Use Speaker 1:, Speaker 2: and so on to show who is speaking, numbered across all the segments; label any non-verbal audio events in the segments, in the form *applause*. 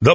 Speaker 1: The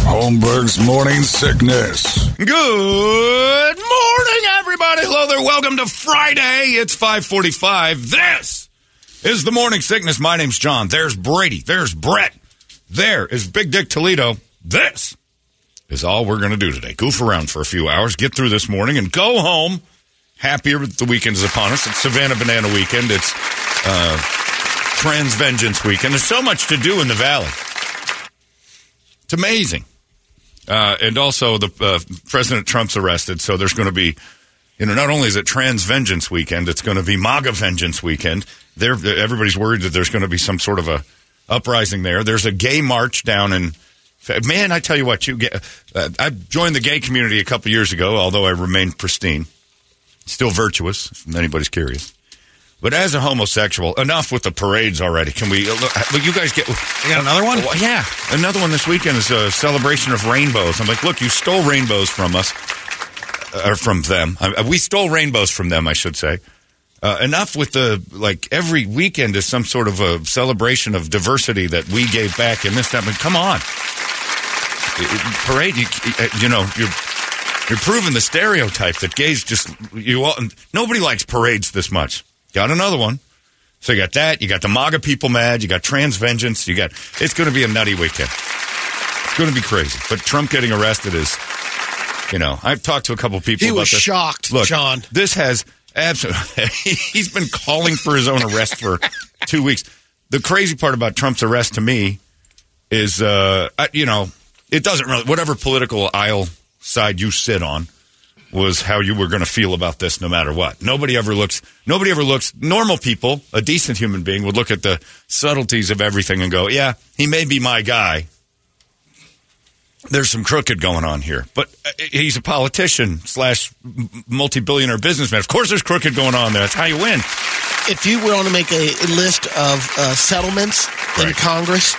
Speaker 2: Holmberg's morning sickness.
Speaker 1: Good morning, everybody. Hello there. Welcome to Friday. It's 545. This is the morning sickness. My name's John. There's Brady. There's Brett. There is Big Dick Toledo. This is all we're going to do today. Goof around for a few hours, get through this morning, and go home happier that the weekend is upon us. It's Savannah Banana Weekend. It's uh, Trans Vengeance Weekend. There's so much to do in the Valley. It's amazing. Uh, and also, the uh, President Trump's arrested, so there's going to be, you know, not only is it Trans Vengeance Weekend, it's going to be MAGA Vengeance Weekend. There, everybody's worried that there's going to be some sort of a uprising there. There's a gay march down in. Man, I tell you what, you get. Uh, I joined the gay community a couple years ago, although I remained pristine, still virtuous. If anybody's curious, but as a homosexual, enough with the parades already. Can we? uh, Look, you guys get.
Speaker 2: You got another one?
Speaker 1: Well, yeah, another one this weekend is a celebration of rainbows. I'm like, look, you stole rainbows from us, or from them. Uh, We stole rainbows from them, I should say. Uh, enough with the like every weekend is some sort of a celebration of diversity that we gave back and this that. But come on, It- it- parade, you, uh, you know you're. You're proving the stereotype that gays just you all, nobody likes parades this much. Got another one. So you got that. You got the MAGA people mad. You got trans vengeance. You got it's going to be a nutty weekend. It's going to be crazy. But Trump getting arrested is, you know, I've talked to a couple people.
Speaker 3: He
Speaker 1: about
Speaker 3: was
Speaker 1: this.
Speaker 3: shocked,
Speaker 1: Look,
Speaker 3: John.
Speaker 1: This has absolutely. *laughs* he's been calling for his own arrest for two weeks. The crazy part about Trump's arrest to me is, uh, I- you know, it doesn't really whatever political aisle side you sit on was how you were going to feel about this no matter what. Nobody ever looks, nobody ever looks, normal people, a decent human being would look at the subtleties of everything and go, yeah, he may be my guy. There's some crooked going on here, but uh, he's a politician slash m- multi-billionaire businessman. Of course, there's crooked going on there. That's how you win.
Speaker 3: If you were to make a list of uh, settlements in
Speaker 1: Right.
Speaker 3: Congress,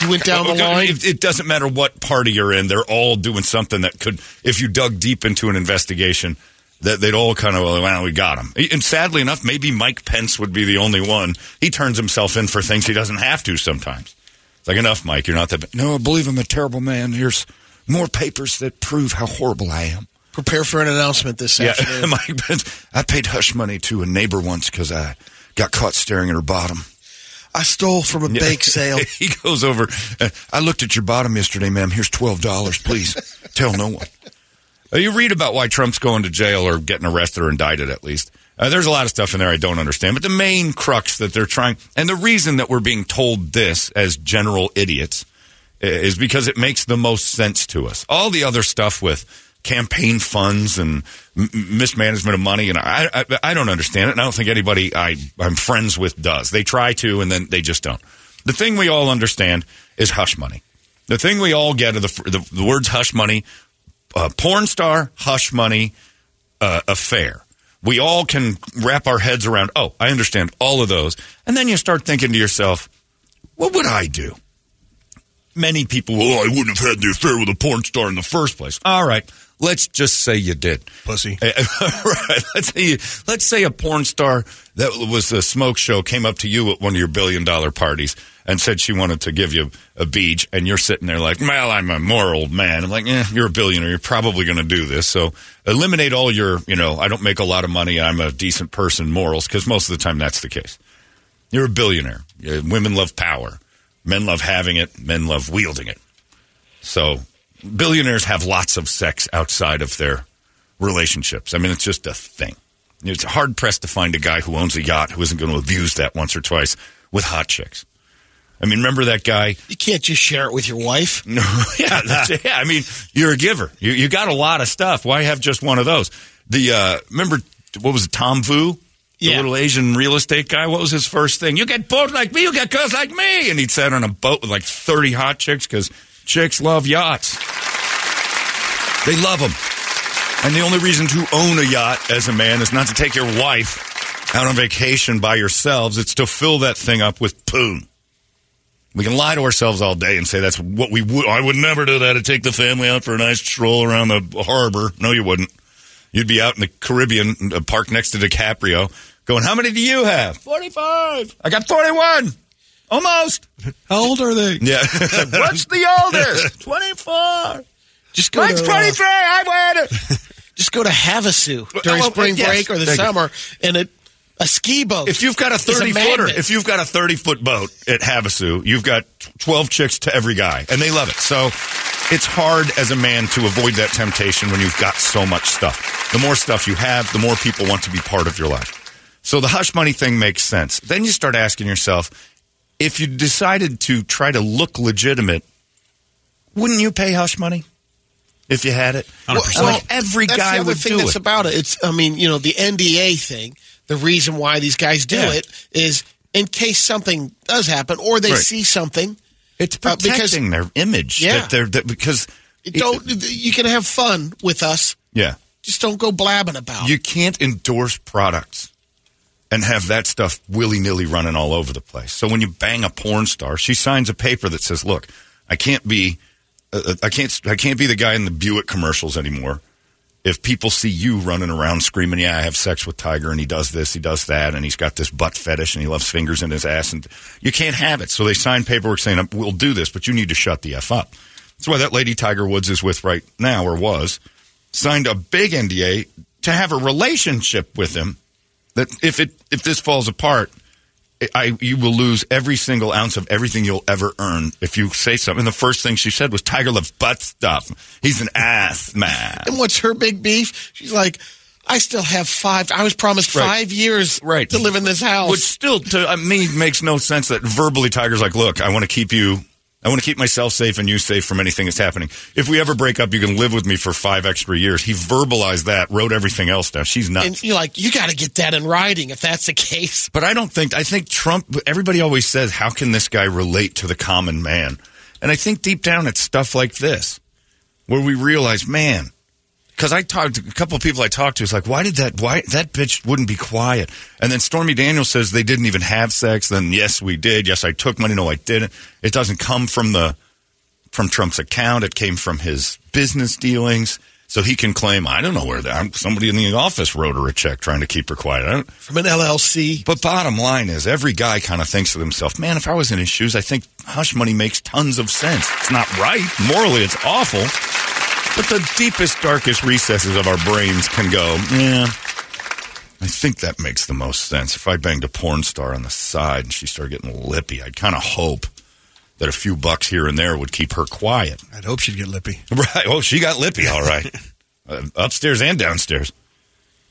Speaker 3: you went down the line.
Speaker 1: It, it doesn't matter what party you're in; they're all doing something that could, if you dug deep into an investigation, that they'd all kind of, well, well, we got him. And sadly enough, maybe Mike Pence would be the only one. He turns himself in for things he doesn't have to sometimes. It's like enough, Mike. You're not that. Bad. No, I believe I'm a terrible man. Here's more papers that prove how horrible I am.
Speaker 3: Prepare for an announcement this
Speaker 1: Yeah, *laughs*
Speaker 3: afternoon.
Speaker 1: Mike Pence. I paid hush money to a neighbor once because I got caught staring at her bottom.
Speaker 3: I stole from a bake sale.
Speaker 1: he goes over. uh, *laughs* I looked at your bottom yesterday, ma'am. Here's twelve dollars. *laughs* Please tell no one. Uh, You read about why Trump's going to jail or getting arrested or indicted, at least. Uh, there's a lot of stuff in there I don't understand, but the main crux that they're trying, and the reason that we're being told this as general idiots, i- is because it makes the most sense to us. All the other stuff with campaign funds and m- m- mismanagement of money, and I, I, I don't understand it, and I don't think anybody I, I'm friends with does. They try to, and then they just don't. The thing we all understand is hush money. The thing we all get are the, fr- the, the words hush money uh, porn star hush money uh, affair. We all can wrap our heads around. Oh, I understand all of those, and then you start thinking to yourself, "What would I do?" Many people, well, I wouldn't have had the affair with a porn star in the first place. All right, let's just say you did,
Speaker 3: Pussy.
Speaker 1: *laughs* right? Let's say you, let's say a porn star that was a smoke show came up to you at one of your billion dollar parties and said she wanted to give you a beach, and you're sitting there like, well, I'm a moral man. I'm like, eh, you're a billionaire. You're probably going to do this. So eliminate all your, you know, I don't make a lot of money. I'm a decent person morals because most of the time that's the case. You're a billionaire. Uh, Women love power. Men love having it. Men love wielding it. So billionaires have lots of sex outside of their relationships. I mean, it's just a thing. It's hard pressed to find a guy who owns a yacht who isn't going to abuse that once or twice with hot chicks. I mean, remember that guy?
Speaker 3: You can't just share it with your wife.
Speaker 1: No, *laughs* yeah, that's, yeah. I mean, you're a giver. You, you got a lot of stuff. Why have just one of those? The uh, remember what was it, Tom Vu, the
Speaker 3: Yeah.
Speaker 1: little Asian real estate guy. What was his first thing? You get bored like me. You get girls like me. And he'd sat on a boat with like 30 hot chicks because chicks love yachts. They love them. And the only reason to own a yacht as a man is not to take your wife out on vacation by yourselves. It's to fill that thing up with poon. We can lie to ourselves all day and say that's what we would. I would never do that. I'd take the family out for a nice stroll around the harbor. No, you wouldn't. You'd be out in the Caribbean, uh, parked next to DiCaprio, going, How many do you have? 45. I got 41. Almost.
Speaker 3: How old are they?
Speaker 1: *laughs* Yeah. *laughs* What's the oldest? 24.
Speaker 3: *laughs* Just go
Speaker 1: Mine's
Speaker 3: to, uh,
Speaker 1: 23. I win it.
Speaker 3: just go to Havasu during
Speaker 1: oh,
Speaker 3: spring
Speaker 1: yes.
Speaker 3: break or the
Speaker 1: Thank you.
Speaker 3: summer, and a, a ski boat.
Speaker 1: If you've got a
Speaker 3: is a
Speaker 1: thirty footer,
Speaker 3: magnet.
Speaker 1: if you've got a thirty foot boat at Havasu, you've got twelve chicks to every guy, and they love it. So it's hard as a man to avoid that temptation when you've got so much stuff. The more stuff you have, the more people want to be part of your life. So the hush money thing makes sense. Then you start asking yourself, if you decided to try to look legitimate, wouldn't you pay hush money if you had it? Like every
Speaker 3: that's
Speaker 1: guy
Speaker 3: the other
Speaker 1: would
Speaker 3: thing
Speaker 1: do
Speaker 3: that's
Speaker 1: it.
Speaker 3: about it. It's I mean, you know, the NDA thing. The reason why these guys do
Speaker 1: Yeah.
Speaker 3: it is in case something does happen or they
Speaker 1: Right.
Speaker 3: see something.
Speaker 1: It's
Speaker 3: uh,
Speaker 1: protecting
Speaker 3: because-
Speaker 1: their image.
Speaker 3: Yeah.
Speaker 1: That they're, that, because
Speaker 3: Don't you can have fun with us.
Speaker 1: Yeah.
Speaker 3: Just don't go blabbing about.
Speaker 1: You
Speaker 3: it.
Speaker 1: can't endorse products and have that stuff willy nilly running all over the place. So when you bang a porn star, she signs a paper that says, "Look, I can't be, uh, I can't, I can't be the guy in the Buick commercials anymore." If people see you running around screaming, "Yeah, I have sex with Tiger, and he does this, he does that, and he's got this butt fetish, and he loves fingers in his ass," and you can't have it, so they sign paperwork saying, "Um, "We'll do this, but you need to shut the f up." That's why that lady Tiger Woods is with right now, or was, signed a big NDA to have a relationship with him. That if it if this falls apart, I- I you will lose every single ounce of everything you'll ever earn if you say something. And the first thing she said was, "Tiger loves butt stuff. He's an ass man."
Speaker 3: And what's her big beef? She's like, I still have five. I was promised
Speaker 1: Right.
Speaker 3: five years
Speaker 1: Right.
Speaker 3: to live in this house.
Speaker 1: Which still to me makes no sense that verbally Tiger's like, look, I want to keep you. I want to keep myself safe and you safe from anything that's happening. If we ever break up, you can live with me for five extra years. He verbalized that, wrote everything else down. She's nuts.
Speaker 3: and you're like, you got to get that in writing if that's the case.
Speaker 1: But I don't think I think Trump. Everybody always says, "How can this guy relate to the common man?" And I think deep down, it's stuff like this where we realize, man. Because I talked to a couple of people I talked to. It's like, why did that? Why that bitch wouldn't be quiet? And then Stormy Daniels says they didn't even have sex. Then yes, we did. Yes, I took money. No, I didn't. It doesn't come from the from Trump's account. It came from his business dealings. So he can claim, I don't know where that. I'm- Somebody in the office wrote her a check trying to keep her quiet. I don't,
Speaker 3: From an LLC.
Speaker 1: but bottom line is, every guy kind of thinks to themselves, man, if I was in his shoes, I think hush money makes tons of sense. It's not right. Morally, it's awful. But the deepest, darkest recesses of our brains can go, yeah, I think that makes the most sense. If I banged a porn star on the side and she started getting lippy, I'd kind of hope that a few bucks here and there would keep her quiet.
Speaker 4: I'd hope she'd get lippy.
Speaker 1: Right. Oh, she got lippy. All right. uh, upstairs and downstairs.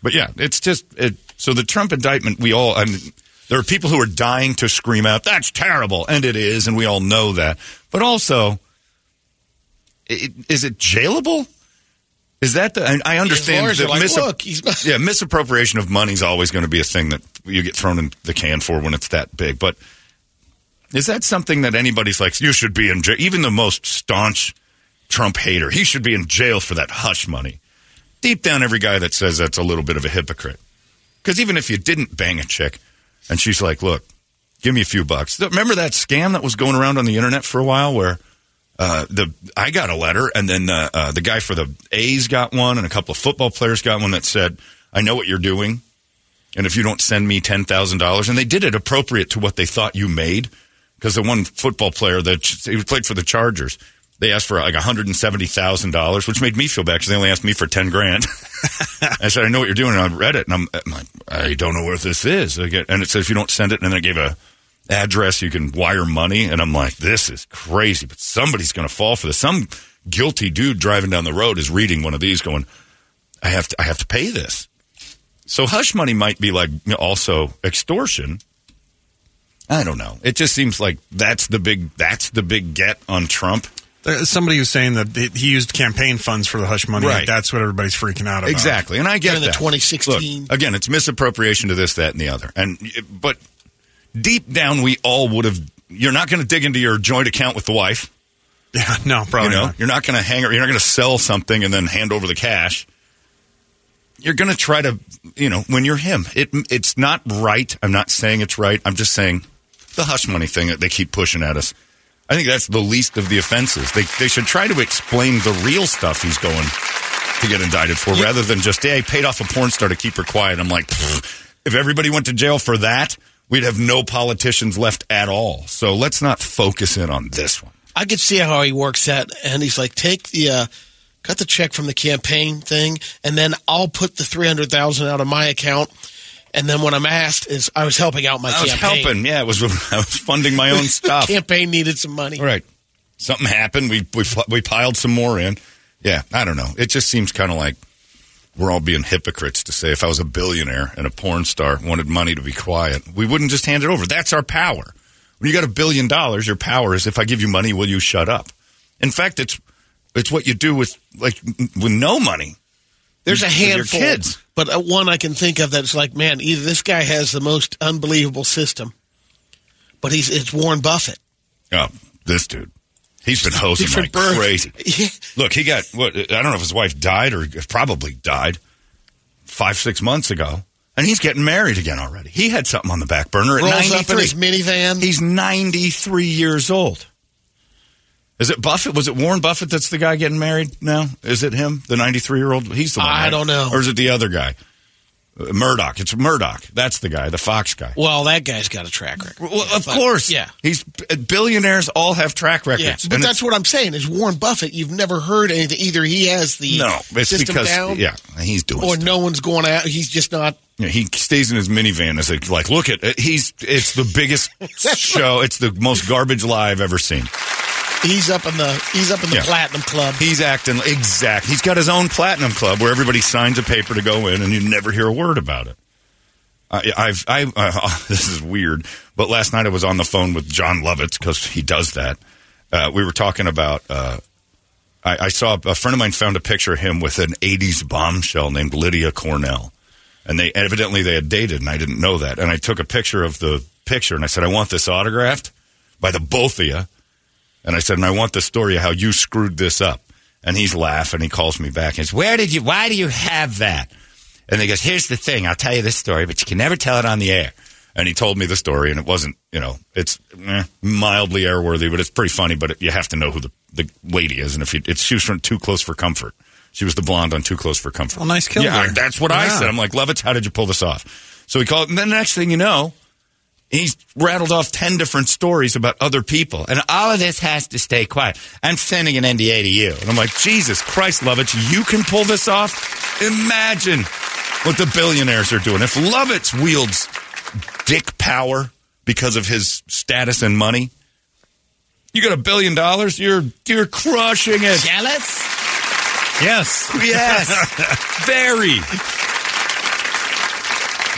Speaker 1: But yeah, it's just it. So the Trump indictment, we all. I mean, there are people who are dying to scream out, "That's terrible," and it is, and we all know that. But also, i- is it jailable? Is that the? *laughs* and I understand
Speaker 3: lawyers
Speaker 1: that
Speaker 3: are like,
Speaker 1: misap-
Speaker 3: "Look, he's *laughs* not-"
Speaker 1: yeah, misappropriation of money is always going to be a thing that you get thrown in the can for when it's that big. But is that something that anybody's like, you should be in jail? Even the most staunch Trump hater, he should be in jail for that hush money. Deep down, every guy that says that's a little bit of a hypocrite. Because even if you didn't bang a chick and she's like, look, give me a few bucks. Th- Remember that scam that was going around on the internet for a while where uh, the I got a letter and then uh, uh, the guy for the A's got one and a couple of football players got one that said, I know what you're doing. And if you don't send me $10,000, and they did it appropriate to what they thought you made, because the one football player that he played for the Chargers, they asked for like $170,000, which made me feel bad because they only asked me for 10 grand. I said, I know what you're doing. And I read it and I'm, I'm like, I don't know where this is. I get- And it said, if you don't send it, and then it gave a address, you can wire money. And I'm like, this is crazy, but somebody's going to fall for this. Some guilty dude driving down the road is reading one of these going, I have to, I have to pay this. So hush money might be like you know, also extortion. I don't know. It just seems like that's the big that's the big get on Trump.
Speaker 4: There- Somebody was saying that he he used campaign funds for the hush money.
Speaker 1: Right.
Speaker 4: That's what everybody's freaking out about.
Speaker 1: Exactly, and I get
Speaker 3: During the
Speaker 1: that.
Speaker 3: 2016
Speaker 1: Look, again, it's misappropriation to this, that, and the other. And but deep down, we all would have. You're not going to dig into your joint account with the wife.
Speaker 4: *laughs* Yeah. No,
Speaker 1: You
Speaker 4: probably
Speaker 1: know,
Speaker 4: not.
Speaker 1: you're not going to hang. You're not going to sell something and then hand over the cash. You're going to try to, you know, when you're him. It it's not right. I'm not saying it's right. I'm just saying the hush money thing that they keep pushing at us. I think that's the least of the offenses. They they should try to explain the real stuff he's going to get indicted for, rather than just hey, I paid off a porn star to keep her quiet. I'm like, "Pfft, if everybody went to jail for that, we'd have no politicians left at all. So let's not focus in on this one.
Speaker 3: I could see how he works that, and he's like, take the, uh, cut the check from the campaign thing, and then I'll put the three hundred thousand out of my account, and then when I'm asked, is I was helping out my
Speaker 1: I was
Speaker 3: campaign.
Speaker 1: helping. Yeah, it was. *laughs* I was funding my
Speaker 3: *laughs*
Speaker 1: own stuff.
Speaker 3: campaign needed some money.
Speaker 1: Right. Something happened. We we fi- we piled some more in. Yeah, I don't know. It just seems kind of like we're all being hypocrites to say if I was a billionaire and a porn star wanted money to be quiet, we wouldn't just hand it over. That's our power. When you got a billion dollars, your power is if I give you money, will you shut up? In fact, it's it's what you do with like with no money.
Speaker 3: There's a
Speaker 1: With your
Speaker 3: handful,
Speaker 1: kids.
Speaker 3: but uh, one I can think of that's like, man, either this guy has the most unbelievable system, but he's it's Warren Buffett.
Speaker 1: Oh, this dude. He's been hosing
Speaker 3: Different
Speaker 1: like
Speaker 3: birth.
Speaker 1: crazy.
Speaker 3: *laughs* Yeah.
Speaker 1: Look, he got what I don't know if his wife died or probably died five, six months ago. And he's getting married again already. He had something on the back burner at
Speaker 3: Rolls up in
Speaker 1: 93.
Speaker 3: his minivan.
Speaker 1: he's 93 years old. Is it Buffett? Was it Warren Buffett that's the guy getting married now? Is it him, the 93 year old? He's the one.
Speaker 3: I
Speaker 1: right?
Speaker 3: don't know.
Speaker 1: Or is it the other guy? Uh, Murdoch. It's Murdoch. That's the guy, the Fox guy.
Speaker 3: well, that guy's got a track record.
Speaker 1: Well, of
Speaker 3: but-
Speaker 1: course.
Speaker 3: yeah.
Speaker 1: He's billionaires all have track records.
Speaker 3: Yeah, but
Speaker 1: And
Speaker 3: that's what I'm saying is Warren Buffett. You've never heard anything. Either he has the
Speaker 1: No, it's
Speaker 3: system
Speaker 1: because
Speaker 3: down,
Speaker 1: yeah, he's doing.
Speaker 3: or
Speaker 1: Or
Speaker 3: no one's going out. He's just not.
Speaker 1: he stays in his minivan as a, like, look at uh, he's. It's the
Speaker 3: *laughs*
Speaker 1: biggest show. It's the most garbage lie I've ever seen.
Speaker 3: He's up in the. He's up in the
Speaker 1: Yeah.
Speaker 3: platinum club.
Speaker 1: He's acting exact. He's got his own platinum club where everybody signs a paper to go in, and you never hear a word about it. I, I've I uh, *laughs* this is weird, but last night I was on the phone with John Lovitz because he does that. Uh, we were talking about. Uh, I, I saw a friend of mine found a picture of him with an '80s bombshell named Lydia Cornell, and they evidently they had dated, and I didn't know that. And I took a picture of the picture, and I said, "I want this autographed by the both of you." And I said, and I want the story of how you screwed this up. And he's laughing. He calls me back. He's, where did you, why do you have that? And he goes, here's the thing. I'll tell you this story, but you can never tell it on the air. And he told me the story, and it wasn't, you know, it's eh, mildly airworthy, but it's pretty funny. But it, you have to know who the, the lady is. And if you, it's, she was from Too Close for Comfort. She was the blonde on Too Close for Comfort.
Speaker 4: Well, nice kill
Speaker 1: Yeah,
Speaker 4: there.
Speaker 1: that's what I
Speaker 4: Yeah.
Speaker 1: said. I'm like, Levitz, how did you pull this off? So he called, and then the next thing you know, he's rattled off 10 different stories about other people. And all of this has to stay quiet. I'm sending an NDA to you. And I'm like, Jesus Christ, Lovitz, you can pull this off? Imagine what the billionaires are doing. If Lovitz wields dick power because of his status and money, you got a billion dollars, you're, you're crushing it.
Speaker 3: Jealous?
Speaker 1: Yes. Yes. Very.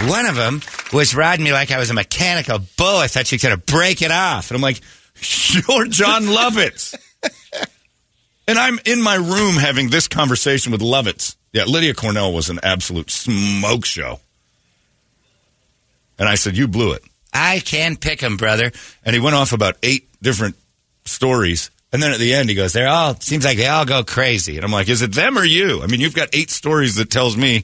Speaker 1: One of them was riding me like I was a mechanical bull. I thought she was going to break it off. And I'm like, you're John Lovitz. and I'm in my room having this conversation with Lovitz. Yeah, Lydia Cornell was an absolute smoke show. And I said, you blew it. I can pick him, brother. And he went off about eight different stories. And then at the end, he goes, "They're all seems like they all go crazy." And I'm like, "Is it them or you?" I mean, you've got eight stories that tells me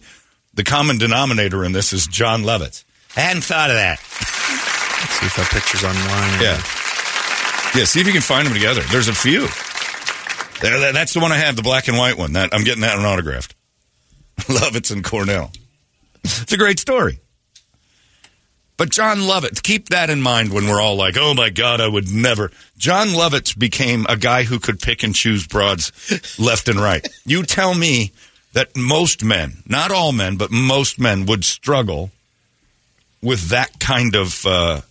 Speaker 1: the common denominator in this is John Lovitz. I hadn't thought of that.
Speaker 4: See if that picture's online.
Speaker 1: Yeah, yeah. See if you can find them together. There's a few. There, that- that's the one I have, the black and white one. That I'm getting that one autographed. *laughs* Lovitz and Cornell. It's a great story. But John Lovitz, keep that in mind when we're all like, oh my God, I would never. John Lovitz became a guy who could pick and choose broads left and right. You tell me that most men, not all men, but most men would struggle with that kind of uh,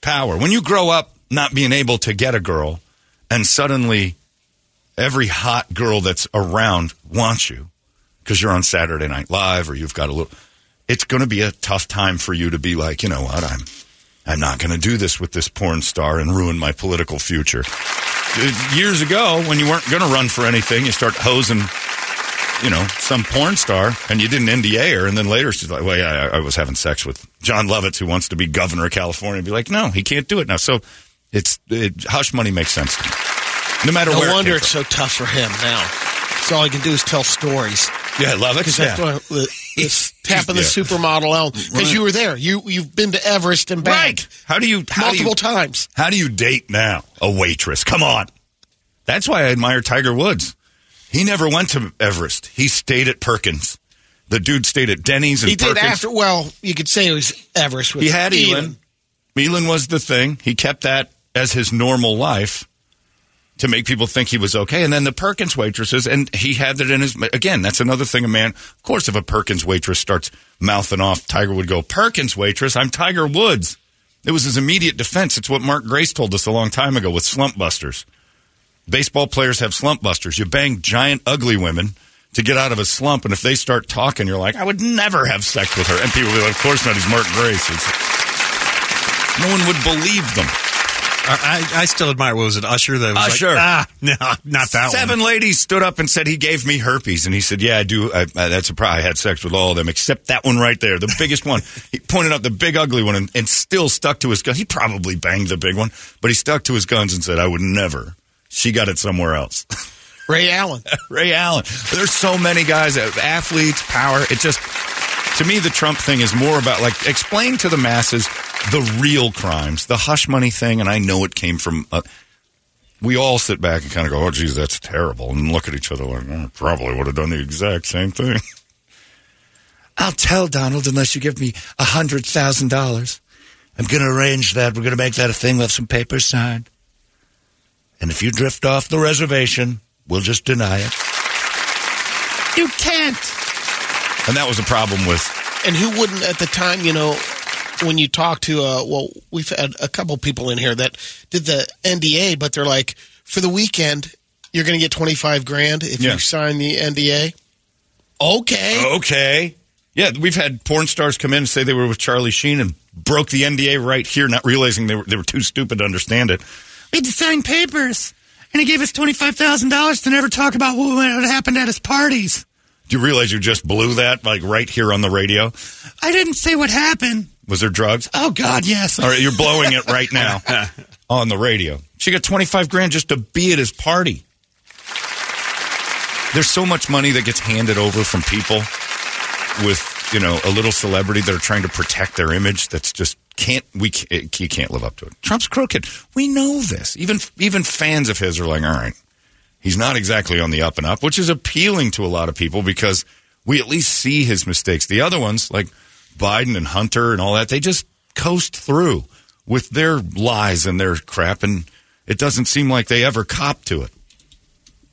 Speaker 1: power. When you grow up not being able to get a girl and suddenly every hot girl that's around wants you because you're on Saturday Night Live or you've got a little. It's going to be a tough time for you to be like, you know what, I'm I'm not going to do this with this porn star and ruin my political future. Uh, Years ago, when you weren't going to run for anything, you start hosing, you know, some porn star and you didn't NDA her. And then later she's like, well, yeah, I, I was having sex with John Lovitz, who wants to be governor of California. Be like, no, he can't do it now. So it's it, hush money makes sense to me. No matter
Speaker 3: No
Speaker 1: where. it
Speaker 3: wonder
Speaker 1: came
Speaker 3: it's
Speaker 1: from.
Speaker 3: so tough for him now. So all he can do is tell stories.
Speaker 1: Yeah, Lovitz.
Speaker 3: Because
Speaker 1: Yeah.
Speaker 3: that's why the, it's tapping the
Speaker 1: Yeah.
Speaker 3: supermodel out. Because you were there. You you've been to Everest and back
Speaker 1: Right. How do you. How do
Speaker 3: multiple
Speaker 1: you,
Speaker 3: times.
Speaker 1: How do you date now? A waitress. Come on. That's why I admire Tiger Woods. He never went to Everest. He stayed at Perkins. The dude stayed at Denny's and
Speaker 3: He did
Speaker 1: Perkins.
Speaker 3: after. Well, you could say it was Everest. With
Speaker 1: he had
Speaker 3: Elon.
Speaker 1: Elon. Elon was the thing. He kept that as his normal life to make people think he was okay. And then the Perkins waitresses, and he had that in his. Again, that's another thing. A man, of course, if a Perkins waitress starts mouthing off, Tiger would go, "Perkins waitress, I'm Tiger Woods." It was his immediate defense. It's what Mark Grace told us a long time ago with slump busters. Baseball players have slump busters. You bang giant, ugly women to get out of a slump, and if they start talking, you're like, "I would never have sex with her." And people will be like, "Of course not. He's Mark Grace." It's, no one would believe them.
Speaker 4: I, I I still admire. What was it, Usher? That was
Speaker 1: Usher.
Speaker 4: Like, ah, no, not that
Speaker 1: Seven
Speaker 4: one.
Speaker 1: ladies stood up and said he gave me herpes, and he said, "Yeah, I do. I, I, that's a problem. I had sex with all of them except that one right there, the biggest one." He pointed out the big ugly one, and, and still stuck to his gun. He probably banged the big one, but he stuck to his guns and said, "I would never." She got it somewhere else. *laughs*
Speaker 3: Ray Allen.
Speaker 1: Ray Allen. There's so many guys, uh, athletes, power. It just, to me, the Trump thing is more about like explain to the masses the real crimes, the hush money thing. And I know it came from. Uh, we all sit back and kind of go, "Oh, geez, that's terrible," and look at each other like, "Oh, "Probably would have done the exact same thing." I'll tell Donald unless you give me a hundred thousand dollars. I'm going to arrange that. We're going to make that a thing. We'll have some papers signed. And if you drift off the reservation, *laughs* we'll just deny it. You can't. And that was a problem with.
Speaker 3: And who wouldn't at the time, you know, when you talk to, uh, well, we've had a couple people in here that did the NDA, but they're like, for the weekend, you're going to get 25 grand if
Speaker 1: Yeah.
Speaker 3: you sign the NDA. Okay.
Speaker 1: Okay. Yeah, we've had porn stars come in and say they were with Charlie Sheen and broke the NDA right here, not realizing they were, they were too stupid to understand it.
Speaker 5: We had to sign papers, and he gave us $25,000 to never talk about what what happened at his parties.
Speaker 1: Do you realize you just blew that, like right here on the radio?
Speaker 5: I didn't say what happened.
Speaker 1: Was there drugs?
Speaker 5: Oh, God, yes.
Speaker 1: All right, you're blowing it right
Speaker 5: *laughs*
Speaker 1: now on the radio. She got 25 grand just to be at his party. There's so much money that gets handed over from people with, you know, a little celebrity that are trying to protect their image that's just can't we ca- it- you can't live up to it. Trump's crooked. We know this. Even even fans of his are like, "All right. He's not exactly on the up and up," which is appealing to a lot of people because we at least see his mistakes. The other ones like Biden and Hunter and all that, they just coast through with their lies and their crap and it doesn't seem like they ever cop to it.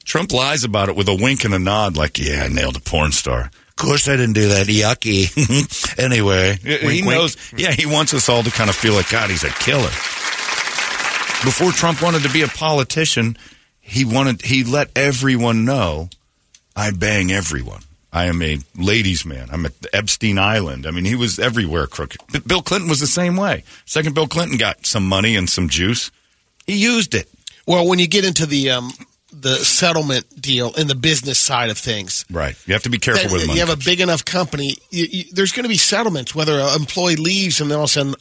Speaker 1: Trump lies about it with a wink and a nod, like, yeah, I nailed a porn star. Of course I didn't do that. Yucky. *laughs* anyway, he
Speaker 4: wink.
Speaker 1: knows. Yeah, he wants us all to kind of feel like, God, he's a killer. Before Trump wanted to be a politician, he wanted he let everyone know I bang everyone. I am a ladies' man. I'm at Epstein Island. I mean, he was everywhere crooked. B- Bill Clinton was the same way. Second Bill Clinton got some money and some juice. He used it.
Speaker 3: Well, when you get into the, um, the settlement deal and the business side of things,
Speaker 1: Right. You have to be
Speaker 3: that-
Speaker 1: careful with money.
Speaker 3: you have a big enough company, you, you, there's going to be settlements. Whether an employee leaves and then all of a sudden,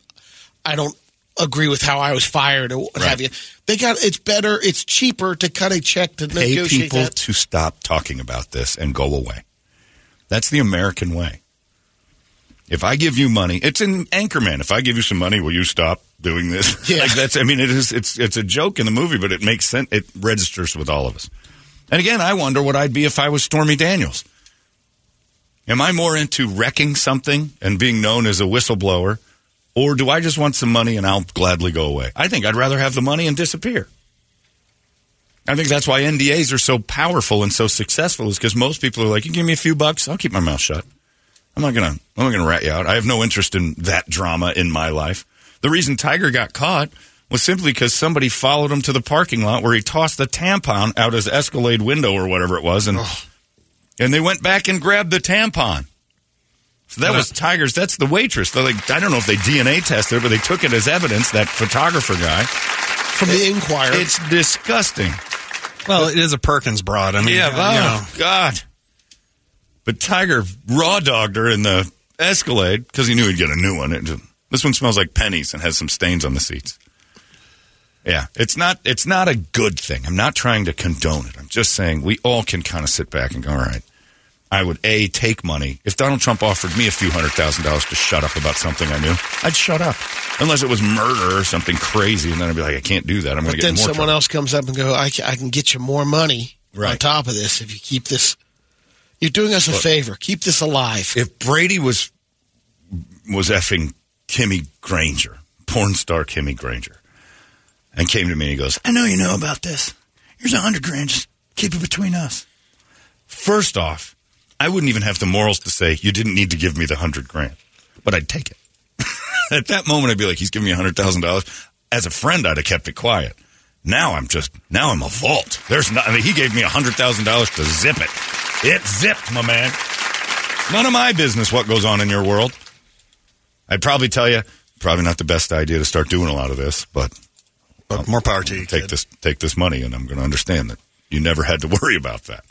Speaker 3: I don't agree with how I was fired or what
Speaker 1: Right.
Speaker 3: have you. They got it's better, it's cheaper to cut a check to
Speaker 1: pay
Speaker 3: negotiate
Speaker 1: people
Speaker 3: that.
Speaker 1: to stop talking about this and go away. That's the American way. If I give you money, it's in Anchorman. If I give you some money, will you stop doing this? *laughs*
Speaker 3: Yeah.
Speaker 1: like that's. I mean, it is. It's it's a joke in the movie, but it makes sense. It registers with all of us. And again, I wonder what I'd be if I was Stormy Daniels. Am I more into wrecking something and being known as a whistleblower, or do I just want some money and I'll gladly go away? I think I'd rather have the money and disappear. I think that's why NDAs are so powerful and so successful is because most people are like, you give me a few bucks, I'll keep my mouth shut. I'm not gonna, I'm not gonna rat you out. I have no interest in that drama in my life. The reason Tiger got caught was simply because somebody followed him to the parking lot where he tossed the tampon out his Escalade window or whatever it was, and and they went back and grabbed the tampon. So that was Tigers. That's the waitress. They're like, I don't know if they DNA tested it, but they took it as evidence, that photographer guy.
Speaker 3: from the Inquirer.
Speaker 1: It's disgusting.
Speaker 4: Well, it is a Perkins broad. I mean,
Speaker 1: Yeah,
Speaker 4: you
Speaker 1: oh,
Speaker 4: know.
Speaker 1: God. But Tiger raw dogged her in the Escalade because he knew he'd get a new one. It- this one smells like pennies and has some stains on the seats. Yeah, it's not it's not a good thing. I'm not trying to condone it. I'm just saying we all can kind of sit back and go, all right. I would a take money if Donald Trump offered me a few hundred thousand dollars to shut up about something I knew. I'd shut up unless it was murder or something crazy, and then I'd be like, I can't do that. I'm going to
Speaker 3: But
Speaker 1: get in
Speaker 3: then
Speaker 1: more.
Speaker 3: someone
Speaker 1: trouble.
Speaker 3: else comes up and go, I, ca- I can get you more money on
Speaker 1: Right.
Speaker 3: top of this if you keep this. You're doing us a favor. Keep this alive.
Speaker 1: if Brady was was effing Kimmy Granger, porn star Kimmy Granger, and came to me and he goes,
Speaker 5: I know you know about this. Here's a hundred grand. Just keep it between us.
Speaker 1: first off, I wouldn't even have the morals to say you didn't need to give me the hundred grand, but I'd take it. *laughs* At that moment, I'd be like, he's giving me a hundred thousand dollars. As a friend, I'd have kept it quiet. Now I'm just now I'm a vault. There's not. I mean, he gave me a hundred thousand dollars to zip it. It zipped, my man. None of my business what goes on in your world. I'd probably tell you, probably not the best idea to start doing a lot of this, but
Speaker 4: But more power to you.
Speaker 1: take
Speaker 4: kid.
Speaker 1: this take this money, and I'm going to understand that you never had to *laughs* worry about that.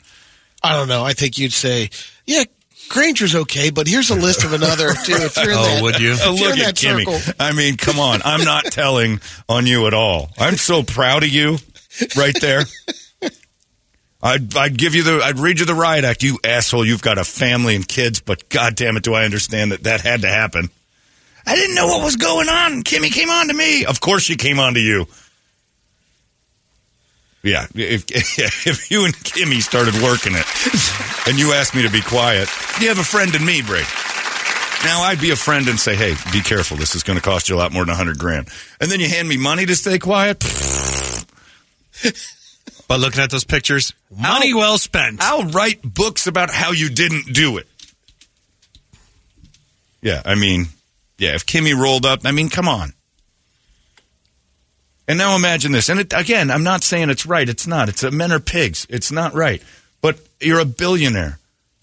Speaker 3: I don't know. I think you'd say, yeah, Granger's okay, but here's a list of another two. If you're in
Speaker 4: Oh,
Speaker 3: that,
Speaker 4: would you?
Speaker 1: *laughs*
Speaker 3: if
Speaker 1: Oh,
Speaker 3: you're
Speaker 1: look
Speaker 3: in
Speaker 1: at
Speaker 3: that
Speaker 1: Kimmy.
Speaker 3: circle,
Speaker 1: I mean, come on. I'm not telling on you at all. I'm so proud of you right there. I'd, I'd give you the, I'd read you the riot act. You asshole, you've got a family and kids, but God damn it, do I understand that that had to happen. I didn't know what was going on. Kimmy came on to me. Of course she came on to you. Yeah, if, *laughs* if you and Kimmy started working it and you asked me to be quiet, you have a friend in me, Brady. Now I'd be a friend and say, "Hey, be careful. This is going to cost you a lot more than a hundred grand." And then you hand me money to stay quiet. *laughs*
Speaker 4: But looking at those pictures, money well spent.
Speaker 1: I'll write books about how you didn't do it. Yeah, I mean, yeah. If Kimmy rolled up, I mean, come on. And now imagine this. And it, again, I'm not saying it's right. It's not. It's uh men are pigs. It's not right. But you're a billionaire.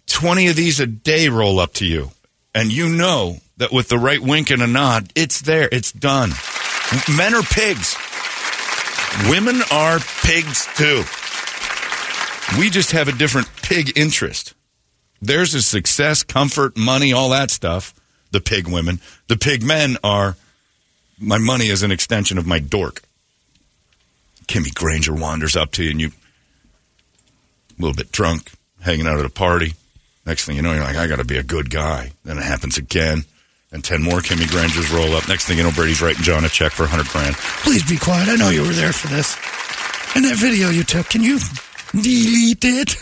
Speaker 1: Twenty of these a day roll up to you, and you know that with the right wink and a nod, it's there. It's done. Men are pigs. Women are pigs too. We just have a different pig interest. Theirs is success, comfort, money, all that stuff. The pig women. The pig men are my money is an extension of my dork. Kimmy Granger wanders up to you and you a little bit drunk, hanging out at a party. Next thing you know, you're like, I gotta be a good guy. Then it happens again. And ten more Kimmy Grangers roll up. Next thing you know, Brady's writing John a check for a hundred grand.
Speaker 5: Please be quiet. I know you were there for this. And that video you took, can you delete it?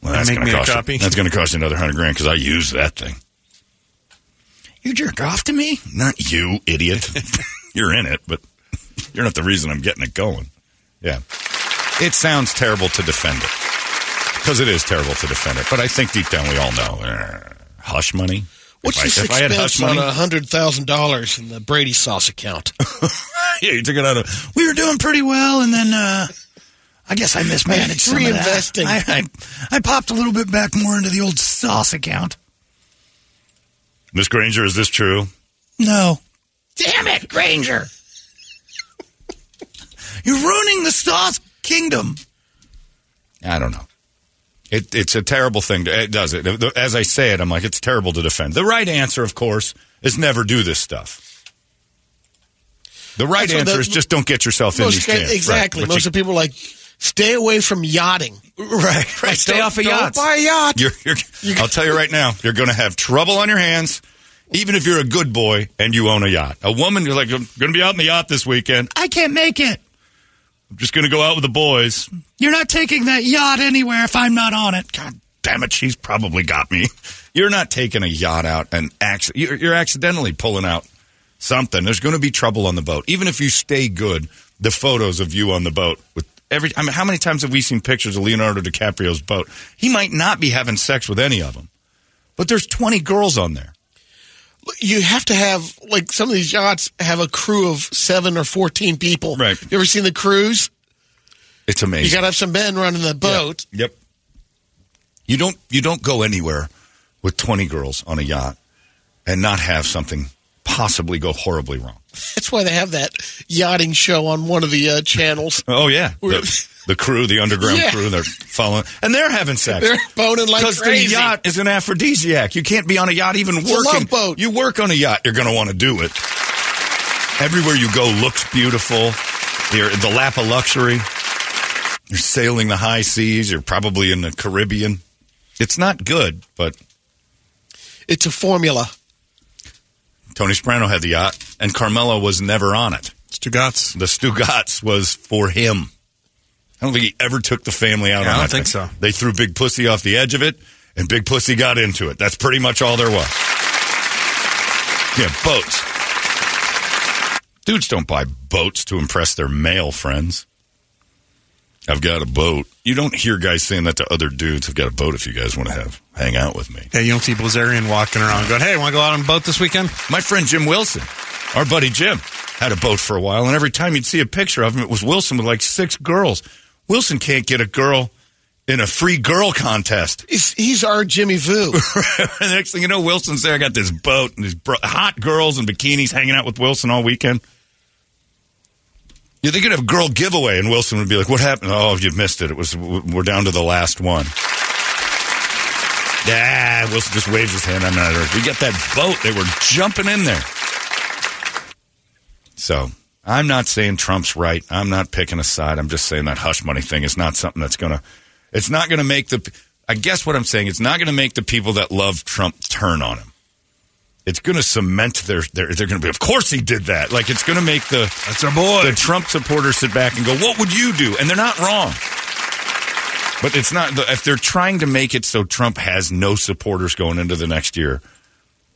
Speaker 1: Well,
Speaker 4: And
Speaker 1: that's
Speaker 4: make
Speaker 1: gonna
Speaker 4: me a
Speaker 1: cost you-
Speaker 4: copy.
Speaker 1: that's gonna cost you another hundred grand because I use that thing.
Speaker 5: You jerk off to me?
Speaker 1: Not you, idiot. *laughs* you're in it, but you're not the reason I'm getting it going. Yeah. It sounds terrible to defend it because it is terrible to defend it. But I think deep down we all know eh, hush money.
Speaker 3: what's
Speaker 1: if
Speaker 3: this
Speaker 1: I, if I had
Speaker 3: expense
Speaker 1: hush
Speaker 3: on
Speaker 1: money,
Speaker 3: a hundred thousand dollars in the Brady sauce account?
Speaker 1: *laughs* yeah, you took it out of.
Speaker 5: We were doing pretty well, and then uh, I guess I mismanaged some of that.
Speaker 3: Reinvesting.
Speaker 5: I, I, I popped a little bit back more into the old sauce account.
Speaker 1: Miss Granger, is this true?
Speaker 5: No,
Speaker 3: Damn it, Granger!
Speaker 5: you're ruining the sauce kingdom.
Speaker 1: I don't know. It, it's a terrible thing. To, it does it. The- As I say it, I'm like, it's terrible to defend. The right answer, of course, is never do this stuff. The right
Speaker 3: That's what
Speaker 1: answer
Speaker 3: the-
Speaker 1: is just don't get yourself in
Speaker 3: Most
Speaker 1: these
Speaker 3: guys-
Speaker 1: jams. Right.
Speaker 3: exactly.
Speaker 1: But
Speaker 3: Most
Speaker 1: you-
Speaker 3: of the people are like stay away from yachting.
Speaker 1: *laughs* Right, right. Stay
Speaker 3: Don't-
Speaker 1: off of
Speaker 3: don't
Speaker 1: yachts.
Speaker 3: buy a yacht.
Speaker 1: You're, you're, I'll tell you right now, you're going to have trouble on your hands, even if you're a good boy and you own a yacht. A woman, you're like, I'm going to be out in the yacht this weekend.
Speaker 5: I can't make it.
Speaker 1: I'm just going to go out with the boys.
Speaker 5: You're not taking that yacht anywhere if I'm not on it. God.
Speaker 1: Damn it, she's probably got me. *laughs* You're not taking a yacht out and acc- you're, you're accidentally pulling out something. There's going to be trouble on the boat, even if you stay good. The photos of you on the boat with every. I mean, how many times have we seen pictures of Leonardo DiCaprio's boat? He might not be having sex with any of them, but there's 20 girls on there.
Speaker 3: You have to have like some of these yachts have a crew of seven or fourteen people.
Speaker 1: Right.
Speaker 3: You ever seen the cruise?
Speaker 1: It's amazing.
Speaker 3: You got to have some men running the boat.
Speaker 1: Yep. You don't you don't go anywhere with 20 girls on a yacht and not have something possibly go horribly wrong.
Speaker 3: That's why they have that yachting show on one of the uh, channels.
Speaker 1: Oh, yeah. The, the crew, the underground
Speaker 3: Yeah.
Speaker 1: crew, they're following. And they're having sex.
Speaker 3: They're boning like
Speaker 1: Because the
Speaker 3: crazy.
Speaker 1: yacht is an aphrodisiac. You can't be on a yacht even
Speaker 3: a love
Speaker 1: working.
Speaker 3: boat.
Speaker 1: You work on a yacht, you're going to want to do it. Everywhere you go looks beautiful. You're in the lap of luxury. You're sailing the high seas. You're probably in the Caribbean. It's not good, but
Speaker 3: It's a formula.
Speaker 1: Tony Soprano had the yacht, and Carmelo was never on it.
Speaker 4: It's two guts.
Speaker 1: The Stugats was for him. I don't think he ever took the family out
Speaker 4: Yeah, I
Speaker 1: on
Speaker 4: don't
Speaker 1: that
Speaker 4: think
Speaker 1: thing.
Speaker 4: so.
Speaker 1: They threw Big Pussy off the edge of it, and Big Pussy got into it. That's pretty much all there was. Yeah, boats. Dudes don't buy boats to impress their male friends. I've got a boat. You don't hear guys saying that to other dudes. I've got a boat if you guys want to have hang out with me.
Speaker 4: Yeah, you don't see Blazarian walking around going, hey, want to go out on a boat this weekend?
Speaker 1: My friend Jim Wilson, our buddy Jim, had a boat for a while, and every time you'd see a picture of him, it was Wilson with like six girls. Wilson can't get a girl in a free girl contest.
Speaker 3: He's, he's our Jimmy
Speaker 1: *laughs* and
Speaker 3: Vu.
Speaker 1: the next thing you know, Wilson's there. I got this boat and these bro- hot girls in bikinis hanging out with Wilson all weekend. You think you'd have a girl giveaway, and Wilson would be like, "What happened? Oh, you missed it. It was we're down to the last one." Ah, Wilson just waves his hand. I'm not. We got that boat. They were jumping in there. So I'm not saying Trump's right. I'm not picking a side. I'm just saying that hush money thing is not something that's gonna. It's not gonna make the. I guess what I'm saying, it's not gonna make the people that love Trump turn on him. It's gonna cement their. their they're gonna be. Of course he did that. Like it's gonna make the
Speaker 4: That's our boy.
Speaker 1: the Trump supporters sit back and go, "What would you do?" And they're not wrong. But it's not the- if they're trying to make it so Trump has no supporters going into the next year.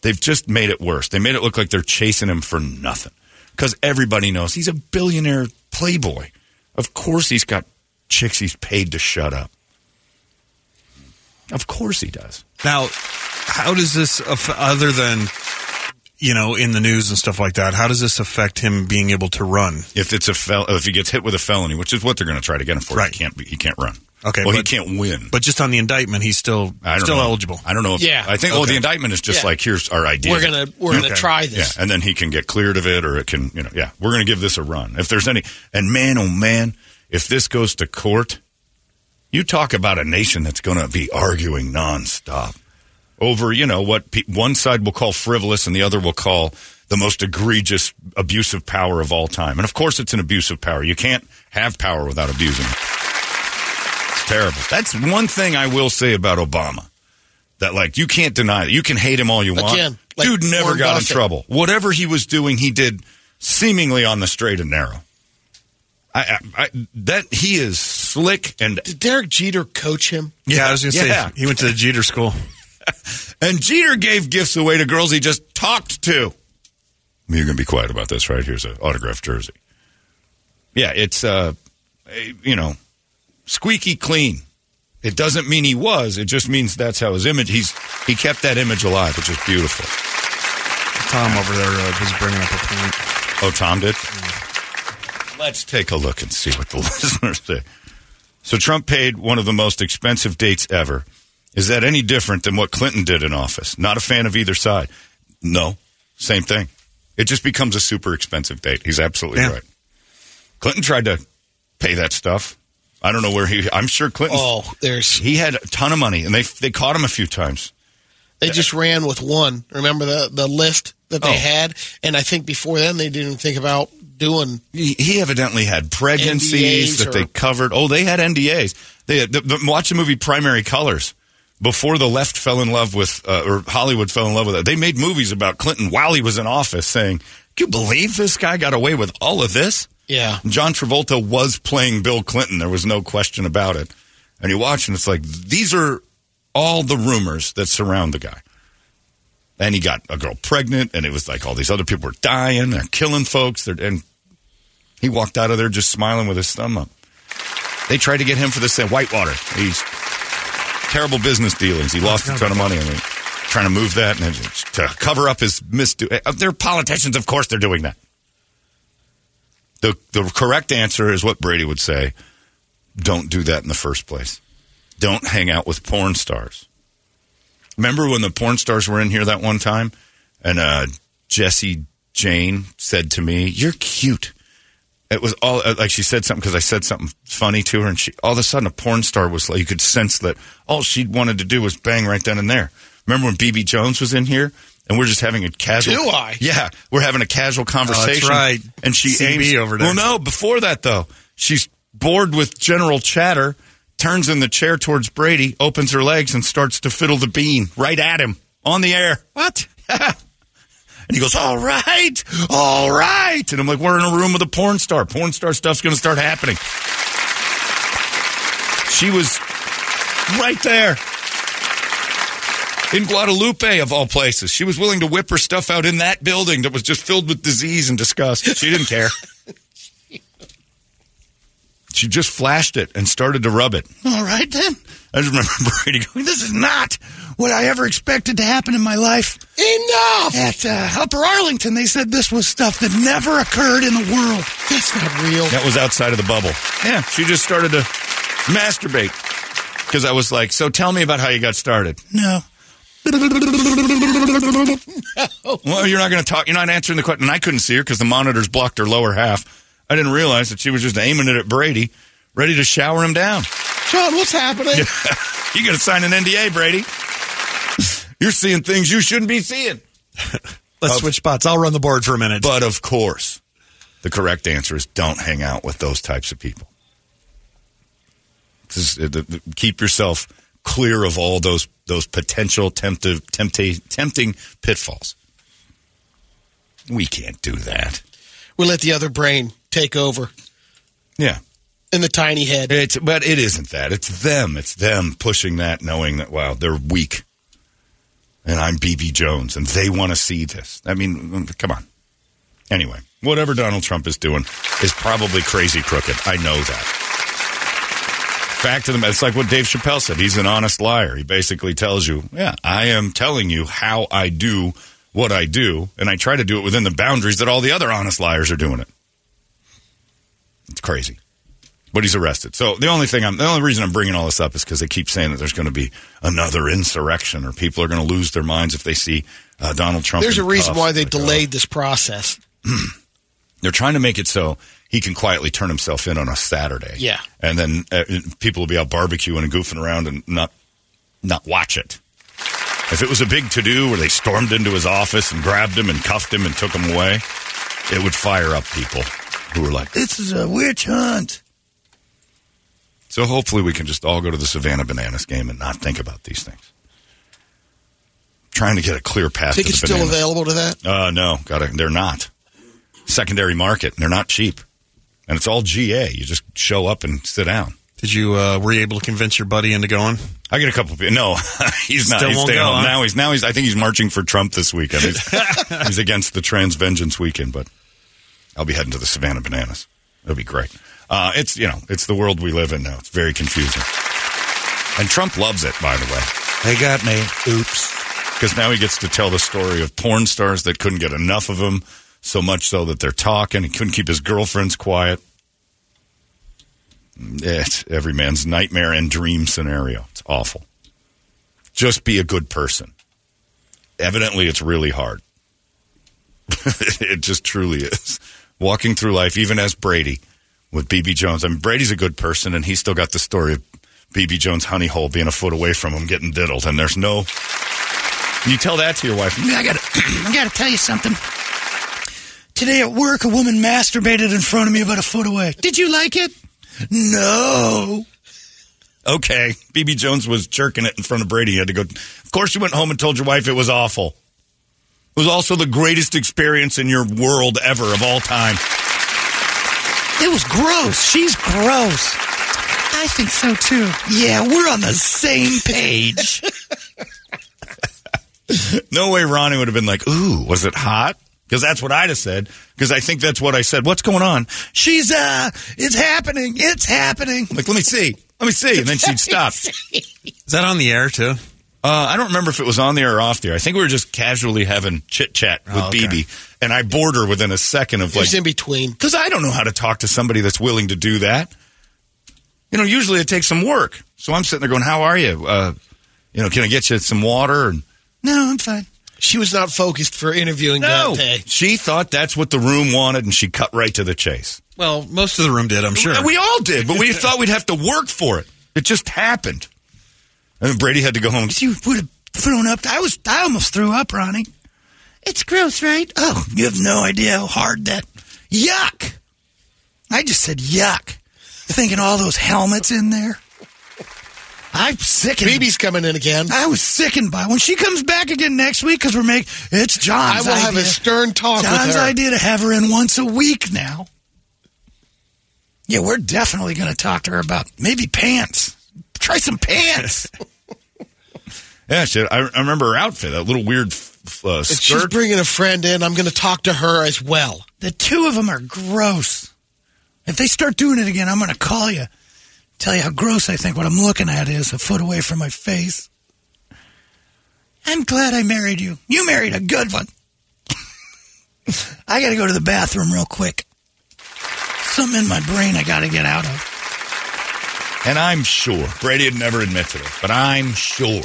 Speaker 1: They've just made it worse. They made it look like they're chasing him for nothing because everybody knows he's a billionaire playboy. Of course, he's got chicks he's paid to shut up. Of course, he does.
Speaker 4: Now, how does this, aff- other than, you know, in the news and stuff like that, how does this affect him being able to run?
Speaker 1: If it's a fel- if he gets hit with a felony, which is what they're going to try to get him for,
Speaker 4: Right.
Speaker 1: he can't be, he can't run.
Speaker 4: Okay,
Speaker 1: well, he
Speaker 4: but-
Speaker 1: can't win.
Speaker 4: But just on the indictment, he's still
Speaker 1: I don't
Speaker 4: still
Speaker 1: know.
Speaker 4: eligible.
Speaker 1: I don't know. If,
Speaker 3: Yeah.
Speaker 1: I think. Oh,
Speaker 4: Okay.
Speaker 1: the indictment is just
Speaker 3: Yeah.
Speaker 1: like here's our idea.
Speaker 3: We're gonna we're gonna
Speaker 4: Okay.
Speaker 3: try
Speaker 1: Yeah,
Speaker 3: this.
Speaker 1: and then he can get cleared of it, or it can. You know, yeah, we're gonna give this a run. If there's any, and man, oh man, if this goes to court, you talk about a nation that's gonna be arguing nonstop over you know what pe- one side will call frivolous and the other will call the most egregious abuse of power of all time. And of course, it's an abuse of power. You can't have power without abusing it. It's terrible. That's one thing I will say about Obama. That like you can't deny that you can hate him all you want.
Speaker 3: Again, like
Speaker 1: Dude never
Speaker 3: Warren
Speaker 1: got in
Speaker 3: Buffett.
Speaker 1: trouble. Whatever he was doing, he did seemingly on the straight and narrow. I, I, I that he is slick and
Speaker 3: Did Derek Jeter coach him?
Speaker 4: Yeah, I was going to
Speaker 1: Yeah.
Speaker 4: say, he went to the Jeter school.
Speaker 1: And Jeter gave gifts away to girls he just talked to. You're going to be quiet about this, right? Here's an autographed jersey. Yeah, it's, uh, eh, you know, squeaky clean. It doesn't mean he was. It just means that's how his image. He's he kept that image alive, which is beautiful.
Speaker 4: Tom over there uh, was bringing up a point.
Speaker 1: Oh, Tom did? Let's take a look and see what the *laughs* listeners say. So, Trump paid one of the most expensive dates ever. Is that any different than what Clinton did in office? Not a fan of either side. No, same thing. It just becomes a super expensive date. He's absolutely
Speaker 4: Yeah.
Speaker 1: right. Clinton tried to pay that stuff. I don't know where he. I'm sure Clinton.
Speaker 3: Oh, there's
Speaker 1: He had a ton of money, and they they caught him a few times.
Speaker 3: they just ran with one. Remember the the list that they
Speaker 1: Oh.
Speaker 3: had, and I think before then they didn't even think about doing.
Speaker 1: He he evidently had pregnancies
Speaker 3: NDAs
Speaker 1: that they
Speaker 3: or-
Speaker 1: covered. Oh, they had NDAs. They had, the, the, watch the movie Primary Colors. Before the left fell in love with, uh, or Hollywood fell in love with it, they made movies about Clinton while he was in office, saying, "Can you believe this guy got away with all of this?"
Speaker 3: Yeah,
Speaker 1: John Travolta was playing Bill Clinton. There was no question about it. And you watch, and it's like these are all the rumors that surround the guy. And he got a girl pregnant, and it was like all these other people were dying. They're killing folks. They're, and he walked out of there just smiling with his thumb up. They tried to get him for the same Whitewater. He's terrible business dealings. He lost a ton of money. I mean, trying to move that and to cover up his misdo. uh, They're politicians, of course. They're doing that. The the correct answer is what Brady would say. Don't do that in the first place. Don't hang out with porn stars. Remember when the porn stars were in here that one time, and uh, Jesse Jane said to me, "You're cute." It was all uh, like she said something because I said something funny to her, and she all of a sudden a porn star was like you could sense that all she wanted to do was bang right then and there. Remember when BB Jones was in here, and we're just having a casual.
Speaker 3: Do I?
Speaker 1: Yeah, we're having a casual conversation.
Speaker 4: Oh, right.
Speaker 1: And she
Speaker 4: CB
Speaker 1: aims
Speaker 4: over there.
Speaker 1: Well, no, before that though, she's bored with general chatter. Turns in the chair towards Brady, opens her legs, and starts to fiddle the bean right at him on the air. What? *laughs* And he goes, All right, all right. And I'm like, We're in a room with a porn star. Porn star stuff's going to start happening. She was right there in Guadalupe, of all places. She was willing to whip her *laughs* stuff out in that building that was just filled with disease and disgust. She didn't
Speaker 4: *laughs*
Speaker 1: care. She just flashed it and started to rub it.
Speaker 5: All right then.
Speaker 1: I just remember *laughs* Brady going, This is not what I ever expected to happen in my life.
Speaker 5: Enough! At uh, Upper Arlington, they said this was stuff that never occurred in the world.
Speaker 3: That's not real.
Speaker 1: That was outside of the bubble. Yeah, she just started to masturbate because I was like, "So tell me about how you got started."
Speaker 5: No.
Speaker 1: *laughs* Well, you're not going to talk. You're not answering the question. And I couldn't see her because the monitors blocked her lower half. I didn't realize that she was just aiming it at Brady, ready to shower him down.
Speaker 3: John, what's happening?
Speaker 1: *laughs* You got to sign an NDA, Brady. You're seeing things you shouldn't be seeing.
Speaker 4: Let's switch spots. I'll run the board for a minute.
Speaker 1: But of course, the correct answer is don't hang out with those types of people. This is- uh, the- the- keep yourself clear of all those those potential temptive, tempta- tempting pitfalls. We can't do that.
Speaker 3: We let the other brain take over
Speaker 1: Yeah.
Speaker 3: in the tiny head.
Speaker 1: It's but it isn't that. It's them. It's them pushing that, knowing that wow, they're weak, and I'm BB Jones, and they want to see this. I mean, come on. Anyway, whatever Donald Trump is doing is probably crazy crooked. I know that. Fact of the matter, it's like what Dave Chappelle said. He's an honest liar. He basically tells you, "Yeah, I am telling you how I do what I do, and I try to do it within the boundaries that all the other honest liars are doing it." It's crazy but he's arrested. So the only thing I'm, the only reason I'm bringing all this up is because they keep saying that there's going to be another insurrection or people are going to lose their minds if they see uh, Donald Trump.
Speaker 3: There's
Speaker 1: in
Speaker 3: a reason
Speaker 1: cuffs.
Speaker 3: why they
Speaker 1: Like, oh.
Speaker 3: delayed this process.
Speaker 1: They're trying to make it so he can quietly turn himself in on a Saturday.
Speaker 3: Yeah.
Speaker 1: and then uh, people will be out barbecuing and goofing around and not not watch it. If it was a big to do where they stormed into his office and grabbed him and cuffed him and took him away, it would fire up people who were like, "Eh, "This is a witch hunt." So hopefully we can just all go to the Savannah Bananas game and not think about these things. Trying to get a clear path.
Speaker 3: Think
Speaker 1: to the
Speaker 3: it's still
Speaker 1: bananas.
Speaker 3: available to that?
Speaker 1: Uh, no, got it. They're not secondary market. They're not cheap, and it's all GA. You just show up and sit down.
Speaker 4: Did you uh, were you able to convince your buddy into going?
Speaker 1: I get a couple. Of, no, *laughs* he's not.
Speaker 4: Still
Speaker 1: he's
Speaker 4: won't
Speaker 1: staying
Speaker 4: go,
Speaker 1: home
Speaker 4: huh?
Speaker 1: now. He's now. He's. I think he's marching for Trump this weekend. He's, he's against the Trans Vengeance Weekend, but I'll be heading to the Savannah Bananas. It'll be great. Uh, it's you know, it's the world we live in now. It's very confusing, and Trump loves it. By the way, they got me. Oops. Because now he gets to tell the story of porn stars that couldn't get enough of him, so much so that they're talking. He couldn't keep his girlfriends quiet. It's every man's nightmare and dream scenario. It's awful just be a good person. Evidently, it's really hard. *laughs* it just truly is. Walking through life, even as Brady with BB Jones. I mean, Brady's a good person, and he's still got the story of BB Jones' honey hole being a foot away from him getting diddled. And there's no. You tell that to your wife.
Speaker 5: I gotta, *clears throat* I gotta tell you something. Today at work, a woman masturbated in front of me about a foot away. Did you like it? No.
Speaker 1: Okay. BB Jones was jerking it in front of Brady. You had to go. Of course, you went home and told your wife it was awful. It was also the greatest experience in your world ever of all time.
Speaker 5: It was gross. She's gross. I think so too. Yeah, we're on the same *laughs* page.
Speaker 1: No way Ronnie would have been like, ooh, was it hot? Because that's what I'd have said. Because I think that's what I said. What's going on? She's, uh, it's happening. It's happening. Like, let me see. Let me see. And then she'd stop.
Speaker 4: Is that on the air too?
Speaker 1: Uh, I don't remember if it was on there or off there. I think we were just casually having chit chat with
Speaker 4: Oh, okay.
Speaker 1: BB. And I bored her within a second of
Speaker 3: It
Speaker 1: like,
Speaker 3: was in between.
Speaker 1: because I don't know how to talk to somebody that's willing to do that. You know, usually it takes some work. So I'm sitting there going, "How are you? Uh, You know, can I get you some water? And
Speaker 5: No, I'm fine.
Speaker 3: She was not focused for interviewing that day.
Speaker 1: she thought that's what the room wanted, and she cut right to the chase.
Speaker 4: Well, most of the room did, I'm sure.
Speaker 1: We all did, but
Speaker 4: *laughs*
Speaker 1: we thought we'd have to work for it. It just happened. And Brady had to go home.
Speaker 5: You would have thrown up. I was. I almost threw up, Ronnie. It's gross, right? Oh, you have no idea how hard that. Yuck! I just said yuck, thinking all those helmets in there. I'm sickened.
Speaker 3: Phoebe's coming in again.
Speaker 5: I was sickened by when she comes back again next week because we're making it's
Speaker 3: I
Speaker 5: John's.
Speaker 3: will have a
Speaker 5: idea.
Speaker 3: stern talk
Speaker 5: John's
Speaker 3: with her.
Speaker 5: idea to have her in once a week now. Yeah, we're definitely going to talk to her about maybe pants. Try some pants.
Speaker 1: *laughs* Yeah, shit. I, I remember her outfit, that little weird f- uh,
Speaker 3: If she's
Speaker 1: skirt.
Speaker 3: bringing a friend in, I'm going to talk to her as well.
Speaker 5: the two of them are gross. If they start doing it again, I'm going to call you. Tell you how gross I think what I'm looking at is a foot away from my face. I'm glad I married you. You married a good one. *laughs* I got to go to the bathroom real quick. Something in my brain I got to get out of.
Speaker 1: and I'm sure Brady had never admitted it, but I'm sure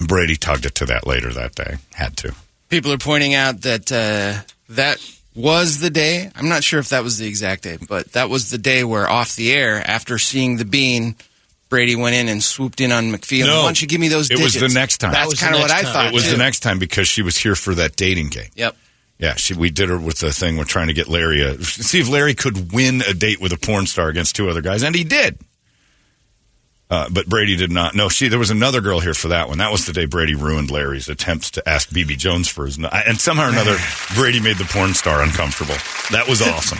Speaker 1: Brady tugged it to that later that day. Had to.
Speaker 6: People are pointing out that uh, that was the day. I'm not sure if that was the exact day, but that was the day where off the air, after seeing the bean, Brady went in and swooped in on McPhee.
Speaker 1: No.
Speaker 6: Why don't you give me those
Speaker 1: It was
Speaker 6: digits?
Speaker 1: the next time. That
Speaker 6: That's
Speaker 1: was
Speaker 6: kind
Speaker 3: the
Speaker 6: of what
Speaker 3: next
Speaker 6: I
Speaker 3: time.
Speaker 6: thought.
Speaker 1: It was
Speaker 6: too.
Speaker 1: the next time because she was here for that dating game.
Speaker 6: Yep.
Speaker 1: Yeah, she, we did her with the thing. We're trying to get Larry, a, see if Larry could win a date with a porn star against two other guys, and he did. Uh, but Brady did not. No, she. There was another girl here for that one. That was the day Brady ruined Larry's attempts to ask BB Jones for his. n- And somehow or
Speaker 3: *laughs*
Speaker 1: another, Brady made the porn star uncomfortable. That was awesome.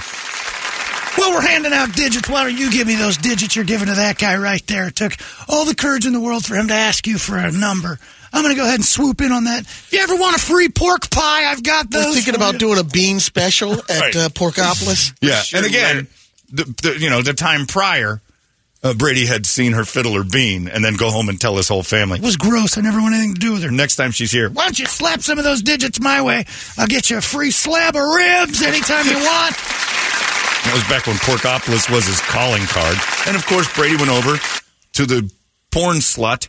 Speaker 5: Well, we're handing out digits. Why don't you give me those digits you're giving to that guy right there? It took all the courage in the world for him to ask you for a number. I'm going to go ahead and swoop in on that. If you ever want a free pork pie, I've got those.
Speaker 3: We're thinking
Speaker 5: for
Speaker 3: about
Speaker 5: you.
Speaker 3: doing a bean special at
Speaker 1: Right.
Speaker 3: uh, Porkopolis.
Speaker 1: Yeah,
Speaker 6: Sure,
Speaker 1: and again,
Speaker 6: Larry.
Speaker 1: the, the, you know, the time prior, uh, Brady had seen her fiddle her bean and then go home and tell his whole family.
Speaker 5: It was gross. I never want anything to do with her.
Speaker 1: Next time she's here,
Speaker 5: Why don't you slap some of those digits my way? I'll get you a free slab of ribs anytime you want.
Speaker 1: That was back when Porkopolis was his calling card. And of course, Brady went over to the porn slut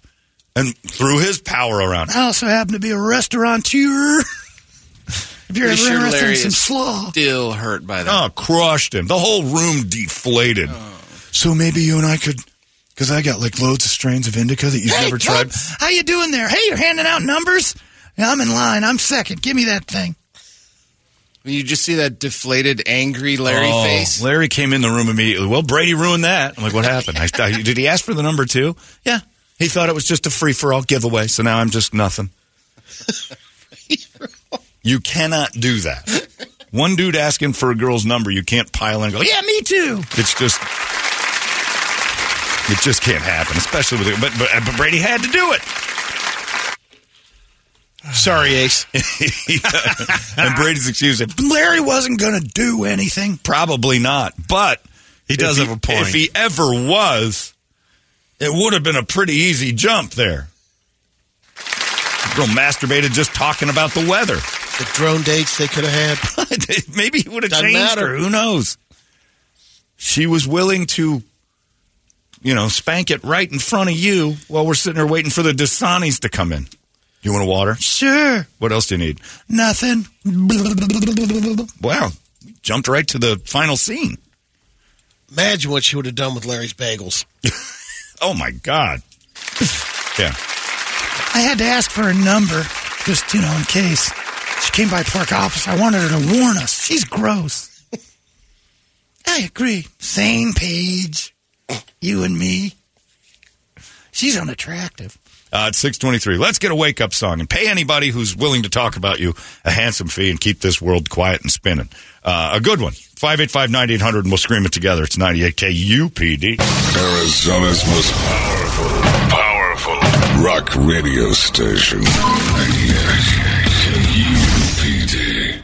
Speaker 1: and threw his power around.
Speaker 5: I also happen to be a restaurateur. if you're
Speaker 6: Pretty
Speaker 5: ever
Speaker 6: sure
Speaker 5: interested in
Speaker 6: Larry
Speaker 5: some
Speaker 6: is
Speaker 5: slaw.
Speaker 6: still hurt by that. Oh.
Speaker 1: Oh, crushed him. The whole room deflated. *laughs*
Speaker 7: So maybe you and I could, because I got like loads of strains of indica that you've
Speaker 5: Hey,
Speaker 7: never
Speaker 5: Trump,
Speaker 7: tried.
Speaker 5: How you doing there? Hey, you're handing out numbers? Yeah, I'm in line. I'm second. Give me that thing.
Speaker 6: When you just see that deflated, angry Larry
Speaker 1: Oh,
Speaker 6: face.
Speaker 1: Larry came in the room immediately. Well, Brady ruined that. I'm like, what happened? I, I, did he ask for the number two? Yeah. He thought it was just a free for all giveaway, so now I'm just
Speaker 6: *laughs*
Speaker 1: nothing. you cannot do that. One dude asking for a girl's number, you can't pile in and go, Oh, yeah,
Speaker 5: me too.
Speaker 1: It's just, it just can't happen, especially with it. But, but, but Brady had to do it.
Speaker 3: Sorry, Ace.
Speaker 1: And Brady's excuse it.
Speaker 5: Larry wasn't going to do anything.
Speaker 1: Probably not. But
Speaker 4: He
Speaker 1: if
Speaker 4: does have a point.
Speaker 1: If he ever *laughs*
Speaker 4: *laughs*
Speaker 1: was, it would have been a pretty easy jump there. Girl masturbated just talking about the weather.
Speaker 3: the drone dates they could have
Speaker 1: *laughs*
Speaker 3: had.
Speaker 1: Maybe he would have
Speaker 3: Doesn't
Speaker 1: changed
Speaker 3: matter.
Speaker 1: her. Who knows? She was willing to, you know, spank it right in front of you while we're sitting there waiting for the Dasanis to come in. You want a water?
Speaker 5: Sure.
Speaker 1: What else do you need?
Speaker 5: Nothing.
Speaker 1: Wow. Jumped right to the final scene.
Speaker 3: Imagine what she would have done with Larry's bagels.
Speaker 1: *laughs* Oh my God. yeah.
Speaker 5: I had to ask for a number, just you know, in case she came by Park Office. I wanted her to warn us. She's gross. *laughs* I agree. Same page, you and me. She's unattractive.
Speaker 1: Uh, it's 623. Let's get a wake up song and pay anybody who's willing to talk about you a handsome fee and keep this world quiet and spinning. Uh, a good one. 585 9800 and we'll scream it together. It's 98K UPD.
Speaker 2: Arizona's most powerful, powerful rock radio station. 98 KUPD.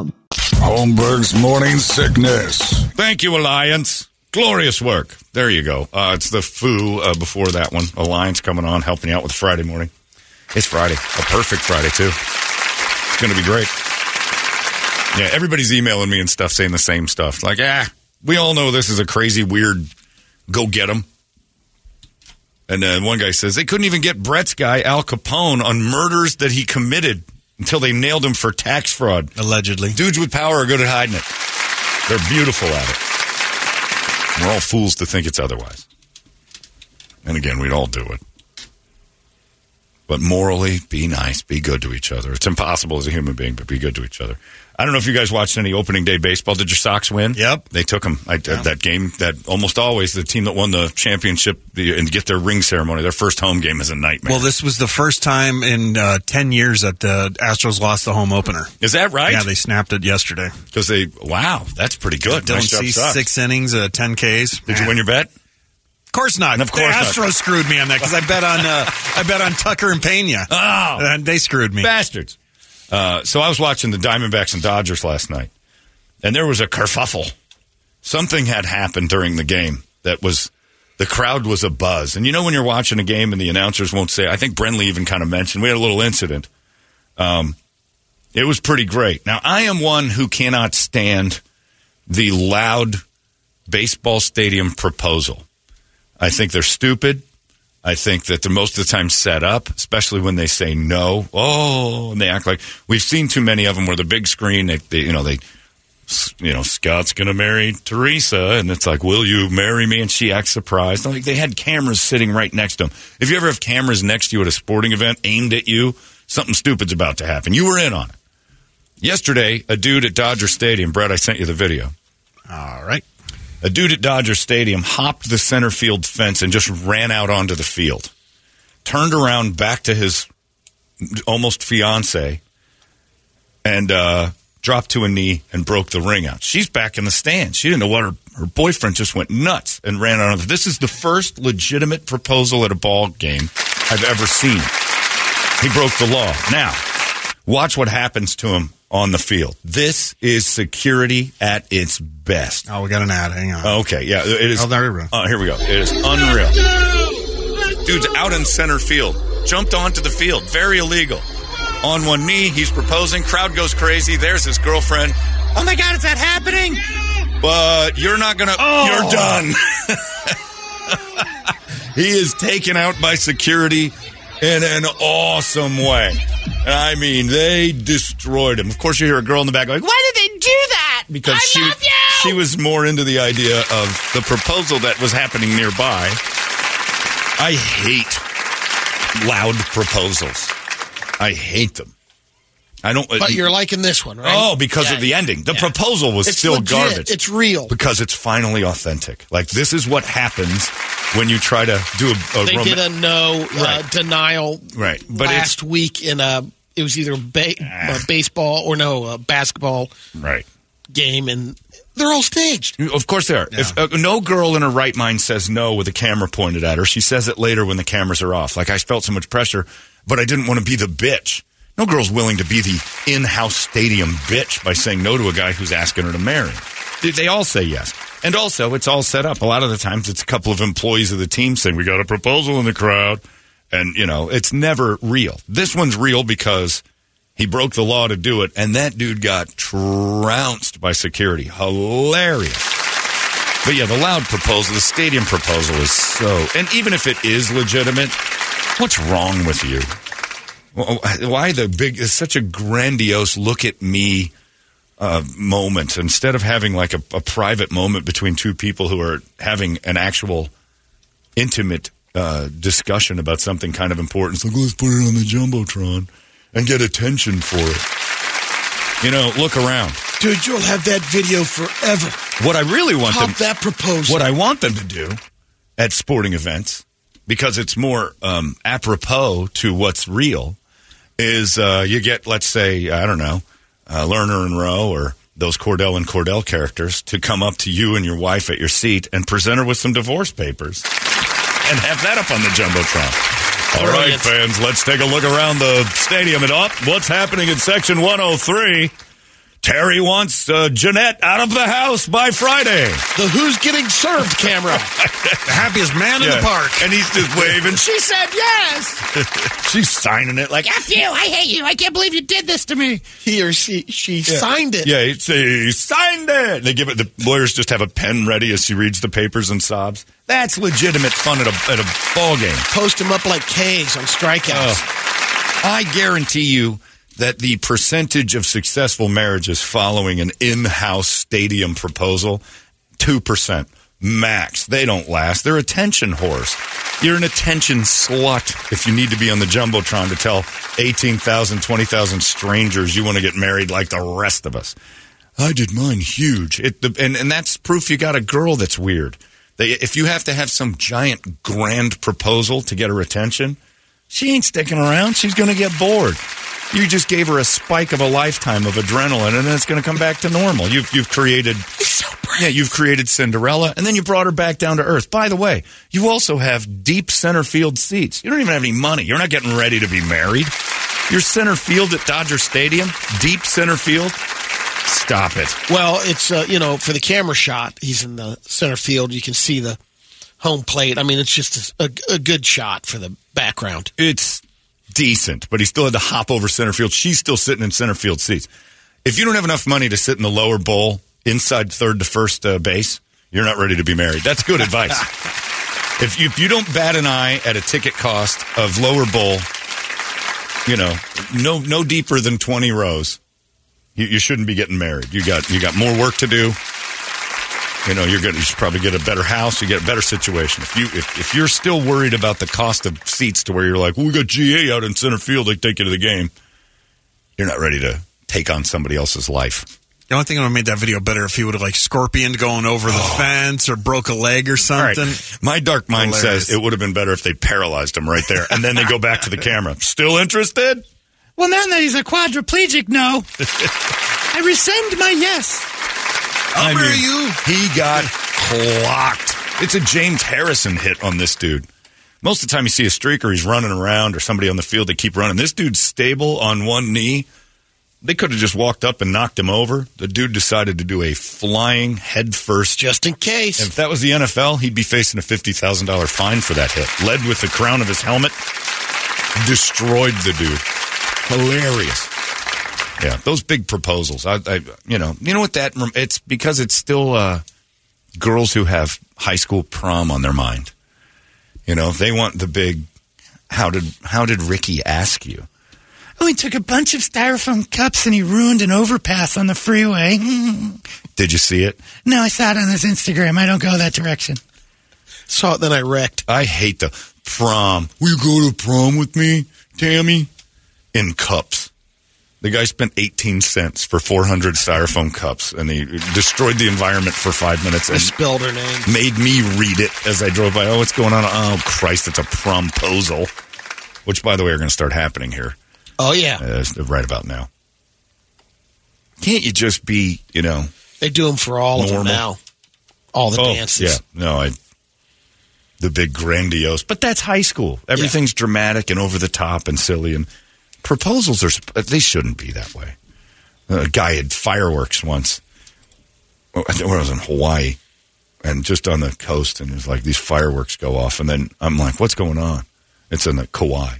Speaker 2: Holmberg's morning sickness.
Speaker 1: Thank you, Alliance. Glorious work. There you go. Uh, it's the foo uh, before that one. Alliance coming on, helping you out with Friday morning. It's Friday, a perfect Friday too. It's going to be great. Yeah, everybody's emailing me and stuff, saying the same stuff. Like, ah, we all know this is a crazy, weird. Go get him. And then one guy says they couldn't even get Brett's guy Al Capone on murders that he committed until they nailed him for tax fraud.
Speaker 4: Allegedly.
Speaker 1: Dudes with power are good at hiding it. They're beautiful at it. We're all fools to think it's otherwise. And again, we'd all do it. But morally, be nice, be good to each other. It's impossible as a human being, but be good to each other. I don't know if you guys watched any opening day baseball. Did your Sox win?
Speaker 4: Yep.
Speaker 1: They took them. I, That game, that almost always the team that won the championship the, and get their ring ceremony, their first home game is a nightmare.
Speaker 4: Well, this was the first time in uh, 10 years that the Astros lost the home opener.
Speaker 1: is that right?
Speaker 4: Yeah, they snapped it yesterday.
Speaker 1: Because they, wow, that's pretty good.
Speaker 4: Dylan
Speaker 1: nice job,
Speaker 4: Cease,
Speaker 1: Sox.
Speaker 4: six innings, uh, 10 Ks.
Speaker 1: Did you win your bet?
Speaker 4: Of course not.
Speaker 1: Of course
Speaker 4: the
Speaker 1: not.
Speaker 4: Astros screwed me on that because I bet on uh, I bet on Tucker and Pena.
Speaker 1: Oh.
Speaker 4: and they screwed me.
Speaker 1: Bastards. Uh, so I was watching the Diamondbacks and Dodgers last night, and there was a kerfuffle. Something had happened during the game that was the crowd was a buzz. And you know when you're watching a game and the announcers won't say. I think Brenly even kind of mentioned we had a little incident. Um, it was pretty great. Now I am one who cannot stand the loud baseball stadium proposal. I think they're stupid. I think that they're most of the time set up, especially when they say no. Oh, and they act like we've seen too many of them where the big screen, they, they you know, they, s- you know, Scott's going to marry Teresa, and it's like, will you marry me? And she acts surprised. Like they had cameras sitting right next to them. If you ever have cameras next to you at a sporting event aimed at you, something stupid's about to happen. You were in on it. Yesterday, a dude at Dodger Stadium, Brett, I sent you the video.
Speaker 4: All right.
Speaker 1: A dude at Dodger Stadium hopped the center field fence and just ran out onto the field. Turned around back to his almost fiance and uh, dropped to a knee and broke the ring out. She's back in the stand. She didn't know what her, her boyfriend just went nuts and ran out of. This is the first legitimate proposal at a ball game I've ever seen. He broke the law. Now, watch what happens to him on the field. This is security at its best.
Speaker 4: Oh, we got an ad. Hang on.
Speaker 1: Okay, yeah, it is.
Speaker 4: Oh, there we go.
Speaker 1: Oh, here we go. It is unreal. Dude's out in center field, jumped onto the field, very illegal. On one knee, he's proposing. Crowd goes crazy. There's his girlfriend. Oh my God, is that happening? But you're not gonna. You're done. *laughs* he is taken out by security in an awesome way. I mean, they destroyed him. Of course, you hear a girl in the back going, "Why did they do that?" Because she she was more into the idea of the proposal that was happening nearby. I hate loud proposals. I hate them. I don't. uh,
Speaker 3: But you're liking this one, right?
Speaker 1: Oh, because
Speaker 3: Yeah,
Speaker 1: of the
Speaker 3: yeah.
Speaker 1: ending. The
Speaker 3: Yeah.
Speaker 1: proposal was
Speaker 3: It's
Speaker 1: still
Speaker 3: legit.
Speaker 1: garbage.
Speaker 3: It's real.
Speaker 1: Because it's finally authentic. Like, this is what happens when you try to do a, a
Speaker 3: They
Speaker 1: rom-
Speaker 3: did a no uh,
Speaker 1: Right.
Speaker 3: denial
Speaker 1: Right, but it's- Ah.
Speaker 3: last week in a it was either ba- uh, baseball or no uh basketball
Speaker 1: Right.
Speaker 3: game, and they're all staged.
Speaker 1: Mm, Of course they are. If uh, no girl in her right mind says no with a camera pointed at her, she says it later when the cameras are off. Like I felt so much pressure, but I didn't want to be the bitch. No girl's willing to be the in-house stadium bitch by saying no to a guy who's asking her to marry. They- They all say yes. And also, it's all set up. A lot of the times, it's a couple of employees of the team saying, "We got a proposal in the crowd," and you know, it's never real. This one's real because he broke the law to do it, and that dude got trounced by security. Hilarious. But yeah, the loud proposal, the stadium proposal is so. And even if it is legitimate, what's wrong with you? Wh- Why the big, it's such a grandiose look at me uh, moment instead of having like a, a private moment between two people who are having an actual intimate uh, discussion about something kind of important. It's like, let's put it on the Jumbotron and get attention for it. You know, look around.
Speaker 3: Dude, you'll have that video forever.
Speaker 1: What I really want
Speaker 3: Top
Speaker 1: them,
Speaker 3: that proposal.
Speaker 1: what I want them to do at sporting events, because it's more um, apropos to what's real, is uh, you get, let's say, I don't know, uh, Lerner and Rowe or those Cordell and Cordell characters to come up to you and your wife at your seat and present her with some divorce papers and have that up on the Jumbotron. All right,
Speaker 3: Brilliant.
Speaker 1: fans, let's take a look around the stadium and up. What's happening in section 103? Terry wants uh, Jeanette out of the house by Friday.
Speaker 3: the who's getting served
Speaker 1: *laughs*
Speaker 3: camera.
Speaker 4: The happiest man in
Speaker 1: Yeah.
Speaker 4: the park.
Speaker 1: And he's just waving. she said yes. *laughs* She's signing it like, "Ah, F you. I hate you. I can't believe you did this to me.
Speaker 3: he or she she signed it.
Speaker 1: Yeah, it's he signed it. And they give it, the lawyers just have a pen ready as she reads the papers and sobs. That's legitimate fun at a, at a ball game.
Speaker 3: Post him up like K's on strikeouts.
Speaker 1: I guarantee you that the percentage of successful marriages following an in-house stadium proposal, 2% max. They don't last. They're attention whores. You're an attention slut if you need to be on the Jumbotron to tell 18,000, 20,000 strangers you want to get married like the rest of us. I did mine huge. It, the, and, and that's proof you got a girl that's weird. They, if you have to have some giant grand proposal to get her attention, she ain't sticking around. She's going to get bored. You just gave her a spike of a lifetime of adrenaline, and then it's going to come back to normal. You've you've created yeah, you've created Cinderella, and then you brought her back down to earth. By the way, you also have deep center field seats. You don't even have any money. You're not getting ready to be married. Your center field at Dodger Stadium, deep center field. Stop it.
Speaker 3: Well, it's uh, you know for the camera shot, he's in the center field. You can see the home plate. I mean, it's just a, a good shot for the background.
Speaker 1: it's decent, but he still had to hop over center field. She's still sitting in center field seats. If you don't have enough money to sit in the lower bowl inside third to first uh, base, you're not ready to be married. That's good advice. if, you, if you don't bat an eye at a ticket cost of lower bowl, you know, no no deeper than 20 rows, you, you shouldn't be getting married. You got you got more work to do. You know, you're going to you should probably get a better house. You get a better situation. If you if, if you're still worried about the cost of seats to where you're like, well, we got GA out in center field, they take you to the game. You're not ready to take on somebody else's life.
Speaker 4: The only thing that would have made that video better if he would have like scorpioned going over the fence or broke a leg or
Speaker 1: Oh. All right,
Speaker 4: something.
Speaker 1: my dark mind
Speaker 4: Hilarious.
Speaker 1: says it would have been better if they paralyzed him right there, and then they go back to the camera. Still interested?
Speaker 5: Well, now that he's a quadriplegic, no.
Speaker 1: *laughs*
Speaker 5: I rescind my yes.
Speaker 1: I
Speaker 4: Over
Speaker 1: mean,
Speaker 4: you.
Speaker 1: He got clocked. It's a James Harrison hit on this dude. Most of the time, you see a streaker, he's running around, or somebody on the field, they keep running. This dude's stable on one knee. They could have just walked up and knocked him over. The dude decided to do a flying head first.
Speaker 3: Just in
Speaker 1: And
Speaker 3: case,
Speaker 1: if that was the NFL, he'd be facing a $50,000 fine for that hit. Led with the crown of his helmet, destroyed the dude. Hilarious. Yeah, those big proposals. I, I you know, you know what that rem- it's because it's still uh, girls who have high school prom on their mind. You know, they want the big how did how did Ricky ask you?
Speaker 5: Oh, he took a bunch of styrofoam cups and he ruined an overpass on the freeway. *laughs*
Speaker 1: Did you see it?
Speaker 5: No, I saw it on his Instagram. I don't go that direction.
Speaker 3: saw it, then I wrecked.
Speaker 1: I hate the prom. Will you go to prom with me, Tammy? In cups. The guy spent 18 cents for 400 styrofoam cups and he destroyed the environment for five minutes
Speaker 3: I
Speaker 1: and
Speaker 3: spelled her name.
Speaker 1: made me read it as I drove by. Oh, what's going on? Oh, Christ, it's a promposal. Which, by the way, are going to start happening here
Speaker 3: Oh yeah,
Speaker 1: uh, right about now. Can't you just be, you know,
Speaker 3: they do them for all of
Speaker 1: Normal.
Speaker 3: them now. All the dances.
Speaker 1: Oh, Yeah, no, I. The big grandiose, but that's high school. Everything's dramatic and over the top and silly. And proposals are sup- they shouldn't be that way. A guy had fireworks once. Well, I think *laughs* when I was in Hawaii, and just on the coast, and it was like these fireworks go off, and then I'm like, "What's going on?" It's in the Kauai,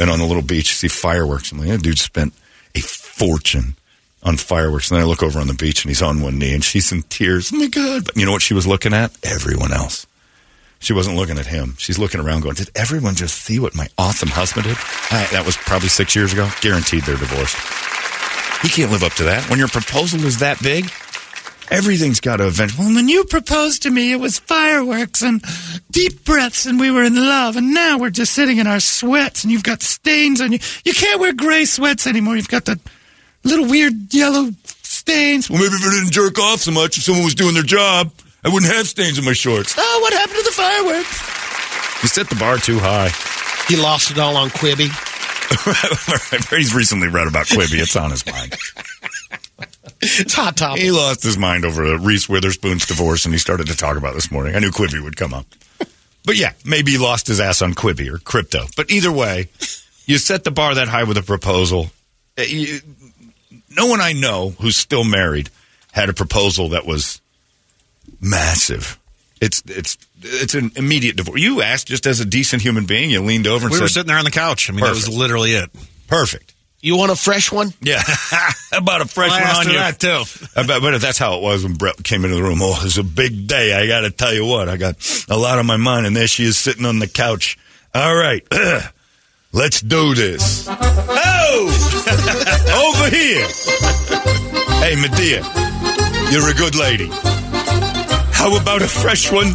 Speaker 1: and on the little beach, you see fireworks. I'm like, "That dude spent a fortune on fireworks." And then I look over on the beach, and he's on one knee, and she's in tears. Oh my god! But you know what she was looking at? Everyone else. She wasn't looking at him. She's looking around, going, "Did everyone just see what my awesome husband did?" I, that was probably six years ago. Guaranteed, they're divorced. He can't live up to that. When your proposal is that big, everything's got to event.
Speaker 5: Well, when you proposed to me, it was fireworks and deep breaths, and we were in love. And now we're just sitting in our sweats, and you've got stains on you. You can't wear gray sweats anymore. You've got the little weird yellow stains.
Speaker 1: Well, maybe if I didn't jerk off so much, if someone was doing their job, I wouldn't have stains in my shorts.
Speaker 5: Oh, what happened to the fireworks?
Speaker 1: You set the
Speaker 4: *laughs*
Speaker 1: bar too high.
Speaker 3: He lost it all on Quibi.
Speaker 1: *laughs* He's recently read about Quibi. It's on his mind.
Speaker 3: It's hot topic.
Speaker 1: He lost his mind over Reese Witherspoon's divorce, and he started to talk about it this morning. I knew Quibi would come up. But yeah, maybe he lost his ass on Quibi or crypto. But either way, you set the bar that high with a proposal. Uh, you- no one I know who's still married had a proposal that was massive. It's it's it's an immediate divorce. You asked just as a decent human being. You leaned over and
Speaker 4: We
Speaker 1: said,
Speaker 4: were sitting there on the couch. I mean, that
Speaker 1: Perfect.
Speaker 4: was literally it.
Speaker 1: "Perfect."
Speaker 3: You want a fresh one?
Speaker 1: Yeah, about a fresh
Speaker 4: I
Speaker 1: one
Speaker 4: asked
Speaker 1: on
Speaker 4: her
Speaker 1: you.
Speaker 4: that, too.
Speaker 1: I bet, but if that's how it was when Brett came into the room, oh, it's a big day. I got to tell you what, I got a lot on my mind, and there she is sitting on the couch. All right, *clears throat* let's do this. Oh, *laughs* over here. Hey, Medea, you're a good lady. How about a fresh one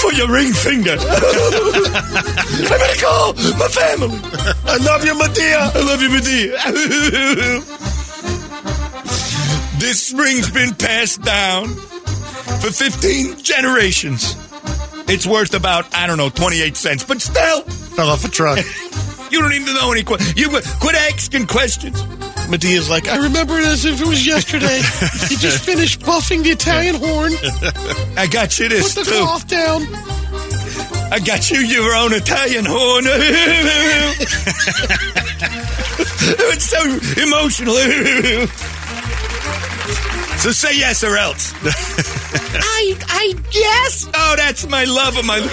Speaker 1: for your ring finger? I'm gonna call my family. I love you, Medea. I love you, Medea. this ring's been passed down for 15 generations. It's worth about, I don't know, 28 cents, but still,
Speaker 4: Fell off a
Speaker 1: *laughs*
Speaker 4: truck.
Speaker 1: you don't even know any questions. You quit asking questions.
Speaker 3: Medea's like, I remember it as if it was
Speaker 1: *laughs*
Speaker 3: yesterday. he just finished buffing the Italian horn,
Speaker 1: I got you this,
Speaker 3: put the
Speaker 1: too.
Speaker 3: cloth
Speaker 1: *laughs*
Speaker 3: down.
Speaker 1: I got you your own Italian horn. *laughs* it's so emotional. *laughs* so say yes or else. *laughs* I, I guess. Oh, that's my love of my. *laughs* You're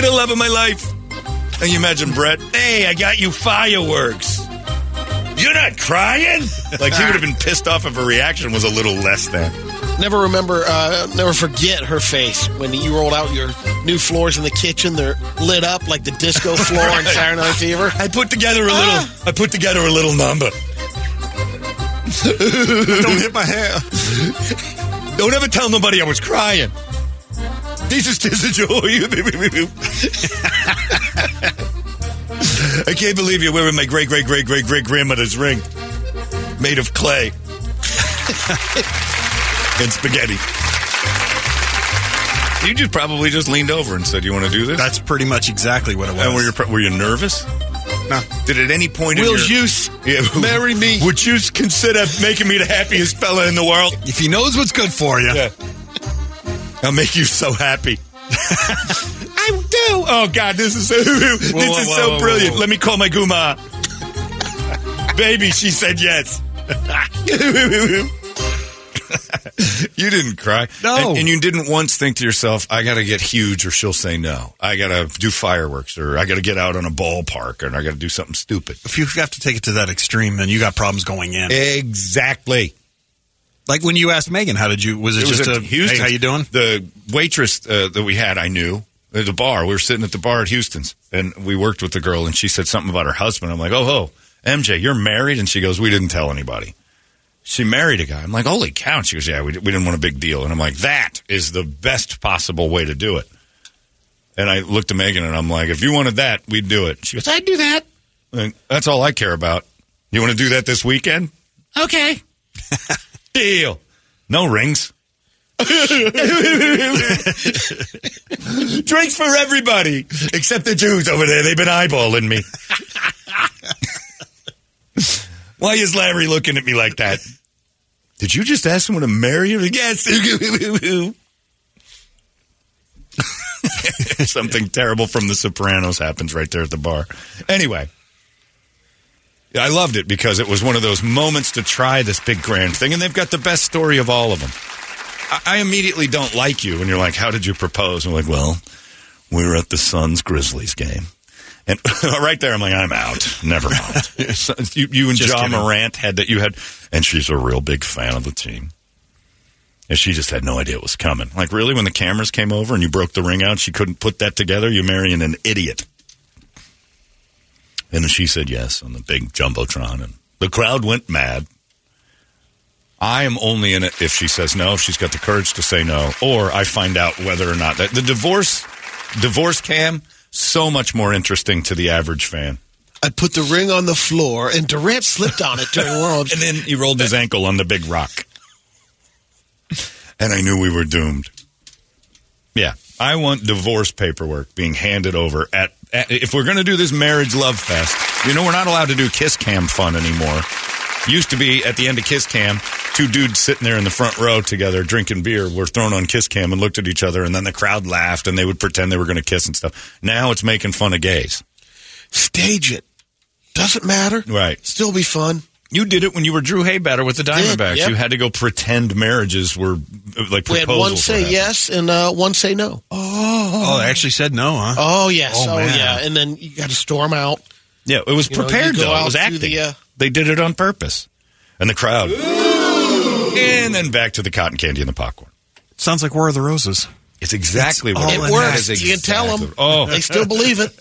Speaker 1: the love of my life. And you imagine Brett. Hey, I got you fireworks. You're not crying. Like he would have been pissed off if her reaction was a little less than.
Speaker 3: Never remember, uh, never forget her face when you rolled out your new floors in the kitchen. They're lit up like
Speaker 1: *laughs*
Speaker 3: the disco floor in Saturday Night Fever. Ah.
Speaker 1: I put together a little. I put together a little number. Don't hit my hair. Don't ever tell nobody I was crying. This is this is joy. I can't believe you're wearing my great great great great great grandmother's ring, made of
Speaker 4: *laughs*
Speaker 1: clay and spaghetti. You just probably just leaned over and said, "You want to do this?"
Speaker 4: That's pretty much exactly what it was.
Speaker 1: And were you pre- were you nervous? No. Did at any point
Speaker 3: Will
Speaker 1: in your,
Speaker 3: you
Speaker 1: yeah,
Speaker 3: marry me?
Speaker 1: Would you consider making me the happiest fella in the world?
Speaker 4: if he knows what's good for you,
Speaker 1: I'll make you so happy. I do. Oh God, this is so *laughs* this
Speaker 4: Whoa, whoa,
Speaker 1: is
Speaker 4: whoa,
Speaker 1: so
Speaker 4: whoa,
Speaker 1: brilliant.
Speaker 4: whoa.
Speaker 1: Let me call my guma. Baby, she said yes. *laughs* you didn't cry.
Speaker 4: No.
Speaker 1: And, and you didn't once think to yourself, I got to get huge or she'll say no. I got to do fireworks or I got to get out on a ballpark and I got to do something stupid.
Speaker 4: if you have to take it to that extreme, then you got problems going in.
Speaker 1: Exactly.
Speaker 4: like when you asked Megan, how did you? Was it, just
Speaker 1: at
Speaker 4: a hey, how you doing?
Speaker 1: The waitress uh, that we had, I knew at the bar. We were sitting at the bar at Houston's, and we worked with the girl, and she said something about her husband. I'm like, oh, ho, MJ, you're married, and she goes, we didn't tell anybody. She married a guy. I'm like, holy cow. And she goes, yeah, we, we didn't want a big deal. And I'm like, that is the best possible way to do it. And I looked at Megan and I'm like, if you wanted that, we'd do it. She goes, I'd do that. And that's all I care about. You want to do that this weekend?
Speaker 5: *laughs*
Speaker 1: Okay. Deal. No rings. Drinks for everybody except the Jews over there. They've been eyeballing me. *laughs* Why is Larry looking at me like that? Did you just ask someone to marry you?
Speaker 3: *laughs*
Speaker 1: Yes. *laughs* Something terrible from The Sopranos happens right there at the bar. Anyway, I loved it because it was one of those moments to try this big grand thing, and they've got the best story of all of them. I, I immediately don't like you when you're like, "How did you propose?" I'm like, "Well, we were at the Suns Grizzlies game." And *laughs* right there, I'm like, I'm out. Never mind. *laughs* So, you, you and
Speaker 4: Just
Speaker 1: John
Speaker 4: kidding.
Speaker 1: Morant had that. You had, and she's a real big fan of the team. And she just had no idea it was coming. Like, really, when the cameras came over and you broke the ring out, she couldn't put that together. You're marrying an idiot. And then she said yes on the big jumbotron, and the crowd went mad. I am only in it if she says no, if she's got the courage to say no, or I find out whether or not that the divorce divorce cam so much more interesting to the average fan.
Speaker 3: I put the ring on the floor, and Durant slipped on it during warm-ups.
Speaker 1: And then he rolled his ankle on the big rock. And I knew we were doomed. Yeah. I want divorce paperwork being handed over at, at if we're going to do this marriage love fest. You know we're not allowed to do kiss cam fun anymore. Used to be at the end of kiss cam, two dudes sitting there in the front row together drinking beer were thrown on kiss cam and looked at each other and then the crowd laughed and they would pretend they were going to kiss and stuff. Now it's making fun of gays.
Speaker 3: Stage it. Doesn't matter.
Speaker 1: Right.
Speaker 3: Still be fun.
Speaker 1: You did it when you were Drew Haybatter with the
Speaker 3: did,
Speaker 1: Diamondbacks.
Speaker 3: yep.
Speaker 1: You had to go pretend marriages were uh, like proposals.
Speaker 3: We had one
Speaker 1: were
Speaker 3: say
Speaker 1: happening.
Speaker 3: yes and uh, one say no.
Speaker 4: Oh, they actually said no, huh?
Speaker 3: Oh yes.
Speaker 4: Oh,
Speaker 3: Oh,
Speaker 4: man.
Speaker 3: yeah. And then you got to storm out.
Speaker 1: Yeah, it was
Speaker 3: You know, you
Speaker 1: prepared
Speaker 3: go
Speaker 1: though. It
Speaker 3: out
Speaker 1: was
Speaker 3: to
Speaker 1: acting.
Speaker 3: the, uh,
Speaker 1: They did it on purpose, and the crowd. And then back to the cotton candy and the popcorn.
Speaker 4: Sounds like War of the Roses.
Speaker 1: It's exactly
Speaker 4: all
Speaker 1: what
Speaker 4: in
Speaker 1: it
Speaker 4: that.
Speaker 1: is.
Speaker 4: It
Speaker 3: works.
Speaker 1: That is
Speaker 3: You can tell 'em.
Speaker 1: exactly- Oh,
Speaker 3: They still believe it.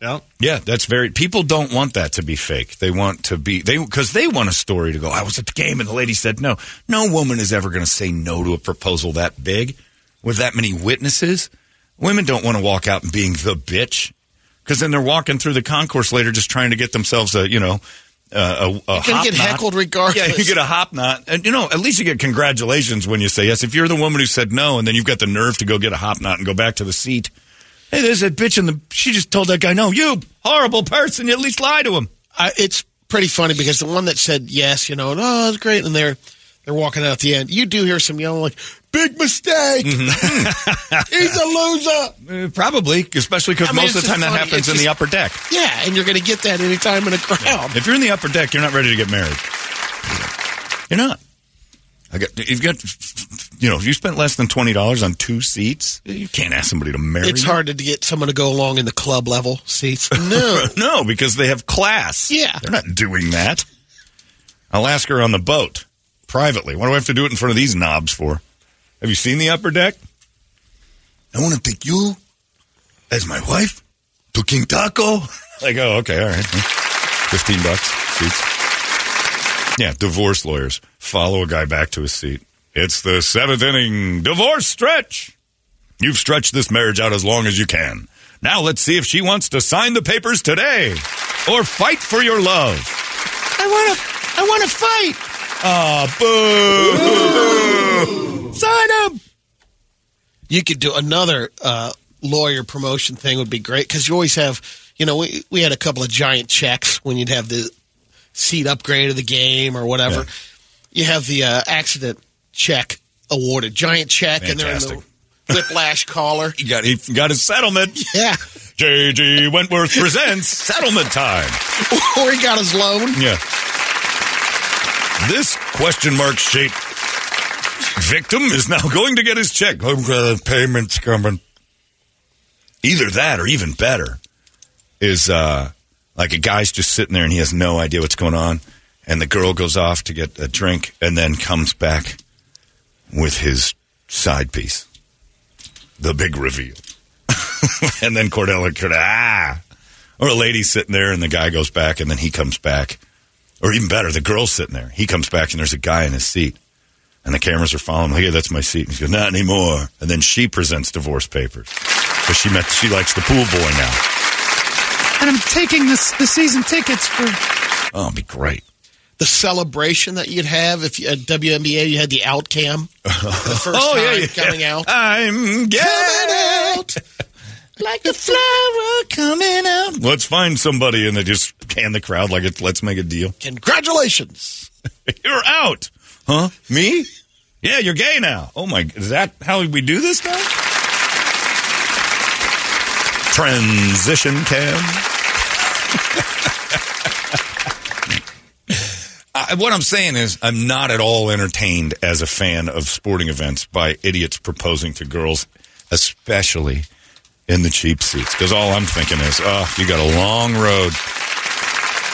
Speaker 4: Yep.
Speaker 1: yeah, that's very. People don't want that to be fake. They want to be they because they want a story to go. I was at the game and the lady said no. No woman is ever going to say no to a proposal that big with that many witnesses. Women don't want to walk out and being the bitch because then they're walking through the concourse later just trying to get themselves a you know. Uh, a, a
Speaker 3: You're gonna get
Speaker 1: hop knot.
Speaker 3: heckled regardless.
Speaker 1: Yeah, you get a hop knot, and you know at least you get congratulations when you say yes. If you're the woman who said no, and then you've got the nerve to go get a hop knot and go back to the seat, hey, there's that bitch in the. She just told that guy no. You horrible person. You at least lie to him.
Speaker 3: I, it's pretty funny because the one that said yes, you know, and, oh, it's great, and they're they're walking out at the end. You do hear some yelling like, "Big mistake! *laughs* He's a loser!"
Speaker 1: Mm-hmm. Uh, probably, especially because
Speaker 3: I mean,
Speaker 1: most of
Speaker 3: it's
Speaker 1: the time
Speaker 3: just
Speaker 1: that
Speaker 3: funny.
Speaker 1: happens
Speaker 3: It's
Speaker 1: in the
Speaker 3: just-
Speaker 1: upper deck.
Speaker 3: Yeah, and you're going to get that anytime in a crowd.
Speaker 1: If you're in the upper deck, you're not ready to get married. You're not. I got, you've got, you know, if you spent less than twenty dollars on two seats, you can't ask somebody to marry.
Speaker 3: It's
Speaker 1: you.
Speaker 3: hard to get someone to go along in the club level
Speaker 1: *laughs*
Speaker 3: seats. No,
Speaker 1: No, because they have class.
Speaker 3: Yeah.
Speaker 1: They're not doing that. I'll ask her on the boat privately. Why do I have to do it in front of these knobs for? Have you seen the upper deck?
Speaker 7: I want to take you as my wife to King Taco.
Speaker 1: *laughs* Like, oh, okay, all right. 15 bucks. Seats. Yeah, divorce lawyers follow a guy back to his seat. It's the seventh inning divorce stretch. You've stretched this marriage out as long as you can. Now let's see if she wants to sign the papers today or fight for your love. I want to I want to fight. Ah, boo. Sign up.
Speaker 3: you could do another uh, lawyer promotion thing would be great because you always have you know we, we had a couple of giant checks when you'd have the seat upgrade of the game or whatever you have the uh, accident check awarded giant check and
Speaker 1: Fantastic.
Speaker 3: they're in the whiplash collar
Speaker 1: *laughs* He got he got his settlement.
Speaker 3: yeah
Speaker 1: JG Wentworth presents *laughs* settlement time.
Speaker 3: *laughs* or he got his loan
Speaker 1: Yeah. This question mark shaped victim is now *laughs* going to get his check. I've got a payment's coming. Either that or even better is uh, like a guy's just sitting there and he has no idea what's going on. And the girl goes off to get a drink and then comes back with his side piece. The big reveal. *laughs* and then Cordella could, ah. Or a lady sitting there and the guy goes back and then he comes back. Or even better, the girl's sitting there. He comes back and there's a guy in his seat. And the cameras are following. Here, that's my seat. And she goes, not anymore. And then she presents divorce papers. Because she met, she likes the pool boy now.
Speaker 5: And I'm taking this the season tickets for.
Speaker 1: Oh, it'd be great.
Speaker 3: the celebration that you'd have if you, at WNBA you had the out cam the first time coming out
Speaker 1: I'm
Speaker 3: coming out like a flower coming out
Speaker 1: Let's find somebody. And they just can the crowd like it's, let's make a deal.
Speaker 3: congratulations
Speaker 1: *laughs* You're out. Huh? Me? Yeah, you're gay now. Oh my, is that how we do this now? Transition cam. *laughs* I, what I'm saying is, I'm not at all entertained as a fan of sporting events by idiots proposing to girls, especially in the cheap seats. Because all I'm thinking is, oh, you got a long road.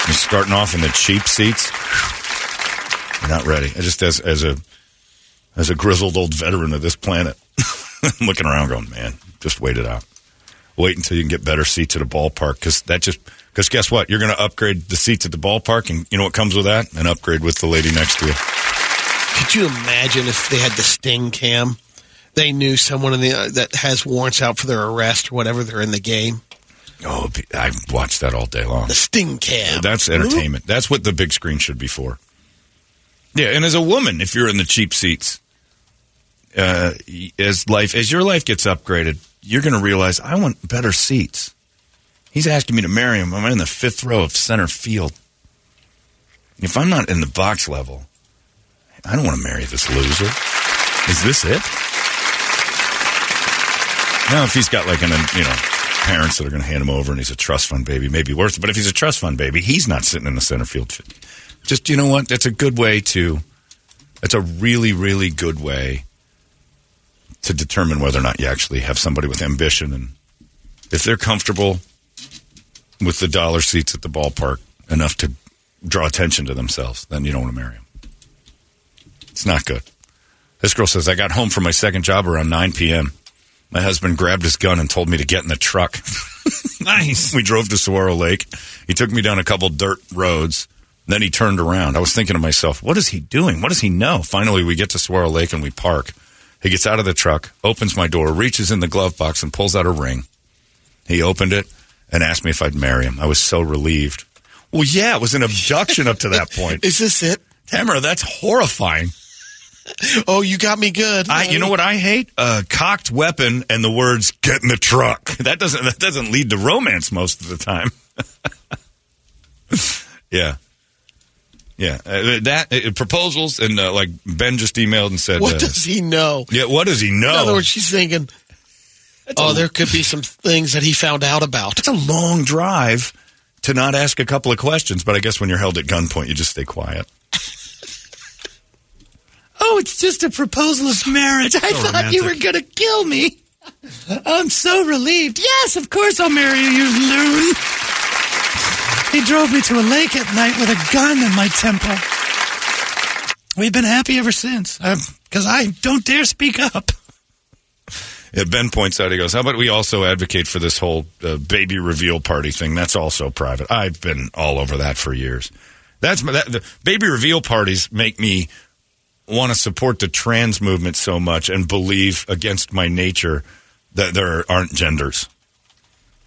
Speaker 1: You're starting off in the cheap seats. You're not ready. I just as as a as a grizzled old veteran of this planet, *laughs* I'm looking around going, man, just wait it out. Wait until you can get better seats at a ballpark because that just because guess what? You're going to upgrade the seats at the ballpark, and you know what comes with that? An upgrade with the lady next to you.
Speaker 3: Could you imagine if they had the sting cam? uh, They knew someone in the that has warrants out for their arrest or whatever. They're in the game.
Speaker 1: Oh, I watched that all day long.
Speaker 3: The Sting Cab.
Speaker 1: That's entertainment. That's what the big screen should be for. Yeah, and as a woman, if you're in the cheap seats, uh, as life as your life gets upgraded, you're going to realize I want better seats. He's asking me to marry him. I'm in the fifth row of center field. If I'm not in the box level, I don't want to marry this loser. Is this it? Now, if he's got like an, you know, parents that are going to hand him over and he's a trust fund baby, maybe worth it. But if he's a trust fund baby, he's not sitting in the center field. Just, you know what? That's a good way to, that's a really, really good way to determine whether or not you actually have somebody with ambition. And if they're comfortable with the dollar seats at the ballpark enough to draw attention to themselves, then you don't want to marry them. It's not good. This girl says, I got home from my second job around 9 p.m. My husband grabbed his gun and told me to get in the truck. *laughs*
Speaker 3: *laughs*
Speaker 1: nice. We drove to Saguaro Lake. He took me down a couple dirt roads. Then he turned around. I was thinking to myself, what is he doing? What does he know? Finally, we get to Saguaro Lake and we park. He gets out of the truck, opens my door, reaches in the glove box, and pulls out a ring. He opened it and asked me if I'd marry him. I was so relieved. Well, yeah, it was an abduction up to
Speaker 3: *laughs*
Speaker 1: that point.
Speaker 3: Is this it?
Speaker 1: Tamara, that's horrifying.
Speaker 3: Oh, you got me good.
Speaker 1: I, you know what I hate? A cocked weapon and the words "get in the truck." *laughs* That doesn't that doesn't lead to romance most of the time. *laughs* yeah, yeah. Uh, that uh, proposals and uh, like Ben just emailed and said,
Speaker 3: What
Speaker 1: uh,
Speaker 3: does he know?
Speaker 1: yeah, what does he know?
Speaker 3: In other words, she's thinking, oh, there could be some things that he found out about.
Speaker 1: it's a long drive to not ask a couple of questions, but I guess when you're held at gunpoint, you just stay quiet.
Speaker 5: Oh, it's just a proposal of marriage. I thought you were going to kill me. I'm so relieved. Yes, of course I'll marry you, you loon. He drove me to a lake at night with a gun in my temple. We've been happy ever since. Because I don't dare speak up.
Speaker 1: Yeah, ben points out, he goes, How about we also advocate for this whole uh, baby reveal party thing? That's also private. I've been all over that for years. That's my, that, the baby reveal parties make me want to support the trans movement so much and believe against my nature that there aren't genders.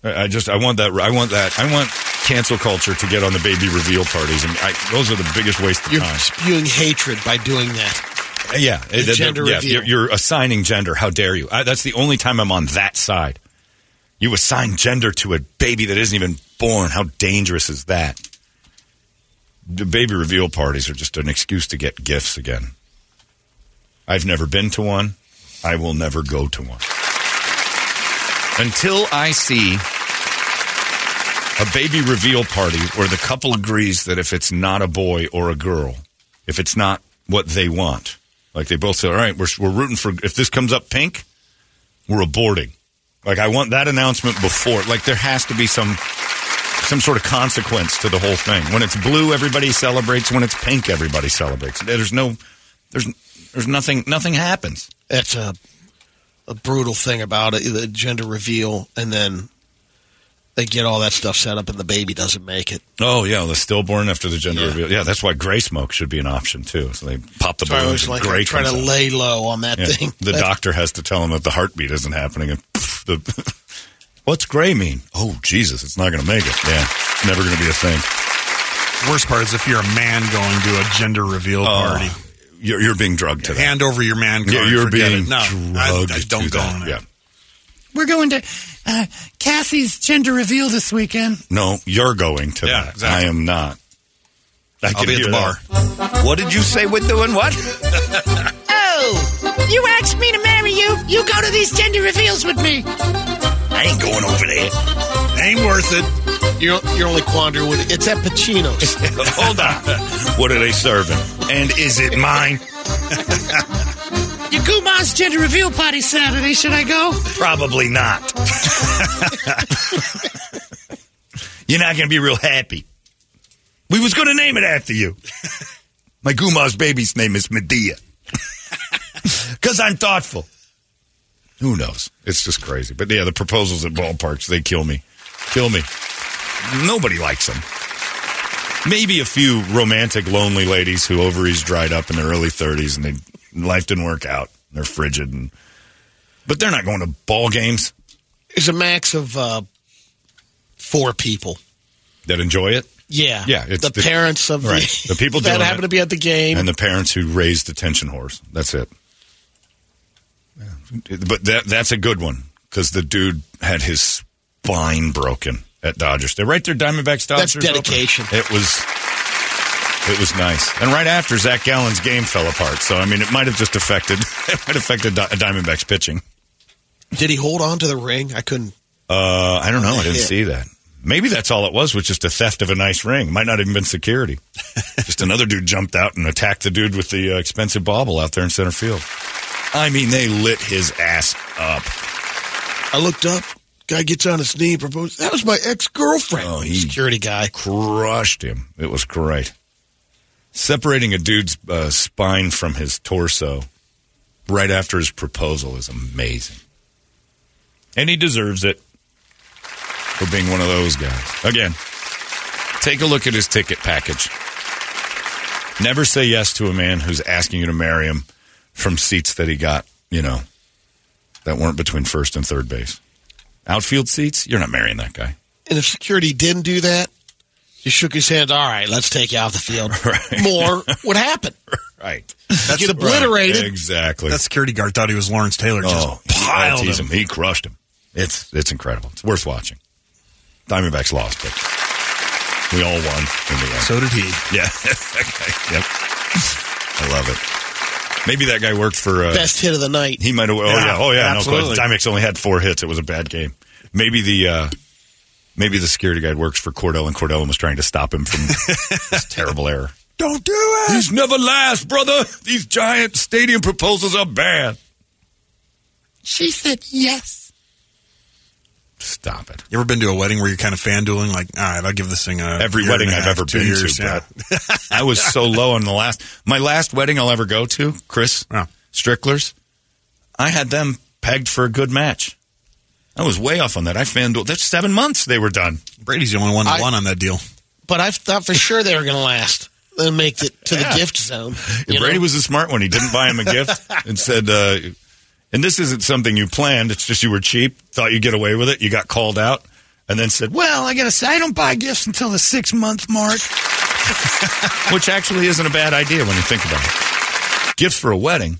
Speaker 1: I I just I want that I want that I want cancel culture to get on the baby reveal parties and I, those are the biggest waste of
Speaker 3: You're
Speaker 1: time.
Speaker 3: spewing hatred by doing that.
Speaker 1: Yeah, it- it-
Speaker 3: gender
Speaker 1: yeah,
Speaker 3: reveal.
Speaker 1: You're, you're assigning gender. How dare you? I, that's the only time I'm on that side. You assign gender to a baby that isn't even born. How dangerous is that? The baby reveal parties are just an excuse to get gifts again. I've never been to one. I will never go to one until I see a baby reveal party where the couple agrees that if it's not a boy or a girl, if it's not what they want, like they both say, all right, we're, we're rooting for, if this comes up pink, we're aborting. Like I want that announcement before, like there has to be some, some sort of consequence to the whole thing. When it's blue, everybody celebrates. When it's pink, everybody celebrates. There's no, there's, there's nothing, nothing happens.
Speaker 3: That's a, a brutal thing about it, the gender reveal, and then they get all that stuff set up, and the baby doesn't make it.
Speaker 1: Oh yeah, the stillborn after the gender
Speaker 3: Yeah.
Speaker 1: reveal. Yeah, that's why gray smoke should be an option too. So they pop the
Speaker 3: So I
Speaker 1: balloons.
Speaker 3: always
Speaker 1: and
Speaker 3: like
Speaker 1: gray
Speaker 3: to try to
Speaker 1: comes out.
Speaker 3: lay low on that
Speaker 1: Yeah.
Speaker 3: thing.
Speaker 1: The
Speaker 3: That-
Speaker 1: doctor has to tell him that the heartbeat isn't happening. And the, *laughs* what's gray mean? Oh Jesus, it's not going to make it. Yeah, it's never going to be a thing.
Speaker 4: Worst part is if you're a man going to a gender reveal party.
Speaker 1: Oh, You're, you're being drugged to that.
Speaker 4: Hand over your man card.
Speaker 1: Yeah, you're
Speaker 4: forget
Speaker 1: being
Speaker 4: it. No, I,
Speaker 1: drugged
Speaker 4: I don't
Speaker 1: to
Speaker 4: go
Speaker 1: that.
Speaker 4: on it.
Speaker 1: Yeah.
Speaker 5: We're going to uh, Cassie's gender reveal this weekend.
Speaker 1: No, you're going to
Speaker 4: Yeah,
Speaker 1: that.
Speaker 4: exactly.
Speaker 1: I am not. I
Speaker 4: I'll
Speaker 1: can
Speaker 4: be at
Speaker 1: hear
Speaker 4: the bar.
Speaker 1: that. What did you say with doing what?
Speaker 5: Oh, you asked me to marry you. You go to these gender reveals with me.
Speaker 1: I ain't going over there.
Speaker 4: Ain't worth it.
Speaker 3: You're, you're only quandary with it. It's at Pacino's.
Speaker 1: *laughs* Hold on. What are they serving? And is it mine?
Speaker 5: Your Guma's gender reveal party Saturday. Should I go?
Speaker 1: Probably not. You're not going to be real happy. We was going to name it after you. My Guma's baby's name is Medea. *laughs* Because I'm thoughtful. Who knows? It's just crazy. But yeah, the proposals at ballparks, they kill me. Kill me. Nobody likes them. Maybe a few romantic, lonely ladies who ovaries dried up in their early 30s and they, life didn't work out. They're frigid and but they're not going to ball games.
Speaker 3: There's a max of uh, four people.
Speaker 1: that enjoy it.
Speaker 3: Yeah,
Speaker 1: Yeah, it's
Speaker 3: the,
Speaker 1: the-
Speaker 3: parents of
Speaker 1: right,
Speaker 3: the,
Speaker 1: the people
Speaker 3: *laughs* that
Speaker 1: doing
Speaker 3: happen
Speaker 1: it.
Speaker 3: to be at the game.
Speaker 1: and the parents who raised attention whores. That's it. Yeah. But that that's a good one because the dude had his spine broken at Dodgers. They're right there, Diamondbacks Dodgers.
Speaker 3: That's
Speaker 1: opener.
Speaker 3: dedication.
Speaker 1: It was. It was nice, and right after Zach Gallen's game fell apart. So I mean, it might have just affected *laughs* it might have affected Di- Diamondbacks pitching.
Speaker 3: Did he hold on to the ring? I couldn't.
Speaker 1: Uh, I don't know. I didn't
Speaker 3: Yeah.
Speaker 1: see that. Maybe that's all it was was just a theft of a nice ring. Might not even been
Speaker 3: *laughs*
Speaker 1: security. just another dude jumped out and attacked the dude with the uh, expensive bauble out there in center field. I mean, they lit his ass up.
Speaker 3: I looked up. Guy gets on his knee, proposes. That was my ex girlfriend.
Speaker 1: Oh, he-
Speaker 3: Security guy.
Speaker 1: Crushed him. It was great. Separating a dude's uh, spine from his torso right after his proposal is amazing. And he deserves it for being one of those guys. Again, take a look at his ticket package. Never say yes to a man who's asking you to marry him from seats that he got, you know, that weren't between first and third base. Outfield seats, you're not marrying that guy.
Speaker 3: And if security didn't do that, he shook his hand. All right, let's take you off the field.
Speaker 1: *laughs* Right.
Speaker 3: More would happen.
Speaker 1: Right.
Speaker 4: That's,
Speaker 3: Get obliterated.
Speaker 1: Exactly.
Speaker 4: that security guard thought he was Lawrence Taylor. Just piled
Speaker 1: Oh, he,
Speaker 4: him.
Speaker 1: him. He crushed him. It's it's incredible. It's worth watching. Diamondbacks lost, but we all won in the end.
Speaker 4: So did he.
Speaker 1: yeah, *laughs* okay. yep. I love it. Maybe that guy worked for. Uh,
Speaker 3: Best hit of the night.
Speaker 1: He might have. Oh yeah.
Speaker 4: Yeah,
Speaker 1: Oh yeah. No question.
Speaker 4: absolutely.
Speaker 1: Dimex only had four hits. It was a bad game. Maybe the. Uh, Maybe the security guy works for Cordell, and Cordell was trying to stop him
Speaker 4: *laughs*
Speaker 1: from this terrible error.
Speaker 4: Don't do it.
Speaker 1: These never last, brother. These giant stadium proposals are bad.
Speaker 5: She said yes.
Speaker 1: Stop it.
Speaker 4: You ever been to a wedding where you're kind of fandueling? Like, all right, I'll give this thing a
Speaker 1: every
Speaker 4: year
Speaker 1: wedding
Speaker 4: and a
Speaker 1: I've
Speaker 4: half,
Speaker 1: ever
Speaker 4: two
Speaker 1: been
Speaker 4: years,
Speaker 1: to.
Speaker 4: yeah.
Speaker 1: Brett. I was so low on the last. My last wedding I'll ever go to, Chris
Speaker 4: Yeah.
Speaker 1: Strickler's. I had them pegged for a good match. I was way off on that. I fanduel. That's seven months they were done.
Speaker 4: Brady's the only one that
Speaker 3: I-
Speaker 4: won on that deal.
Speaker 3: But I thought for sure they were going to last. Then make it to
Speaker 1: Yeah.
Speaker 3: the gift zone.
Speaker 1: Yeah,
Speaker 3: you
Speaker 1: Brady
Speaker 3: know?
Speaker 1: was a smart one. He didn't buy him a gift
Speaker 3: *laughs*
Speaker 1: and said, uh, and this isn't something you planned. It's just you were cheap, thought you'd get away with it. You got called out, and then said,
Speaker 5: Well, I gotta say, I don't buy gifts until the six month mark.
Speaker 1: which actually isn't a bad idea when you think about it. Gift for a wedding.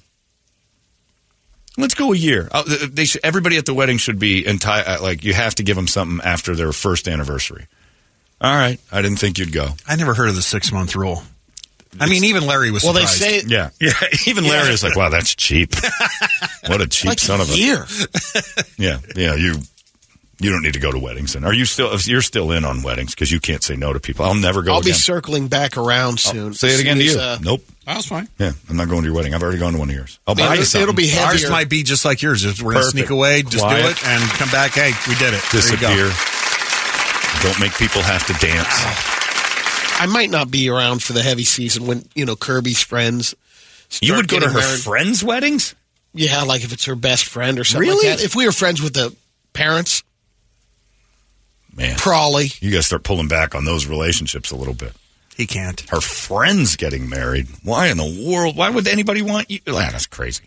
Speaker 1: Let's go a year. Uh, th- They should, everybody at the wedding should be enti- uh, like you have to give them something after their first anniversary. All right, I didn't think you'd go.
Speaker 4: I never heard of the six month rule. I mean, even Larry was.
Speaker 3: well, they say
Speaker 4: surprised. *laughs*
Speaker 1: Yeah, yeah. Even Larry is like, wow, that's cheap. what a cheap
Speaker 3: like
Speaker 1: son
Speaker 3: a
Speaker 1: of a.
Speaker 3: year.
Speaker 1: *laughs* Yeah, yeah. You you don't need to go to weddings. And are you still you're still in on weddings because you can't say no to people. I'll never go.
Speaker 3: I'll
Speaker 1: again. Oh,
Speaker 3: be circling back around soon.
Speaker 1: Say it
Speaker 3: As
Speaker 1: again to
Speaker 3: soon
Speaker 1: you.
Speaker 3: as, uh,
Speaker 1: nope.
Speaker 4: was fine.
Speaker 1: Yeah, I'm not going to your wedding. I've already gone to one of yours. Oh, I'll buy you
Speaker 3: it'll-
Speaker 1: something.
Speaker 3: it'll be
Speaker 4: Ours
Speaker 3: heavier.
Speaker 4: might be just like yours. Just we're gonna
Speaker 1: Perfect.
Speaker 4: sneak away, just
Speaker 1: Quiet.
Speaker 4: do it, and come back. Hey, we did it. There you go.
Speaker 1: disappear. Don't make people have to dance.
Speaker 3: I might not be around for the heavy season when you know Kirby's friends.
Speaker 1: you
Speaker 3: start
Speaker 1: would go to
Speaker 3: getting
Speaker 1: her
Speaker 3: married.
Speaker 1: friends' weddings?
Speaker 3: Yeah, like if it's her best friend or something
Speaker 1: Really?
Speaker 3: like that. If we were friends with the parents,
Speaker 1: Man,
Speaker 3: probably.
Speaker 1: you got to start pulling back on those relationships a little bit.
Speaker 4: He can't.
Speaker 1: Her friends getting married. Why in the world? Why would anybody want you? Ah, that's crazy.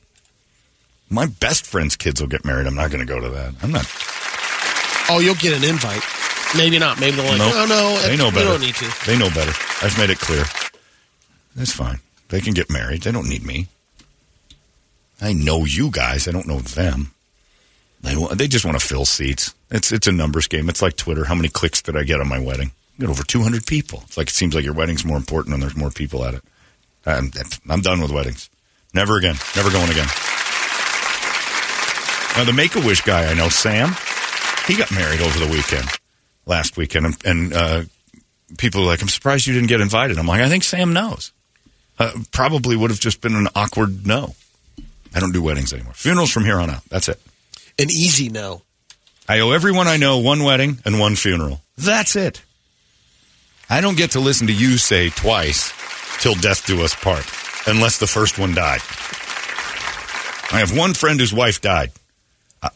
Speaker 1: My best friend's kids will get married. I'm not going to go to that. I'm not.
Speaker 3: Oh, you'll get an invite. Maybe not. Maybe they're like, "Oh,
Speaker 1: Nope.
Speaker 3: no, no,
Speaker 1: they know
Speaker 3: we
Speaker 1: better.
Speaker 3: don't need to.
Speaker 1: They know better. I've made it clear. That's fine. They can get married. They don't need me. I know you guys. I don't know them. They wa- they just want to fill seats. It's it's a numbers game. It's like Twitter. How many clicks did I get on my wedding? I got over two hundred people. It's like it seems like your wedding's more important when there's more people at it. I'm I'm done with weddings. Never again. Never going again. Now the Make a Wish guy I know, Sam, he got married over the weekend, last weekend, and, and uh, people are like, "I'm surprised you didn't get invited." I'm like, "I think Sam knows." Uh, probably would have just been an awkward no. I don't do weddings anymore. Funerals from here on out. That's it.
Speaker 3: An easy no.
Speaker 1: I owe everyone I know one wedding and one funeral. That's it. I don't get to listen to you say twice till death do us part, unless the first one died. I have one friend whose wife died. I-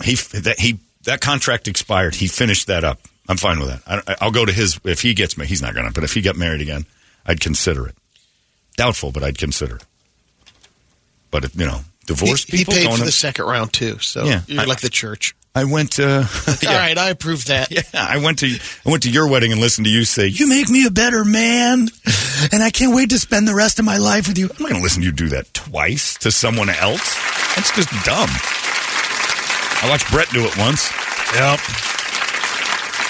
Speaker 1: I- he that he that contract expired. He finished that up. I'm fine with that. I, I'll go to his if he gets married. He's not gonna, but if he got married again, I'd consider it. Doubtful, but I'd consider it. But if, you know, divorced
Speaker 3: he, he
Speaker 1: people.
Speaker 3: paid
Speaker 1: going
Speaker 3: for
Speaker 1: to-
Speaker 3: the second round too. So
Speaker 1: Yeah.
Speaker 3: you're
Speaker 1: I-
Speaker 3: like the church.
Speaker 1: I
Speaker 3: *laughs*
Speaker 1: went. Uh, *laughs* yeah.
Speaker 3: All right, I approve
Speaker 1: *laughs*
Speaker 3: that.
Speaker 1: Yeah, I went to I went to your wedding and listened to you say. You,
Speaker 5: You make me a better man, and I can't wait to spend the rest of my life with you.
Speaker 1: I'm not going to listen to you do that twice to someone else. That's just dumb. I watched Brett do it once.
Speaker 4: Yep.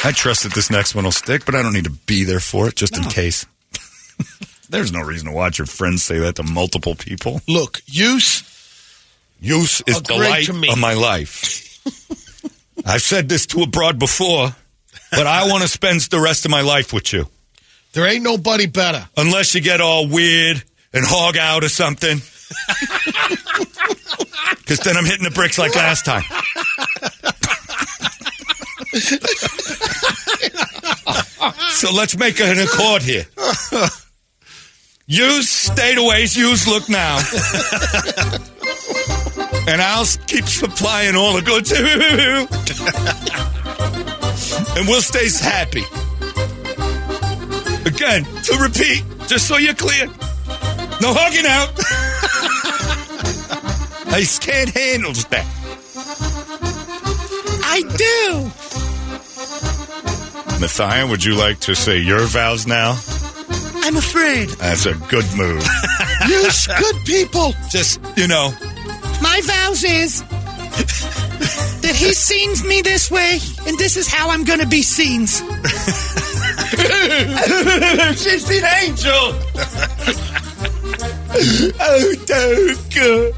Speaker 1: I trust that this next one will stick, but I don't need to be there for it just in case. *laughs* There's no reason to watch your friends say that to multiple people.
Speaker 3: Look, use
Speaker 1: Use is the
Speaker 3: Agree
Speaker 1: light
Speaker 3: to me.
Speaker 1: of my
Speaker 3: *laughs*
Speaker 1: life. I've said this to abroad before, but I want to spend the rest of my life with you.
Speaker 3: there ain't nobody better.
Speaker 1: Unless you get all weird and hog out or
Speaker 3: *laughs*
Speaker 1: something. Because then I'm hitting the bricks like last time. so let's make an accord here. You stayed away, use look now. and I'll s- keep supplying all the goods. and we'll stay s- happy. Again, to repeat, just so you're clear. No hugging out. I just can't handle that.
Speaker 5: *laughs* I do.
Speaker 1: Matthias, would you like to say your vows now?
Speaker 5: I'm afraid.
Speaker 1: That's a good
Speaker 3: *laughs*
Speaker 1: move.
Speaker 5: Use good people.
Speaker 1: just, you know,
Speaker 5: My vows is
Speaker 1: *laughs*
Speaker 5: that he sees me this way, and this is how I'm going to be seen.
Speaker 1: *laughs* She's an angel.
Speaker 5: *laughs*
Speaker 1: oh, Doka.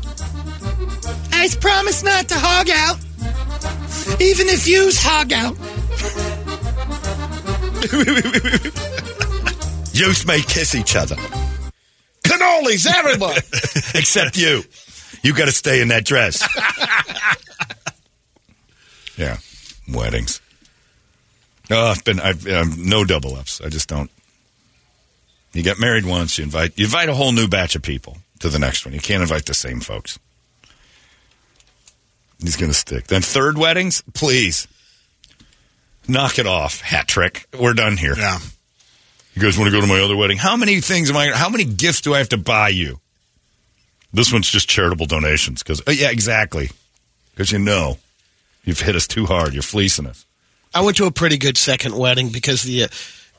Speaker 5: I promise not to hog out, even if yous hog out.
Speaker 1: Youth may kiss each other,
Speaker 3: Cannolis, everybody.
Speaker 1: except you. You got to stay in that dress. yeah, weddings. No, I've been. I've um, no double ups. I just don't. You get married once. You invite. You invite a whole new batch of people to the next one. You can't invite the same folks. He's going to stick. Then third weddings, please. Knock it off, hat trick. We're done here.
Speaker 4: Yeah.
Speaker 1: You guys want to go to my other wedding? How many things am I? How many gifts do I have to buy you? This one's just charitable donations because yeah, exactly. Because you know, you've hit us too hard. You're fleecing us.
Speaker 3: I went to a pretty good second wedding because the uh,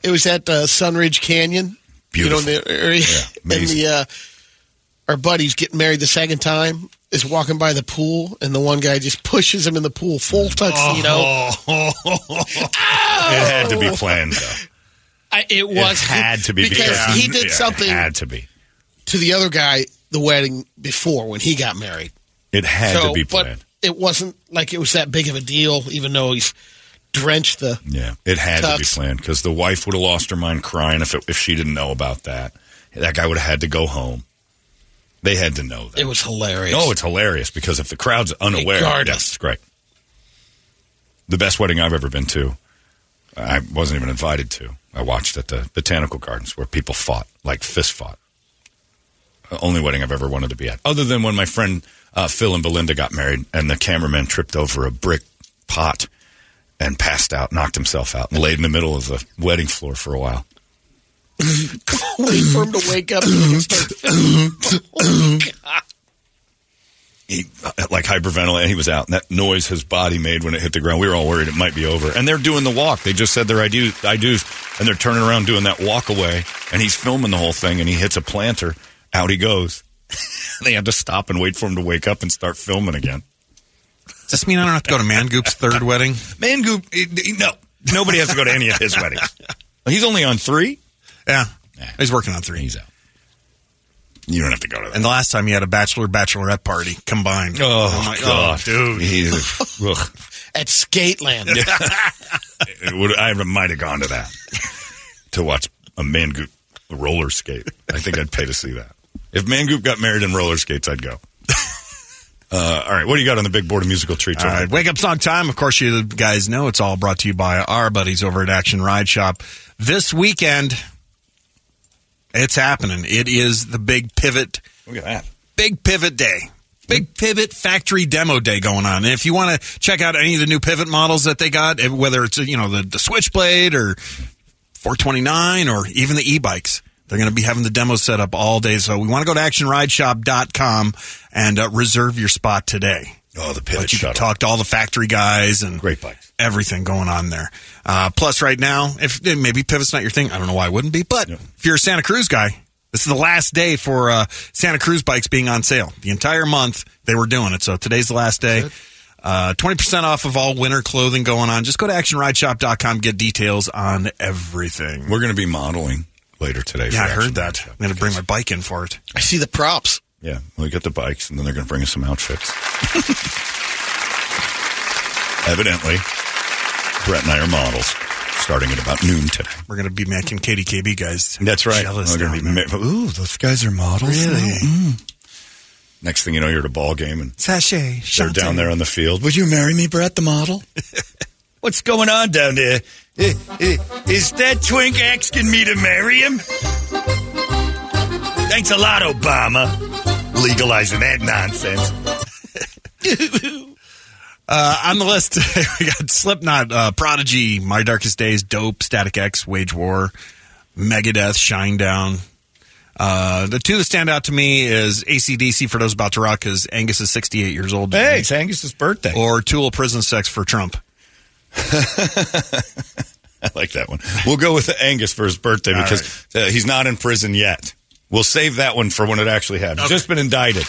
Speaker 3: it was at uh, Sunridge Canyon.
Speaker 1: Beautiful.
Speaker 3: You know, in the area. *laughs* and
Speaker 1: amazing.
Speaker 3: the uh, our buddy's getting married the second time is walking by the pool, and the one guy just pushes him in the pool, full tuxedo.
Speaker 1: Oh.
Speaker 3: Oh.
Speaker 1: It had to be planned. Though.
Speaker 3: *laughs* I, it was
Speaker 1: it had to be
Speaker 3: because he did
Speaker 1: Yeah,
Speaker 3: something
Speaker 1: It had to be.
Speaker 3: to the other guy the wedding before when he got married.
Speaker 1: It had
Speaker 3: so,
Speaker 1: to be
Speaker 3: but
Speaker 1: planned.
Speaker 3: it wasn't like it was that big of a deal, even though he's drenched the.
Speaker 1: yeah, it had to be
Speaker 3: Tux.
Speaker 1: planned because the wife would have lost her mind crying if it, if she didn't know about that. That guy would have had to go home. They had to know that.
Speaker 3: It was hilarious.
Speaker 1: Oh, it's hilarious because if the crowd's unaware,
Speaker 3: Regardless.
Speaker 1: yes, it's great. The best wedding I've ever been to. I wasn't even invited to. I watched at the botanical gardens where people fought, like fist fought. Uh, Only wedding I've ever wanted to be at, other than when my friend uh, Phil and Belinda got married, and the cameraman tripped over a brick pot and passed out, knocked himself out, and laid in the middle of the wedding floor for a while.
Speaker 3: *laughs* Wait for him to wake up. and start- *laughs*
Speaker 1: he uh, like hyperventilated. He was out, and that noise his body made when it hit the ground. We were all worried it might be over. And they're doing the walk. They just said their I do, I do's, and they're turning around doing that walk away. And he's filming the whole thing, and he hits a planter. Out he goes. *laughs* they had to stop and wait for him to wake up and start filming again.
Speaker 4: Does this mean I don't have to go to Mangoop's third wedding?
Speaker 1: Man, Goop, eh, eh, no, nobody has to go to any of his
Speaker 5: *laughs*
Speaker 1: weddings. He's only on three.
Speaker 4: Yeah.
Speaker 1: Nah.
Speaker 4: He's working on three.
Speaker 1: He's out. You don't have to go to that.
Speaker 4: And the last time he had a bachelor bachelorette party combined.
Speaker 1: oh,
Speaker 4: I'm like,
Speaker 1: God.
Speaker 4: dude.
Speaker 1: He-
Speaker 4: *laughs*
Speaker 1: ugh.
Speaker 3: at
Speaker 8: *laughs*
Speaker 3: Skateland.
Speaker 1: It would, I might have gone to that to watch a Mangoop roller skate. I think I'd pay to see that. If Mangoop got married in roller skates, I'd go. *laughs* Uh, all right, what do you got on the big board of musical treats?
Speaker 4: All right, wake up song time. Of course, you guys know it's all brought to you by our buddies over at Action Ride Shop. This weekend, it's happening. It is the big pivot,
Speaker 1: Look at that.
Speaker 4: big pivot day, big pivot factory demo day going on. And if you want to check out any of the new pivot models that they got, eh, whether it's you know the, the Switchblade or 429 or even the e-bikes, They're going to be having the demo set up all day. So we want to go to actionrideshop.com and uh, reserve your spot today.
Speaker 1: Oh, the
Speaker 4: But
Speaker 1: pivot
Speaker 4: you can
Speaker 1: shuttle.
Speaker 4: talk to all the factory guys and
Speaker 1: Great bikes.
Speaker 4: everything going on there. Uh, plus, right now, if eh, maybe pivot's not your thing, I don't know why it wouldn't be. But if you're a Santa Cruz guy, this is the last day for uh, Santa Cruz bikes being on sale. The entire month they were doing it, so today's the last day. Uh, 20% off of all winter clothing going on. Just go to actionrideshop.com, get details on everything.
Speaker 1: We're going to be modeling later today.
Speaker 4: Yeah, I
Speaker 1: for Action
Speaker 4: heard that.
Speaker 1: Workshop.
Speaker 4: I'm going to bring my bike in for it.
Speaker 3: I see the props.
Speaker 1: Yeah, we get the bikes, and then they're going to bring us some outfits. *laughs* Evidently, Brett and I are models, starting at about noon today.
Speaker 4: We're going to be making KDKB guys. Jealous
Speaker 1: We're going to
Speaker 4: now,
Speaker 1: be.
Speaker 4: man.
Speaker 1: ma- Ooh, those guys are models. Really?
Speaker 5: Mm.
Speaker 1: Next thing you know, you're at a ball game, and
Speaker 5: Sachet.
Speaker 1: they're down there on the field.
Speaker 5: Would you marry me, Brett, the model?
Speaker 1: *laughs* What's going on down there? Eh, eh, Is that twink asking me to marry him? Thanks a lot, Obama. Legalizing that nonsense.
Speaker 4: Uh, on the list *laughs* today, we got Slipknot, uh, Prodigy, My Darkest Days, Dope, Static X, Wage War, Megadeth, Shinedown. Uh, the two that stand out to me is ACDC for those about to rock because Angus is 68 years old.
Speaker 1: Hey, it's Angus's birthday.
Speaker 4: Or Tool Prison Sex for Trump.
Speaker 1: *laughs* I like that one. We'll go with Angus for his birthday because uh, he's not in prison yet. We'll save that one for when it actually happens. Just been indicted.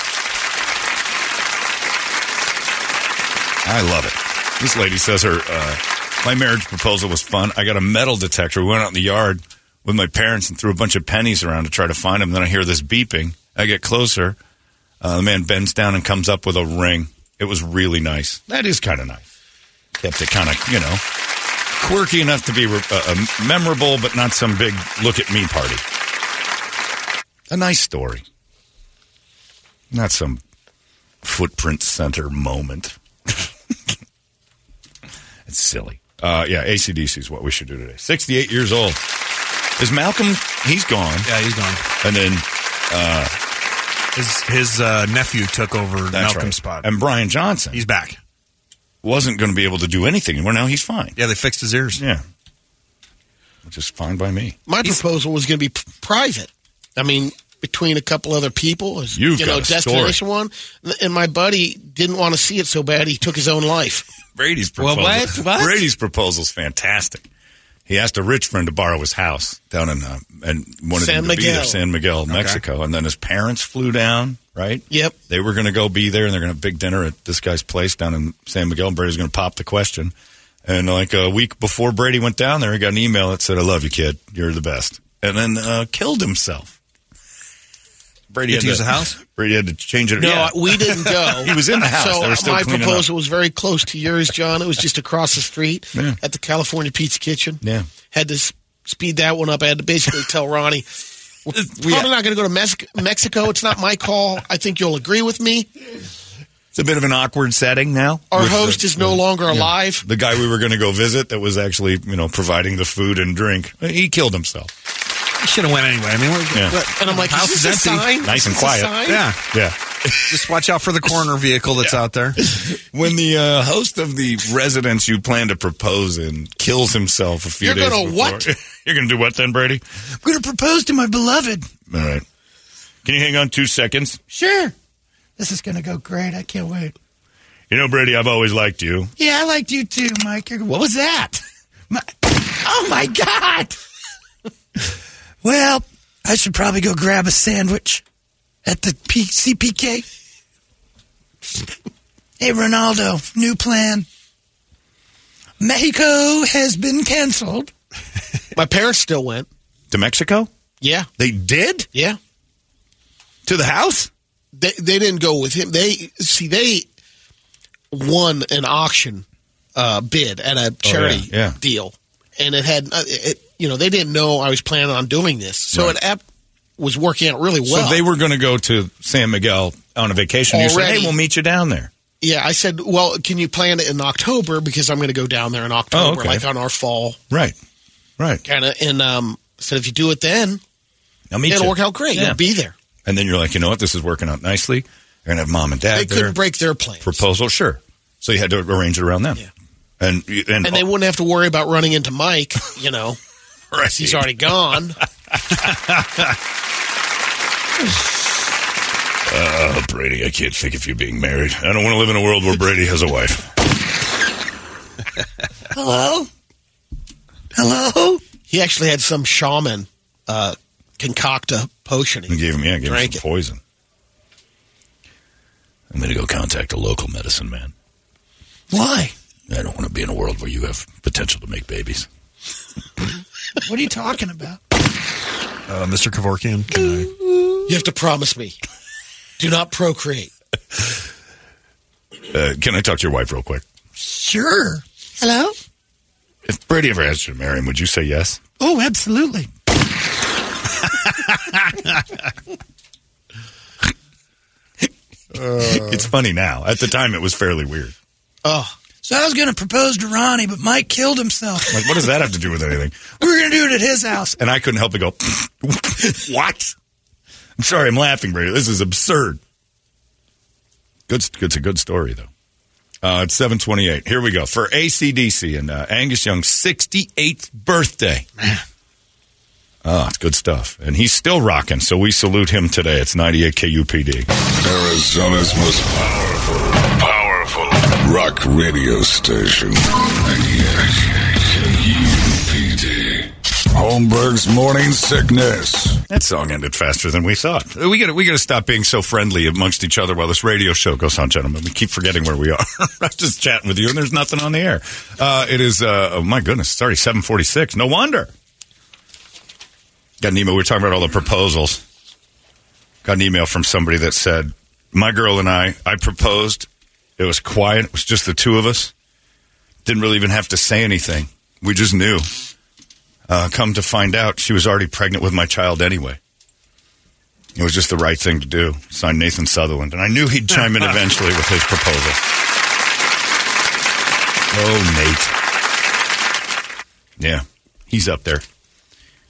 Speaker 1: I love it. This lady says her uh, my marriage proposal was fun. I got a metal detector. We went out in the yard with my parents and threw a bunch of pennies around to try to find them. Then I hear this beeping. I get closer. Uh, the man bends down and comes up with a ring. It was really nice. That is kind of nice. Kept it kind of you know quirky enough to be uh, uh, memorable, but not some big look at me party. A nice story, not some footprint center moment. *laughs* it's silly. Uh, yeah, ACDC is what we should do today. 68 years old. Is Malcolm, he's gone.
Speaker 4: Yeah, he's gone.
Speaker 1: And then uh,
Speaker 4: His, his uh, nephew took over
Speaker 1: that's
Speaker 4: Malcolm's
Speaker 1: right.
Speaker 4: spot.
Speaker 1: And Brian Johnson
Speaker 4: he's back.
Speaker 1: wasn't going to be able to do anything. Well, now he's fine.
Speaker 4: Yeah, they fixed his ears.
Speaker 1: Yeah. Which is fine by me.
Speaker 3: My proposal was going to be p- private. I mean, between a couple other people, as,
Speaker 1: You've
Speaker 3: you
Speaker 1: got
Speaker 3: know,
Speaker 1: a story.
Speaker 3: destination one. And my buddy didn't want to see it so bad he took his own life.
Speaker 1: Brady's
Speaker 3: Well,
Speaker 1: proposal.
Speaker 3: what? What?
Speaker 1: Brady's proposal's fantastic. He asked a rich friend to borrow his house down in uh, and wanted
Speaker 3: San
Speaker 1: him to be
Speaker 3: Miguel.
Speaker 1: there, San Miguel, Mexico. And then his parents flew down, right?
Speaker 3: Yep.
Speaker 1: They were going to go be there, and they're going to have a big dinner at this guy's place down in San Miguel. And Brady's going to pop the question. And like a week before Brady went down there, he got an email that said, "I love you, kid. You're the best." And then uh, killed himself. Brady
Speaker 4: Get
Speaker 1: had
Speaker 4: to use the house?
Speaker 1: Brady had to change *laughs* it.
Speaker 3: No,
Speaker 1: Yeah.
Speaker 3: we didn't go.
Speaker 1: *laughs* He was in the house.
Speaker 3: So
Speaker 1: They were still
Speaker 3: my
Speaker 1: cleaning up.
Speaker 3: proposal was very close to yours, John. It was just across the street
Speaker 1: Yeah.
Speaker 3: at the California Pizza Kitchen.
Speaker 1: Yeah.
Speaker 3: had to s- speed that one up. I had to basically
Speaker 1: *laughs*
Speaker 3: tell Ronnie, "We're probably not going to go to Mex- Mexico. It's not my call. I think you'll agree with me.
Speaker 1: it's a bit of an awkward setting now.
Speaker 3: Our
Speaker 1: with the-
Speaker 3: host is no longer alive.
Speaker 1: the guy we were going to go visit that was actually you know providing the food and drink he killed himself
Speaker 4: He should have went anyway. I mean, we're,
Speaker 1: Yeah.
Speaker 4: what-
Speaker 3: And I'm like,
Speaker 4: house
Speaker 3: is this a
Speaker 4: empty.
Speaker 3: sign?
Speaker 1: Nice
Speaker 3: Is
Speaker 1: and
Speaker 3: this a
Speaker 1: quiet.
Speaker 3: sign?
Speaker 4: Yeah.
Speaker 1: yeah
Speaker 4: Just watch out for the corner vehicle that's out there.
Speaker 1: *laughs* when the uh, host of the residence you plan to propose in kills himself a few
Speaker 3: You're
Speaker 1: days
Speaker 3: gonna
Speaker 1: before-
Speaker 3: what?
Speaker 1: *laughs* you're gonna do what then brady
Speaker 5: I'm going to propose to my beloved.
Speaker 1: all right can you hang on two seconds
Speaker 5: Sure. This is going to go great. I can't wait.
Speaker 1: you know brady i've always liked you
Speaker 5: Yeah, I liked you too, Mike. You're- What was that? My- oh, my God. well, I should probably go grab a sandwich at the P- CPK. hey, Ronaldo, new plan. Mexico has been canceled.
Speaker 3: My parents still went.
Speaker 1: to mexico
Speaker 3: Yeah,
Speaker 1: they did
Speaker 3: yeah.
Speaker 1: to the house
Speaker 3: They they didn't go with him. They see they won an auction uh, bid at a charity
Speaker 1: Oh, yeah.
Speaker 3: deal, and it had uh, it, you know they didn't know I was planning on doing this, so
Speaker 1: Right.
Speaker 3: it ap- was working out really well.
Speaker 1: so they were gonna go to san miguel on a vacation you said hey
Speaker 3: Already.
Speaker 1: we'll meet you down there
Speaker 3: Yeah, I said, well, can you plan it in October because I'm going to go down there in October,
Speaker 1: Oh, okay.
Speaker 3: like on our fall
Speaker 1: right right
Speaker 3: kind of. And um, I said if you do it then,
Speaker 1: i'll meet
Speaker 3: it'll
Speaker 1: you
Speaker 3: work out great.
Speaker 1: Yeah.
Speaker 3: You'll be there.
Speaker 1: and then you're like you know what this is working out nicely you're gonna have mom and dad
Speaker 3: They
Speaker 1: there.
Speaker 3: couldn't break their plan,
Speaker 1: proposal, sure. So you had to arrange it around them.
Speaker 3: Yeah.
Speaker 1: And you- and, oh.
Speaker 3: and they wouldn't have to worry about running into Mike. You know,
Speaker 1: *laughs* Right. *laughs*
Speaker 3: he's already gone.
Speaker 1: Uh, Brady, I can't think of you being married. I don't want to live in a world where Brady has a wife.
Speaker 3: Hello? Hello? He actually had some shaman uh, concoct a potion.
Speaker 1: He gave him, yeah, gave him
Speaker 3: Drank
Speaker 1: some poison. I'm going to go contact a local medicine man.
Speaker 5: Why?
Speaker 1: I don't want to be in a world where you have potential to make babies.
Speaker 5: What are you talking about?
Speaker 4: Uh, Mr. Kevorkian, can I?
Speaker 3: You have to promise me. Do not procreate.
Speaker 1: Uh, can I talk to your wife real quick?
Speaker 5: Sure. Hello?
Speaker 1: If Brady ever asked you to marry him, would you say yes?
Speaker 5: Oh, *laughs* absolutely.
Speaker 4: Uh,
Speaker 1: *laughs* it's funny now. At the time, it was fairly weird.
Speaker 3: Oh,
Speaker 5: So I was going to propose to Ronnie, but Mike killed himself.
Speaker 1: Like, what does that have to do with anything?
Speaker 5: We were going to do it at his house.
Speaker 1: And I couldn't help but go, *laughs* what? I'm sorry, I'm laughing, Brady. This is absurd. Good, it's a good story, though. Uh, it's 728. Here we go. For ACDC and uh, Angus Young's 68th birthday. Oh, it's good stuff. And he's still rocking, so we salute him today. It's 98 KUPD.
Speaker 2: Arizona's most powerful, powerful rock radio station. 98 KUPD. Holmberg's Morning Sickness.
Speaker 1: That song ended faster than we thought. We got we got to stop being so friendly amongst each other while this radio show goes on, gentlemen. We keep forgetting where we are. *laughs* I'm just chatting with you, and there's nothing on the air. Uh, it is uh, oh my goodness, it's already 7:46. No wonder. Got an email. We were talking about all the proposals. Got an email from somebody that said, "My girl and I, I proposed. It was quiet. It was just the two of us. Didn't really even have to say anything. We just knew." Uh, come to find out, she was already pregnant with my child anyway. It was just the right thing to do. Signed Nathan Sutherland. And I knew he'd chime in eventually with his proposal. Oh, Nate. Yeah, he's up there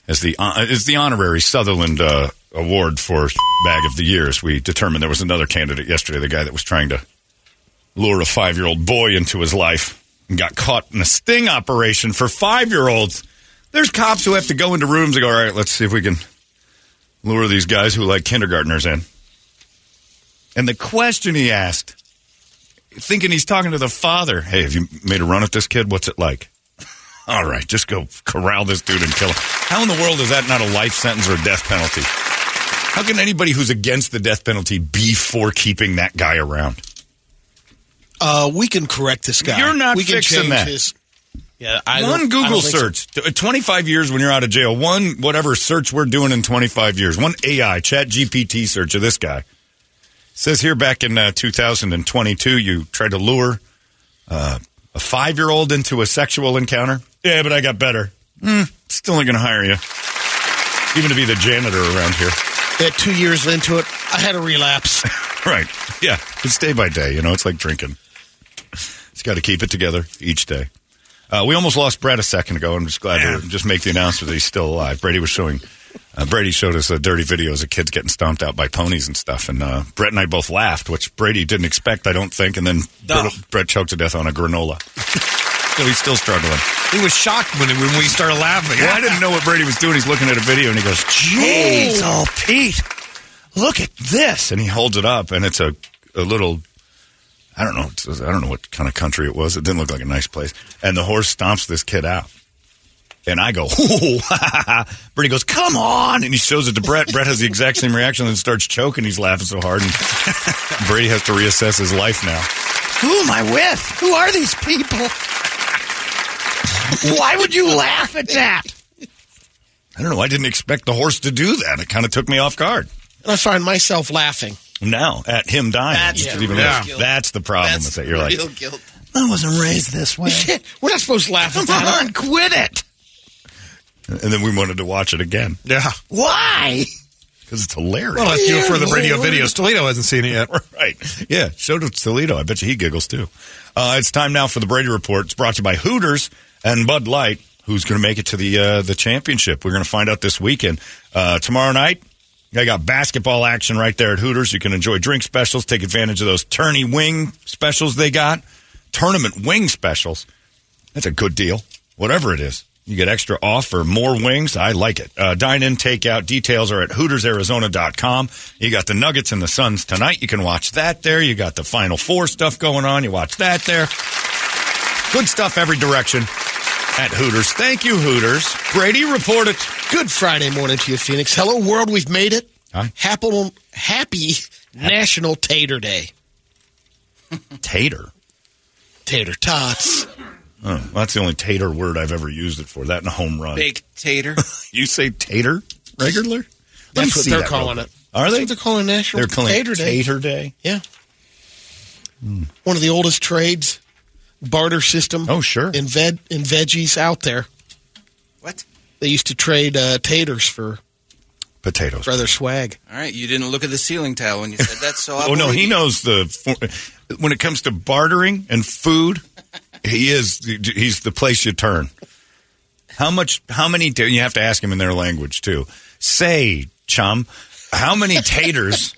Speaker 1: as the uh, as the honorary Sutherland uh, Award for Bag of the Years. We determined there was another candidate yesterday, the guy that was trying to lure a five year old boy into his life and got caught in a sting operation for five year olds. There's cops who have to go into rooms and go, all right, let's see if we can lure these guys who like kindergartners in. And the question he asked, thinking he's talking to the father, hey, have you made a run at this kid? What's it like? *laughs* All right, just go corral this dude and kill him. How in the world is that not a life sentence or a death penalty? How can anybody who's against the death penalty be for keeping that guy around?
Speaker 3: uh, we can correct this guy.
Speaker 1: You're not
Speaker 3: we can
Speaker 1: fixing
Speaker 3: change
Speaker 1: that.
Speaker 3: His, yeah, I don't-
Speaker 1: one
Speaker 3: I
Speaker 1: Google
Speaker 3: don't think so.
Speaker 1: search, T- 25 years when you're out of jail, one whatever search we're doing in 25 years, one AI, chat GPT search of this guy. says here back in uh, 2022, you tried to lure uh, a five year old into a sexual encounter. Yeah, but I got better. Mm, still not going to hire you, even to be the janitor around here.
Speaker 3: That two years into it, I had a relapse.
Speaker 1: *laughs* Right. Yeah. It's day by day. You know, it's like drinking. It's got to keep it together each day. Uh, we almost lost Brad a second ago. I'm just glad to just make the announcement that he's still alive. Brady was showing, uh, Brady showed us uh, dirty videos of kids getting stomped out by ponies and stuff. And uh, Brett and I both laughed, which Brady didn't expect, I don't think. And then Brett, Brett choked to death on a granola. so he's still struggling.
Speaker 4: He was shocked when, when we started laughing.
Speaker 1: Well, I didn't know what Brady was doing. He's looking at a video and he goes,
Speaker 5: Jeez, oh, Pete. Look at this.
Speaker 1: this, and he holds it up, and it's a, a little. I don't know. it's- I don't know what kind of country it was. It didn't look like a nice place. And the horse stomps this kid out, and I go, *laughs* "Ooh!" Brady goes, "Come on!" And he shows it to Brett. Brett has the exact same reaction, and starts choking. He's laughing so hard, and *laughs* Brady has to reassess his life now.
Speaker 5: Who am I with? Who are these people? Why would you laugh at that?
Speaker 1: I don't know. I didn't expect the horse to do that. It kind of took me off guard.
Speaker 3: And I find myself laughing.
Speaker 1: Now at him dying,
Speaker 3: That's
Speaker 1: It's
Speaker 3: the
Speaker 1: even
Speaker 3: real
Speaker 1: worse.
Speaker 3: guilt.
Speaker 1: that's the problem with
Speaker 3: That's
Speaker 1: that. You're like,
Speaker 3: real *laughs* guilt.
Speaker 5: I wasn't raised this way.
Speaker 3: *laughs* We're not supposed to laugh at
Speaker 5: Come
Speaker 3: that.
Speaker 5: on, quit it.
Speaker 1: and then we wanted to watch it again
Speaker 4: Yeah.
Speaker 5: Why?
Speaker 1: because it's hilarious.
Speaker 4: Well, let's do it for the
Speaker 5: Dear
Speaker 4: radio
Speaker 5: Lord.
Speaker 4: videos. Toledo hasn't seen it yet.
Speaker 1: *laughs* right. Yeah, show to Toledo. I bet you he giggles too. Uh, it's time now for the Brady Report. It's brought to you by Hooters and Bud Light. Who's going to make it to the uh, the championship? We're going to find out this weekend. Uh, tomorrow night, I got basketball action right there at Hooters. You can enjoy drink specials, take advantage of those tourney wing specials they got, tournament wing specials. That's a good deal, whatever it is. You get extra off for more wings. I like it. Uh, dine in, take out. Details are at HootersArizona.com. You got the Nuggets and the Suns tonight. You can watch that there. You got the Final Four stuff going on. You watch that there. Good stuff every direction at Hooters. Thank you, Hooters. Brady, report it.
Speaker 3: Good Friday morning to you, Phoenix. Hello, world. We've made it.
Speaker 1: Hi.
Speaker 3: Happy, happy National Tater Day.
Speaker 1: Tater.
Speaker 3: Tater tots.
Speaker 1: Oh, that's the only tater word I've ever used it for. That and a home run.
Speaker 6: Big tater.
Speaker 1: You say tater regular? Let me
Speaker 3: That's what
Speaker 1: see
Speaker 3: they're
Speaker 1: that
Speaker 3: calling
Speaker 1: real
Speaker 3: it.
Speaker 1: quick. Are
Speaker 3: That's
Speaker 1: they?
Speaker 3: what they're calling it National
Speaker 1: They're calling it
Speaker 3: Tater Day.
Speaker 1: Tater Day. Hmm.
Speaker 3: Yeah. One of the oldest trades, barter system.
Speaker 1: Oh, sure.
Speaker 3: In, veg, in veggies out there.
Speaker 6: what?
Speaker 3: They used to trade uh, taters for,
Speaker 1: Potatoes.
Speaker 3: for other swag.
Speaker 6: All right, you didn't look at the ceiling tile when you said that, so I
Speaker 1: *laughs* Oh no,
Speaker 6: believe
Speaker 1: he
Speaker 6: you.
Speaker 1: knows the. for- When it comes to bartering and food, he is he's the place you turn. How much? How many? ta- You have to ask him in their language too. Say, chum, how many taters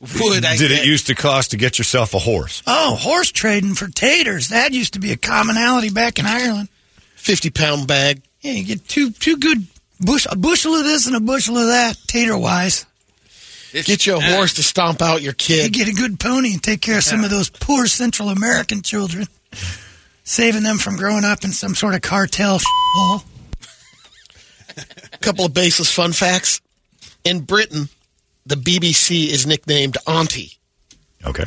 Speaker 6: Would I
Speaker 1: did it
Speaker 6: get-
Speaker 1: used to cost to get yourself a horse?
Speaker 5: Oh, horse trading for taters. That used to be a commonality back in Ireland.
Speaker 3: 50 pound bag.
Speaker 5: Yeah, you get two two good bush a bushel of this and a bushel of that, tater wise.
Speaker 3: Get you a horse to stomp out your
Speaker 5: You
Speaker 3: kid.
Speaker 5: get a good pony and take care of some of those poor Central American children, saving them from growing up in some sort of cartel *laughs* hole.
Speaker 3: A couple of baseless fun facts. In Britain, the BBC is nicknamed Auntie
Speaker 1: Okay,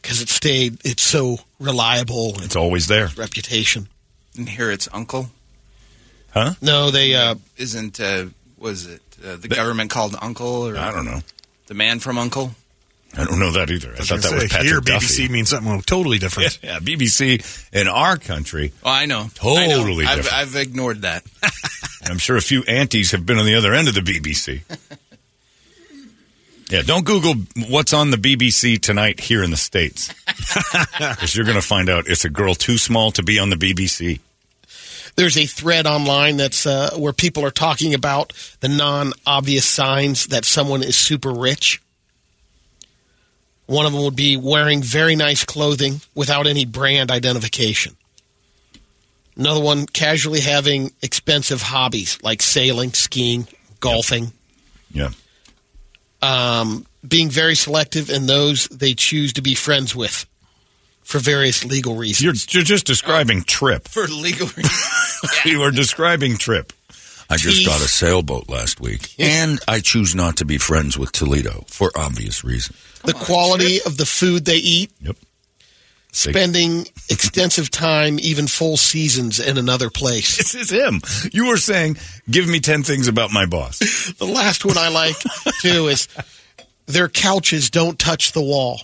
Speaker 3: because it stayed, it's so reliable and
Speaker 1: it's always there,
Speaker 3: reputation.
Speaker 6: And here it's uncle.
Speaker 1: huh?
Speaker 3: No, they, uh,
Speaker 6: Isn't uh, was it uh, the government called uncle or
Speaker 1: I don't know.
Speaker 6: the man from Uncle?
Speaker 1: I don't know that either. I thought that
Speaker 4: Say,
Speaker 1: was Patrick
Speaker 4: here,
Speaker 1: Duffy.
Speaker 4: BBC means something totally different.
Speaker 1: *laughs* Yeah, BBC in our country.
Speaker 6: Oh, I know. I know.
Speaker 1: Totally
Speaker 6: I've,
Speaker 1: different.
Speaker 6: I've ignored that. *laughs*
Speaker 1: And I'm sure a few aunties have been on the other end of the
Speaker 6: *laughs*
Speaker 1: BBC. Yeah, don't Google what's on the BBC tonight here in the
Speaker 6: *laughs*
Speaker 1: States. Because you're going to find out it's a girl too small to be on the BBC.
Speaker 3: there's a thread online that's uh, where people are talking about the non-obvious signs that someone is super rich. One of them would be wearing very nice clothing without any brand identification. Another one, casually having expensive hobbies like sailing, skiing, golfing
Speaker 1: Yeah.
Speaker 3: um, being very selective in those they choose to be friends with for various legal reasons.
Speaker 1: You're, you're just describing Trip.
Speaker 6: For legal reasons.
Speaker 1: *laughs* You are describing Trip.
Speaker 9: I just
Speaker 3: Teeth.
Speaker 9: got a sailboat last
Speaker 1: *laughs*
Speaker 9: week, and I choose not to be friends with Toledo for obvious reasons.
Speaker 3: the quality of the food they eat,
Speaker 1: Yep.
Speaker 3: spending extensive time, even full seasons in another
Speaker 1: *laughs*
Speaker 3: place.
Speaker 1: This is him. You were saying, give me 10 things about my boss.
Speaker 3: *laughs* The last one I like too is their couches don't touch the wall.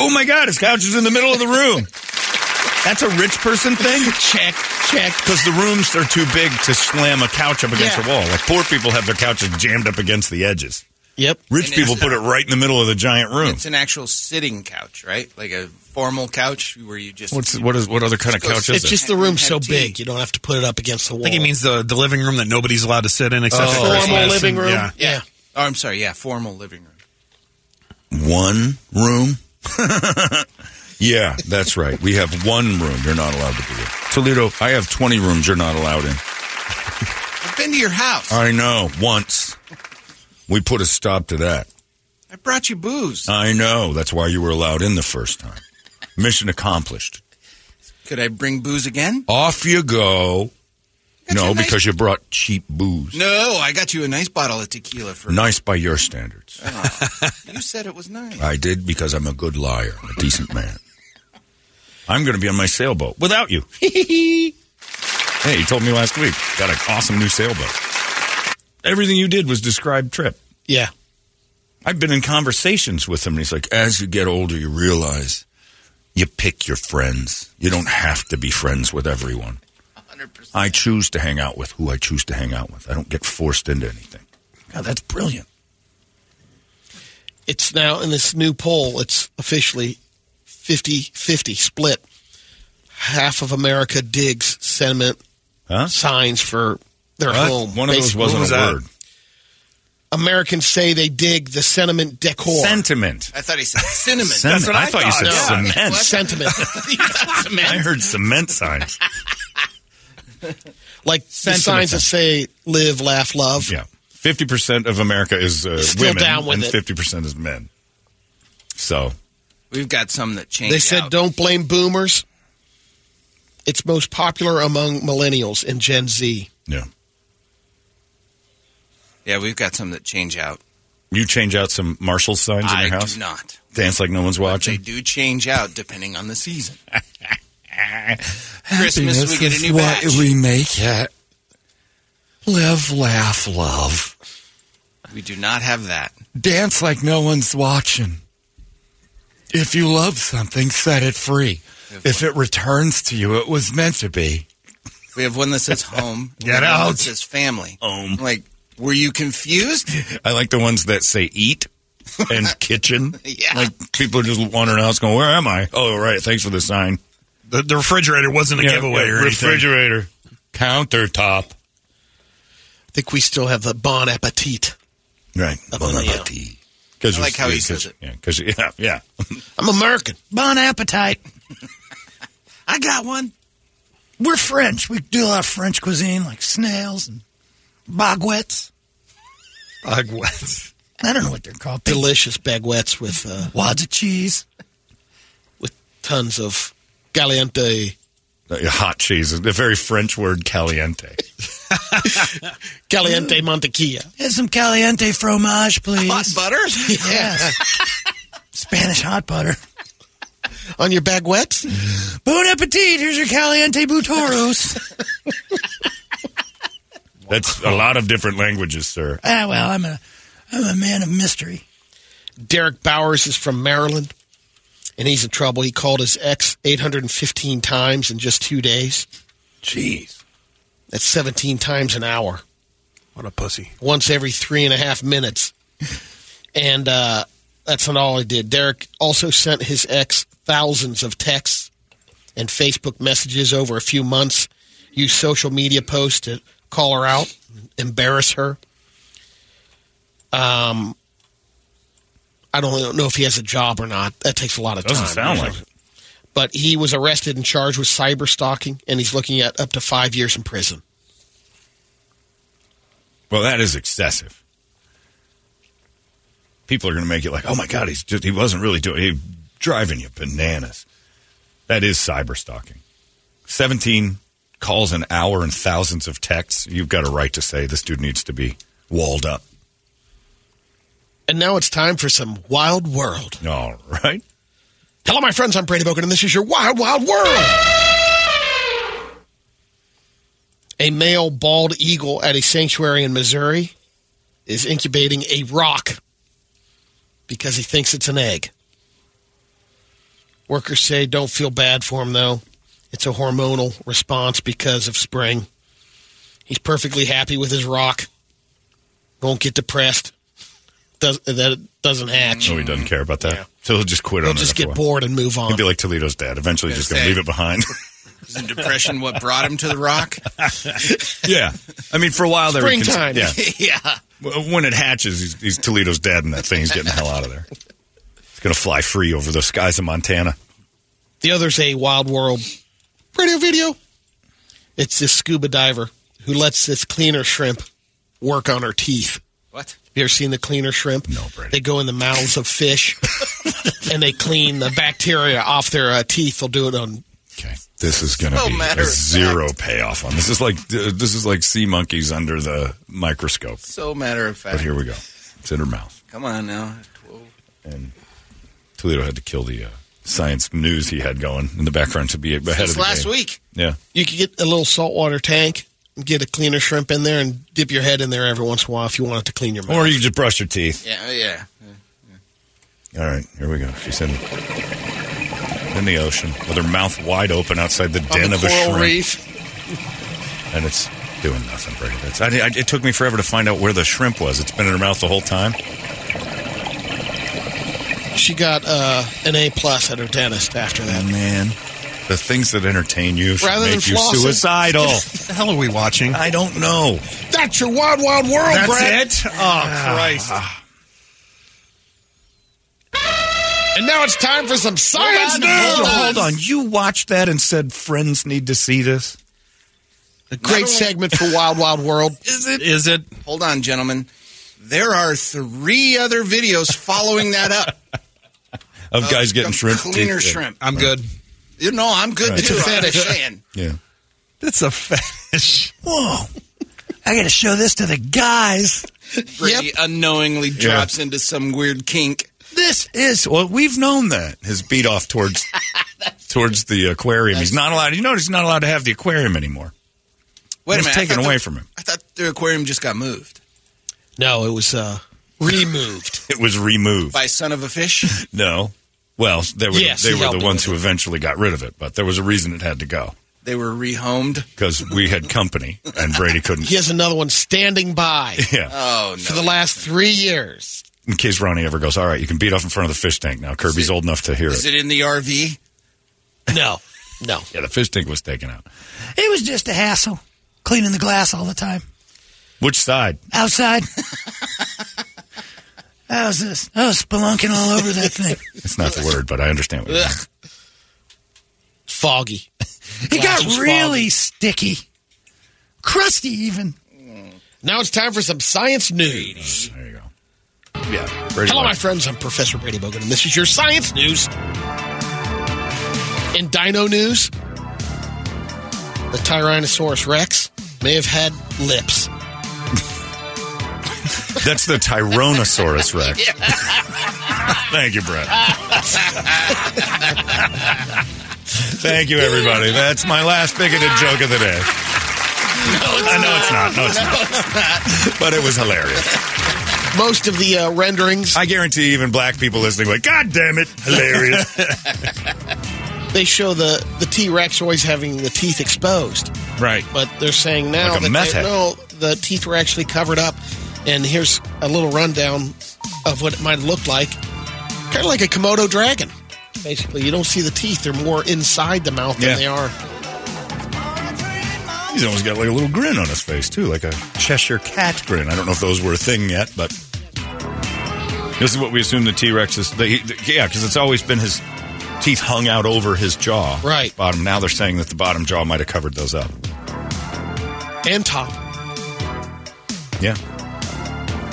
Speaker 1: Oh my God, his couch is in the middle of the room. That's a rich person thing?
Speaker 3: *laughs* Check, check.
Speaker 1: Because the rooms are too big to slam a couch up against
Speaker 3: Yeah.
Speaker 1: a wall. Like poor people have their couches jammed up against the edges.
Speaker 3: Yep.
Speaker 1: Rich
Speaker 6: And
Speaker 1: people
Speaker 6: it's-
Speaker 1: put it right in the middle of the giant room.
Speaker 6: It's an actual sitting couch, right? Like a formal couch where you just
Speaker 1: What's what is what other kind of couch is
Speaker 3: It's
Speaker 1: it?
Speaker 3: just the room's so
Speaker 6: Have tea.
Speaker 3: big you don't have to put it up against the wall.
Speaker 4: I think he means the, the living room that nobody's allowed to sit in except for
Speaker 3: Oh, formal
Speaker 4: Christmas
Speaker 3: living
Speaker 4: and-
Speaker 3: room.
Speaker 4: Yeah.
Speaker 3: yeah.
Speaker 6: Oh, I'm sorry. Yeah, formal living room.
Speaker 9: One room?
Speaker 1: *laughs* yeah.
Speaker 9: That's right. We have one room you're not allowed to be in. Toledo, I have 20 rooms you're not allowed in.
Speaker 6: I've been to your house.
Speaker 9: I know, once. We put a stop to that.
Speaker 6: I brought you booze.
Speaker 9: I know. That's why you were allowed in the first time. Mission accomplished.
Speaker 6: Could I bring booze again?
Speaker 9: Off you go.
Speaker 6: Got you
Speaker 9: no,
Speaker 6: a nice-
Speaker 9: because you brought cheap booze.
Speaker 6: No, I got you a nice bottle of tequila for.
Speaker 9: Nice by your standards.
Speaker 6: You said it was
Speaker 5: *laughs*
Speaker 6: nice.
Speaker 9: I did because I'm a good liar, I'm a decent man.
Speaker 1: I'm going to be on my sailboat without you. hey, you told me last week got an awesome new sailboat. Everything you did was describe trip.
Speaker 3: Yeah.
Speaker 1: I've been in conversations with him, and he's like,
Speaker 9: as you get older, you realize you pick your friends. You don't have to be friends with everyone. I choose to hang out with who I choose to hang out with. I don't get forced into anything.
Speaker 1: "God, that's brilliant."
Speaker 3: it's now in this new poll it's officially 50-50 split half of america digs sentiment
Speaker 1: Huh?
Speaker 3: signs for their
Speaker 1: What?
Speaker 3: home
Speaker 1: One of those
Speaker 3: basically.
Speaker 1: wasn't
Speaker 4: was
Speaker 1: a
Speaker 4: that?
Speaker 1: word.
Speaker 3: americans say they dig the sentiment decor
Speaker 1: Sentiment.
Speaker 6: I thought he said cinnamon.
Speaker 1: That's what I, thought, you said.
Speaker 3: No.
Speaker 1: *laughs* Cement.
Speaker 3: sentiment
Speaker 1: I heard cement signs.
Speaker 3: *laughs* like the signs that say "Live, Laugh, Love."
Speaker 1: Yeah. 50% of America is uh,
Speaker 3: Still
Speaker 1: women
Speaker 3: down with
Speaker 1: and
Speaker 3: it.
Speaker 1: 50% is men. So,
Speaker 6: We've got some that change.
Speaker 3: They said,
Speaker 6: out.
Speaker 3: "Don't blame boomers." It's most popular among millennials and Gen Z.
Speaker 1: yeah.
Speaker 6: Yeah, we've got some that change out.
Speaker 1: You change out some Marshall signs in
Speaker 6: I
Speaker 1: your house?
Speaker 6: do not.
Speaker 1: Dance like no one's
Speaker 6: They
Speaker 1: watching.
Speaker 6: do change out depending on the season. Christmas, we get a new
Speaker 7: what
Speaker 6: batch.
Speaker 7: we make it. Live, laugh, love.
Speaker 6: We do not have that.
Speaker 7: Dance like no one's watching. If you love something, set it free. If it returns to you, it was meant to be.
Speaker 6: We have one that says home. and
Speaker 7: Get
Speaker 6: one
Speaker 7: out.
Speaker 6: That says family. Home. Like, were you confused?
Speaker 1: *laughs* I like the ones that say eat and
Speaker 6: *laughs*
Speaker 1: kitchen.
Speaker 6: Yeah.
Speaker 1: Like people are just wandering out going, where am I? Oh, right. Thanks for the sign.
Speaker 4: The, the refrigerator wasn't a
Speaker 1: Yeah,
Speaker 4: giveaway
Speaker 1: yeah,
Speaker 4: or anything.
Speaker 1: refrigerator. Countertop.
Speaker 3: I think we still have the bon appetit.
Speaker 1: Right.
Speaker 3: Bon appetit.
Speaker 1: Cause
Speaker 6: I like
Speaker 1: it's-
Speaker 6: how he
Speaker 1: yeah, 'cause-
Speaker 6: says it.
Speaker 1: Yeah, 'cause- yeah, yeah.
Speaker 3: I'm American.
Speaker 5: Bon *laughs* appetite.
Speaker 6: I got one.
Speaker 5: We're French. We do a lot of French cuisine, like snails and baguettes. I don't know what they're called. Big
Speaker 3: Delicious baguettes with uh,
Speaker 5: wads of cheese.
Speaker 3: with tons of caliente
Speaker 1: Hot cheese, the very French word caliente.
Speaker 5: Mm.
Speaker 3: caliente mantequilla.
Speaker 5: Get some caliente fromage, please.
Speaker 6: Hot butter?
Speaker 5: *laughs* Yes. Spanish hot butter.
Speaker 3: On your baguettes?
Speaker 5: Bon appetit. Here's your caliente butoros.
Speaker 1: That's a lot of different languages, sir.
Speaker 5: ah, well, I'm a, I'm a man of mystery.
Speaker 3: Derek Bowers is from Maryland, and he's in trouble. He called his ex 815 times in just two days.
Speaker 1: Jeez.
Speaker 3: That's 17 times an hour,
Speaker 4: What a pussy.
Speaker 3: once every three and a half
Speaker 4: *laughs*
Speaker 3: minutes. And uh, that's not all he did. Derek also sent his ex thousands of texts and Facebook messages over a few months, used social media posts to call her out, embarrass her. Um, I don't know if he has a job or not. That takes a lot of
Speaker 1: Doesn't
Speaker 3: time.
Speaker 1: sound like it.
Speaker 3: But he was arrested and charged with cyber stalking, and he's looking at up to five years in prison.
Speaker 1: Well, that is excessive. People are going to make it like, oh my God, he's just, he wasn't really doing, he driving you bananas. That is cyber stalking. 17 calls an hour and thousands of texts. You've got a right to say this dude needs to be walled up.
Speaker 3: And now it's time for some wild world.
Speaker 1: All right.
Speaker 3: Hello, my friends. I'm Brady Bogan, and this is your wild, wild world. A male bald eagle at a sanctuary in Missouri is incubating a rock because he thinks it's an egg. Workers say don't feel bad for him, though. It's a hormonal response because of spring. He's perfectly happy with his rock. Won't get depressed. Does, that it doesn't hatch.
Speaker 1: No, Oh, he doesn't care about that.
Speaker 3: Yeah.
Speaker 1: So he'll just quit
Speaker 3: He'll
Speaker 1: on it.
Speaker 3: just
Speaker 1: after a
Speaker 3: get
Speaker 1: while.
Speaker 3: bored and move on.
Speaker 1: He'll be like Toledo's dad. Eventually, he's just going to
Speaker 6: say.
Speaker 1: leave it
Speaker 3: *laughs*
Speaker 1: behind.
Speaker 6: Is the depression what brought him to the rock?
Speaker 1: yeah. I mean, for a while there, he cons-
Speaker 3: Springtime.
Speaker 1: yeah.
Speaker 6: *laughs* yeah.
Speaker 1: W- When it hatches, he's, he's Toledo's dad in that thing. He's getting the hell out of there. It's going to fly free over the skies of Montana.
Speaker 3: The other's a Wild World radio video. It's this scuba diver who lets this cleaner shrimp work on her teeth.
Speaker 6: What?
Speaker 3: You ever seen the cleaner shrimp? No,
Speaker 1: Brady.
Speaker 3: They go in the mouths of *laughs* fish and they clean the bacteria off their uh, teeth. They'll do it on.
Speaker 1: Okay. This is going to
Speaker 6: So
Speaker 1: be
Speaker 6: matter
Speaker 1: a
Speaker 6: of fact.
Speaker 1: zero payoff on this. Is like this is like sea monkeys under the microscope.
Speaker 6: So matter of
Speaker 1: But
Speaker 6: fact.
Speaker 1: here we go. It's in her mouth,
Speaker 6: Come on now.
Speaker 1: and Toledo had to kill the uh, science news he had going in the background to be ahead of
Speaker 6: This
Speaker 1: the
Speaker 6: last
Speaker 1: game.
Speaker 6: week.
Speaker 1: Yeah.
Speaker 3: You could get a little saltwater tank, get a cleaner shrimp in there, and dip your head in there every once in a while if you want it to clean your mouth.
Speaker 1: Or you just brush your teeth.
Speaker 6: Yeah, oh, yeah.
Speaker 1: All right, here we go. She's in in the ocean with her mouth wide open outside the
Speaker 3: on
Speaker 1: den
Speaker 3: the
Speaker 1: of a
Speaker 3: coral
Speaker 1: shrimp,
Speaker 3: reef.
Speaker 1: and it's doing nothing. Brady. That's, I, I- it took me forever to find out where the shrimp was. It's been in her mouth the whole time.
Speaker 3: She got uh, an A plus at her dentist after that.
Speaker 1: man, the things that entertain you should
Speaker 3: Rather than
Speaker 1: make you
Speaker 3: flossing.
Speaker 6: *laughs*
Speaker 1: suicidal.
Speaker 4: What the hell are we watching?
Speaker 1: I don't know.
Speaker 3: That's your wild, wild world, Brad. Ah.
Speaker 4: it? Oh, Christ.
Speaker 2: Ah,
Speaker 3: And now it's time for some science news.
Speaker 1: Hold on, you watched that and said friends need to see this.
Speaker 3: A great segment for Wild Wild World.
Speaker 6: *laughs* Is it?
Speaker 4: Is it?
Speaker 6: Hold on, gentlemen. There are three other videos following that up.
Speaker 1: Of guys getting
Speaker 6: of
Speaker 1: shrimp.
Speaker 6: Cleaner
Speaker 1: teeth.
Speaker 6: shrimp.
Speaker 4: I'm good.
Speaker 6: You know, I'm good
Speaker 1: Right.
Speaker 6: too.
Speaker 1: It's a
Speaker 6: I'm just saying.
Speaker 1: Yeah.
Speaker 4: That's a fetish.
Speaker 5: Whoa. I got to show this to the guys.
Speaker 6: Brady unknowingly drops into some weird kink.
Speaker 1: This is well, we've known that his beat off
Speaker 6: *laughs*
Speaker 1: towards towards the aquarium. He's not allowed. You notice he's not allowed to have the aquarium anymore.
Speaker 6: Wait
Speaker 1: It was
Speaker 6: a minute. I
Speaker 1: taken
Speaker 6: thought the-
Speaker 1: away from him.
Speaker 6: I thought the aquarium just got moved
Speaker 3: No, it was uh, removed.
Speaker 1: *laughs* It was removed.
Speaker 6: *laughs* by son of a fish.
Speaker 1: No. Well, they were
Speaker 3: Yes,
Speaker 1: they
Speaker 3: he
Speaker 1: were
Speaker 3: helped
Speaker 1: the
Speaker 3: him
Speaker 1: ones
Speaker 3: with
Speaker 1: who eventually got rid of it, but there was a reason it had to go
Speaker 6: They were rehomed.
Speaker 1: because we had company and Brady couldn't.
Speaker 3: He has another one standing by
Speaker 1: *laughs* Yeah.
Speaker 6: Oh no!
Speaker 3: for the last three years.
Speaker 1: in case Ronnie ever goes, all right, you can beat off in front of the fish tank now. Kirby's old enough to hear
Speaker 6: Is
Speaker 1: it.
Speaker 6: it in the RV?
Speaker 3: No, no.
Speaker 1: *laughs* Yeah, the fish tank was taken out.
Speaker 5: It was just a hassle cleaning the glass all the time.
Speaker 1: Which side?
Speaker 5: Outside. How's this? I was spelunking all over that thing.
Speaker 1: It's not the word, but I understand what you mean.
Speaker 3: Foggy.
Speaker 5: It
Speaker 3: Glass
Speaker 5: got
Speaker 3: was
Speaker 5: really sticky, crusty even.
Speaker 3: Now it's time for some science news.
Speaker 1: Oh, There you go. Yeah. Brady
Speaker 3: Hello, my
Speaker 1: likes-
Speaker 3: friends. I'm Professor Brady Bogan, and this is your science news. In dino news, the Tyrannosaurus Rex may have had lips.
Speaker 1: That's the
Speaker 3: *laughs*
Speaker 1: Tyrannosaurus Rex. Thank you, Brett. Thank you, everybody. That's my last bigoted joke of the day. I know it's not. No, it's not. But it was hilarious.
Speaker 3: Most of the uh, renderings,
Speaker 1: I guarantee even black people listening, like, God damn it, hilarious.
Speaker 3: *laughs* they show the the T Rex always having the teeth exposed,
Speaker 1: right.
Speaker 3: but they're saying now
Speaker 1: Like a meth head.
Speaker 3: that they, no, the teeth were actually covered up. And here's a little rundown of what it might look like, kind of like a Komodo dragon. Basically, you don't see the teeth; they're more inside the mouth than
Speaker 1: Yeah.
Speaker 3: they are.
Speaker 1: He's almost got like a little grin on his face too, like a Cheshire cat grin. I don't know if those were a thing yet, but this is what we assume the T Rex is. The, the- yeah, because it's always been his teeth hung out over his jaw,
Speaker 3: Right.
Speaker 1: Bottom. Now they're saying that the bottom jaw might have covered those up.
Speaker 3: and top.
Speaker 1: Yeah,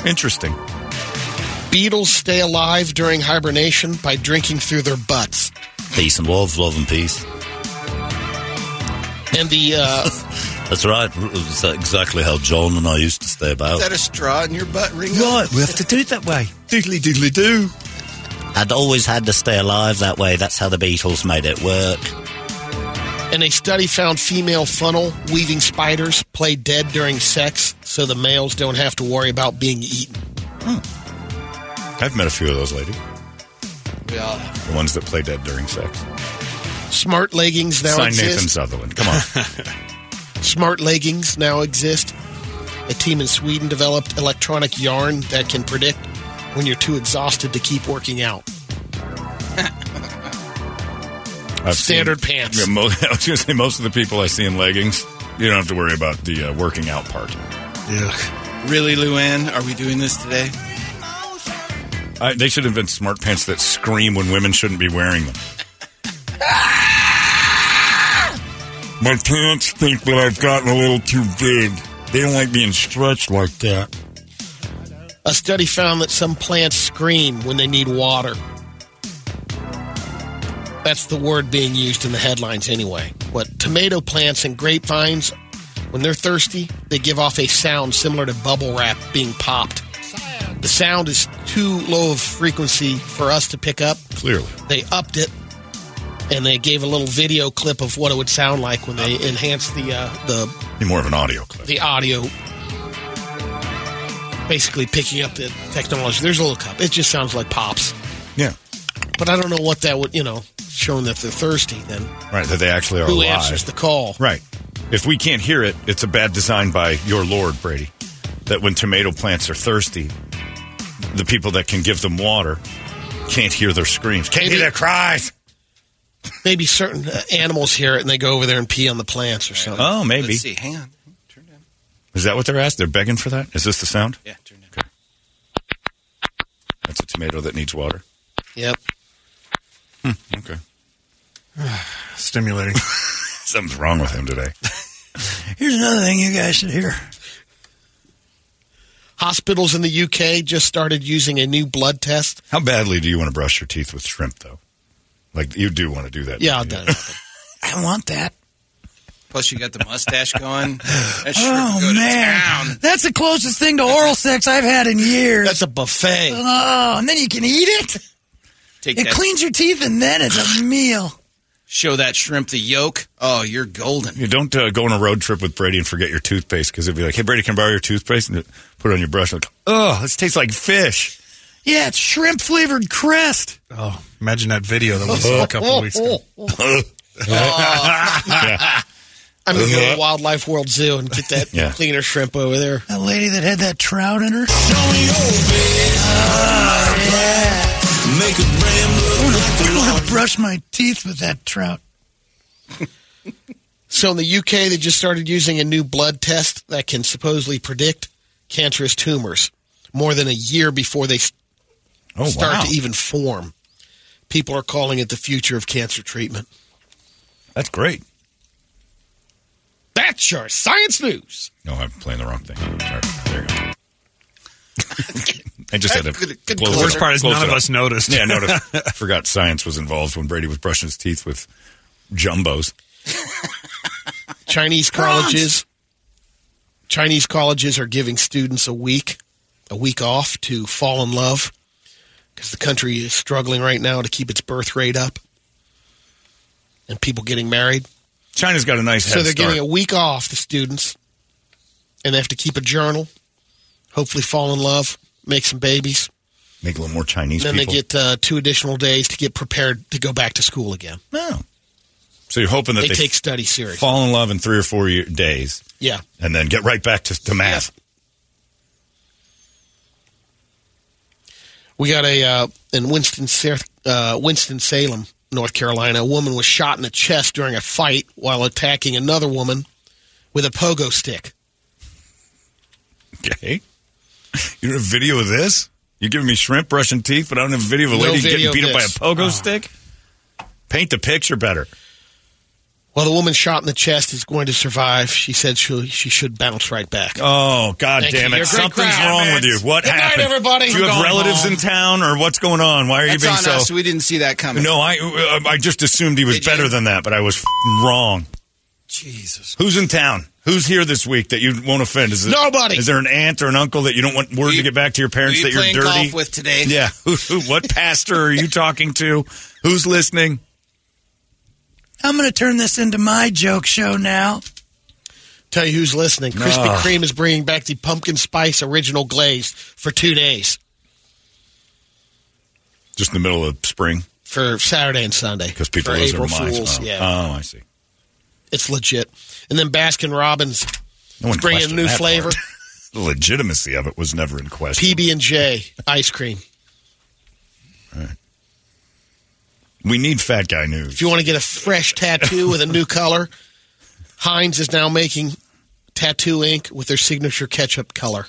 Speaker 1: interesting.
Speaker 3: Beetles stay alive during hibernation by drinking through their butts.
Speaker 9: Peace and love, love and peace.
Speaker 3: And the uh,
Speaker 9: *laughs* That's right. That's exactly how John and I used to stay about.
Speaker 6: Is that a straw in your butt, Ringo?
Speaker 5: Right, we have to do it that way.
Speaker 1: Diddly diddly do.
Speaker 9: I'd always had to stay alive that way. That's how the Beatles made it work.
Speaker 3: and a study found female funnel weaving spiders play dead during sex, so the males don't have to worry about being eaten.
Speaker 1: I've met a few of those ladies,
Speaker 6: We all have.
Speaker 1: the ones that play dead during sex.
Speaker 3: Smart leggings now
Speaker 1: Sign
Speaker 3: exist.
Speaker 1: Nathan Sutherland. Come on.
Speaker 3: *laughs* Smart leggings now exist. A team in Sweden developed electronic yarn that can predict when you're too exhausted to keep working out.
Speaker 1: I've
Speaker 3: Standard
Speaker 1: seen-
Speaker 3: pants.
Speaker 1: Yeah, mo- *laughs* I was going to say most of the people I see in leggings, you don't have to worry about the uh, working out part.
Speaker 6: *laughs* Really, Luann? Are we doing this today?
Speaker 1: I, they should invent smart pants that scream when women shouldn't be
Speaker 3: *laughs*
Speaker 1: wearing them.
Speaker 2: My pants think that I've gotten a little too big. They don't like being stretched like that.
Speaker 3: A study found that some plants scream when they need water. That's the word being used in the headlines anyway. What tomato plants and grapevines, when they're thirsty, they give off a sound similar to bubble wrap being popped. The sound is too low of frequency for us to pick up.
Speaker 1: Clearly.
Speaker 3: They upped it, and they gave a little video clip of what it would sound like when they enhanced the uh, the
Speaker 1: Be more of an audio clip.
Speaker 3: the audio basically picking up the technology. There's a little cup. It just sounds like pops.
Speaker 1: Yeah.
Speaker 3: But I don't know what that would, you know, showing that they're thirsty then.
Speaker 1: Right, that they actually are
Speaker 3: Who
Speaker 1: alive.
Speaker 3: answers the call?
Speaker 1: right. If we can't hear it, it's a bad design by your lord, Brady. That when tomato plants are thirsty, the people that can give them water can't hear their screams, can't
Speaker 3: Maybe-
Speaker 1: hear their cries.
Speaker 3: Maybe certain uh, animals hear it and they go over there and pee on the plants or something.
Speaker 1: Oh, maybe.
Speaker 6: Let's see. Hang on. Turn down.
Speaker 1: Is that what they're asking? They're begging for that? Is this the sound?
Speaker 6: Yeah, turn down.
Speaker 1: That's a tomato that needs water. Hmm,
Speaker 3: Yep.
Speaker 1: Okay.
Speaker 4: Stimulating.
Speaker 1: *laughs* Something's wrong with him today.
Speaker 5: *sighs* Here's another thing you guys should hear.
Speaker 3: Hospitals in the UK just started using a new
Speaker 1: *laughs*
Speaker 3: blood test.
Speaker 1: How badly do you want to brush your teeth with shrimp, though? Like you do want to do that.
Speaker 3: Yeah, I'll
Speaker 1: don't
Speaker 3: do
Speaker 1: you?
Speaker 3: it.
Speaker 5: I want that.
Speaker 6: Plus, you got the mustache going. That sure
Speaker 5: Oh
Speaker 6: go to
Speaker 5: man,
Speaker 6: town.
Speaker 5: that's the closest thing to oral sex I've had in years.
Speaker 3: That's a buffet.
Speaker 5: oh, and then you can eat it.
Speaker 6: Take
Speaker 5: It
Speaker 6: that,
Speaker 5: cleans your teeth, and then it's a meal.
Speaker 6: show that shrimp the yolk. Oh, you're golden.
Speaker 1: You don't uh, go on a road trip with Brady and forget your toothpaste because it'd be like, hey, Brady, can I borrow your toothpaste? And put it on your brush. Like, oh, this tastes like fish.
Speaker 5: Yeah, it's shrimp flavored crest.
Speaker 4: Oh, imagine that video that we
Speaker 3: *laughs*
Speaker 4: saw a couple of weeks ago.
Speaker 3: Uh, I'm going to
Speaker 1: *laughs*
Speaker 3: go to Wildlife World Zoo and get that
Speaker 1: Yeah.
Speaker 3: cleaner shrimp over there.
Speaker 5: That lady that had that trout in her. Oh,
Speaker 10: Make a ram look like the
Speaker 5: I
Speaker 10: law.
Speaker 5: would brush my teeth with that trout.
Speaker 3: So in the UK, they just started using a new blood test that can supposedly predict cancerous tumors more than a year before they s-
Speaker 1: Oh,
Speaker 3: start
Speaker 1: wow.
Speaker 3: to even form. People are calling it the future of cancer treatment.
Speaker 1: That's great.
Speaker 3: That's your science news.
Speaker 1: No, I'm playing the wrong thing. Sorry. There you go. I just had to.
Speaker 6: *laughs* Good- good
Speaker 1: close
Speaker 6: The
Speaker 1: it
Speaker 4: Worst
Speaker 1: up.
Speaker 4: part is
Speaker 1: Close
Speaker 4: none
Speaker 1: it
Speaker 4: of
Speaker 1: up.
Speaker 4: us noticed.
Speaker 1: Yeah, I
Speaker 4: *laughs*
Speaker 1: noticed. I forgot science was involved when Brady was brushing his teeth with jumbos.
Speaker 3: Chinese colleges Chinese colleges are giving students a week a week off to fall in love because the country is struggling right now to keep its birth rate up and people getting married.
Speaker 1: China's got a nice
Speaker 3: So
Speaker 1: head
Speaker 3: they're
Speaker 1: start.
Speaker 3: getting a week off the students and they have to keep a journal, hopefully fall in love, make some babies.
Speaker 1: Make a little more Chinese
Speaker 3: And then
Speaker 1: people.
Speaker 3: they get uh, two additional days to get prepared to go back to school again.
Speaker 1: no. So you're hoping that
Speaker 3: They,
Speaker 1: they,
Speaker 3: take study serious.
Speaker 1: fall in love in three or four year, days
Speaker 3: Yeah.
Speaker 1: and then get right back to, to math.
Speaker 3: We got a uh, in Winston uh, Winston Salem, North Carolina. A woman was shot in the chest during a fight while attacking another woman with a pogo stick.
Speaker 1: Okay. You don't have video of this? You're giving me shrimp brushing teeth, but I don't have video of a
Speaker 3: No
Speaker 1: lady
Speaker 3: video
Speaker 1: getting
Speaker 3: of
Speaker 1: beat up by a
Speaker 3: this.
Speaker 6: Oh.
Speaker 1: pogo stick? Paint the picture better.
Speaker 3: Well, the woman shot in the chest is going to survive. She said she she should bounce right back.
Speaker 1: Oh, god
Speaker 3: Thank
Speaker 1: damn it.
Speaker 3: you. You're a great
Speaker 1: Something's
Speaker 3: crowd,
Speaker 1: wrong
Speaker 3: man.
Speaker 1: with you. What
Speaker 3: Good night,
Speaker 1: happened? *laughs*
Speaker 3: everybody.
Speaker 1: Do you
Speaker 3: I'm
Speaker 1: have
Speaker 3: going
Speaker 1: relatives
Speaker 3: home.
Speaker 1: in town or what's going on? Why are
Speaker 6: That's
Speaker 1: you
Speaker 6: on
Speaker 1: being so
Speaker 6: us. We didn't see that coming.
Speaker 1: No, I uh, I just assumed he was
Speaker 6: Did you?
Speaker 1: better than that, but I was f***ing wrong. Jesus. Who's in town? Who's here this week that you won't offend? Is it,
Speaker 3: Nobody.
Speaker 1: Is there an aunt or an uncle that you don't want word
Speaker 6: Who you-
Speaker 1: to get back to your parents
Speaker 6: who you
Speaker 1: that you're
Speaker 6: playing
Speaker 1: dirty?
Speaker 6: golf with today?
Speaker 1: *laughs* Yeah. Who- who- what pastor are you talking to? Who's listening?
Speaker 5: I'm going to turn this into my joke show now.
Speaker 3: Tell you who's listening. Krispy Kreme is bringing back the pumpkin spice original glaze for two days
Speaker 1: Just in the middle of spring
Speaker 3: for Saturday and Sunday
Speaker 1: because people
Speaker 3: for
Speaker 1: lose
Speaker 3: April
Speaker 1: their minds.
Speaker 3: Fools.
Speaker 1: Oh.
Speaker 3: Yeah,
Speaker 1: oh, I see.
Speaker 3: it's legit. And then Baskin Robbins
Speaker 1: No one
Speaker 3: bringing a
Speaker 1: questioned
Speaker 3: new
Speaker 1: that
Speaker 3: flavor,
Speaker 1: part. The legitimacy of it was never in question.
Speaker 3: PB and J ice cream.
Speaker 1: we need fat guy news.
Speaker 3: If you want to get a fresh tattoo with a new color, Heinz is now making tattoo ink with their signature ketchup color.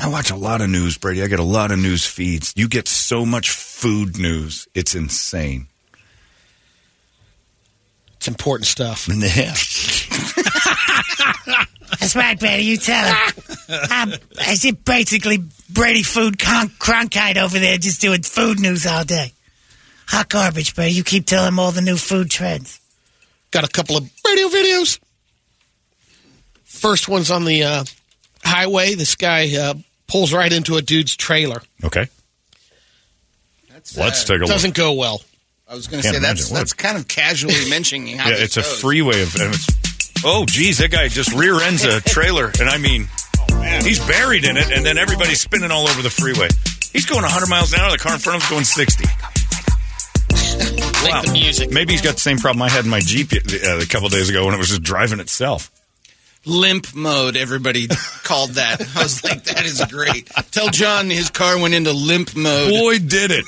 Speaker 1: I watch a lot of news, Brady. I get a lot of news feeds. You get so much food news. It's insane.
Speaker 3: It's important stuff.
Speaker 1: *laughs* Yeah.
Speaker 5: That's right, Brady. You tell him. I'm, I see basically Brady Food con- Cronkite over there just doing food news all day. Hot garbage, Brady. You keep telling him all the new food trends.
Speaker 3: Got a couple of radio videos. First one's on the uh, highway. This guy uh, pulls right into a dude's trailer.
Speaker 1: Okay.
Speaker 6: That's,
Speaker 1: Let's
Speaker 6: uh,
Speaker 1: take a look.
Speaker 3: Doesn't go well.
Speaker 6: I was going to
Speaker 1: Can't
Speaker 6: say that's
Speaker 1: imagine it
Speaker 6: that's kind of casually mentioning how
Speaker 1: Yeah, it's
Speaker 6: this
Speaker 1: a
Speaker 6: goes.
Speaker 1: freeway of. And it's, oh, geez, that guy just rear ends a trailer, and I mean, he's buried in it, and then everybody's spinning all over the freeway. He's going 100 miles an hour. The car in front of him's going 60.
Speaker 3: Like the music.
Speaker 1: Maybe he's got the same problem I had in my Jeep uh, a couple days ago when it was just driving itself.
Speaker 6: limp mode. Everybody called that. *laughs* I was like, that is great. Tell John his car went into limp mode.
Speaker 1: Boy, did
Speaker 6: *laughs*
Speaker 1: it!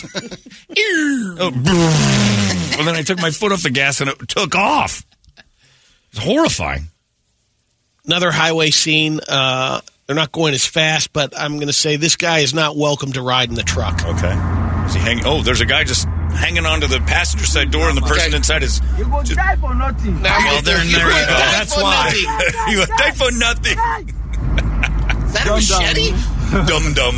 Speaker 1: Oh, brrr. well, then I took my foot off the gas, and it took off. It's horrifying.
Speaker 3: Another highway scene. Uh, they're not going as fast, but I'm going to say this guy is not welcome to ride in the truck.
Speaker 1: Okay. Is he hang- oh, there's a guy just hanging onto the passenger side door, and the person
Speaker 6: Okay.
Speaker 1: inside is.
Speaker 10: You go die for nothing.
Speaker 6: Now
Speaker 1: Well, they're in there.
Speaker 6: You're
Speaker 1: Oh,
Speaker 6: right.
Speaker 1: that's why. *laughs* He went, they for nothing.
Speaker 3: Is that a machete?
Speaker 1: Dum dum.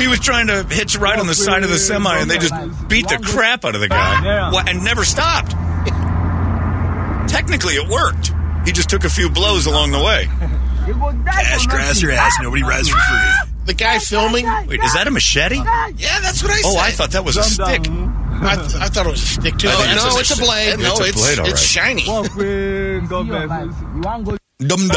Speaker 1: he was trying to hitch a ride on the side of the semi, and they just beat the crap out of the guy Wha- and never stopped. Technically, it worked. He just took a few blows along the way.
Speaker 4: Ass grass your ass. Nobody rides for free.
Speaker 3: The guy filming?
Speaker 1: Wait, is that a machete?
Speaker 3: Yeah, that's what I said.
Speaker 1: Oh, I thought that was a stick.
Speaker 3: I, th- I thought it was a stick too. Oh,
Speaker 1: I think
Speaker 3: no,
Speaker 1: it's a
Speaker 3: it's a
Speaker 1: stick.
Speaker 3: blade.
Speaker 1: It's
Speaker 3: no,
Speaker 1: a
Speaker 3: it's
Speaker 1: blade, all
Speaker 3: it's
Speaker 1: right.
Speaker 3: shiny.
Speaker 1: Dum dum.
Speaker 3: *laughs*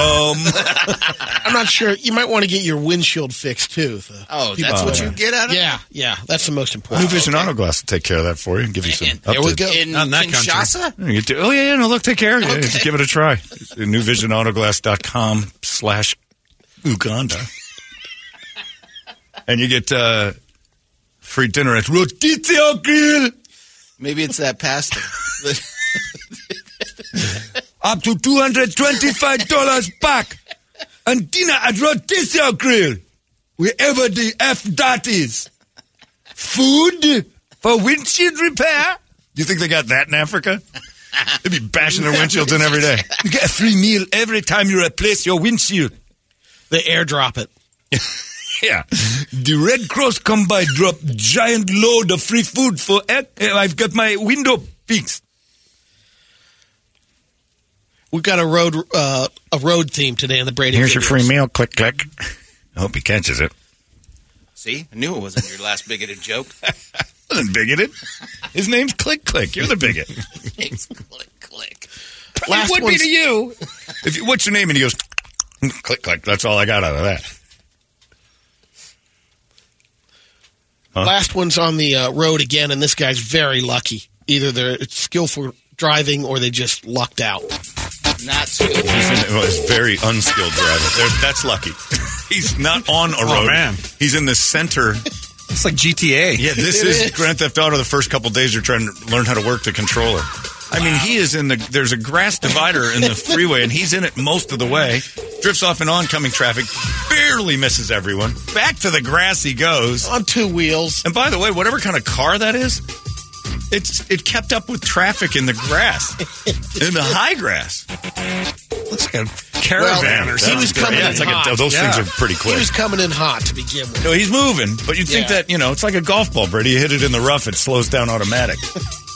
Speaker 3: I'm not sure. You might want to get your windshield fixed too. uh,
Speaker 6: Oh, that's what you get out of
Speaker 3: Yeah, yeah, that's the most
Speaker 1: New
Speaker 3: important.
Speaker 1: Vision Auto Glass will take care of that for you and give you some.
Speaker 6: There
Speaker 1: updates.
Speaker 6: we go. In,
Speaker 4: Not in that country.
Speaker 6: Kinshasa?
Speaker 1: You get to- oh, yeah, yeah, no, look, take care. Yeah, *laughs* just give it a try. NewVisionAutoGlass.com slash Uganda. and you get uh, free dinner at Rotizio Grill.
Speaker 6: Maybe it's that pasta.
Speaker 1: *laughs* Up to $225 back. And dinner at Rotizio Grill. Wherever the F that is. Food for windshield repair. You think they got that in Africa? They'd be bashing their windshields in every day. You get a free meal every time you replace your windshield.
Speaker 3: They airdrop it.
Speaker 1: *laughs* Yeah. The Red Cross come by, drop giant load of free food for. Ec- I've got my window fixed.
Speaker 3: We've got a road uh, a road theme today in the Brady. videos.
Speaker 1: meal. Click, click. I hope he catches it.
Speaker 6: See? I knew it wasn't your last bigoted joke.
Speaker 1: *laughs* Wasn't bigoted. His name's Click Click. You're the
Speaker 6: *laughs*
Speaker 1: bigot.
Speaker 6: Thanks. click, click.
Speaker 3: Last
Speaker 1: it would be
Speaker 3: one's-
Speaker 1: to you. If you, what's your name? And he goes, Click Click. That's all I got out of that.
Speaker 3: Last one's on the uh, road again, and this guy's very lucky. Either they're it's skillful driving or they just lucked out.
Speaker 6: Not skillful.
Speaker 1: *laughs* It was very unskilled driver. There- that's lucky. *laughs* He's not on a road.
Speaker 4: man.
Speaker 1: He's in the center
Speaker 4: It's like GTA.
Speaker 1: Yeah, this is Grand Theft Auto. The first couple days you're trying to learn how to work the controller. I mean, he is in the. There's a grass divider in the freeway, and he's in it most of the way. Drifts off in oncoming traffic, barely misses everyone. Back to the grass he goes.
Speaker 3: On two wheels.
Speaker 1: And by the way, whatever kind of car that is, it's it kept up with traffic in the grass,
Speaker 3: *laughs*
Speaker 1: in the high grass. *laughs* Looks like a caravan
Speaker 3: Well,
Speaker 1: or
Speaker 3: he
Speaker 1: something.
Speaker 3: was coming
Speaker 1: Yeah,
Speaker 3: in
Speaker 1: it's like a,
Speaker 3: hot.
Speaker 1: those
Speaker 4: Yeah.
Speaker 1: things are pretty quick.
Speaker 3: He was coming in hot to begin with.
Speaker 1: No, he's moving, but you'd think
Speaker 3: Yeah.
Speaker 1: that, you know, it's like a golf ball, Brady. You hit it in the rough, it slows down automatic.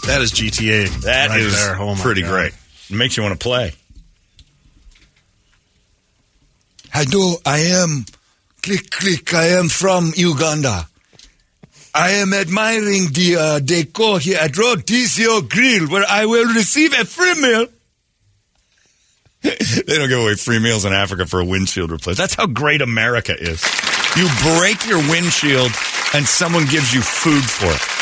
Speaker 4: That is GTA.
Speaker 1: That is
Speaker 4: right there. Oh my
Speaker 1: pretty
Speaker 4: God.
Speaker 1: great. It makes you want to play.
Speaker 7: Hello, I am click click. I am from Uganda. I am admiring the uh, decor here at Rotisio Grill, where I will receive a free meal.
Speaker 1: They don't give away free meals in Africa for a windshield replacement. That's how great America is. You break your windshield and someone gives you food for it.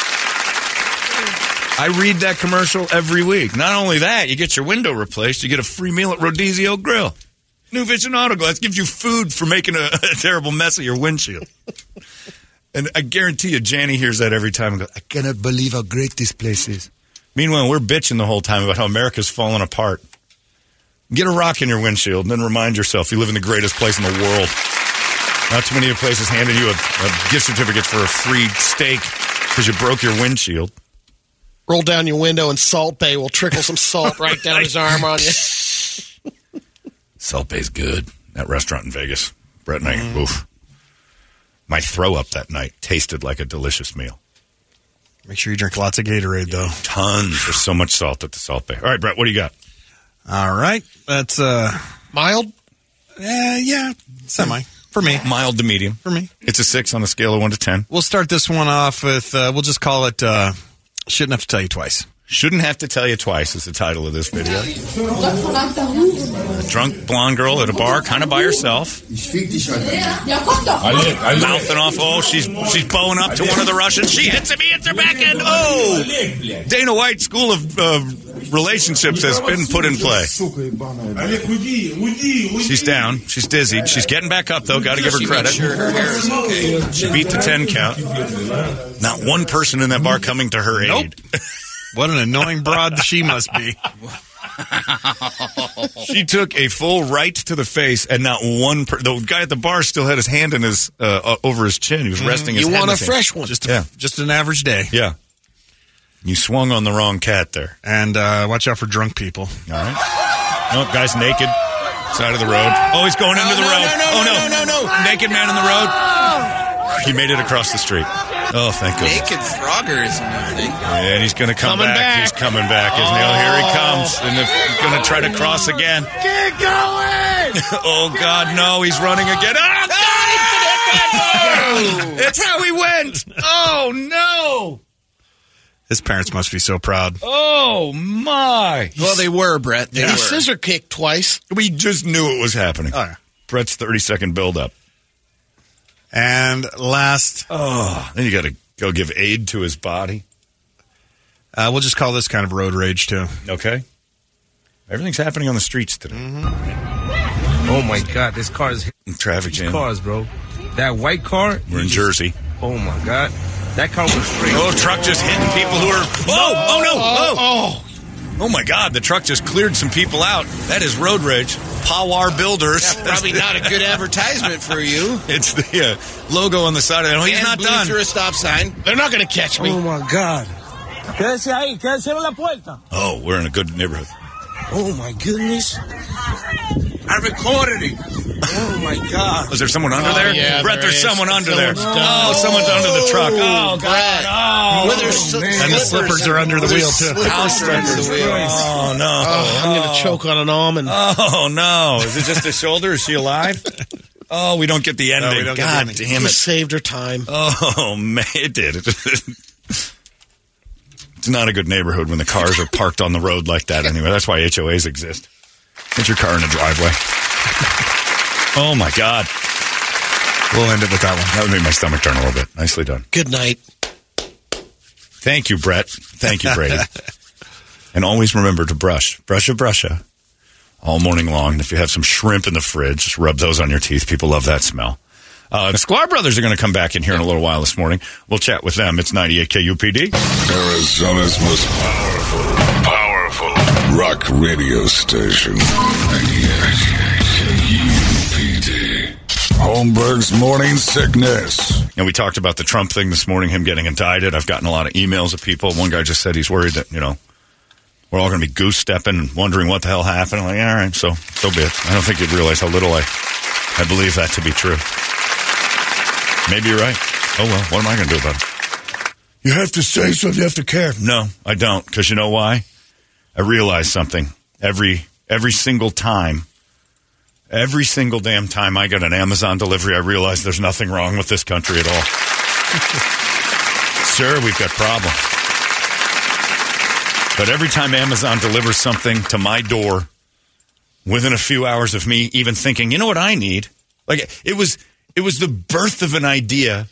Speaker 1: I read that commercial every week. Not only that, you get your window replaced, you get a free meal at Rodizio Grill. New Vision Auto Glass gives you food for making a, *laughs* a terrible mess of your windshield. and I guarantee you, Janny hears that every time and goes, I
Speaker 7: Cannot believe how great this place is.
Speaker 1: Meanwhile, we're bitching the whole time about how America's falling apart. Get a rock in your windshield and then remind yourself you live in the greatest place in the world. Not too many places handed you a, a gift certificate for a free steak because you broke your windshield.
Speaker 3: Roll down your window and Salt Bay will trickle
Speaker 1: *laughs*
Speaker 3: some salt right down his arm on you.
Speaker 1: Salt Bay's good. That restaurant in Vegas. Brett and I,
Speaker 4: Mm.
Speaker 1: oof. My throw up that night tasted like a delicious meal.
Speaker 4: Make sure you drink lots of Gatorade, though.
Speaker 1: Tons. There's so much salt at the Salt Bay. All right, Brett, what do you got?
Speaker 4: All right. That's, uh,
Speaker 3: Mild? Uh,
Speaker 4: eh, yeah, semi. For me.
Speaker 1: Mild to medium.
Speaker 4: For me.
Speaker 1: It's a six on the scale of one to ten.
Speaker 4: We'll start this one off with, uh, we'll just call it, uh, shouldn't have to tell you twice.
Speaker 1: Shouldn't have to tell you twice is the title of this video. A drunk blonde girl at a bar, kind of by herself, mouthing off. Oh, she's she's bowing up to one of the Russians. She hits him, he hits her back end. Oh, Dana White School of uh, Relationships has been put in play. She's down. She's dizzy. She's getting back up though. Got to give her credit. She beat the ten count. Not one person in that bar coming to her aid. *laughs*
Speaker 4: What an annoying broad she must be.
Speaker 1: She took a full right to the face, and not one. Per- the guy at the bar still had his hand in his uh, uh, over his chin. He was resting his.
Speaker 3: You
Speaker 1: head
Speaker 3: want
Speaker 1: in
Speaker 3: a
Speaker 1: his
Speaker 3: fresh one.
Speaker 4: Just, a,
Speaker 1: Yeah.
Speaker 4: just an average day.
Speaker 1: hand. Yeah. You swung on the wrong cat there.
Speaker 4: And, uh, watch out for drunk people.
Speaker 1: All right. Nope, guy's naked. Side of the road. Oh, he's going into the
Speaker 10: no,
Speaker 1: road.
Speaker 10: no, no,
Speaker 1: oh, no.
Speaker 10: no, no, no.
Speaker 1: Naked man in the road. He made it across the street. Oh, thank goodness.
Speaker 6: Naked Frogger is a new thing.
Speaker 1: And he's going to come
Speaker 6: Coming
Speaker 1: back.
Speaker 6: back.
Speaker 1: He's coming back, isn't he? Oh, here he comes. And if- he's going to try to cross again. *laughs*
Speaker 10: Get going!
Speaker 1: oh, God, no. He's running again. Ah, God! It's how he went. Oh, no.
Speaker 4: His parents must be so proud.
Speaker 1: Oh, my.
Speaker 6: Well, they were, Brett. They
Speaker 3: He
Speaker 6: were.
Speaker 3: scissor kicked twice.
Speaker 1: We just knew it was happening.
Speaker 4: Oh, yeah.
Speaker 1: Brett's 30 second build up.
Speaker 4: And last,
Speaker 1: Oh, then you got to go give aid to his body.
Speaker 4: uh, we'll just call this kind of road rage too.
Speaker 1: Okay. Everything's happening on the streets today.
Speaker 8: Oh my God, this car is hitting
Speaker 1: Traffic jam.
Speaker 8: cars, bro. That white car.
Speaker 1: We're in Jersey.
Speaker 8: Oh my God, that car was straight.
Speaker 1: Oh, truck just hitting people who are. Oh, oh no! Oh, oh, oh my God! The truck just cleared some people out. That is road rage. Powar Builders.
Speaker 6: Probably not a good advertisement for you.
Speaker 1: *laughs* It's the uh, logo on the side of it. Oh, he's
Speaker 6: And
Speaker 1: not
Speaker 6: blew
Speaker 1: done.
Speaker 6: Through a stop sign.
Speaker 3: They're not going to catch me.
Speaker 8: Oh my God. Quédese ahí, quédese en la puerta.
Speaker 1: Oh, we're in a good neighborhood.
Speaker 8: Oh my goodness. I recorded it. Oh my God.
Speaker 1: Was there someone
Speaker 11: Oh,
Speaker 1: under Oh, there?
Speaker 3: yeah,
Speaker 1: Brett,
Speaker 3: there
Speaker 1: there's
Speaker 3: is.
Speaker 1: someone under there.
Speaker 3: Someone's
Speaker 1: Oh, someone's under the truck. Oh,
Speaker 6: Brett.
Speaker 1: God.
Speaker 6: Whether sl-
Speaker 4: And the slippers are under the wheel too.
Speaker 6: House under the wheel.
Speaker 1: Oh, no.
Speaker 3: Oh, I'm going to choke on an almond.
Speaker 1: Oh no! Is it just her shoulder? Is she alive? Oh, we don't get the ending.
Speaker 4: we don't get the
Speaker 1: God
Speaker 4: ending.
Speaker 1: damn
Speaker 3: Just
Speaker 1: it!
Speaker 3: saved her time.
Speaker 1: Oh man, it did. *laughs* it's not a good neighborhood when the cars are parked on the road like that. Anyway, that's why HOAs exist. Put your car in a driveway. oh my God!
Speaker 4: We'll end it with that one.
Speaker 1: That would make my stomach turn a little bit. Nicely done.
Speaker 3: Good night.
Speaker 1: Thank you, Brett. Thank you,
Speaker 3: *laughs*
Speaker 1: Brady. and always remember to brush, brush a brusha all morning long. And if you have some shrimp in the fridge, just rub those on your teeth. People love that smell. Uh, the Squad Brothers are going to come back in here in a little while this morning. We'll chat with them. It's 98 KUPD.
Speaker 10: Arizona's most powerful, powerful rock radio station. 98 KUPD. Holmberg's Morning Sickness.
Speaker 1: And we talked about the Trump thing this morning, him getting indicted. I've gotten a lot of emails of people. One guy just said he's worried that, you know, we're all going to be goose stepping and wondering what the hell happened. I'm like, all right, so, so be it. I don't think you'd realize how little I, I believe that to be true. Maybe you're right. Oh, well, what am I going to do about it?
Speaker 7: You have to say something. You have to care.
Speaker 1: No, I don't. Because you know why? I realize something every every single time. Every single damn time I get an Amazon delivery, I realize there's nothing wrong with this country at all. Sure, we've got problems. But every time Amazon delivers something to my door, within a few hours of me even thinking, you know what I need? Like it was it was the birth of an idea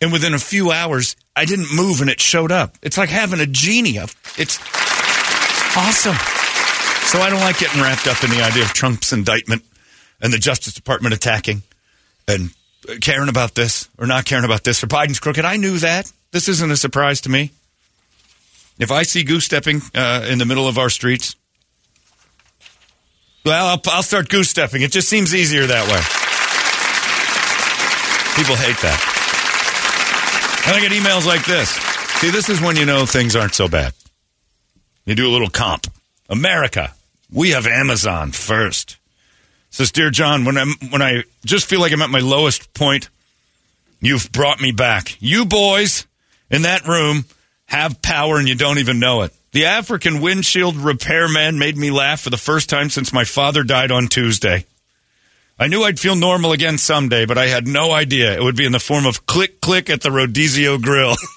Speaker 1: and within a few hours I didn't move and it showed up. It's like having a genie of it's awesome. So I don't like getting wrapped up in the idea of Trump's indictment and the Justice Department attacking and caring about this or not caring about this or Biden's crooked. I knew that. This isn't a surprise to me. If I see goose stepping uh, in the middle of our streets, well, I'll, I'll start goose stepping. It just seems easier that way. People hate that. And I get emails like this. See, this is when you know things aren't so bad. You do a little comp. America, we have Amazon first. Says, dear John, when I when I just feel like I'm at my lowest point, you've brought me back. You boys in that room have power and you don't even know it. The African windshield repairman made me laugh for the first time since my father died on Tuesday. I knew I'd feel normal again someday, but I had no idea it would be in the form of click click at the Rodizio Grill. *laughs*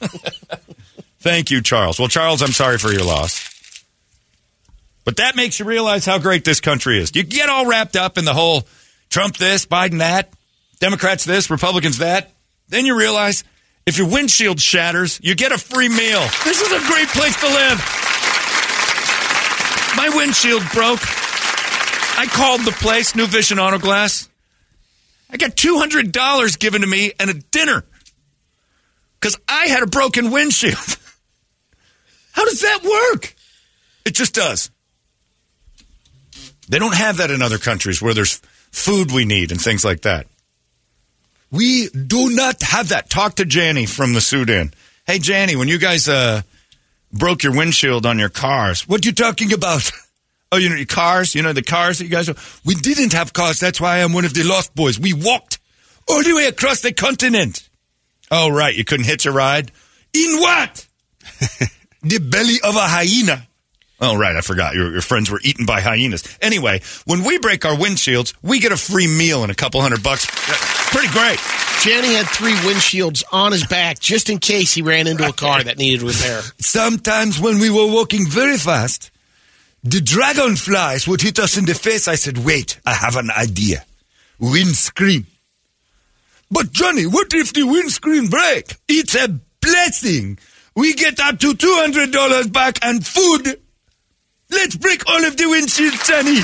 Speaker 1: Thank you, Charles. Well, Charles, I'm sorry for your loss. But that makes you realize how great this country is. You get all wrapped up in the whole Trump this, Biden that, Democrats this, Republicans that. Then you realize if your windshield shatters, you get a free meal. This is a great place to live. My windshield broke. I called the place, New Vision Auto Glass. I got $200 given to me and a dinner because I had a broken windshield. *laughs* How does that work? It just does. They don't have that in other countries where there's food we need and things like that. We do not have that. Talk to Janny from the Sudan. Hey, Janny, when you guys uh, broke your windshield on your cars, what you talking about?
Speaker 11: *laughs* Oh, you know, your cars, you know, the cars that you guys, we didn't have cars. That's why I'm one of the lost boys. We walked all the way across the continent. Oh, right. You couldn't hitch a ride? In what? the belly of a hyena. Oh, right. I forgot. Your, your friends were eaten by hyenas. Anyway, when we break our windshields, we get a free meal and a couple hundred bucks. Pretty great.
Speaker 3: Johnny had three windshields on his back just in case he ran into a car that needed repair.
Speaker 7: Sometimes when we were walking very fast, the dragonflies would hit us in the face. I said, wait, I have an idea. Windscreen. But Johnny, what if the windscreen break? It's a blessing. We get up to $200 back and food. Let's break all of the windshields, Johnny.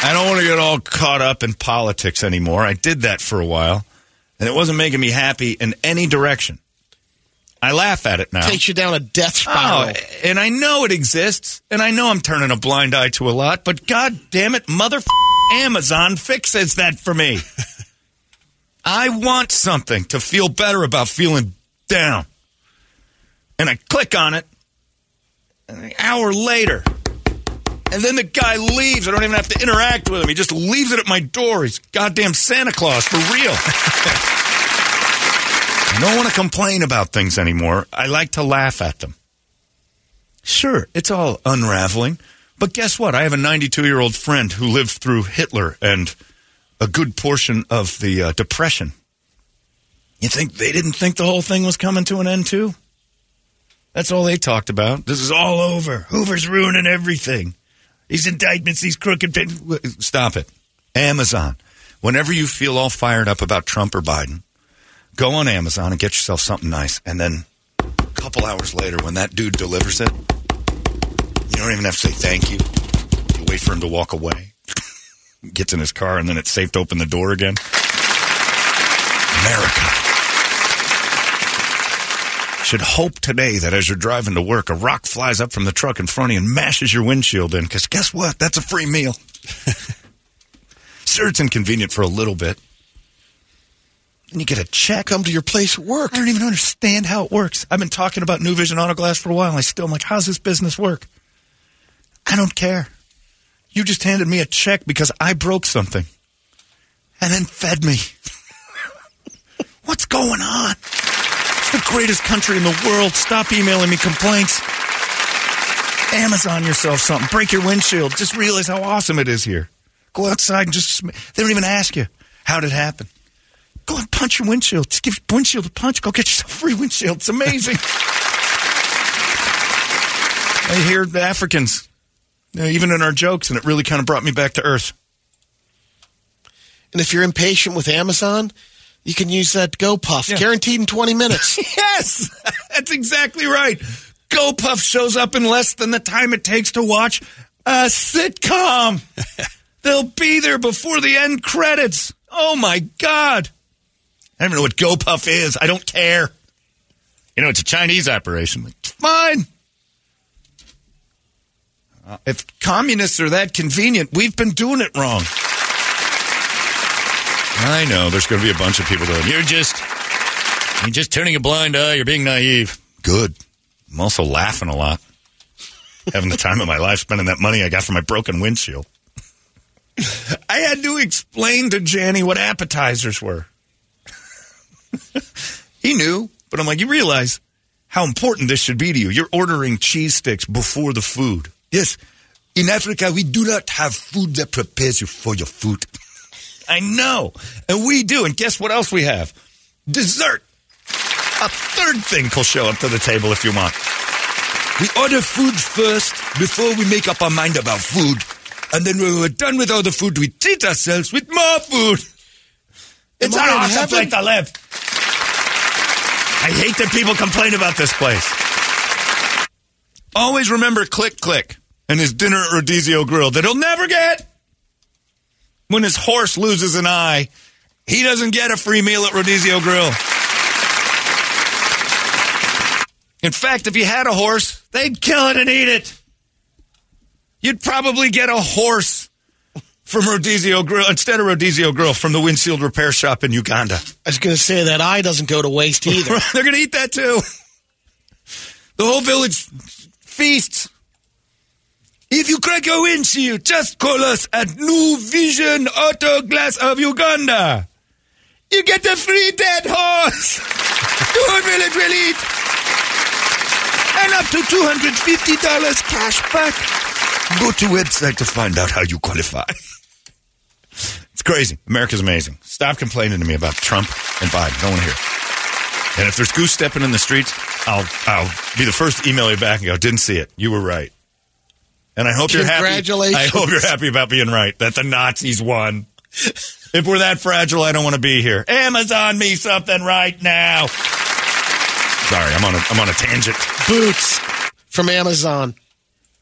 Speaker 11: I don't want to get all caught up in politics anymore. I did that for a while, and it wasn't making me happy in any direction. I laugh at it now.
Speaker 3: Takes you down a death spiral.
Speaker 11: Oh, and I know it exists, and I know I'm turning a blind eye to a lot, but god damn it, mother f- Amazon fixes that for
Speaker 3: *laughs*
Speaker 11: me. I want something to feel better about feeling down. And I click on it, and an hour later, and then the guy leaves. I don't even have to interact with him. He just leaves it at my door. He's goddamn Santa Claus for
Speaker 3: *laughs*
Speaker 11: real. I don't want to complain about things anymore. I like to laugh at them. Sure, it's all unraveling. But guess what? I have a 92 year old friend who lived through Hitler and a good portion of the uh, Depression. You think they didn't think the whole thing was coming to an end, too? That's all they talked about. This is all over. Hoover's ruining everything. These indictments, these crooked. Stop it. Amazon. Whenever you feel all fired up about Trump or Biden, go on Amazon and get yourself something nice. And then a couple hours later, when that dude delivers it, you don't even have to say thank you. You wait for him to walk away, *laughs* gets in his car, and then it's safe to open the door again. America. Should hope today that as you're driving to work, a rock flies up from the truck in front of you and mashes your windshield in. Because guess what? That's a free meal. sure, it's inconvenient for a little bit. And you get a check. Come to your place at work. I don't even understand how it works. I've been talking about New Vision Auto Glass for a while. I still am like, how's this business work? I don't care. You just handed me a check because I broke something and then fed me. *laughs* What's going on? It's the greatest country in the world. Stop emailing me complaints. Amazon yourself something. Break your windshield. Just realize how awesome it is here. Go outside and just. Sm- they don't even ask you how did it happen. Go and punch your windshield. Just give your windshield a punch. Go get yourself a free windshield. It's amazing. I hear the Africans, you know, even in our jokes, and it really kind of brought me back to earth.
Speaker 3: And if you're impatient with Amazon, you can use that GoPuff, guaranteed in 20 minutes.
Speaker 11: *laughs* yes, that's exactly right. GoPuff shows up in less than the time it takes to watch a *laughs* sitcom. They'll be there before the end credits. Oh my God. I don't even know what GoPuff is. I don't care. You know, it's a Chinese operation. Like, Fine. Uh, if communists are that convenient, we've been doing it wrong. I know there's going to be a bunch of people going, you're just, you're just turning a blind eye. You're being naive. Good. I'm also laughing a lot. Having the time of my life spending that money I got from my broken windshield. I had to explain to Janny what appetizers were. *laughs* he knew, but I'm like, you realize how important this should be to you. You're ordering cheese sticks before the food.
Speaker 7: Yes, in Africa, we do not have food that prepares you for your food. *laughs*
Speaker 11: I know. And we do. And guess what else we have? Dessert. A third thing will show up to the table if you want.
Speaker 7: We order food first before we make up our mind about food. And then when we're done with all the food, we treat ourselves with more food.
Speaker 11: It's
Speaker 7: I
Speaker 11: an
Speaker 7: in
Speaker 11: awesome
Speaker 7: heaven?
Speaker 11: place to live. I hate that people complain about this place. Always remember Click Click and his dinner at Rodizio Grill that he'll never get. When his horse loses an eye, he doesn't get a free meal at Rodizio Grill. In fact, if you had a horse, they'd kill it and eat it. You'd probably get a horse from Rodizio Grill instead of Rodizio Grill from the windshield repair shop in Uganda.
Speaker 3: I was going to say that eye doesn't go
Speaker 11: *laughs*
Speaker 3: to waste
Speaker 7: *laughs*
Speaker 3: either.
Speaker 11: They're going to eat that too. The whole village feasts
Speaker 7: you crack your windshield, just call us at New Vision Auto Glass of Uganda. You get a free dead horse, *laughs* 200 village will eat, and up to $250 cash back.
Speaker 1: Go to website to find out how you qualify. it's crazy. America's amazing. Stop complaining to me about Trump and Biden. Don't want to hear. it. And if there's goose stepping in the streets, I'll I'll be the first to email you back and go, "Didn't see it. You were right." And I hope you're happy.
Speaker 11: Congratulations.
Speaker 1: I hope you're happy about being right that the Nazis won. if we're that fragile, I don't want to be here. Amazon me something right now. Sorry, I'm on a I'm on a tangent.
Speaker 11: Boots from Amazon.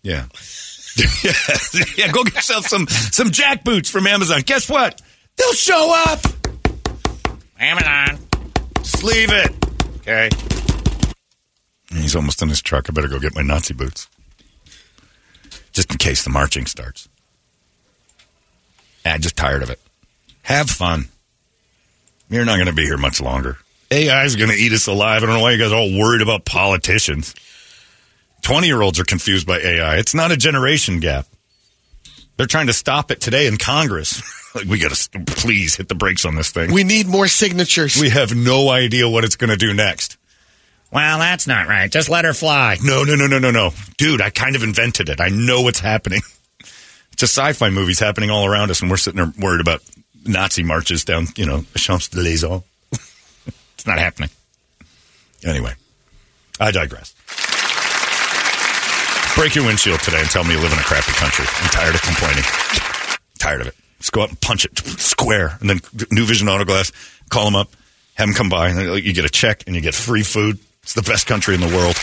Speaker 1: Yeah. *laughs* yeah, yeah, go get yourself some some jack boots from Amazon. Guess what? They'll show up. Amazon. Just leave it. Okay. He's almost in his truck. I better go get my Nazi boots. Just in case the marching starts. I'm just tired of it. Have fun. You're not going to be here much longer. AI's going to eat us alive. I don't know why you guys are all worried about politicians. 20 year olds are confused by AI. It's not a generation gap. They're trying to stop it today in Congress. *laughs* like, we got to st- please hit the brakes on this thing.
Speaker 11: We need more signatures.
Speaker 1: We have no idea what it's going to do next. Well, that's not right. Just let her fly. No, no, no, no, no, no. Dude, I kind of invented it. I know what's happening. It's a sci fi movies happening all around us, and we're sitting there worried about Nazi marches down, you know, Champs Elysees. *laughs* it's not happening. Anyway, I digress. Break your windshield today and tell me you live in a crappy country. I'm tired of complaining. tired of it. Just go out and punch it square, and then New Vision Auto Glass. Call them up, have them come by, and then you get a check and you get free food. It's the best country in the world.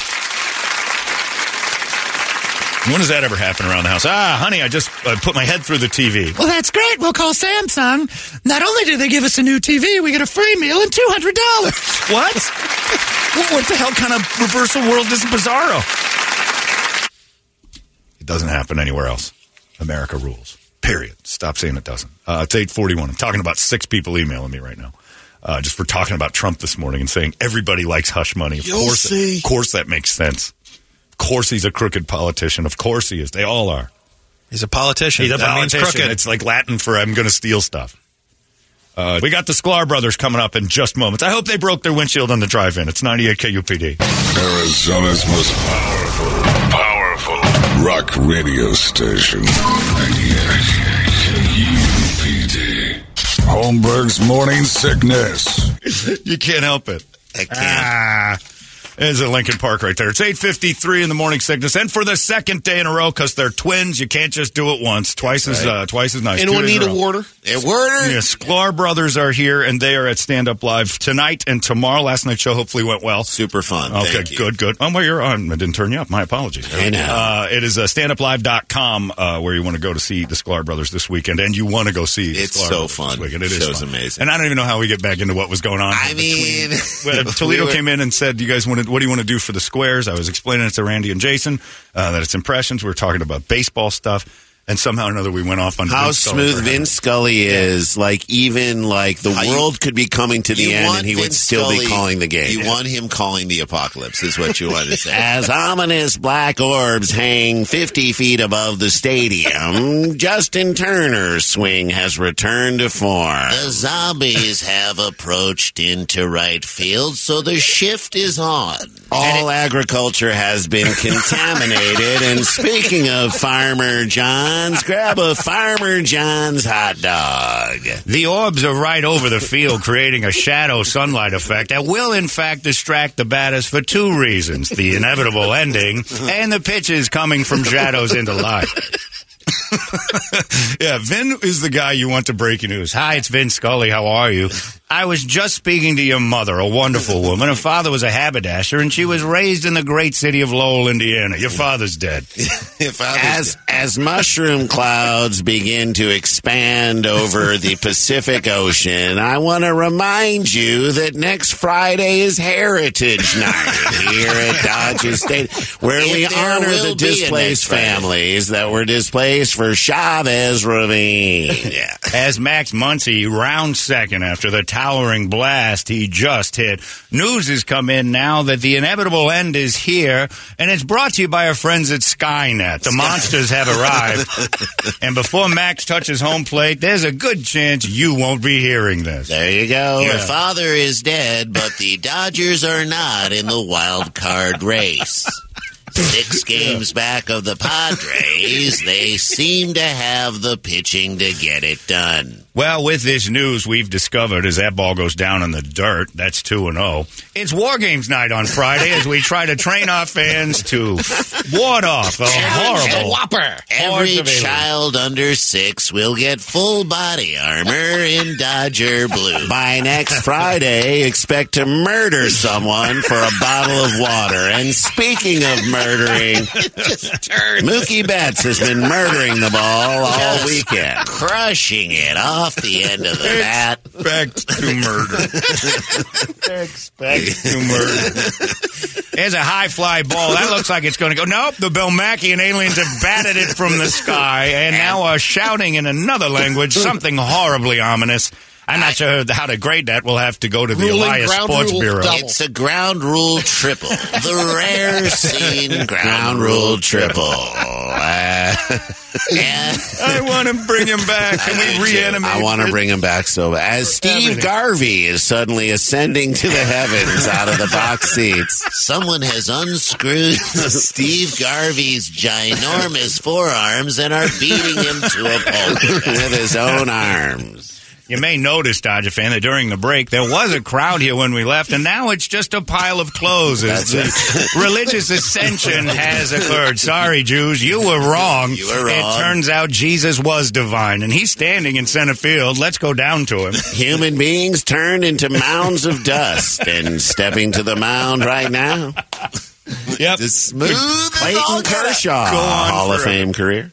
Speaker 1: When does that ever happen around the house? Ah, honey, I just I put my head through the TV.
Speaker 5: Well, that's great. We'll call Samsung. Not only do they give us a new TV, we get a free meal and two hundred dollars.
Speaker 1: What? what? What the hell kind of reversal world is Bizarro? It doesn't happen anywhere else. America rules. Period. Stop saying it doesn't. Uh, it's eight forty-one. I'm talking about six people emailing me right now, uh, just for talking about Trump this morning and saying everybody likes hush money. Of
Speaker 11: You'll
Speaker 1: course,
Speaker 11: see.
Speaker 1: of course that makes sense. Of course he's a crooked politician. Of course he is. They all are.
Speaker 12: He's a politician.
Speaker 1: He's a
Speaker 12: That means
Speaker 1: politician.
Speaker 12: crooked.
Speaker 1: It's like Latin for I'm going to steal stuff. Uh, we got the Sklar brothers coming up in just moments. I hope they broke their windshield on the drive-in. It's 98 KUPD.
Speaker 2: Arizona's most powerful, powerful rock radio station. 98 KUPD. Holmberg's Morning Sickness.
Speaker 1: *laughs* you can't help it. I can't. Ah, there's a Lincoln Park right there. It's 8:53 in the morning sickness, and for the second day in a row because they're twins, you can't just do it once. Twice as uh, twice as nice. Two
Speaker 11: Anyone
Speaker 1: days in
Speaker 11: need a
Speaker 1: row.
Speaker 11: warder?
Speaker 1: A warder. Yes, Sklar Brothers are here, and they are at Stand Up Live tonight and tomorrow. Last night's show hopefully went well. Super fun. Okay,
Speaker 13: Thank you.
Speaker 1: good, good. Oh, well, you're on. I didn't turn you up. My apologies.
Speaker 13: I know.
Speaker 1: Uh, it is uh, standuplive.com uh, where you want to go to see the Sklar Brothers this weekend, and you want to go see. the
Speaker 13: It's
Speaker 1: Sklar Brothers
Speaker 13: so fun.
Speaker 1: This weekend. It
Speaker 13: The
Speaker 1: is
Speaker 13: show's
Speaker 1: fun.
Speaker 13: amazing.
Speaker 1: And I don't even know how we get back into what was going on. *laughs*
Speaker 13: I mean,
Speaker 8: *laughs*
Speaker 1: Well, Toledo came in and said, "You guys wanted what do you want to do for the squares?" I was explaining it to Randy and Jason uh, that it's impressions. We were talking about baseball stuff, and somehow or another we went off on
Speaker 13: How
Speaker 1: Vince Scully for
Speaker 13: smooth
Speaker 1: having-
Speaker 13: Vince Scully is! Like even like the world could be coming to the
Speaker 8: you
Speaker 13: end,
Speaker 8: want
Speaker 13: and he would
Speaker 8: Vince
Speaker 13: still be
Speaker 8: Scully-
Speaker 13: calling the game.
Speaker 8: you want him calling the apocalypse, is what you want to say.
Speaker 13: As ominous black orbs hang 50 feet above
Speaker 8: *laughs*
Speaker 13: the stadium, Justin Turner's swing has returned to form.
Speaker 8: The zombies have approached into right field, so the shift is on.
Speaker 13: All agriculture
Speaker 1: *laughs*
Speaker 13: has been contaminated. and speaking of Farmer John's, grab a Farmer John's hot dog.
Speaker 1: The orbs are right over the field, creating a shadow sunlight effect that will, in fact, distract the batters for two reasons the inevitable ending and the pitches coming from shadows into light. yeah, Vin is the guy you want to break your news. Hi, it's Vin Scully. How are you? I was just speaking to your mother, a
Speaker 8: *laughs*
Speaker 1: wonderful woman. Her father was a haberdasher, and she was raised in the great city of Lowell, Indiana. Your father's dead.
Speaker 13: As, as mushroom clouds begin to expand over the Pacific Ocean, I want to remind you that next Friday is Heritage Night here at Dodger State, where
Speaker 8: If
Speaker 13: we
Speaker 8: there
Speaker 13: honor
Speaker 8: will
Speaker 13: the
Speaker 8: be a next
Speaker 13: displaced
Speaker 8: Friday.
Speaker 13: families that were displaced for for Chavez Ravine. Yeah.
Speaker 1: *laughs* As Max Muncy round second after the towering blast he just hit, news has come in now that the inevitable end is here, and it's brought to you by our friends at Skynet. The monsters have
Speaker 8: *laughs*
Speaker 1: arrived, and before Max touches home plate, there's a good chance you won't be hearing this.
Speaker 8: There you go. Your
Speaker 1: Oh, Yeah.
Speaker 8: father is dead, but the Dodgers are not in the wild
Speaker 1: *laughs*
Speaker 8: card race. *laughs* Six games back of the Padres, they seem to have the pitching to get it done.
Speaker 1: Well, with this news, we've discovered as that ball goes down in the dirt, that's 2 and oh. 0. It's War Games night on Friday as we try to train our fans to ward off a horrible
Speaker 8: Every
Speaker 1: hordes of aliens. *laughs*
Speaker 8: child under six will get full body armor in Dodger blue.
Speaker 13: By next Friday, expect to murder someone for a bottle of water. And speaking of
Speaker 1: *laughs*
Speaker 13: murdering, Mookie Betts has been murdering the ball all
Speaker 8: Yes.
Speaker 13: weekend.
Speaker 8: Crushing it off the end of the bat.
Speaker 1: Expect to
Speaker 13: *laughs*
Speaker 1: murder. Expect to murder. There's a high fly ball. That looks like it's going to go. Nope, the Belmachian aliens have batted it from the sky and now are shouting in another language something horribly ominous. I'm not sure how to grade that. We'll have to go
Speaker 8: *laughs*
Speaker 1: to the Elias Sports Bureau.
Speaker 8: It's a ground rule triple. The
Speaker 1: *laughs*
Speaker 8: rare scene ground rule triple. Uh, yeah.
Speaker 1: I want to bring him back. Can we reanimate?
Speaker 13: I want to bring him back so bad. As Steve Garvey is suddenly ascending to the heavens out of the
Speaker 1: *laughs*
Speaker 13: box seats.
Speaker 8: Someone has unscrewed *laughs* Steve Garvey's ginormous forearms and are beating him to a pulp
Speaker 13: with his own arms.
Speaker 1: You may notice, Dodger fan, that during the break there was a crowd here when we left, and now it's just a pile of clothes. as the religious ascension has occurred. Sorry, Jews, you were wrong.
Speaker 8: You were wrong.
Speaker 1: It turns out Jesus was divine, and he's standing in center field. Let's go down to him.
Speaker 13: Human beings turned into mounds of dust and stepping to the mound right now.
Speaker 1: Yep.
Speaker 13: Clayton Kershaw Hall of Fame career.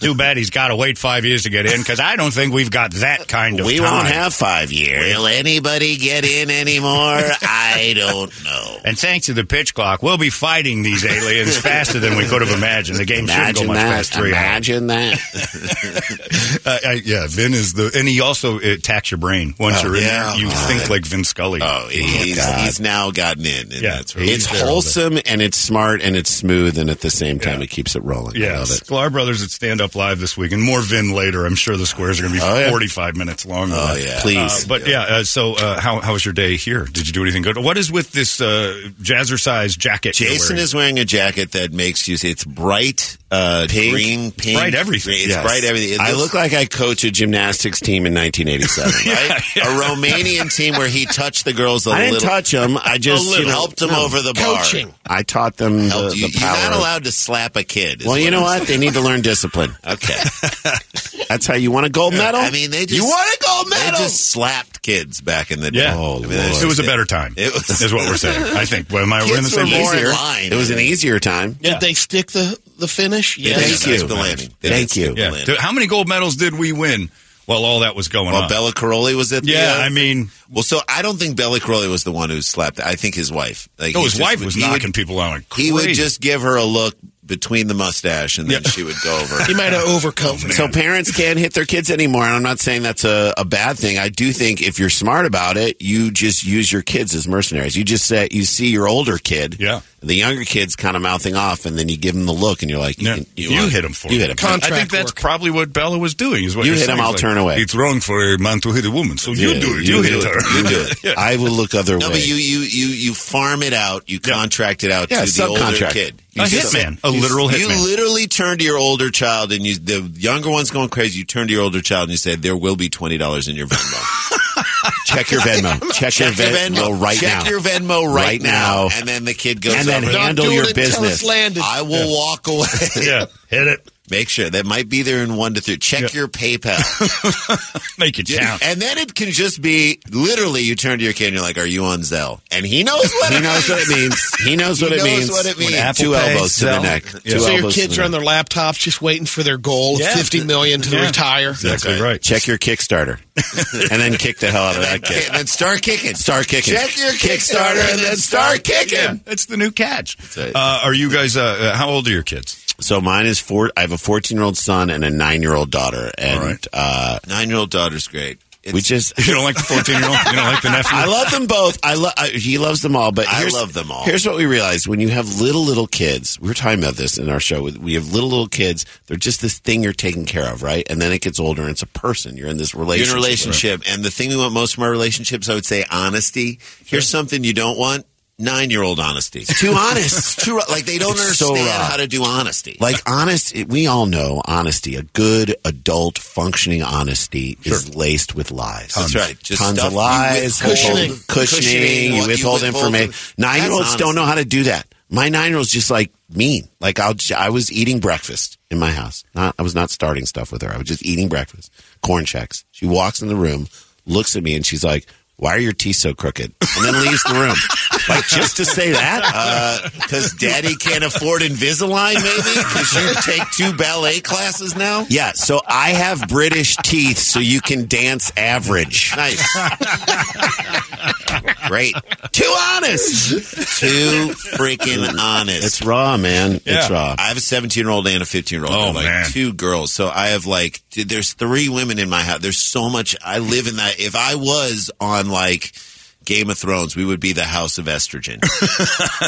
Speaker 1: Too bad he's got to wait five years to get in, because I don't think we've got that kind of
Speaker 8: We
Speaker 1: time.
Speaker 8: won't have
Speaker 13: five years.
Speaker 8: Will anybody get in anymore? I don't know.
Speaker 1: And thanks to the pitch clock, we'll be fighting these aliens faster than we could have imagined. The
Speaker 8: *laughs*
Speaker 1: game shouldn't go
Speaker 13: Imagine
Speaker 1: much
Speaker 13: that.
Speaker 1: past three.
Speaker 13: Imagine that.
Speaker 1: Uh, *laughs* I, yeah, Vin is the, and he also attacks your brain once
Speaker 8: Oh,
Speaker 1: you're in
Speaker 8: yeah.
Speaker 1: there. You
Speaker 8: Oh,
Speaker 1: think
Speaker 8: God.
Speaker 1: like Vin Scully. Oh,
Speaker 13: he's- he's
Speaker 8: now gotten in.
Speaker 13: and
Speaker 1: yeah,
Speaker 13: It's wholesome and it's smart and it's smooth and at the same time it keeps it rolling. I
Speaker 1: Yeah,
Speaker 13: love it.
Speaker 1: Sklar Brothers at Stand Up Live this week, and more Vin later. I'm sure the squares are going to be
Speaker 13: Oh, yeah.
Speaker 1: 45 minutes long.
Speaker 13: Oh,
Speaker 1: Uh,
Speaker 13: yeah. Please.
Speaker 1: but yeah, uh, so uh, how, how was your day here? Did you do anything good? What is with this uh, jazzercise jacket?
Speaker 14: Jason is wearing a jacket that makes you. It's bright, uh,
Speaker 13: Pink.
Speaker 14: green, pink,
Speaker 1: Bright everything.
Speaker 14: It's
Speaker 13: Yes.
Speaker 14: bright everything. It
Speaker 13: I
Speaker 14: looks-
Speaker 13: look like I coach a gymnastics team
Speaker 14: *laughs*
Speaker 13: in 1987.
Speaker 1: *laughs*
Speaker 14: right? a Romanian team where he touched the girls a
Speaker 13: I
Speaker 14: little.
Speaker 13: didn't touch them.
Speaker 14: *laughs*
Speaker 13: I just you know,
Speaker 14: helped them
Speaker 13: no.
Speaker 14: over the bar.
Speaker 13: I taught them the,
Speaker 14: Helped you.
Speaker 13: the
Speaker 14: You're
Speaker 13: power.
Speaker 14: not
Speaker 13: of-
Speaker 14: allowed to slap a kid. is
Speaker 13: well, you know
Speaker 14: I'm
Speaker 13: what?
Speaker 8: *laughs*
Speaker 13: They need to learn discipline.
Speaker 14: *laughs* Okay.
Speaker 13: *laughs* That's how you want a gold medal.
Speaker 14: I mean, they just
Speaker 13: you want a gold
Speaker 14: they
Speaker 13: medal.
Speaker 14: just slapped *laughs* kids back in the day.
Speaker 1: Yeah.
Speaker 14: I
Speaker 13: Oh,
Speaker 14: mean, that's
Speaker 1: it was
Speaker 14: just
Speaker 1: a better time.
Speaker 14: It was-
Speaker 1: is what we're saying. I think. Well, am I, we're in the
Speaker 14: Kids
Speaker 1: same
Speaker 14: were more in
Speaker 1: boat.
Speaker 14: line.
Speaker 13: it was an easier time.
Speaker 3: Did they stick the, the finish?
Speaker 13: Yeah, Thank
Speaker 14: that's
Speaker 13: you.
Speaker 14: the landing.
Speaker 13: Thank
Speaker 14: That's
Speaker 13: you.
Speaker 14: the
Speaker 1: Yeah.
Speaker 14: landing.
Speaker 1: Dude, How many gold medals did we win while all that was going
Speaker 14: Well,
Speaker 1: on?
Speaker 14: Bella Caroli was at the.
Speaker 1: Yeah,
Speaker 14: uh,
Speaker 1: I mean,
Speaker 14: well, so I don't think Bella Caroli was the one who slapped. I think his wife. Like,
Speaker 1: no,
Speaker 14: he
Speaker 1: his
Speaker 14: just
Speaker 1: wife
Speaker 14: would-
Speaker 1: was
Speaker 14: he would-
Speaker 1: knocking people out. like
Speaker 14: He would
Speaker 1: crazy.
Speaker 14: just give her a look between the mustache, and then she would go over.
Speaker 3: *laughs* He might have overcome.
Speaker 13: Oh, So parents can't hit their kids anymore, and I'm not saying that's a, a bad thing. I do think if you're smart about it, you just use your kids as mercenaries. You just say you see your older kid, yeah, the younger kid's kind of mouthing off, and then you give them the look, and you're like, you, can-
Speaker 1: You, hit him for
Speaker 13: you
Speaker 1: it.
Speaker 13: hit him.
Speaker 1: I think that's probably what Bella was doing. Is what
Speaker 13: You
Speaker 1: you're
Speaker 13: hit him,
Speaker 1: saying.
Speaker 13: I'll
Speaker 1: Like,
Speaker 13: turn away.
Speaker 1: It's wrong for a man to hit a woman, so you
Speaker 13: Yeah,
Speaker 1: do it.
Speaker 13: you
Speaker 1: You,
Speaker 13: do
Speaker 1: hit
Speaker 13: it.
Speaker 1: her.
Speaker 14: You do
Speaker 1: *laughs*
Speaker 14: it.
Speaker 13: I will look other
Speaker 14: No,
Speaker 13: way.
Speaker 14: but you you you you farm it out. You contract it out
Speaker 13: Yeah,
Speaker 14: to the older
Speaker 13: subcontract.
Speaker 14: kid.
Speaker 13: A
Speaker 14: You just-
Speaker 13: hitman. A literal
Speaker 14: you
Speaker 13: hitman.
Speaker 14: You literally turn to your older child, and you the younger one's going crazy. You turn to your older child and you say, "There will be twenty dollars in your Venmo."
Speaker 13: *laughs* check your Venmo. check, your Venmo, right
Speaker 14: check
Speaker 13: now.
Speaker 14: your Venmo right,
Speaker 13: Right
Speaker 14: now.
Speaker 13: now.
Speaker 14: and then the kid goes
Speaker 13: And then
Speaker 14: over.
Speaker 13: handle Don't do your it until business. it's landed.
Speaker 14: I will
Speaker 13: Yeah.
Speaker 14: walk away.
Speaker 1: *laughs* yeah, hit it.
Speaker 14: Make sure that might be there in one to three. Check your PayPal,
Speaker 1: *laughs* make it count.
Speaker 14: and then it can just be literally. You turn to your kid and you're like, "Are you on Zelle?" And he knows what
Speaker 13: he
Speaker 14: it
Speaker 13: knows what it means. He knows what
Speaker 14: *laughs* He
Speaker 13: it
Speaker 14: knows
Speaker 13: means.
Speaker 14: what it means. When Apple
Speaker 13: Two
Speaker 14: Pay,
Speaker 13: elbows to the
Speaker 14: Zelle.
Speaker 13: neck. Two
Speaker 3: so your
Speaker 13: elbows to
Speaker 3: kids
Speaker 13: the
Speaker 3: are on their laptops just waiting for their goal,
Speaker 13: Yeah.
Speaker 3: fifty million to
Speaker 13: Yeah.
Speaker 3: retire.
Speaker 1: right.
Speaker 13: Check your Kickstarter, and then kick the hell out of that kid.
Speaker 14: and then start kicking.
Speaker 13: Start kicking.
Speaker 14: Check your Kickstarter and then start kicking.
Speaker 1: Yeah, that's the new catch.
Speaker 14: it.
Speaker 1: Uh, are you guys? Uh, uh, how old are your kids?
Speaker 13: So mine is four. I have a 14 year old son and a nine year old daughter. And uh,
Speaker 8: Nine year old daughter's great.
Speaker 13: we just
Speaker 1: *laughs* you don't like the 14 year old. You don't like the nephew.
Speaker 13: I love them both. I love. He loves them all. But
Speaker 8: I
Speaker 13: here's-
Speaker 8: love them all.
Speaker 13: Here's what we realized: when you have little little kids, we were talking about this in our show. We have little little kids. They're just this thing you're taking care of, right? And then it gets older, and it's a person. You're in this relationship.
Speaker 8: You're in a relationship, and the thing we want most from our relationships, I would say, honesty. Here's something you don't want: nine-year-old honesty. *laughs*
Speaker 13: It's too honest. *laughs* It's too
Speaker 8: like they don't
Speaker 13: It's so
Speaker 8: understand
Speaker 13: raw.
Speaker 8: how to
Speaker 15: *laughs*
Speaker 8: do honesty.
Speaker 13: *laughs* Like honest, we all know honesty. A good adult functioning honesty is laced with lies.
Speaker 8: That's Tons. right. Just
Speaker 13: Tons
Speaker 8: stuff
Speaker 13: of
Speaker 8: you
Speaker 13: lies,
Speaker 8: withhold.
Speaker 13: cushioning,
Speaker 8: Cushioning.
Speaker 13: cushioning,
Speaker 8: Cushioning,
Speaker 13: You
Speaker 8: what you
Speaker 13: withhold
Speaker 8: withhold
Speaker 13: information.
Speaker 8: from-
Speaker 13: Nine year olds
Speaker 8: That's
Speaker 13: don't know
Speaker 8: honesty.
Speaker 13: how to do that. My nine year old's just like mean. Like I'll, j- I was eating breakfast in my house. Not I was not starting stuff with her. I was just eating breakfast, corn checks. She walks in the room, looks at me, and she's like. Why are your teeth so crooked? And then leaves the room. Like, just to
Speaker 8: *laughs*
Speaker 13: say that?
Speaker 8: Because Uh, daddy can't afford Invisalign, maybe? Because you take two ballet classes now?
Speaker 13: Yeah, so I have British teeth, so you can dance average.
Speaker 8: *laughs*
Speaker 13: Nice. Great. Too honest.
Speaker 8: Too freaking honest.
Speaker 13: It's raw, man. It's raw.
Speaker 8: I have a 17 year old and a 15 year old.
Speaker 13: Oh,
Speaker 8: like
Speaker 13: man.
Speaker 8: Two girls. So I have like, dude, there's three women in my house. There's so much. I live in that. If I was on like Game of Thrones, we would be the house of estrogen.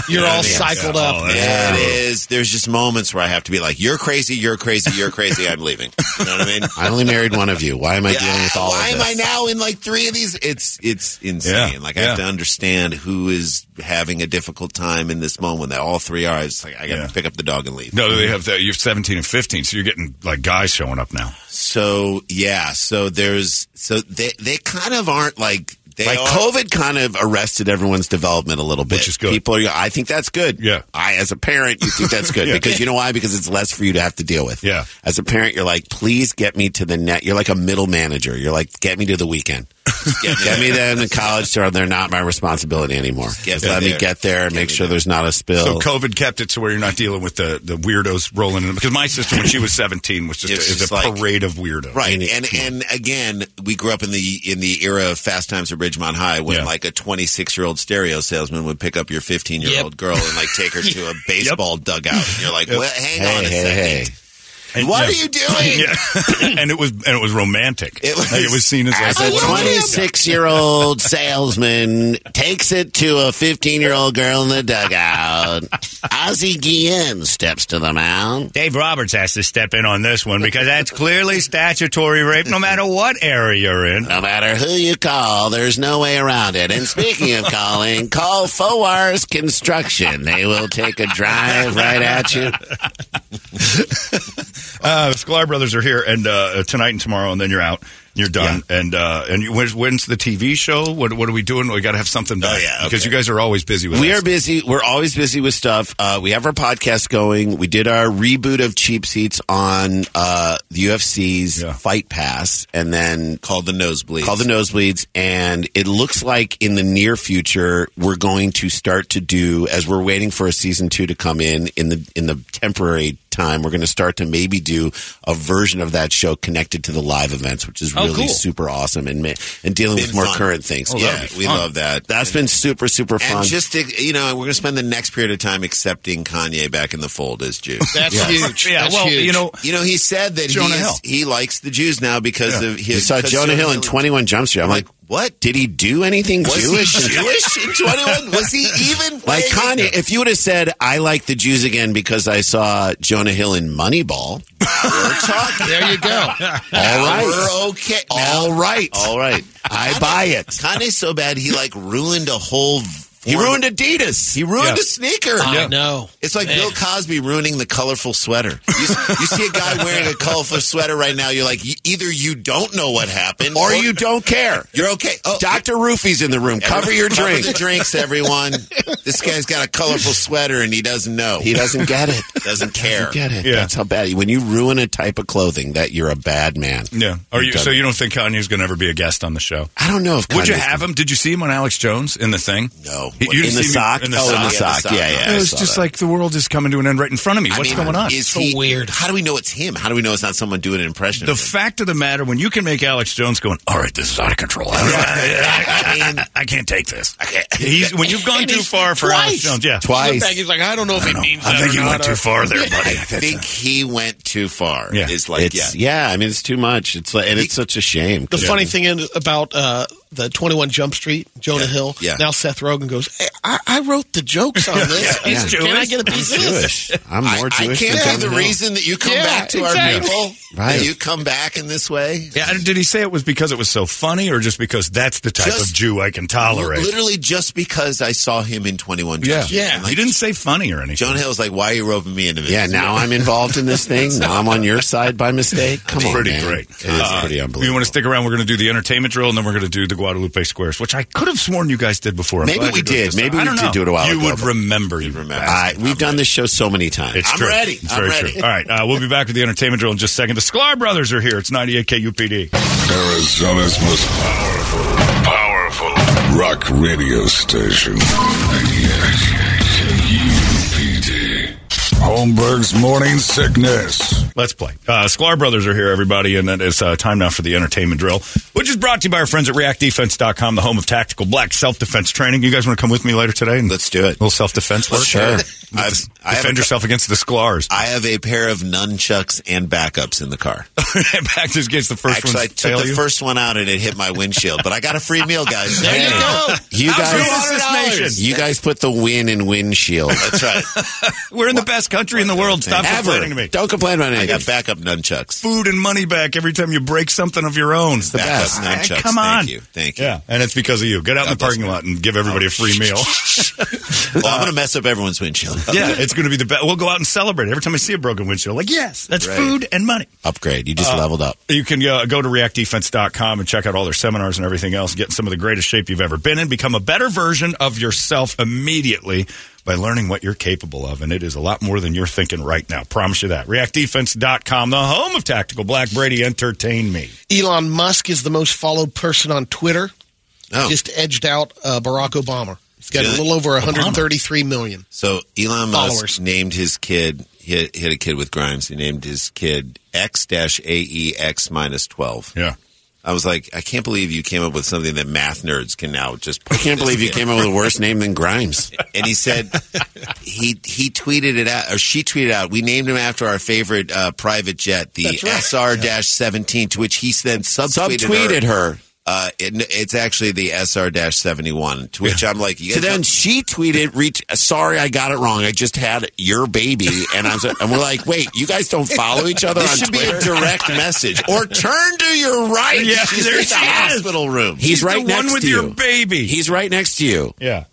Speaker 16: You're all cycled up.
Speaker 14: Oh,
Speaker 8: yeah, it is. There's just moments where I have to be like, you're crazy, you're crazy, you're crazy, I'm leaving. You know what I mean?
Speaker 13: *laughs* I only married one of you. Why am I dealing with all
Speaker 8: Why
Speaker 13: of
Speaker 8: am I
Speaker 13: this?
Speaker 8: now in like three of these? It's it's insane.
Speaker 13: Yeah,
Speaker 8: Like I have
Speaker 13: yeah.
Speaker 8: to understand who is having a difficult time in this moment. That all three are. It's like I got to pick up the dog and leave.
Speaker 1: No, they have that. You're 17 and 15, so you're getting like guys showing up now.
Speaker 8: So yeah, so there's so they they kind of aren't like they
Speaker 13: like
Speaker 8: are-
Speaker 13: COVID kind of arrested everyone's development a little bit. Which is good. People are, I think that's good. Yeah. I, as a parent, you think that's good
Speaker 8: Yeah.
Speaker 13: because you know why? Because it's less for you to have to deal with.
Speaker 1: Yeah.
Speaker 13: As a parent, you're like, please get me to the net. You're like a middle manager. You're like, get me to the weekend. get me them in college so they're not my responsibility anymore.
Speaker 1: get
Speaker 13: Just let
Speaker 1: me
Speaker 13: me
Speaker 1: there.
Speaker 13: get there and make sure there's not a
Speaker 1: So
Speaker 13: spill.
Speaker 1: COVID kept it to where you're not dealing with the, the weirdos rolling in. Because my sister, when she was 17, was just,
Speaker 8: It's
Speaker 1: a, is
Speaker 8: just
Speaker 1: a
Speaker 8: like-
Speaker 1: parade of weirdos.
Speaker 8: Right, and and again, we grew up in the in the era of Fast Times at Ridgemont High, when
Speaker 1: Yeah.
Speaker 8: like a 26 year old stereo salesman would pick up your 15 year old girl and like
Speaker 1: *laughs*
Speaker 8: take her to a baseball dugout. And you're like,
Speaker 1: Yep.
Speaker 8: well, hang
Speaker 1: Hey,
Speaker 8: on a
Speaker 1: hey,
Speaker 8: second.
Speaker 1: hey. And-
Speaker 8: what
Speaker 1: yeah.
Speaker 8: are you doing?
Speaker 1: Yeah. *laughs* and it was and it was romantic. It was, it was seen as,
Speaker 13: As
Speaker 1: like,
Speaker 13: a 26 year old salesman takes it to a 15 year old girl in the dugout, Ozzie Guillen steps to the mound.
Speaker 17: Dave Roberts has to step in on this one because that's clearly statutory rape, no matter what area you're in.
Speaker 13: No matter who you call, there's no way around it. And speaking of calling, call Fowars Construction. They will take a drive right at you.
Speaker 1: Uh, the Sklar brothers are here, and uh, tonight and tomorrow, and then you're out. You're done, and uh, and you, when's, when's the TV show? What what are we doing? We got to have something. Done. Oh yeah, because you guys are always busy with.
Speaker 13: We
Speaker 1: us.
Speaker 13: are busy. We're always busy with stuff. Uh, we have our podcast going. We did our reboot of Cheap Seats on uh, the UFC's Fight Pass, and then
Speaker 8: called the nosebleeds.
Speaker 13: Called the nosebleeds, and it looks like in the near future we're going to start to do as we're waiting for a season two to come in in the in the temporary time we're going to start to maybe do a version of that show connected to the live events, which is
Speaker 8: Oh,
Speaker 13: really
Speaker 8: cool.
Speaker 13: super awesome and ma- and dealing
Speaker 8: Been
Speaker 13: with more
Speaker 8: fun.
Speaker 13: current things.
Speaker 8: Oh, that'd be
Speaker 13: we
Speaker 8: fun.
Speaker 13: love that. That's been super super fun.
Speaker 8: And just to, you know, we're going to spend the next period of time accepting Kanye back in the fold as Jews.
Speaker 16: That's huge. That's huge.
Speaker 8: you know, he said that he,
Speaker 13: Jonah
Speaker 8: is,
Speaker 13: Hill.
Speaker 8: he likes the Jews now because of
Speaker 13: you
Speaker 8: his.
Speaker 13: saw
Speaker 8: because
Speaker 13: Jonah Hill in 21 Jump Street. I'm like, what? Did he do anything
Speaker 8: Was he
Speaker 13: Jewish?
Speaker 8: Jewish in 21? Was he even
Speaker 13: Like
Speaker 8: playing?
Speaker 13: Kanye, if you would have said, I like the Jews again because I saw Jonah Hill in Moneyball,
Speaker 16: There you go.
Speaker 13: All right.
Speaker 8: We're okay.
Speaker 13: all right. All right. I buy it.
Speaker 8: Kanye's so bad he like ruined a whole.
Speaker 13: He ruined Adidas.
Speaker 8: He ruined
Speaker 13: Yeah.
Speaker 8: a sneaker.
Speaker 13: I Yeah.
Speaker 16: know.
Speaker 8: It's like Bill Cosby ruining the colorful sweater. You, s- you see a guy wearing a colorful sweater right now. You're like, "E- either you don't know what happened,
Speaker 13: Or you don't care.
Speaker 8: You're okay. Oh,
Speaker 13: Dr. Roofy's in the room. Cover your
Speaker 8: Cover
Speaker 13: drink.
Speaker 8: the drinks,
Speaker 13: *laughs*
Speaker 8: everyone. this guy's got a colorful sweater and he doesn't know.
Speaker 13: He doesn't get it.
Speaker 8: Doesn't care.
Speaker 13: You get it. That's how bad. When you ruin a type of clothing, that you're a bad man.
Speaker 1: Yeah. Are you,
Speaker 13: done
Speaker 1: so
Speaker 13: it.
Speaker 1: you don't think Kanye's going to ever be a guest on the show?
Speaker 13: I don't know if
Speaker 1: Would you
Speaker 13: Kanye's
Speaker 1: have him? Did you see him on Alex Jones in the thing?
Speaker 8: No.
Speaker 1: You- you
Speaker 13: in,
Speaker 1: see
Speaker 13: the
Speaker 1: me-
Speaker 13: sock?
Speaker 1: in the
Speaker 13: Oh, in the
Speaker 1: sock?
Speaker 13: sock. Yeah, yeah.
Speaker 1: It
Speaker 13: I
Speaker 1: was
Speaker 13: saw
Speaker 1: just
Speaker 13: that.
Speaker 1: like the world is coming to an end right in front of me.
Speaker 13: I
Speaker 1: What's
Speaker 13: mean,
Speaker 1: going on?
Speaker 13: Is *laughs* he, weird. How do we know it's him? How do we know it's not someone doing an impression?
Speaker 1: The fact of the matter, when you can make Alex Jones going, all right, this is out of control. I, I- I- I- I- I can't take this. I can't. He's, when you've gone
Speaker 3: And
Speaker 1: too
Speaker 3: he's-
Speaker 1: far for Alex
Speaker 3: twice.
Speaker 1: Jones, yeah,
Speaker 3: He looked back, he's like, I don't know if it means
Speaker 1: I
Speaker 3: that
Speaker 1: think
Speaker 3: or
Speaker 1: you went
Speaker 3: not,
Speaker 1: too
Speaker 3: or-
Speaker 1: far there,
Speaker 3: Yeah.
Speaker 1: buddy.
Speaker 13: I think he went too far. Yeah. It's like,
Speaker 15: It's,
Speaker 13: yeah.
Speaker 15: yeah. I mean, it's too much. It's like, and it's such a shame.
Speaker 3: The funny thing is about uh, the 21 Jump Street, Jonah Hill.
Speaker 15: yeah.
Speaker 3: Now Seth Rogen goes, hey, I, I wrote the jokes on this.
Speaker 15: *laughs* Yeah, he's
Speaker 3: Can I
Speaker 15: Jewish.
Speaker 3: get a piece of
Speaker 15: He's
Speaker 3: this?
Speaker 15: Jewish. I'm more
Speaker 13: I
Speaker 15: Jewish
Speaker 13: can't
Speaker 15: than
Speaker 13: be the
Speaker 15: Jonah Hill.
Speaker 13: reason that you come
Speaker 3: Yeah,
Speaker 13: back to our
Speaker 3: exactly.
Speaker 13: people.
Speaker 15: Right.
Speaker 13: That you come back in this way.
Speaker 1: Yeah, and did he say it was because it was so funny, or just because that's the type
Speaker 13: Just-
Speaker 1: of Jew I can tolerate?
Speaker 13: Literally just because I saw him in 21
Speaker 1: Yeah.
Speaker 13: Jump Street.
Speaker 1: Yeah.
Speaker 13: I'm
Speaker 1: He didn't say funny or anything.
Speaker 13: Jonah Hill's like, why are you roping me into this?
Speaker 15: Yeah, now I'm involved in
Speaker 13: *laughs*
Speaker 15: this thing. Now I'm on your side by mistake. Come on,
Speaker 1: pretty
Speaker 15: man.
Speaker 1: great.
Speaker 15: It is
Speaker 1: Uh,
Speaker 15: pretty
Speaker 1: You
Speaker 15: unbelievable.
Speaker 1: want to stick around? We're going to do the entertainment drill, and then we're going to do the Guadalupe Squares, which I could have sworn you guys did before. I'm
Speaker 15: Maybe
Speaker 1: glad
Speaker 15: we
Speaker 1: you're doing
Speaker 15: did.
Speaker 1: this.
Speaker 15: Maybe
Speaker 1: I
Speaker 15: we
Speaker 1: don't
Speaker 15: did
Speaker 1: know.
Speaker 15: do it a while
Speaker 1: You
Speaker 15: ago,
Speaker 1: would
Speaker 15: but-
Speaker 1: remember. You remember.
Speaker 15: I- we've done this show so many times.
Speaker 1: It's true. It's very true. All right, uh, we'll be back with the entertainment drill in just a second. The Sklar brothers are here. It's 98 KUPD.
Speaker 10: Arizona's most powerful, powerful rock radio station. 98 KUPD. Holmberg's Morning Sickness.
Speaker 1: Let's play. Uh, Sklar Brothers are here, everybody, and then it's uh, time now for the entertainment drill, which is brought to you by our friends at ReactDefense.com, the home of tactical black self-defense training. You guys want to come with me later today? And Let's
Speaker 13: do it. A
Speaker 1: little self-defense work? *laughs*
Speaker 13: Sure. I've-
Speaker 1: Defend
Speaker 13: I have a-
Speaker 1: yourself against the Sklars.
Speaker 13: I have a pair of nunchucks and backups in the car.
Speaker 1: Back just gets the *laughs* first
Speaker 13: Actually,
Speaker 1: one.
Speaker 13: I took the first one out and it hit my windshield, but I got a free meal, guys.
Speaker 15: There you go.
Speaker 13: You
Speaker 15: How
Speaker 13: guys,
Speaker 15: good is
Speaker 1: this nation?
Speaker 15: You guys put the win in windshield.
Speaker 13: That's right.
Speaker 1: We're in the best country in the world. Stop
Speaker 13: Ever.
Speaker 1: complaining to me.
Speaker 15: Don't complain about
Speaker 13: I
Speaker 15: anything.
Speaker 13: got backup nunchucks.
Speaker 1: Food and money back every time you break something of your own. the
Speaker 13: Backup nunchucks.
Speaker 1: Come on.
Speaker 13: Thank you. Thank you.
Speaker 1: Yeah, and it's because of you. Get out in the parking lot and give everybody a free meal.
Speaker 13: Oh, *laughs* Well, I'm going to mess up everyone's windshield.
Speaker 1: *laughs* yeah, it's going to be the best. We'll go out and celebrate every time I see a broken windshield. Like, yes, that's
Speaker 13: Right.
Speaker 1: food and money.
Speaker 13: Upgrade. You just
Speaker 1: Uh,
Speaker 13: leveled up.
Speaker 1: You can uh, go to reactdefense.com and check out all their seminars and everything else. Get in some of the greatest shape you've ever been in. Become a better version of yourself immediately by learning what you're capable of. And it is a lot more than you're thinking right now. Promise you that. Reactdefense.com, the home of Tactical Black Brady. Entertain me.
Speaker 3: Elon Musk is the most followed person on Twitter.
Speaker 13: Oh.
Speaker 3: Just edged out uh, Barack Obama. He's got
Speaker 13: Really?
Speaker 3: a little over 133 million.
Speaker 13: So Elon Musk
Speaker 3: Followers.
Speaker 13: named his kid hit hit a kid with Grimes. He named his kid X dash A E X minus twelve.
Speaker 1: Yeah.
Speaker 13: I was like, I can't believe you came up with something that math nerds can now just.
Speaker 15: I can't believe you came up with a worse name than Grimes.
Speaker 13: *laughs* And he said, he he tweeted it out, or she tweeted out. We named him after our favorite uh, private jet, the
Speaker 15: That's right.
Speaker 13: SR dash seventeen, to which he then subtweeted,
Speaker 15: Subtweeted her.
Speaker 13: Uh, it, it's actually the SR dash seventy one. To which I'm like, you
Speaker 15: So
Speaker 13: guys
Speaker 15: then she tweeted, reach, "Sorry, I got it wrong. I just had your baby," and I was, and we're like, "Wait, you guys don't follow each other
Speaker 13: This
Speaker 15: on
Speaker 13: should be
Speaker 15: Twitter?"
Speaker 13: a
Speaker 15: *laughs*
Speaker 13: direct message. Or turn to your right.
Speaker 15: Yeah,
Speaker 13: She's
Speaker 15: there
Speaker 13: in
Speaker 15: she
Speaker 13: the hospital room.
Speaker 15: He's
Speaker 1: She's
Speaker 15: right
Speaker 1: the
Speaker 15: next
Speaker 1: one with
Speaker 15: to
Speaker 1: your
Speaker 15: you.
Speaker 1: baby.
Speaker 15: He's right next to you.
Speaker 1: Yeah.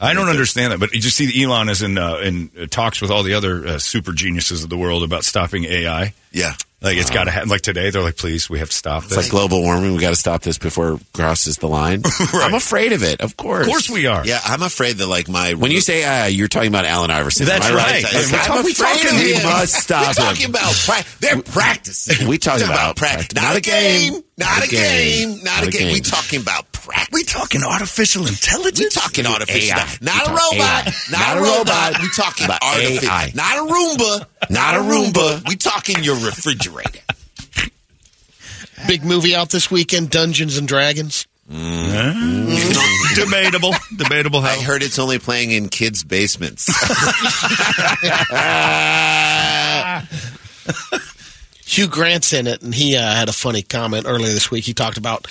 Speaker 1: I don't understand that, but you just see that Elon is in uh, in uh, talks with all the other uh, super geniuses of the world about stopping AI.
Speaker 13: Yeah,
Speaker 1: like it's
Speaker 15: Wow.
Speaker 1: got to happen. Like today, they're like, "Please, we have to stop
Speaker 15: Uh-huh. It's
Speaker 1: this."
Speaker 15: like global warming. We got to stop this before it crosses the line. I'm afraid of it. Of course,
Speaker 1: Of course we are.
Speaker 13: Yeah, I'm afraid that like my
Speaker 15: When you say uh, you're talking about Alan Iverson,
Speaker 13: That's
Speaker 15: am I
Speaker 13: right.
Speaker 15: Okay.
Speaker 13: That's
Speaker 15: I'm
Speaker 13: what we're
Speaker 15: afraid
Speaker 13: talking
Speaker 15: of him.
Speaker 13: about.
Speaker 15: We *laughs* must stop
Speaker 13: We're talking
Speaker 15: him.
Speaker 13: about pra- they're practicing.
Speaker 15: We talking about
Speaker 13: practice.
Speaker 15: practice.
Speaker 13: Not, a game. Not a game. Not, a game. We talking about practice. We
Speaker 1: talking artificial intelligence.
Speaker 13: We talking artificial.
Speaker 15: AI.
Speaker 13: Not,
Speaker 15: We
Speaker 13: a
Speaker 15: talk
Speaker 13: robot.
Speaker 15: AI.
Speaker 13: Not, a robot. We talking
Speaker 15: But
Speaker 13: artificial.
Speaker 15: AI.
Speaker 13: Not a Roomba. Not a Roomba. We talking your *laughs* refrigerator.
Speaker 3: Big movie out this weekend, Dungeons and Dragons.
Speaker 15: *laughs*
Speaker 1: debatable, debatable.
Speaker 13: I heard it's only playing in kids' basements.
Speaker 3: Ah. Hugh Grant's in it, and he uh, had a funny comment earlier this week. He talked about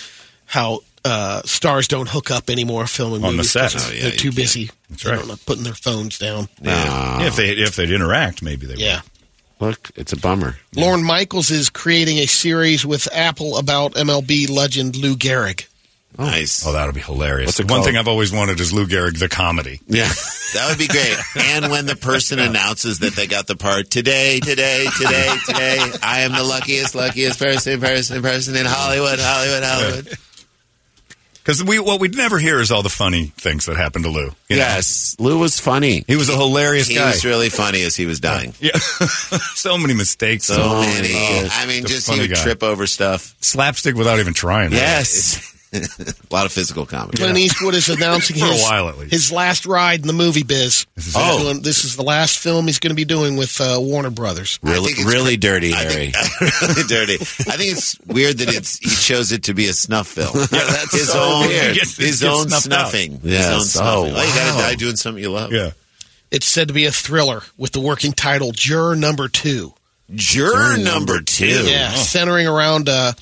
Speaker 3: how uh, stars don't hook up anymore filming
Speaker 1: On the
Speaker 3: movies
Speaker 1: set.
Speaker 3: 'cause
Speaker 1: Oh, yeah,
Speaker 3: they're
Speaker 1: you
Speaker 3: too busy.
Speaker 1: That's
Speaker 3: They're
Speaker 1: right.
Speaker 3: not putting their phones down.
Speaker 1: Yeah, if they if they'd interact, maybe they.
Speaker 3: Yeah.
Speaker 15: Look, it's a bummer.
Speaker 3: Lorne Michaels is creating a series with Apple about MLB legend Lou Gehrig.
Speaker 13: Nice.
Speaker 1: Oh, that'll be hilarious.
Speaker 15: What's it
Speaker 1: One
Speaker 15: called?
Speaker 1: thing I've always wanted is Lou Gehrig the comedy. *laughs*
Speaker 15: Yeah.
Speaker 13: That would
Speaker 15: *laughs*
Speaker 13: be great. And when the person announces that they got the part today, today, today, today, I am the luckiest, luckiest person, person, person in Hollywood, Hollywood, Hollywood.
Speaker 1: Because we what we'd never hear is all the funny things that happened to Lou. you know?
Speaker 15: Yes, *laughs* Lou was funny.
Speaker 1: He was a hilarious
Speaker 13: He
Speaker 1: guy.
Speaker 13: was really funny as he was dying.
Speaker 1: yeah, *laughs* so many mistakes. Oh,
Speaker 13: So many. I mean,
Speaker 1: the
Speaker 13: just he
Speaker 1: funny
Speaker 13: would
Speaker 1: guy. uh,
Speaker 13: trip over stuff.
Speaker 1: slapstick without even trying.
Speaker 13: Yes. *laughs* a lot of physical comedy.
Speaker 3: Clint Eastwood
Speaker 1: *laughs*
Speaker 3: is announcing
Speaker 13: For a
Speaker 3: his,
Speaker 13: while, at least.
Speaker 3: his last ride in the movie biz. This
Speaker 13: is Oh. it.
Speaker 3: doing, this is the last film he's going to be doing with uh, Warner Brothers.
Speaker 13: Really, really dirty, Harry. *laughs* really dirty. I think it's weird that it's he chose it to be a snuff
Speaker 8: *laughs*
Speaker 13: film.
Speaker 15: that's
Speaker 13: his
Speaker 15: so
Speaker 13: own,
Speaker 15: weird.
Speaker 13: *laughs* his
Speaker 15: It gets
Speaker 13: own
Speaker 15: snuffed out.
Speaker 13: snuffing.
Speaker 15: Yes.
Speaker 13: His own
Speaker 15: Oh,
Speaker 13: snuffing. Well, you got
Speaker 15: wow.
Speaker 13: to die doing something you love.
Speaker 1: Yeah.
Speaker 3: It's said to be a thriller with the working title Juror Number Two.
Speaker 13: Juror Number Two.
Speaker 3: Yeah,
Speaker 13: Oh.
Speaker 3: centering around uh,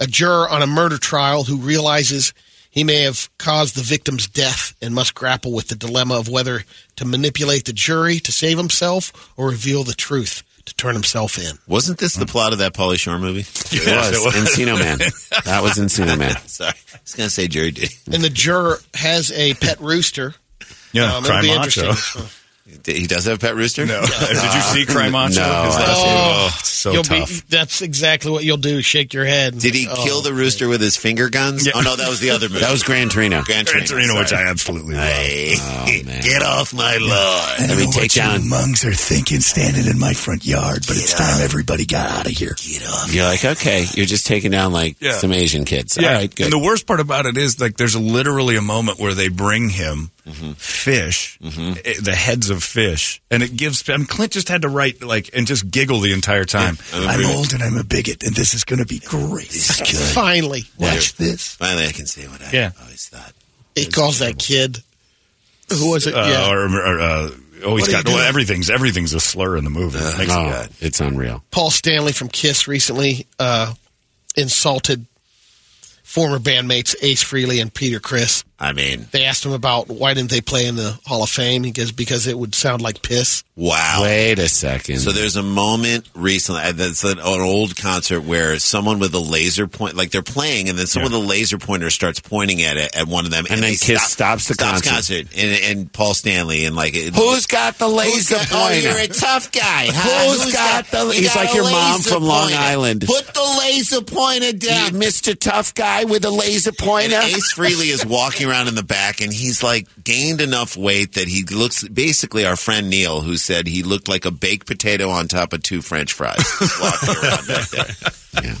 Speaker 3: a juror on a murder trial who realizes he may have caused the victim's death and must grapple with the dilemma of whether to manipulate the jury to save himself or reveal the truth to turn himself in.
Speaker 13: Wasn't this the plot of that Polly Shore movie?
Speaker 3: Yes, it was.
Speaker 13: Encino Man. That was Encino Man. Sorry, I was gonna say Jerry Duty.
Speaker 3: And the juror has a pet rooster.
Speaker 13: Yeah,
Speaker 3: it'll
Speaker 13: Cry
Speaker 3: be
Speaker 13: Macho.
Speaker 3: interesting.
Speaker 13: He does have a pet rooster. No.
Speaker 1: Did you see Cry Macho?
Speaker 13: No.
Speaker 1: His last
Speaker 13: Oh,
Speaker 1: name? so
Speaker 3: You'll
Speaker 1: tough.
Speaker 3: Be, that's exactly what you'll do. Shake your head. oh.
Speaker 13: Did he kill the rooster with his finger guns?
Speaker 3: Yeah.
Speaker 13: Oh no, that was the other movie.
Speaker 3: That was
Speaker 15: Gran Torino.
Speaker 13: Gran
Speaker 1: Gran
Speaker 13: Torino,
Speaker 1: Torino, which
Speaker 13: sorry. Oh,
Speaker 1: I absolutely
Speaker 13: Get off my lawn.
Speaker 5: I don't know what you monks are thinking standing in my front yard, but it's time everybody got out of here.
Speaker 15: You're like, okay, you're just taking down like
Speaker 1: Yeah.
Speaker 15: some Asian kids. All right, good.
Speaker 1: And the worst part about it is, like, there's literally a moment where they bring him
Speaker 13: Mm-hmm.
Speaker 1: fish, eh, the heads of fish, and it gives. I mean, Clint just had to write like and just giggle the entire time.
Speaker 5: I'm old and I'm a bigot, and this is going to be great.
Speaker 3: Finally,
Speaker 5: watch
Speaker 13: Yeah.
Speaker 5: this.
Speaker 13: Finally, I can see what I
Speaker 3: Yeah.
Speaker 13: always thought.
Speaker 3: He calls that kid. Who was it?
Speaker 1: Uh,
Speaker 3: yeah.
Speaker 1: Or, or, uh, oh, he's
Speaker 3: What are
Speaker 1: got
Speaker 3: you
Speaker 1: well,
Speaker 3: doing?
Speaker 1: everything's everything's a slur in the movie. Thanks
Speaker 13: Oh,
Speaker 1: to God.
Speaker 15: It's unreal.
Speaker 3: Paul Stanley from Kiss recently uh, insulted former bandmates Ace Frehley and Peter Chris.
Speaker 13: I mean,
Speaker 3: They asked him about why didn't they play in the Hall of Fame? He goes because it would sound like piss.
Speaker 13: Wow.
Speaker 15: Wait a second.
Speaker 13: So there's a moment recently uh, that's an, an old concert where someone with a laser point, like they're playing, and then someone with a laser pointer starts pointing at it at one of them, and,
Speaker 15: then
Speaker 13: they
Speaker 15: Kiss stops the
Speaker 13: concert.
Speaker 15: concert.
Speaker 13: and, and Paul Stanley, and like it,
Speaker 15: Who's got the
Speaker 13: Who's
Speaker 15: laser
Speaker 13: got- oh,
Speaker 15: pointer?
Speaker 13: you're a tough guy. Huh?
Speaker 15: Who's got the?
Speaker 13: you
Speaker 15: He's
Speaker 13: got
Speaker 15: like
Speaker 13: a
Speaker 15: your mom
Speaker 13: laser
Speaker 15: from Long
Speaker 13: pointer.
Speaker 15: Island.
Speaker 13: Put the laser pointer down,
Speaker 15: Mister Tough Guy with a laser pointer.
Speaker 13: And Ace Freely is walking around in the back, and he's like gained enough weight that he looks basically our friend Neil, who said he looked like a baked potato on top of two French fries. Just walking around
Speaker 15: *laughs*
Speaker 13: back there. Yeah.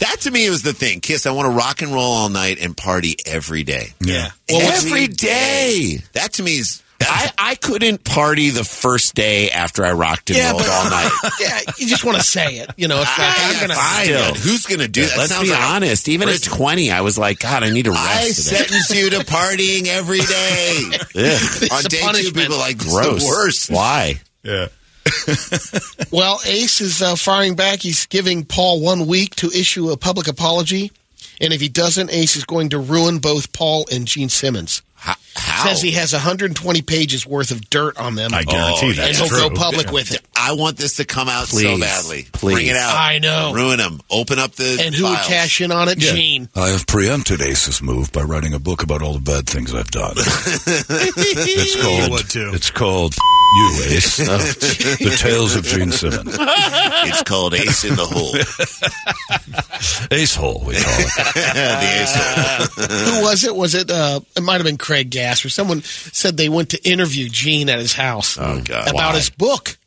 Speaker 13: That to me was the thing. Kiss, I want to rock and roll all night and party every day.
Speaker 1: Yeah.
Speaker 15: Every day.
Speaker 13: That to me is.
Speaker 15: I, I couldn't party the first day after I rocked and
Speaker 3: Yeah,
Speaker 15: rolled
Speaker 3: but-
Speaker 15: all night.
Speaker 3: *laughs* yeah, you just want to say it. You know,
Speaker 13: *laughs*
Speaker 3: it's like I'm gonna.
Speaker 15: Still.
Speaker 13: Who's gonna do that?
Speaker 15: Let's
Speaker 13: Sounds
Speaker 15: be
Speaker 13: like a
Speaker 15: honest. Even at twenty, I was like, God, I need a rest.
Speaker 13: *laughs* I
Speaker 15: today.
Speaker 13: sentence you to partying every *laughs* day.
Speaker 15: Ugh.
Speaker 13: On
Speaker 3: a
Speaker 13: day two,
Speaker 3: punishment.
Speaker 13: people
Speaker 15: *laughs*
Speaker 13: are like, gross.
Speaker 15: Gross.
Speaker 13: The worst.
Speaker 15: Why?
Speaker 1: Yeah.
Speaker 3: Well, Ace is uh, firing back. He's giving Paul one week to issue a public apology, and if he doesn't, Ace is going to ruin both Paul and Gene Simmons.
Speaker 13: How?
Speaker 3: Says he has 120 pages worth of dirt on them.
Speaker 1: I guarantee
Speaker 13: Oh,
Speaker 1: that's
Speaker 3: and he'll
Speaker 1: true.
Speaker 3: go public with it.
Speaker 13: I want this to come out so
Speaker 15: Please.
Speaker 13: badly.
Speaker 15: Please.
Speaker 13: Bring it out.
Speaker 3: I know.
Speaker 13: Ruin them. Open up the
Speaker 3: And who would
Speaker 13: files.
Speaker 3: cash in on it?
Speaker 1: Yeah.
Speaker 3: Gene. *laughs*
Speaker 9: I have preempted Ace's move by writing a book about all the bad things I've
Speaker 13: *laughs*
Speaker 9: done. it's called. It's called. F- You Ace. Oh, the Tales of Gene Simmons.
Speaker 13: It's called Ace in the Hole.
Speaker 9: *laughs* Ace Hole, we call it.
Speaker 13: *laughs* the Ace Hole.
Speaker 3: Who was it? Was it? Uh, it might have been Craig Gass or someone said they went to interview Gene at his house
Speaker 13: Oh, God.
Speaker 3: about his book.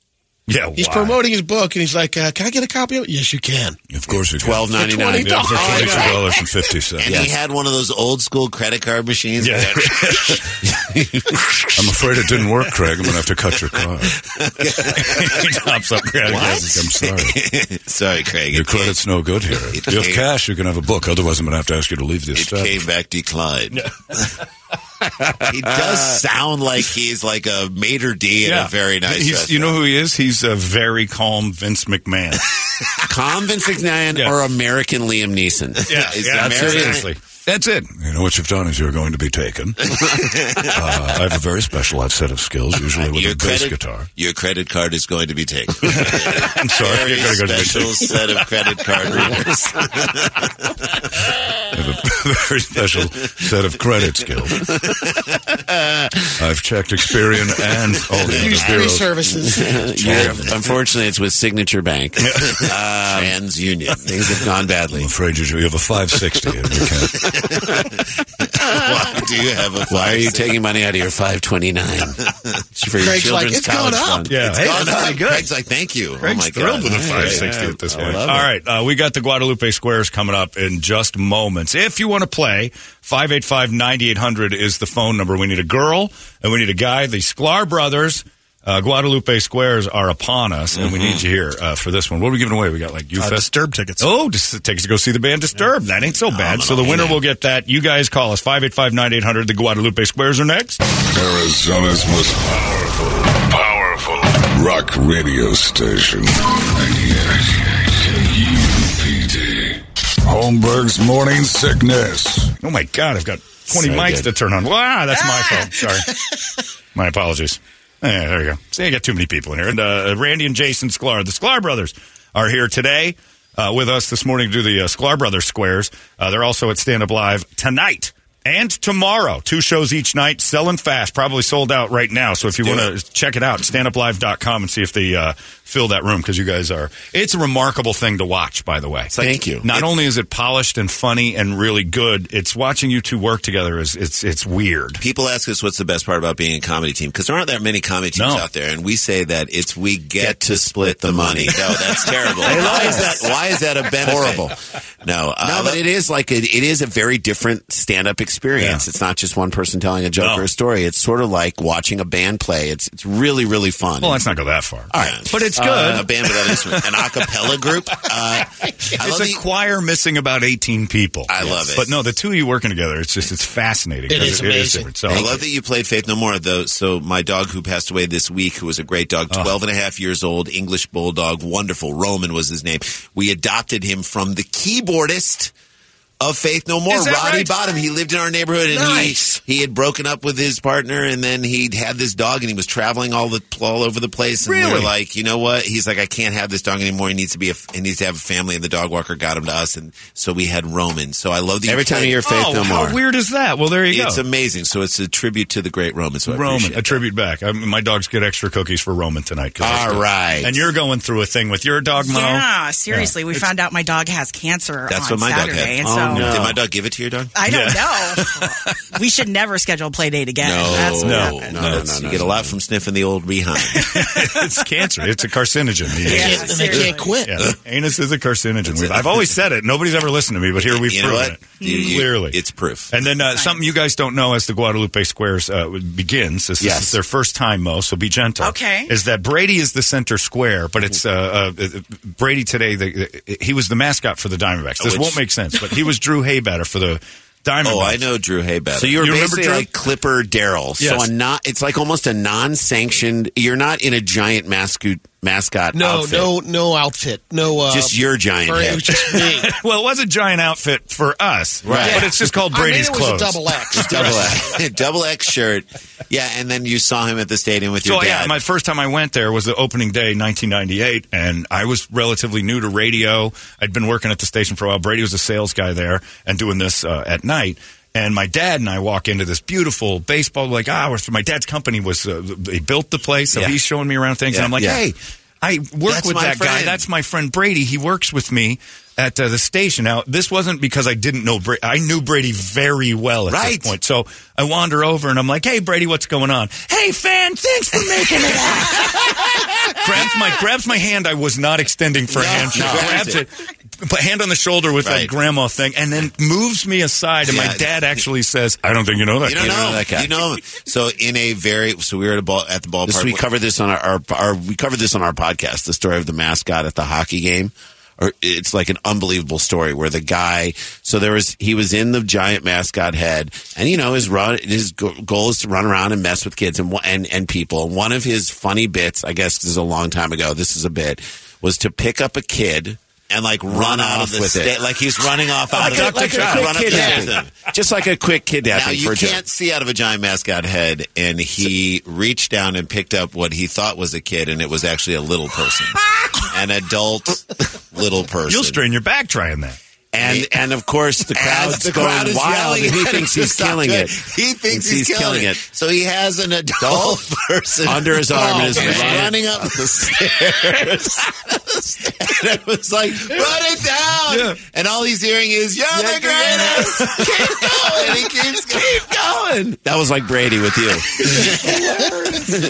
Speaker 1: Yeah.
Speaker 3: He's
Speaker 1: why?
Speaker 3: promoting his book, and he's like, uh, "Can I get a copy of it?" Yes, you can.
Speaker 9: Of course, it's
Speaker 15: Twelve ninety nine.
Speaker 1: Yeah, for twenty-two dollars and fifty cents.
Speaker 13: Oh, And he had one of those old school credit card machines.
Speaker 1: Yeah. *laughs*
Speaker 9: I'm afraid it didn't work, Craig. I'm gonna have to cut your
Speaker 13: *laughs*
Speaker 9: car.
Speaker 1: he tops up credit cards.
Speaker 9: I'm *laughs* sorry.
Speaker 13: Sorry, Craig.
Speaker 9: Your
Speaker 13: It, came,
Speaker 9: credit's no good
Speaker 13: *laughs*
Speaker 9: here. If you have
Speaker 13: came-
Speaker 9: cash, you can have a book. Otherwise, I'm going to have to ask you to leave the
Speaker 13: it
Speaker 9: establishment.
Speaker 13: came back declined. *laughs* he
Speaker 1: Uh,
Speaker 13: does sound like he's like a maitre d in a very nice
Speaker 1: He's, you know who he is? He's a very calm Vince McMahon.
Speaker 13: *laughs*
Speaker 15: Calm Vince McMahon
Speaker 1: Yeah.
Speaker 15: or American Liam
Speaker 13: *laughs*
Speaker 15: Neeson.
Speaker 1: yeah,
Speaker 13: Is
Speaker 1: yeah,
Speaker 13: that
Speaker 1: that's
Speaker 13: Mary?
Speaker 1: it. Seriously. That's it.
Speaker 9: You know what you've done is you're going to be
Speaker 13: *laughs*
Speaker 9: taken. uh, I have a very specialized set of skills, usually with
Speaker 13: your
Speaker 9: a bass
Speaker 13: credit,
Speaker 9: guitar.
Speaker 13: Your credit card is going to
Speaker 9: *laughs*
Speaker 13: be taken.
Speaker 1: I'm sorry.
Speaker 13: Very
Speaker 1: You're gonna go to the-
Speaker 13: special set of credit card readers.
Speaker 9: I have
Speaker 1: *laughs*
Speaker 9: a very special set of credit skills.
Speaker 13: *laughs*
Speaker 9: I've checked Experian
Speaker 1: *laughs*
Speaker 9: and all the
Speaker 3: Use
Speaker 9: other
Speaker 3: three
Speaker 9: bureaus.
Speaker 13: *laughs*
Speaker 3: services.
Speaker 15: Yeah. Unfortunately, it's with Signature Bank. Um,
Speaker 13: TransUnion.
Speaker 15: Things have gone badly.
Speaker 9: I'm afraid you, you have a 560 and we can't.
Speaker 15: *laughs*
Speaker 13: Why do you have a
Speaker 15: Why are
Speaker 13: fire?
Speaker 15: you taking money out of your 529? It's for your
Speaker 3: Craig's like,
Speaker 15: children's
Speaker 3: "It's gone
Speaker 15: college
Speaker 3: up."
Speaker 15: fund.
Speaker 1: Yeah,
Speaker 13: It's
Speaker 1: hey,
Speaker 13: gone
Speaker 1: that's
Speaker 13: up.
Speaker 1: pretty good.
Speaker 13: Craig's like, thank you. oh
Speaker 1: Craig's
Speaker 13: my
Speaker 1: thrilled
Speaker 13: God.
Speaker 1: with a
Speaker 13: All right.
Speaker 1: 560 at this
Speaker 15: I
Speaker 1: point. All
Speaker 15: love it.
Speaker 1: right, uh, we got the Guadalupe Squares coming up in just moments. If you want want to play, 585 9800 is the phone number. We need a girl and we need a guy. The Sklar brothers, uh, Guadalupe Squares are upon us, and we need you here uh, for this one. What are we giving away? We got like you
Speaker 4: Uh, Disturbed tickets.
Speaker 1: Oh, just tickets to go see the band Disturbed. That ain't so bad. So the winner will get that. You guys call us 585 9800. The Guadalupe Squares are next.
Speaker 10: Arizona's most powerful, powerful rock radio station. 98 KUPD. Holmberg's Morning Sickness.
Speaker 1: Oh my God, I've got 20
Speaker 10: So
Speaker 1: mics
Speaker 10: good.
Speaker 1: to turn on. Wow, that's
Speaker 5: Ah!
Speaker 1: my fault.
Speaker 5: *laughs*
Speaker 1: Sorry. my apologies. Yeah, there you go. See, I got too many people in here. And uh, Randy and Jason Sklar, the Sklar brothers, are here today uh, with us this morning to do the uh, Sklar Brothers Squares. Uh, they're also at Stand Up Live tonight and tomorrow. Two shows each night, selling fast, probably sold out right now. So if you want to check it out, standuplive.com and see if they uh, fill that room because you guys are. It's a remarkable thing to watch, by the way.
Speaker 13: Thank you.
Speaker 1: Not only is it polished and funny and really good, it's watching you two work together
Speaker 13: *laughs*
Speaker 1: is it's it's weird.
Speaker 13: People ask us what's the best part about being a comedy team because there aren't that many comedy teams out there, and we say that it's we get, to split the money. no, that's terrible.
Speaker 15: They love
Speaker 13: why is
Speaker 15: us.
Speaker 13: that? Why is that a benefit?
Speaker 15: Horrible.
Speaker 13: No, uh,
Speaker 15: No, but
Speaker 13: it is like it, it is a very different stand-up experience. It's not just one person telling a joke or a story. It's sort of like watching a band play. It's it's really really fun. Well,
Speaker 1: let's not go that far.
Speaker 13: All right,
Speaker 1: But it's
Speaker 13: Uh,
Speaker 1: good.
Speaker 13: a band without an *laughs* instrument, an
Speaker 15: *laughs*
Speaker 13: a cappella group. Uh, *laughs* I
Speaker 1: it's
Speaker 13: love
Speaker 1: a
Speaker 13: the-
Speaker 1: choir missing about eighteen people. I
Speaker 13: love it.
Speaker 1: But no, the two of you working together, it's just it's fascinating. 'cause different. So
Speaker 13: I love that you played Faith No More, though. So my dog who passed away this week, who was a great dog, 12 and a half years old, English bulldog, wonderful. Roman was his name. We adopted him from the keyboardist of Faith No More,
Speaker 15: Is
Speaker 13: Roddy
Speaker 15: that right?
Speaker 13: Bottom. He lived in our neighborhood and
Speaker 15: Nice.
Speaker 13: he, he had broken up with his partner and then he had this dog and he was traveling all the all over the place. And we were
Speaker 15: Really?
Speaker 13: like, you know what? He's like, I can't have this dog anymore. He needs to be a, he needs to have a family and the dog walker got him to us. And so we had Roman. So I love that you
Speaker 15: Every time
Speaker 13: played-
Speaker 15: you hear Faith
Speaker 1: Oh, how weird is that? Well, there you
Speaker 13: it's
Speaker 1: go.
Speaker 13: amazing. So it's a tribute to the great Roman. So I
Speaker 1: Roman,
Speaker 13: appreciate
Speaker 1: a tribute back. I mean, my dogs get extra cookies for Roman tonight. 'cause
Speaker 13: All
Speaker 1: it's good.
Speaker 13: right.
Speaker 1: And you're going through a thing with your dog, Mo.
Speaker 18: Yeah, seriously, we
Speaker 1: It's-
Speaker 18: found out my dog has cancer
Speaker 13: That's
Speaker 18: on
Speaker 13: what my
Speaker 18: Saturday,
Speaker 13: dog had. Oh.
Speaker 18: and so
Speaker 13: Did my dog give it to your dog?
Speaker 18: I don't know. we should never schedule play date again.
Speaker 13: No,
Speaker 18: That's what
Speaker 13: no,
Speaker 18: happened.
Speaker 13: no, *laughs* no, no, You get a lot from sniffing the old behind.
Speaker 1: it's cancer. It's a carcinogen.
Speaker 13: Yeah,
Speaker 1: Anus.
Speaker 13: and they can't quit.
Speaker 1: Yeah. Anus is a carcinogen. We've- I've always said it. Nobody's ever listened to me, but here we've
Speaker 13: You know
Speaker 1: proven
Speaker 13: what?
Speaker 1: it.
Speaker 13: You- you-
Speaker 1: Clearly.
Speaker 13: It's proof.
Speaker 1: And then uh, something you guys don't know as the Guadalupe Squares uh, begins, is this
Speaker 13: Yes.
Speaker 1: is their first time, Mo, so be gentle.
Speaker 18: Okay.
Speaker 1: Is that Brady is the center square, but it's uh, uh, Brady today, the, the, he was the mascot for the Diamondbacks. This
Speaker 13: Which-
Speaker 1: won't make sense, but he was Drew Haybatter for the Diamondbacks.
Speaker 13: *laughs* Oh, I know Drew Haybatter.
Speaker 1: So you, remember
Speaker 13: basically
Speaker 1: Drew?
Speaker 13: like Clipper Daryl.
Speaker 1: Yes.
Speaker 13: So a non, it's like almost a non-sanctioned. You're not in a giant mascot mascot.
Speaker 3: No,
Speaker 13: outfit.
Speaker 3: no, no outfit. No, uh,
Speaker 13: Just your giant
Speaker 3: or It
Speaker 13: head.
Speaker 3: was just me.
Speaker 1: *laughs* well, it was a giant outfit for us,
Speaker 13: Right.
Speaker 1: But it's just
Speaker 13: *laughs*
Speaker 1: called Brady's
Speaker 3: I mean, it
Speaker 1: clothes.
Speaker 3: was a double
Speaker 1: *laughs*
Speaker 3: X.
Speaker 13: double X, *laughs* double X shirt. Yeah, and then you saw him at the stadium with your
Speaker 1: so
Speaker 13: dad.
Speaker 1: yeah, my first time I went there was the opening day, 1998, and I was relatively new to radio. I'd been working at the station for a while. Brady was a sales guy there and doing this uh, at night. And my dad and I walk into this beautiful baseball like ah, we're- my dad's company was uh, they built the place, so
Speaker 13: Yeah.
Speaker 1: he's showing me around things,
Speaker 13: Yeah,
Speaker 1: and I'm like,
Speaker 13: yeah.
Speaker 1: hey, I work
Speaker 13: That's
Speaker 1: with
Speaker 13: my
Speaker 1: that guy.
Speaker 13: friend.
Speaker 1: That's my friend Brady. He works with me. At uh, the station. Now, this wasn't because I didn't know Brady. I knew Brady very well at
Speaker 13: Right.
Speaker 1: this point. So I wander over and I'm like, hey, Brady, what's going on? Hey, fan, thanks for making it grabs my grabs my hand. I was not extending for a handshake.
Speaker 13: no.
Speaker 1: grabs it, put hand on the shoulder with that
Speaker 13: Right.
Speaker 1: grandma thing, and then moves me aside. And my
Speaker 13: Yeah.
Speaker 1: dad actually says, "I don't think you know that."
Speaker 13: You don't
Speaker 1: kid."
Speaker 13: know that guy. You know him. So in a very so we were at a ball at the ballpark.
Speaker 15: This, we covered this on our, our, our we covered this on our podcast. The story of the mascot at the hockey game,
Speaker 13: or it's like an unbelievable story where the guy so there was he was in the giant mascot head and you know his run his go- goal is to run around and mess with kids and one- and and people and one of his funny bits I guess this is a long time ago this is a bit was to pick up a kid and like run,
Speaker 15: Run
Speaker 13: out
Speaker 15: off
Speaker 13: of the
Speaker 15: with it.
Speaker 13: sta- like he's running off out of
Speaker 15: Like
Speaker 13: the
Speaker 15: a- like a quick
Speaker 13: run up the
Speaker 15: kidnapping.
Speaker 13: stairs.
Speaker 15: just like a quick
Speaker 13: Now
Speaker 15: kidnapping
Speaker 13: you
Speaker 15: for a joke.
Speaker 13: can't see out of a giant mascot head, and he reached down and picked up what he thought was a kid, and it was actually a little person, an adult little person.
Speaker 1: You'll strain your back trying that.
Speaker 13: And and of course the crowd's
Speaker 15: the crowd is yelling
Speaker 8: *laughs*
Speaker 13: and he
Speaker 15: at him
Speaker 13: thinks
Speaker 15: to
Speaker 13: he's
Speaker 15: stop
Speaker 13: killing
Speaker 15: it.
Speaker 13: it.
Speaker 15: He thinks he's killing it.
Speaker 13: So he has an adult person
Speaker 15: Under his arm and is
Speaker 13: man.
Speaker 15: running
Speaker 13: *laughs* running up the stairs. and it was like, run it down.
Speaker 19: And all he's hearing is, "You're the greatest."
Speaker 8: *laughs*
Speaker 19: keep going. He keeps keep going.
Speaker 13: That was like Brady with you.
Speaker 19: Not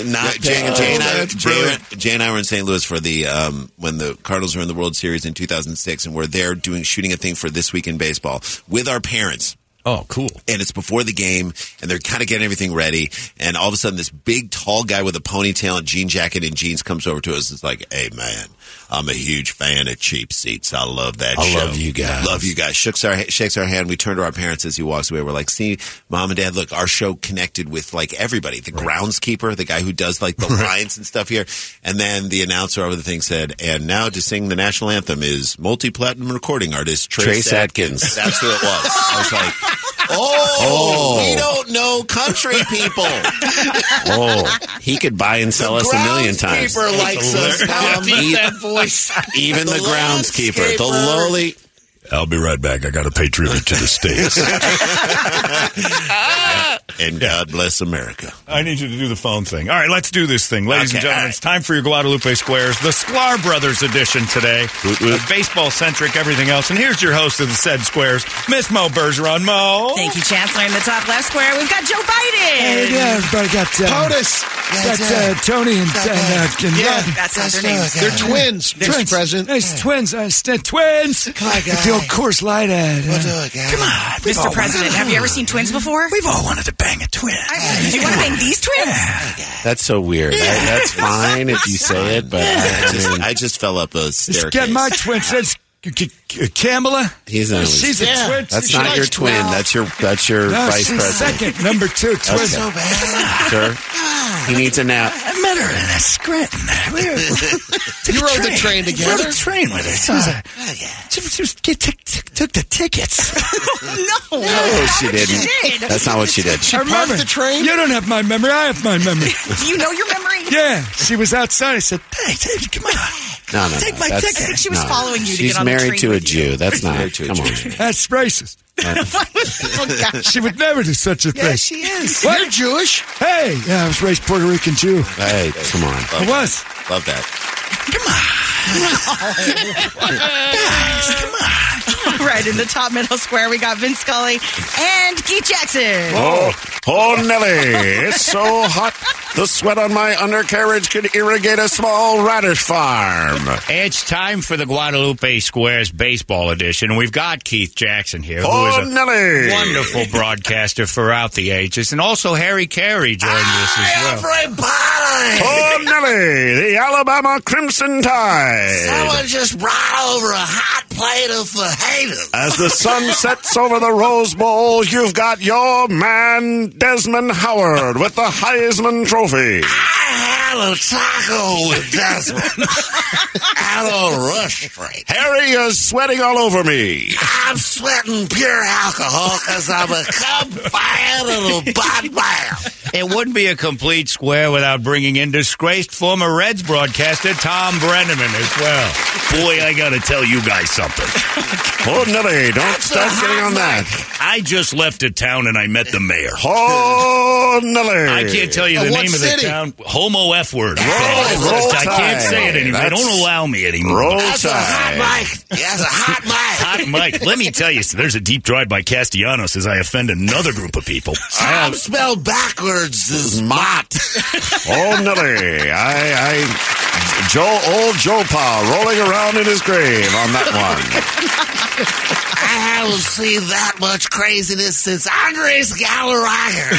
Speaker 13: Not Jay, Jay, and I, Jay, were- Jay and I were in St. Louis for the um, when the Cardinals were in the World Series in 2006, and we're there doing shooting a thing for this week in baseball with our parents.
Speaker 11: Oh, cool!
Speaker 13: And it's before the game, and they're kind of getting everything ready. And all of a sudden, this big, tall guy with a ponytail and jean jacket and jeans comes over to us. It's like, "Hey, man, I'm a huge fan of Cheap Seats. I love that.
Speaker 19: I
Speaker 13: show.
Speaker 19: love you guys.
Speaker 13: Love you guys." Shooks our shakes our hand. We turn to our parents as he walks away. We're like, "See, mom and dad, look, our show connected with like everybody. The groundskeeper, the guy who does like the lines and stuff here, and then the announcer over the thing said, and now to sing the national anthem is multi-platinum recording artist Trace,
Speaker 19: Trace Adkins.
Speaker 13: *laughs* That's who it was. I was like.
Speaker 19: Oh,
Speaker 13: Oh.
Speaker 19: we don't know country people.
Speaker 13: Oh, he could buy and sell us a million times.
Speaker 19: Keeper likes us. How
Speaker 13: E-
Speaker 19: that voice?
Speaker 13: Even the, groundskeeper, the
Speaker 19: landscaper.
Speaker 13: lowly.
Speaker 14: I'll be right back. I got to pay tribute to the *laughs* states.
Speaker 13: and God bless America.
Speaker 11: I need you to do the phone thing. All right, let's do this thing. Ladies and
Speaker 14: Okay,
Speaker 11: gentlemen,
Speaker 14: all right.
Speaker 11: it's time for your Guadalupe Squares, the Sklar Brothers edition today.
Speaker 1: Uh,
Speaker 13: Mm-hmm.
Speaker 11: Baseball centric, everything else. And here's your host of the said squares, Miss Mo Bergeron. Mo.
Speaker 18: Thank you, Chancellor. In the top left square, we've got Joe Biden.
Speaker 7: Hey, yeah, everybody got uh,
Speaker 18: POTUS.
Speaker 7: Got
Speaker 18: That's
Speaker 7: uh,
Speaker 18: it.
Speaker 7: Tony and, and, uh, and
Speaker 18: Yeah,
Speaker 7: Rob.
Speaker 18: that's not their names.
Speaker 7: uh,
Speaker 18: They're
Speaker 7: yeah.
Speaker 18: twins, Mr.
Speaker 7: Twins,
Speaker 18: President.
Speaker 7: Nice twins. I st- twins. Come
Speaker 18: on,
Speaker 7: The old course light ad. We'll do
Speaker 18: it,
Speaker 7: Come on, we've all
Speaker 18: Mr.
Speaker 7: wanted-
Speaker 18: Ah, President, have you ever seen twins before? We've
Speaker 7: all wanted to bang a twin.
Speaker 18: do you want to bang these twins?
Speaker 13: That's so weird. That- *laughs* that's fine if you say *laughs* it, but I just, I just fell up a
Speaker 7: Let's
Speaker 13: staircase.
Speaker 7: get my twin. That's Kamala.
Speaker 13: He's not-
Speaker 7: She's a twin.
Speaker 13: That's
Speaker 7: She
Speaker 13: not your
Speaker 7: likes
Speaker 13: twin.
Speaker 7: twins.
Speaker 13: That's your that's your
Speaker 7: No,
Speaker 13: vice
Speaker 7: she's
Speaker 13: president.
Speaker 7: second, number two. Twin.
Speaker 13: Okay. *laughs* Sir, he needs a nap.
Speaker 7: I met her in a Scranton. We were-
Speaker 5: *laughs*
Speaker 7: took
Speaker 5: You
Speaker 7: a
Speaker 5: rode the train
Speaker 7: We
Speaker 5: together?
Speaker 7: rode the train with her. She was a, she, was- she was, she took, took, took the
Speaker 5: *laughs*
Speaker 7: tickets.
Speaker 18: no,
Speaker 13: No, Oh, she didn't. That's not what she did.
Speaker 7: I remember. train. You don't have my memory. I have my *laughs* memory.
Speaker 18: Do you know your memory?
Speaker 7: yeah, she was outside. I said, "Hey, hey, come on."
Speaker 13: No, no, no,
Speaker 7: Take my
Speaker 13: that's-
Speaker 7: ticket. I think she was
Speaker 13: no.
Speaker 7: following you to
Speaker 13: She's
Speaker 7: get on the
Speaker 13: married
Speaker 7: train
Speaker 13: to a
Speaker 7: with
Speaker 13: Jew. That's not. Come on.
Speaker 7: That's
Speaker 13: *laughs*
Speaker 7: racist. Oh, she would never do such a thing.
Speaker 13: Yeah, she
Speaker 7: is. What? You're Jewish? Hey, yeah, I was raised Puerto Rican Jew.
Speaker 13: Hey, come on.
Speaker 7: I *laughs* was.
Speaker 13: Love that.
Speaker 18: All right, in the top middle square, we got Vince Scully and Keith
Speaker 14: uh,
Speaker 18: Jackson.
Speaker 13: Oh, oh, Nelly, it's so hot.
Speaker 14: *laughs*
Speaker 13: The sweat on my undercarriage could irrigate a small radish farm.
Speaker 1: It's time for the Guadalupe Squares Baseball Edition. We've got Keith Jackson here, who is
Speaker 13: Oh,
Speaker 1: a
Speaker 13: Nelly.
Speaker 1: wonderful broadcaster throughout the ages, and also Harry Carey joined us as well.
Speaker 13: Oh, Nelly, the Alabama Crimson Tide.
Speaker 8: Someone just brought over a hot plate of fajitas.
Speaker 13: As the sun sets over the Rose Bowl, you've got your man, Desmond Howard, with the Heisman Trophy.
Speaker 8: Hello, taco with *laughs* Desmond. Hello, Rush Street.
Speaker 13: Harry is sweating all over me.
Speaker 8: I'm sweating pure alcohol because I'm a cub fan of a bad man.
Speaker 1: It wouldn't be a complete square without bringing in disgraced former Reds broadcaster Tom Brenneman as well. Boy, I got to tell you guys *laughs* something.
Speaker 13: Oh, Nelly, don't start getting on that.
Speaker 1: I just left a town and I met the mayor.
Speaker 13: Oh, Nelly.
Speaker 1: I can't tell you the
Speaker 13: Oh, what
Speaker 1: name of the
Speaker 13: city?
Speaker 1: town. Homo F word.
Speaker 13: roll
Speaker 1: I can't
Speaker 13: tide.
Speaker 1: say it anymore. They
Speaker 13: That's-
Speaker 1: don't allow me anymore.
Speaker 13: Roll
Speaker 1: That's a hot
Speaker 13: tide.
Speaker 8: Mike, that's a hot mic.
Speaker 1: Hot Mike, let me tell you, so there's a deep drive by Castellanos as I offend another group of people.
Speaker 8: Tom spelled backwards is Mott.
Speaker 13: Oh, Nelly. I, I, Joe, old Joe Pa rolling around in his grave on that one.
Speaker 8: I haven't seen that much craziness since Andres Galarraga.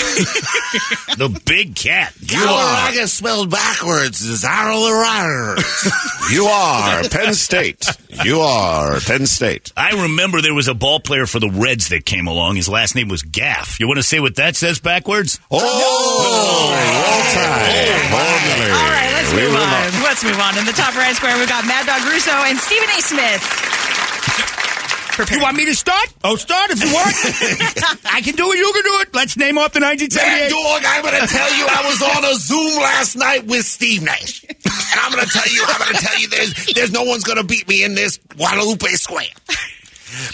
Speaker 1: the big cat.
Speaker 8: Galarraga spelled backwards is Arlaraga.
Speaker 13: You are Penn State. You are Penn State.
Speaker 1: I remember there was a ball player for the Reds that came along. His last name was Gaff. You want to say what that says backwards?
Speaker 13: Oh, All
Speaker 18: right, let's
Speaker 1: We
Speaker 18: move
Speaker 1: will
Speaker 18: on. Let's move on. In the top right square, we've got Mad Dog Russo and Stephen A. Smith.
Speaker 1: You want me to start? Oh, start if you want. *laughs* I can do it. You can do it. Let's name off the 1978.
Speaker 8: Man, dog, I'm going to tell you I was on a Zoom last
Speaker 1: *laughs*
Speaker 8: night with Steve Nash. And I'm going to tell you, I'm going to tell you there's, there's no one's going to beat me in this Guadalupe Square.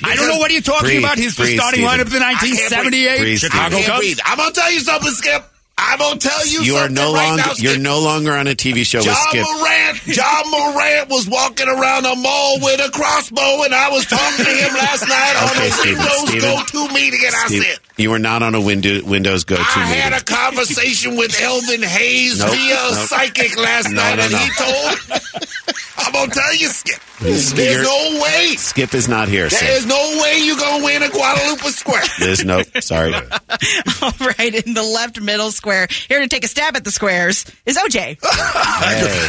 Speaker 1: I don't know what you're talking
Speaker 8: Breathe,
Speaker 1: about. He's the
Speaker 8: breathe,
Speaker 1: starting
Speaker 8: Stephen.
Speaker 1: lineup of the
Speaker 8: I can't breathe.
Speaker 1: 1978
Speaker 8: Breathe,
Speaker 1: Chicago
Speaker 8: Stephen. I can't
Speaker 1: Cubs.
Speaker 8: breathe. I'm going to tell you something, Skip. I'm gonna tell you.
Speaker 15: You are
Speaker 8: something
Speaker 15: no
Speaker 8: right
Speaker 15: longer
Speaker 8: now,
Speaker 15: you're no longer on a TV show with
Speaker 8: John
Speaker 15: Skip.
Speaker 8: Morant. John Morant was walking around a mall with a crossbow, and I was talking to him last night on
Speaker 15: Okay,
Speaker 8: a
Speaker 15: Steven,
Speaker 8: Windows
Speaker 15: Steven.
Speaker 8: Go To meeting, and
Speaker 15: Steve,
Speaker 8: I said
Speaker 15: you were not on a window, Windows Go to
Speaker 8: I
Speaker 15: meeting.
Speaker 8: had a conversation with Elvin Hayes
Speaker 15: Nope,
Speaker 8: via a
Speaker 15: nope.
Speaker 8: psychic last
Speaker 15: No,
Speaker 8: night,
Speaker 15: no,
Speaker 8: and
Speaker 15: no.
Speaker 8: he told. I'm gonna tell you, Skip.
Speaker 15: He's-
Speaker 8: There's
Speaker 15: you're-
Speaker 8: no way.
Speaker 15: Skip is not here.
Speaker 8: There
Speaker 15: So
Speaker 8: is no
Speaker 10: *laughs*
Speaker 8: way you're gonna win a Guadalupe Square.
Speaker 15: there's no. Sorry.
Speaker 18: *laughs* All right, in the left middle square, here to take a stab at the squares is
Speaker 8: *laughs*
Speaker 18: OJ.
Speaker 10: I go,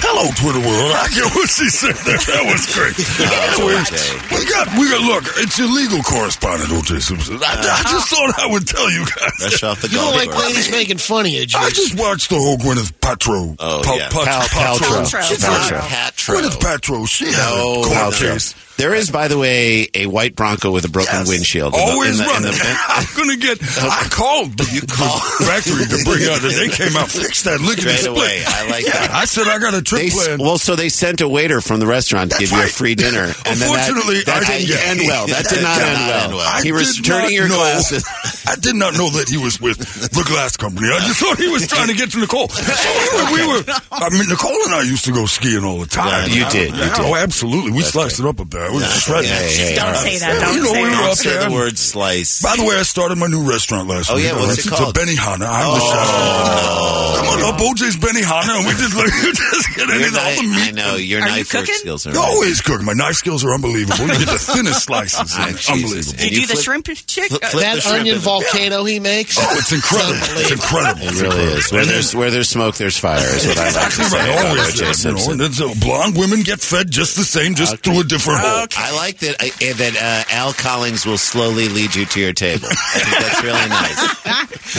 Speaker 10: Hello, Twitter world. I get what she said there. That was great. Anyway, we got, we got, look, it's your legal correspondent, O.J. Simpson. I,
Speaker 1: Uh-huh.
Speaker 10: I just thought I would tell you guys.
Speaker 13: Uh, Fresh off the
Speaker 3: You don't
Speaker 13: golf
Speaker 3: like
Speaker 13: course.
Speaker 3: ladies
Speaker 10: *laughs*
Speaker 3: making fun of you, Jim.
Speaker 10: I just watched the whole Gwyneth Paltrow.
Speaker 13: *laughs* Oh,
Speaker 10: Pa-
Speaker 13: yeah.
Speaker 10: Pat-
Speaker 13: Pal-
Speaker 10: Paltrow.
Speaker 13: Paltrow.
Speaker 10: She's
Speaker 13: Paltrow.
Speaker 10: not-
Speaker 13: Paltrow.
Speaker 10: Gwyneth Paltrow. She had a
Speaker 13: No,
Speaker 10: court
Speaker 13: Paltrow.
Speaker 10: case.
Speaker 13: There is, by the way, a white Bronco with a broken windshield. in the- in
Speaker 10: Always
Speaker 13: the- in *laughs*
Speaker 10: running.
Speaker 13: the-
Speaker 10: *laughs* I'm gonna
Speaker 13: *laughs*
Speaker 10: get. I called the, the *laughs* factory to bring out, and they came out fix that. Look at
Speaker 13: Straight
Speaker 10: this
Speaker 13: away. I like that.
Speaker 10: I said I got a trip
Speaker 13: They s-
Speaker 10: plan.
Speaker 13: well, so they sent a waiter from the restaurant to give
Speaker 10: That's
Speaker 13: you a
Speaker 10: right.
Speaker 13: free dinner. And then that-
Speaker 10: Unfortunately,
Speaker 13: that,
Speaker 10: I
Speaker 13: didn't
Speaker 10: didn't get-
Speaker 13: end well. That
Speaker 10: *laughs*
Speaker 13: did not end well.
Speaker 10: I
Speaker 13: He was
Speaker 10: did not
Speaker 13: turning your
Speaker 10: know-
Speaker 13: glasses.
Speaker 10: I did not know that he was with the glass company. I just thought he was trying to get to Nicole. So we were, we were-
Speaker 7: Oh,
Speaker 10: I mean, Nicole and I used to go skiing all the time.
Speaker 13: Yeah, you
Speaker 10: I-
Speaker 13: did, you
Speaker 10: yeah,
Speaker 13: did.
Speaker 10: Oh, absolutely. We sliced it up a bit. It was
Speaker 13: Yeah,
Speaker 10: shredded.
Speaker 13: yeah, yeah, yeah. Don't
Speaker 10: I-
Speaker 13: say that. Don't
Speaker 10: you know,
Speaker 13: say that.
Speaker 10: we were
Speaker 13: Don't
Speaker 10: up
Speaker 13: say the
Speaker 10: there.
Speaker 13: word slice.
Speaker 10: By the way, I started my new restaurant last
Speaker 13: Oh,
Speaker 10: week.
Speaker 13: yeah, what's it
Speaker 10: it's
Speaker 13: called? Oh.
Speaker 10: a Benihana. I'm the chef. Come on up, OJ's Benihana, and we just, like, we *laughs* just get
Speaker 13: Your
Speaker 10: any of all
Speaker 13: knife-
Speaker 10: the meat.
Speaker 13: I know your
Speaker 10: Are you
Speaker 13: knife work
Speaker 10: cooking?
Speaker 13: skills are.
Speaker 10: You're always cooking. My knife skills are unbelievable. You get
Speaker 13: *laughs*
Speaker 10: the thinnest slices.
Speaker 13: Ah, Jesus.
Speaker 10: unbelievable.
Speaker 13: And
Speaker 18: Did you, do the shrimp chick?
Speaker 13: flip- flip
Speaker 3: that onion volcano he makes.
Speaker 10: Oh, it's incredible. It's incredible.
Speaker 13: It really is. Where there's where there's smoke, there's fire. Is what I like to
Speaker 10: Exactly
Speaker 13: say.
Speaker 10: right.
Speaker 13: about
Speaker 10: Always,
Speaker 13: O.J.
Speaker 10: you know,
Speaker 13: Simpson.
Speaker 10: and it's, uh, blonde women get fed just the same, just through a different hole.
Speaker 13: I like that I, eh, that uh, Al Collins will slowly lead you to your table. I think that's really nice.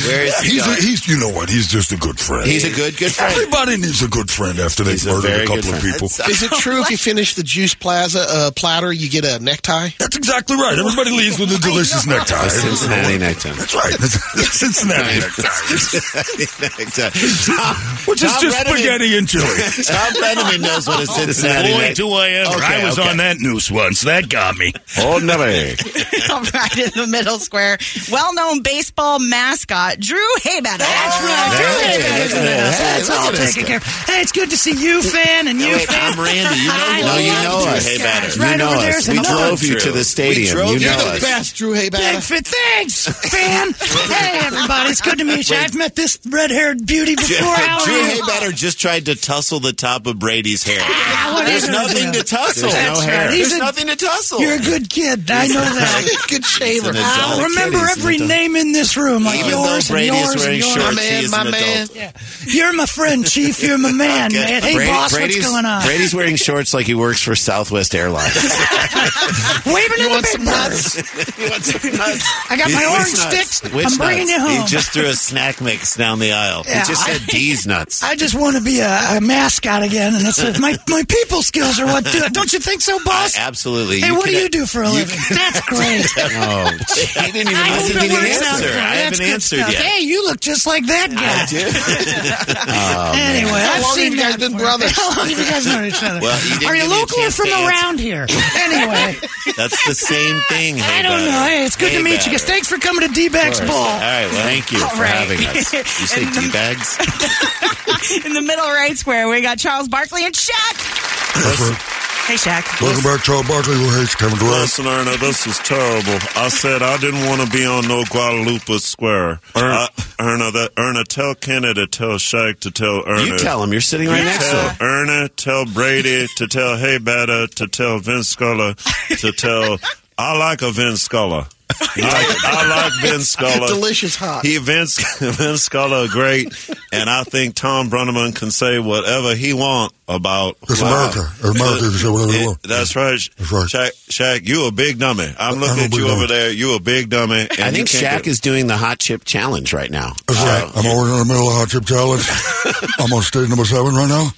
Speaker 13: Where is he
Speaker 10: he's, a,
Speaker 13: going?
Speaker 10: he's, you know what? He's just a good friend.
Speaker 13: He's a good- good friend.
Speaker 10: Everybody needs a good friend after they've
Speaker 13: a
Speaker 10: murdered a,
Speaker 13: very
Speaker 10: couple
Speaker 13: good
Speaker 10: of
Speaker 13: friend. uh,
Speaker 10: people.
Speaker 3: *laughs* Is it true if you finish the Juice Plaza uh, platter, you get a necktie?
Speaker 10: That's exactly right. Everybody leaves with a delicious necktie.
Speaker 13: The Cincinnati necktie.
Speaker 10: That's right. The Cincinnati necktie. Which is
Speaker 13: Tom
Speaker 10: just
Speaker 13: Brenneman.
Speaker 1: *laughs*
Speaker 10: spaghetti and chili.
Speaker 13: Tom Benjamin knows what a Cincinnati
Speaker 11: Boy,
Speaker 13: neck-
Speaker 11: do I ever.
Speaker 13: Okay,
Speaker 11: I was
Speaker 13: okay.
Speaker 11: on that noose once. That got me.
Speaker 1: *laughs*
Speaker 13: Oh, never.
Speaker 18: All right, in the middle square, well-known baseball mascot Drew Haybatter. That's
Speaker 13: Hey, that's it. Hey,
Speaker 5: That's
Speaker 13: look
Speaker 5: all
Speaker 13: at this
Speaker 5: taken
Speaker 13: guy.
Speaker 5: care of. Hey, it's good to see you, Finn, and you,
Speaker 13: Wait,
Speaker 5: Finn.
Speaker 13: I'm Randy. You
Speaker 5: I
Speaker 13: know, no, you
Speaker 5: love
Speaker 13: know
Speaker 5: these
Speaker 13: us. Hey,
Speaker 5: guys.
Speaker 13: batter.
Speaker 5: Right
Speaker 13: you know
Speaker 5: over there
Speaker 13: us.
Speaker 5: is
Speaker 13: We
Speaker 5: another
Speaker 13: drove
Speaker 5: one.
Speaker 13: you to the stadium.
Speaker 3: drove
Speaker 13: You
Speaker 3: you
Speaker 13: know
Speaker 3: to the
Speaker 13: us.
Speaker 3: best, Drew Haybatter.
Speaker 5: Big fit, thanks,
Speaker 13: *laughs*
Speaker 5: Finn. hey, everybody, it's good to meet you. I've met this
Speaker 13: *laughs*
Speaker 5: red-haired beauty
Speaker 13: Drew
Speaker 5: before. How are you?
Speaker 13: Haybatter just tried to tussle the top of Brady's hair.
Speaker 5: what are
Speaker 13: There's
Speaker 5: you gonna
Speaker 13: nothing
Speaker 5: do?
Speaker 13: to tussle.
Speaker 5: That's
Speaker 13: no
Speaker 5: right.
Speaker 13: hair.
Speaker 5: He's
Speaker 13: There's
Speaker 5: a-
Speaker 13: nothing to tussle.
Speaker 5: You're a good kid. I know that.
Speaker 3: Good shaver.
Speaker 13: He's an adult
Speaker 5: I'll
Speaker 13: kid.
Speaker 5: remember
Speaker 13: He's an
Speaker 5: every
Speaker 13: adult.
Speaker 5: name in this room, like
Speaker 13: Even though
Speaker 5: yours and
Speaker 13: Brady is
Speaker 5: yours and
Speaker 13: wearing
Speaker 5: yours.
Speaker 13: shorts, he is an adult.
Speaker 5: You're my friend, Chief. You're my man,
Speaker 13: Okay.
Speaker 5: man. Hey,
Speaker 13: Brady-
Speaker 5: boss,
Speaker 13: Brady's,
Speaker 5: what's going on? *laughs*
Speaker 13: Brady's wearing shorts like he works for Southwest Airlines.
Speaker 5: Waving in the big
Speaker 13: *laughs*
Speaker 5: nuts. *laughs* I got my
Speaker 13: Which
Speaker 5: orange
Speaker 13: nuts?
Speaker 5: sticks.
Speaker 13: Which
Speaker 5: I'm bringing
Speaker 13: nuts?
Speaker 5: you home.
Speaker 13: He just threw a snack mix down the aisle.
Speaker 5: Yeah,
Speaker 13: he just
Speaker 5: I-
Speaker 13: said D's
Speaker 5: *laughs*
Speaker 13: nuts.
Speaker 5: I just want to be a, a mascot again, and that's it. my my people skills are what do it. Don't you think so, boss?
Speaker 13: Absolutely. *laughs*
Speaker 5: hey,
Speaker 13: You
Speaker 5: what
Speaker 13: could
Speaker 5: do
Speaker 13: have-
Speaker 5: you do for a living?
Speaker 13: *laughs*
Speaker 5: That's great.
Speaker 13: Oh, he didn't even
Speaker 5: I hope
Speaker 13: listen
Speaker 5: it
Speaker 13: to the
Speaker 5: works out
Speaker 13: answer.
Speaker 5: for you.
Speaker 13: I
Speaker 5: That's
Speaker 13: haven't
Speaker 5: good
Speaker 13: answered
Speaker 5: stuff.
Speaker 13: yet.
Speaker 5: Hey, you look just like that guy.
Speaker 3: *laughs*
Speaker 13: Oh, man.
Speaker 5: Anyway,
Speaker 3: How
Speaker 5: I've
Speaker 3: long
Speaker 5: seen
Speaker 3: have you guys
Speaker 5: that
Speaker 3: been
Speaker 5: before.
Speaker 3: brothers?
Speaker 5: How long have you guys known each other?
Speaker 13: Well, you didn't
Speaker 5: Are
Speaker 13: give
Speaker 5: you
Speaker 13: me a
Speaker 5: local or
Speaker 13: chance
Speaker 5: from
Speaker 13: to answer.
Speaker 5: around
Speaker 13: *laughs*
Speaker 5: here? Anyway,
Speaker 13: That's the same thing.
Speaker 5: I don't know. Hey, it's good to meet you guys. Thanks for coming to D-Bags
Speaker 13: All
Speaker 5: Ball.
Speaker 13: right, well, thank you
Speaker 18: All
Speaker 13: for
Speaker 18: right.
Speaker 13: having us. You
Speaker 5: *laughs*
Speaker 13: say
Speaker 18: And the-
Speaker 5: um,
Speaker 13: D-bags?
Speaker 18: in the middle right square, we got Charles Barkley and Shaq. Hey, Shaq.
Speaker 10: Welcome back, Charles Barkley. Who hates Kevin Durant?
Speaker 14: Listen, Erna, this is terrible. I said I didn't want to be on no Guadalupe Square. Erna, Erna, that, Erna tell Kenny to tell Shaq to tell Erna.
Speaker 13: You tell him. You're sitting right
Speaker 14: You
Speaker 13: next to
Speaker 14: tell
Speaker 13: him.
Speaker 14: Erna, tell Brady, to tell Hey Better, to tell Vince Scully, to tell I like a Vince Scully. I, I like Vince Scully.
Speaker 3: Delicious hot.
Speaker 14: He Vince *laughs* Vince Scully great, and I think Tom Brenneman can say whatever he want about
Speaker 10: It's
Speaker 14: Wow.
Speaker 10: America. It's America. You can say whatever you want.
Speaker 14: That's right.
Speaker 10: That's right.
Speaker 14: Shaq, Shaq, you a big dummy. I'm looking
Speaker 10: I'm a
Speaker 14: at
Speaker 10: big
Speaker 14: you
Speaker 10: dummy.
Speaker 14: over there. You a big dummy. And
Speaker 13: I
Speaker 14: you
Speaker 13: think
Speaker 14: can't
Speaker 13: Shaq
Speaker 14: get-
Speaker 13: is doing the hot chip challenge right now.
Speaker 10: That's right. I'm always in the middle of hot chip challenge.
Speaker 13: *laughs*
Speaker 10: I'm on stage number seven right now.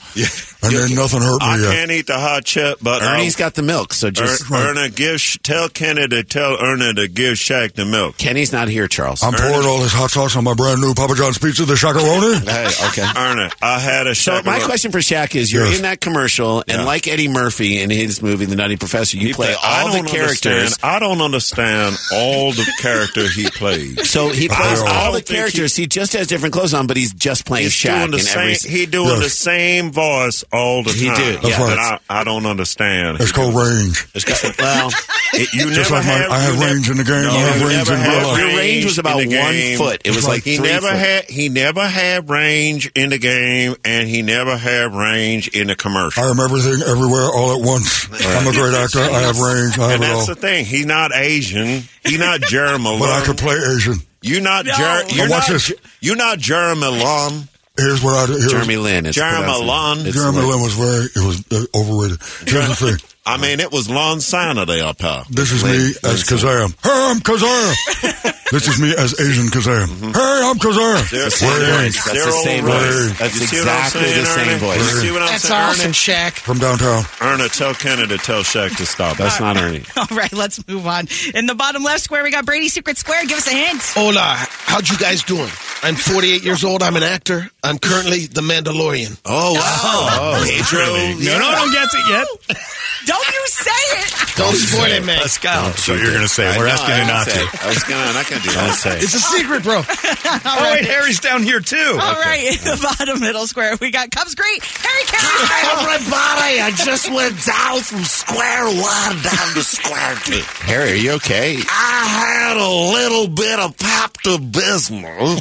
Speaker 10: And then nothing hurt
Speaker 14: I
Speaker 10: me uh, yet.
Speaker 14: can't eat the hot chip, but
Speaker 13: Ernie's
Speaker 14: Ernie's
Speaker 13: got the milk, so just.
Speaker 14: Erna, give Sh- tell Kenny to tell Erna to give Shaq the milk.
Speaker 13: Kenny's not here, Charles.
Speaker 10: I'm pouring all this hot sauce on my brand new Papa John's pizza, the shakaroni.
Speaker 13: Hey, okay.
Speaker 14: Earn it. I had a
Speaker 13: So
Speaker 14: shot.
Speaker 13: my question for Shaq is: You're
Speaker 14: Yes. *laughs*
Speaker 13: in that commercial, and
Speaker 14: Yeah.
Speaker 13: like Eddie Murphy *laughs* in his movie The Nutty Professor, you play all the characters.
Speaker 14: I don't understand all the character he played.
Speaker 13: So he plays
Speaker 14: I don't
Speaker 13: all the
Speaker 14: think he-
Speaker 13: characters. He, just has different clothes on, but he's just playing
Speaker 14: He's
Speaker 13: Shaq
Speaker 14: doing the
Speaker 13: in every.
Speaker 14: same. He doing the same voice all the time.
Speaker 13: He did,
Speaker 14: That's
Speaker 13: yeah.
Speaker 14: That I, I don't understand.
Speaker 10: It's called range. *laughs*
Speaker 13: well,
Speaker 14: It- you never
Speaker 10: Just like my-
Speaker 14: have,
Speaker 10: I
Speaker 14: you
Speaker 10: have
Speaker 14: never-
Speaker 10: range in the game,
Speaker 14: No,
Speaker 10: I have
Speaker 14: you
Speaker 10: range
Speaker 14: never
Speaker 10: in
Speaker 14: had
Speaker 10: real life.
Speaker 13: Your range was
Speaker 14: in the
Speaker 13: about one
Speaker 14: game.
Speaker 13: foot. It was like
Speaker 14: he
Speaker 13: three
Speaker 14: never
Speaker 13: foot.
Speaker 14: had he never had range in the game, and he never had range in the commercial.
Speaker 10: I am everything, everywhere, all at once. I'm
Speaker 14: *laughs*
Speaker 10: a great actor. I have range. I have
Speaker 14: and
Speaker 10: it
Speaker 14: that's the
Speaker 10: all.
Speaker 14: thing. He's not Asian. He's not Jeremy.
Speaker 10: *laughs* But I could play Asian.
Speaker 14: You're not
Speaker 10: No.
Speaker 14: Jer-
Speaker 10: Now
Speaker 14: you're not,
Speaker 10: watch this.
Speaker 14: You're not Jeremy Lum.
Speaker 10: Here's what I do. Here's,
Speaker 14: Jeremy Lin, it's Jeremy pronounced- Lin. it's
Speaker 10: Jeremy
Speaker 14: Lin.
Speaker 10: Lin was very. It was uh, overrated.
Speaker 14: *laughs*
Speaker 10: Here's the thing.
Speaker 14: I mean, it was Lon Sanity up here.
Speaker 10: This is me as Kazam. Hey, I'm Kazam. this is me as Asian Kazam. Hey, I'm Kazam.
Speaker 14: That's the same voice. That's the same voice. That's exactly the same voice. You see what I'm
Speaker 3: That's
Speaker 14: saying,
Speaker 3: awesome,
Speaker 14: Ernie?
Speaker 3: Shaq.
Speaker 10: From downtown.
Speaker 14: Erna, tell Kennedy to tell Shaq to stop. That's
Speaker 13: not Ernie.
Speaker 18: *laughs* All right, let's move on. In the bottom left square, we got Brady's Secret Square. Give us a hint.
Speaker 3: Hola,
Speaker 18: *laughs*
Speaker 3: how'd you guys doing? I'm 48 years old. I'm an actor. I'm currently the Mandalorian.
Speaker 13: Oh wow,
Speaker 3: Pedro!
Speaker 11: No, no, don't get it yet.
Speaker 18: Oh, *laughs* Don't you say it.
Speaker 3: Don't spoil it, man.
Speaker 11: Let's go. So you're going to say
Speaker 13: I
Speaker 11: we're
Speaker 13: know,
Speaker 11: asking
Speaker 13: I
Speaker 11: you not
Speaker 13: won't
Speaker 11: to.
Speaker 13: say. I was gonna. I'm not gonna do
Speaker 11: Don't
Speaker 13: that.
Speaker 11: say.
Speaker 3: It's a secret, bro.
Speaker 11: Oh wait, Harry's down here too.
Speaker 18: All right, in the bottom middle square, we got Cubs great Harry Carey.
Speaker 8: Everybody, I just went down from square one down to square two.
Speaker 13: Harry, are you okay?
Speaker 8: I had a little bit of pop to bismol.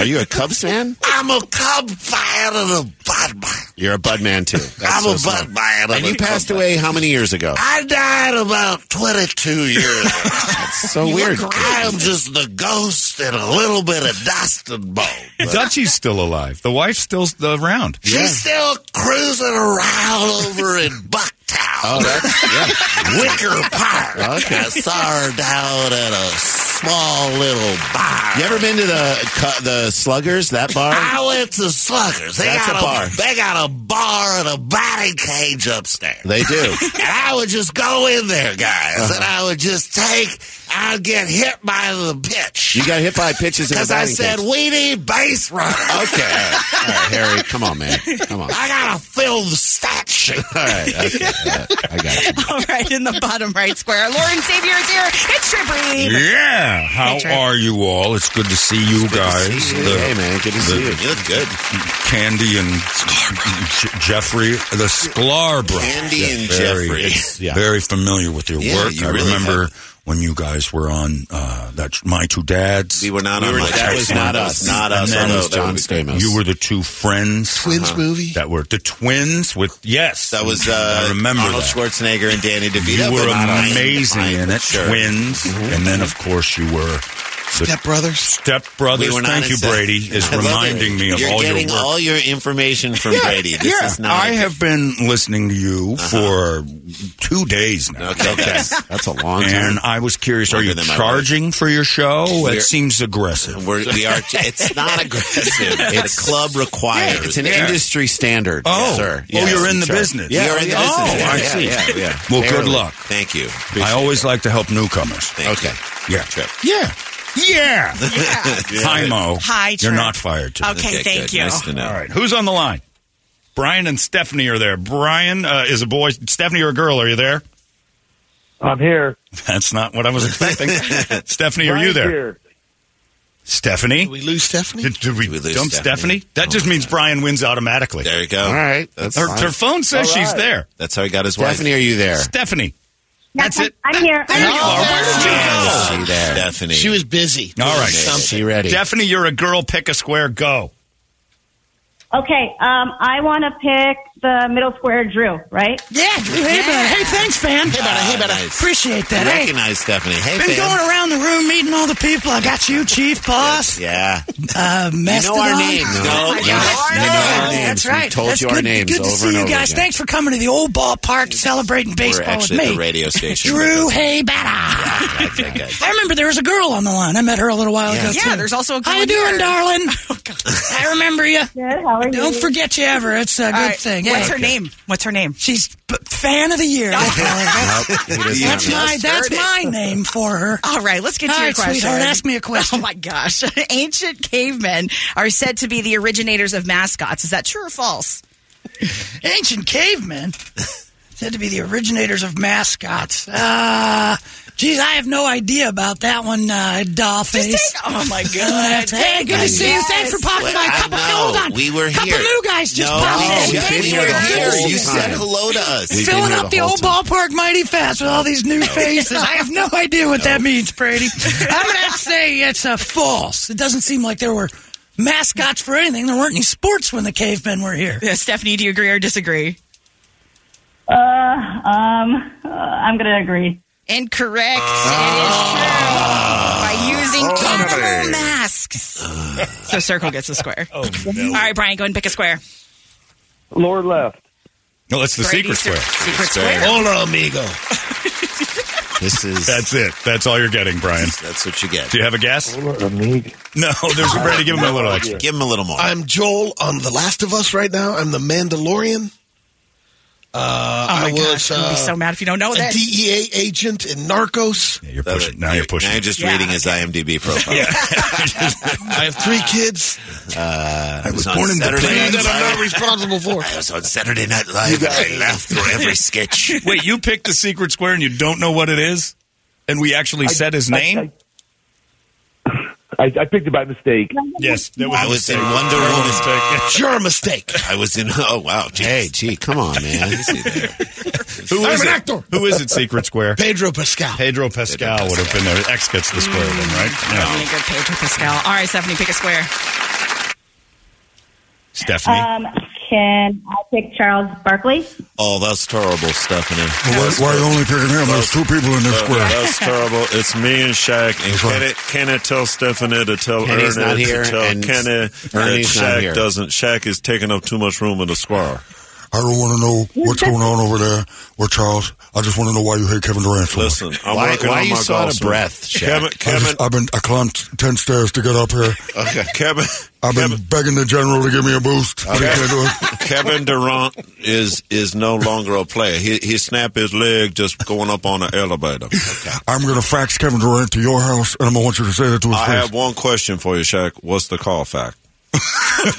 Speaker 13: Are you a Cubs fan?
Speaker 8: I'm a cub fan of the bud.
Speaker 13: You're a Bud man too.
Speaker 8: I'm
Speaker 13: so
Speaker 8: a
Speaker 13: smart.
Speaker 8: Bud man. I'm
Speaker 13: And
Speaker 8: a
Speaker 13: you
Speaker 8: Cub
Speaker 13: passed away how many years ago?
Speaker 8: I died about 22
Speaker 13: *laughs*
Speaker 8: years ago. That's
Speaker 13: so weird.
Speaker 8: I am just the ghost and a little bit of dust and bone.
Speaker 11: Dutchie's still alive. The wife's still around.
Speaker 8: She's still cruising around over in Bucktown.
Speaker 13: Oh,
Speaker 8: yeah. Wicker Park.
Speaker 13: Okay.
Speaker 8: I saw her down at a small little bar.
Speaker 13: You ever been to the cu- the Sluggers? That bar?
Speaker 8: I went to Sluggers. They
Speaker 13: That's
Speaker 8: got
Speaker 13: a bar.
Speaker 8: They got a bar and a batting cage upstairs.
Speaker 13: They do.
Speaker 8: *laughs*
Speaker 13: Uh-huh.
Speaker 8: And I would just go in there, guys, and I would just take. I'd get hit by the pitch
Speaker 13: You got hit by pitches in the
Speaker 8: because I
Speaker 13: batting
Speaker 8: said
Speaker 13: cage.
Speaker 8: we need base runners.
Speaker 13: Okay, all right, all right, Harry, come on, man, come *laughs* on.
Speaker 8: *laughs* I gotta fill the stat sheet.
Speaker 13: All right, okay,
Speaker 18: *laughs*
Speaker 13: all right, I got you.
Speaker 18: All right, in the bottom right square, Lauren Xavier is here. It's your breed.
Speaker 9: Yeah. How
Speaker 18: Hey, Trent.
Speaker 9: are you all? It's good to see you guys.
Speaker 13: see you. Hey, man, good to see you.
Speaker 9: You look good. Candy and Je- Jeffrey, the Sklar brothers.
Speaker 13: Candy and
Speaker 9: very,
Speaker 13: Jeffrey. *laughs*
Speaker 10: *laughs*
Speaker 13: Yeah.
Speaker 9: Very familiar with your
Speaker 13: Yeah,
Speaker 9: work.
Speaker 13: you
Speaker 9: I
Speaker 13: really
Speaker 9: remember when you guys were on uh, that's My Two Dads.
Speaker 13: We were not
Speaker 9: We
Speaker 13: on.
Speaker 9: were
Speaker 13: my
Speaker 9: the
Speaker 13: that
Speaker 9: Jackson
Speaker 13: was not us. Not us.
Speaker 9: And then
Speaker 13: Although John Stamos.
Speaker 9: You were the two friends. Uh-huh.
Speaker 3: Twins movie?
Speaker 9: That were the twins with, yes.
Speaker 13: That was uh,
Speaker 9: I remember
Speaker 13: Arnold
Speaker 9: that.
Speaker 13: Schwarzenegger and Danny DeVito.
Speaker 9: You were
Speaker 13: but not us.
Speaker 9: amazing
Speaker 13: Fine,
Speaker 9: in it.
Speaker 13: sure. Mm-hmm.
Speaker 9: Twins. And then, of course, you were the
Speaker 3: Step brothers.
Speaker 9: Step Brothers.
Speaker 13: We were not
Speaker 9: Thank
Speaker 13: in
Speaker 9: you,
Speaker 13: Step-
Speaker 9: Brady, is
Speaker 13: I love
Speaker 9: reminding
Speaker 13: it.
Speaker 9: me of
Speaker 13: You're
Speaker 9: all your
Speaker 13: getting
Speaker 9: work.
Speaker 13: all your information from Brady. This
Speaker 9: yeah,
Speaker 13: is not.
Speaker 9: I
Speaker 13: a-
Speaker 9: have been listening to you for two days now.
Speaker 13: Okay, that's, that's a long
Speaker 9: And
Speaker 13: time.
Speaker 9: I was curious, are
Speaker 13: Longer
Speaker 9: you
Speaker 13: than my wife.
Speaker 9: charging for your show?
Speaker 13: We're-
Speaker 9: it seems aggressive.
Speaker 13: We're, we
Speaker 9: *laughs*
Speaker 13: are. It's not aggressive. It's club required.
Speaker 9: it's an Yeah.
Speaker 13: industry standard.
Speaker 9: Oh. Oh, you're in the business.
Speaker 13: Yeah, you're in the
Speaker 9: Oh,
Speaker 13: business. Yeah,
Speaker 9: I
Speaker 13: yeah,
Speaker 9: see.
Speaker 13: Yeah, yeah.
Speaker 9: Well, good
Speaker 13: Barely.
Speaker 9: luck.
Speaker 13: Thank you.
Speaker 9: I always like to help newcomers.
Speaker 13: okay.
Speaker 9: Yeah.
Speaker 13: Trip.
Speaker 9: Yeah. Yeah.
Speaker 13: *laughs* Yeah.
Speaker 9: Hi, Mo.
Speaker 18: Hi,
Speaker 9: You're
Speaker 18: Trent.
Speaker 9: not fired today.
Speaker 18: Okay, thank
Speaker 13: good.
Speaker 18: you.
Speaker 13: Nice to know.
Speaker 11: All right, who's on the line? Brian and Stephanie are there. Brian uh, is a boy. Stephanie, you're a girl. Are you there?
Speaker 20: I'm here.
Speaker 11: That's not what I was
Speaker 13: *laughs*
Speaker 11: expecting. Stephanie, are you
Speaker 20: Brian's
Speaker 11: there?
Speaker 20: here.
Speaker 11: Stephanie?
Speaker 3: Did we lose Stephanie?
Speaker 11: Did, did we,
Speaker 13: lose
Speaker 11: dump Stephanie?
Speaker 13: Stephanie? Oh
Speaker 11: That just means Brian wins automatically.
Speaker 13: There you go.
Speaker 15: All right.
Speaker 13: That's
Speaker 11: her,
Speaker 13: fine.
Speaker 11: her phone says
Speaker 20: All
Speaker 11: she's
Speaker 20: right.
Speaker 11: there.
Speaker 13: That's how he got his wife.
Speaker 15: Stephanie, are you there?
Speaker 11: Stephanie.
Speaker 16: That's it. I'm here.
Speaker 11: There you are. Where did you go?
Speaker 13: She there. Stephanie.
Speaker 3: She was busy.
Speaker 11: All right.
Speaker 13: She ready?
Speaker 11: Stephanie, you're a girl. Pick a square. Go.
Speaker 16: Okay, um, I want to pick the middle square Drew, right?
Speaker 5: Yeah. Hey, buddy. Hey, thanks, fan.
Speaker 3: Hey, buddy. Hey, buddy.
Speaker 13: Nice.
Speaker 5: Appreciate
Speaker 13: You
Speaker 5: that. Hey,
Speaker 13: recognize Stephanie. Hey,
Speaker 5: been
Speaker 13: fan.
Speaker 5: going around the room meeting all the people. I got you, Chief Boss.
Speaker 13: Yeah.
Speaker 5: Uh, Mastodon. *laughs* Oh
Speaker 13: names. No,
Speaker 5: I
Speaker 13: you
Speaker 5: got
Speaker 13: know- you know
Speaker 5: it. Yeah,
Speaker 13: our names.
Speaker 5: That's
Speaker 13: We
Speaker 5: right.
Speaker 13: told
Speaker 5: That's
Speaker 13: you our
Speaker 5: good,
Speaker 13: names
Speaker 5: Good to
Speaker 13: over
Speaker 5: see
Speaker 13: and
Speaker 5: you
Speaker 13: over
Speaker 5: guys.
Speaker 13: again.
Speaker 5: Thanks for coming to the old ballpark celebrating
Speaker 13: We're
Speaker 5: baseball
Speaker 13: actually
Speaker 5: with
Speaker 13: at
Speaker 5: me.
Speaker 13: the radio station.
Speaker 5: Drew Haybetta.
Speaker 13: I think I
Speaker 5: *laughs* I remember there was a girl on the line. I met her a little while ago.
Speaker 18: Yeah,
Speaker 5: too.
Speaker 18: there's also a girl
Speaker 5: How you
Speaker 18: in
Speaker 5: doing,
Speaker 18: here. *laughs*
Speaker 5: darling? I remember you. Good. How are Don't
Speaker 18: you?
Speaker 5: forget you ever. It's a
Speaker 18: All
Speaker 5: good
Speaker 18: right,
Speaker 5: thing.
Speaker 18: What's
Speaker 5: Hey.
Speaker 18: her name? What's her name?
Speaker 5: She's b- fan of
Speaker 18: *laughs*
Speaker 5: the year. *laughs* that's
Speaker 18: That's
Speaker 5: my that's my name for her.
Speaker 18: All right, let's get to
Speaker 5: All
Speaker 18: your
Speaker 5: right,
Speaker 18: question.
Speaker 5: sweetheart, ask me a question.
Speaker 18: Oh my gosh, *laughs* ancient cavemen are said to be the originators of mascots. Is that true or false?
Speaker 5: Ancient cavemen said to be the originators of mascots. Uh Geez, I have no idea about that one, uh, dollface.
Speaker 18: oh my
Speaker 5: god! *laughs* hey, good to see you. Thanks for popping by.
Speaker 13: I
Speaker 5: Cup of,
Speaker 13: know.
Speaker 5: hold on,
Speaker 13: We were
Speaker 5: couple
Speaker 13: here.
Speaker 5: new guys just
Speaker 13: no,
Speaker 5: popped in.
Speaker 13: We've been here the whole
Speaker 5: We've been
Speaker 13: You
Speaker 5: here the
Speaker 13: said
Speaker 5: whole
Speaker 13: hello to us.
Speaker 5: filling up the old ballpark mighty fast with all these *laughs* new faces. I have no idea what that means, *laughs* Brady. I'm gonna have to say it's a false. It doesn't seem like there were mascots for anything. There weren't any sports when the cavemen were here.
Speaker 18: *laughs* Yeah, Stephanie, do you agree or disagree?
Speaker 16: Uh, um, uh, I'm gonna agree.
Speaker 18: Incorrect.
Speaker 14: Ah,
Speaker 18: It is true. By using animal masks. so circle gets a square. All right, Brian, go ahead and pick a square.
Speaker 20: Lower left.
Speaker 1: No, that's the
Speaker 18: Brady,
Speaker 1: secret square.
Speaker 18: sir- secret square. Hola, amigo.
Speaker 1: This is that's it. That's all you're getting, Brian.
Speaker 13: That's what you get.
Speaker 1: Do you have a guess? No, there's Brady. Give him a
Speaker 13: *laughs*
Speaker 1: little extra.
Speaker 13: Give him a little more.
Speaker 3: I'm Joel on The Last of Us right now. I'm the Mandalorian. Uh,
Speaker 18: Oh my
Speaker 3: I was
Speaker 18: gosh, I'm gonna be
Speaker 3: uh,
Speaker 18: so mad if you don't know
Speaker 3: a
Speaker 18: this.
Speaker 3: DEA agent in
Speaker 10: *laughs*
Speaker 3: Narcos.
Speaker 1: you're pushing. Now you're pushing.
Speaker 13: Now you're just reading his IMDb profile.
Speaker 3: *laughs* I have three kids.
Speaker 13: Uh, I was,
Speaker 3: born in the
Speaker 13: Saturday
Speaker 3: plane
Speaker 13: Night
Speaker 3: that I'm
Speaker 13: Live.
Speaker 3: not responsible for.
Speaker 13: I was on Saturday Night Live. and I laughed through every sketch.
Speaker 1: Wait, you picked the secret square and you don't know what it is, and we actually said his name.
Speaker 20: I, I picked it by mistake.
Speaker 1: yes, that was
Speaker 13: I was in Wonder Woman. *laughs*
Speaker 3: Your mistake.
Speaker 13: I was in. Oh wow. Geez. Hey, gee, come *laughs* on, man.
Speaker 1: Who
Speaker 3: I'm
Speaker 1: is it?
Speaker 3: an actor.
Speaker 1: Who is it? Secret Square.
Speaker 3: Pedro Pascal.
Speaker 1: Pedro Pascal, would have been there. X gets the square then, right?
Speaker 18: Really
Speaker 1: No.
Speaker 18: good Pedro Pascal. All right, Stephanie, pick a square.
Speaker 1: Stephanie.
Speaker 14: Uh,
Speaker 16: Um, can I pick Charles Barkley?
Speaker 13: Oh, that's terrible, Stephanie.
Speaker 10: Why, why you only picking him? There's two people in this
Speaker 14: Uh,
Speaker 10: square.
Speaker 14: that's terrible. It's me and Shaq. And
Speaker 10: right.
Speaker 14: can, it, can I tell Stephanie to tell
Speaker 13: Kenny's
Speaker 14: Ernie
Speaker 13: not here,
Speaker 14: to tell
Speaker 13: and
Speaker 14: Kenny that
Speaker 13: Ernie's not here.
Speaker 14: Shaq doesn't? Shaq is taking up too much room in the square.
Speaker 10: I don't want to know what's going on over there with Charles. I just want to know why you hate Kevin Durant so
Speaker 14: Listen,
Speaker 10: much.
Speaker 14: I'm working on my golf swing. Kevin,
Speaker 10: I
Speaker 14: Kevin,
Speaker 10: just, I've been I climbed ten stairs to get up here.
Speaker 14: Kevin,
Speaker 10: I've been begging the general to give me a boost. But he can't do it.
Speaker 14: Kevin Durant is is no longer a player. He he snapped his leg just going up on an elevator.
Speaker 10: I'm going to fax Kevin Durant to your house, and I'm going to want you to say that to his
Speaker 14: I
Speaker 10: face.
Speaker 14: have one question for you, Shaq. What's the call fact?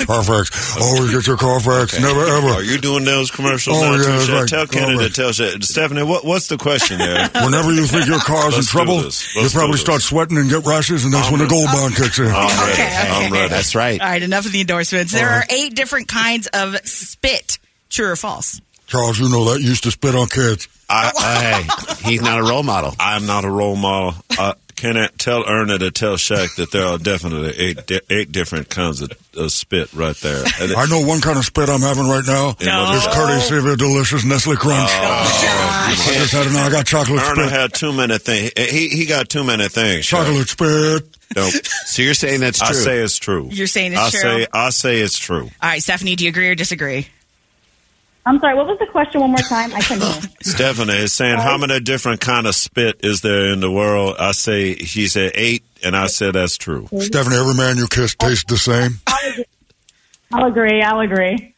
Speaker 10: Carfax. Always get your Carfax. Never
Speaker 14: Are
Speaker 10: ever.
Speaker 14: you doing those commercials
Speaker 10: Oh,
Speaker 14: now?
Speaker 10: yeah,
Speaker 14: too,
Speaker 10: that's
Speaker 14: Shaq?
Speaker 10: right.
Speaker 14: Tell Kenny to
Speaker 10: Carfax.
Speaker 14: tell Shaq. Stephanie, what what's the question there?
Speaker 10: *laughs* Whenever you think your car's in
Speaker 14: Let's do
Speaker 10: trouble,
Speaker 14: this.
Speaker 10: you
Speaker 14: Let's do
Speaker 10: probably
Speaker 14: this.
Speaker 10: start sweating and get rashes, and that's when the gold bond kicks in.
Speaker 14: I'm ready. I'm ready.
Speaker 13: That's right.
Speaker 18: All right, enough of the endorsements. There
Speaker 10: All
Speaker 18: are
Speaker 10: right.
Speaker 18: eight different kinds of spit. True or false?
Speaker 10: Charles, you know that used to spit on kids.
Speaker 13: I, I, Oh, he's not a role model.
Speaker 14: I'm not a role model. I cannot tell Erna to tell Shaq that there are definitely eight di- eight different kinds of, of spit right there. And it-
Speaker 10: I know one kind of spit I'm having right now.
Speaker 14: No.
Speaker 10: It's courtesy of a delicious Nestle Crunch.
Speaker 13: Oh,
Speaker 10: I just had another. I got chocolate
Speaker 14: Erna
Speaker 10: spit.
Speaker 14: had too many things. He he got too many things. Shaq.
Speaker 10: Chocolate spit.
Speaker 14: No,
Speaker 13: So you're saying that's true?
Speaker 14: I say it's true.
Speaker 18: You're saying it's
Speaker 14: I
Speaker 18: true?
Speaker 14: Say, I say it's true.
Speaker 18: All right, Stephanie, do you agree or disagree?
Speaker 16: I'm sorry. What was the question? One more time.
Speaker 14: *laughs*
Speaker 16: I couldn't hear.
Speaker 14: Stephanie is saying how many different kind of spit is there in the world? I say he said eight, and I said that's true.
Speaker 10: Stephanie, every man you kiss tastes
Speaker 13: *laughs*
Speaker 10: the same.
Speaker 16: I'll agree. I'll agree.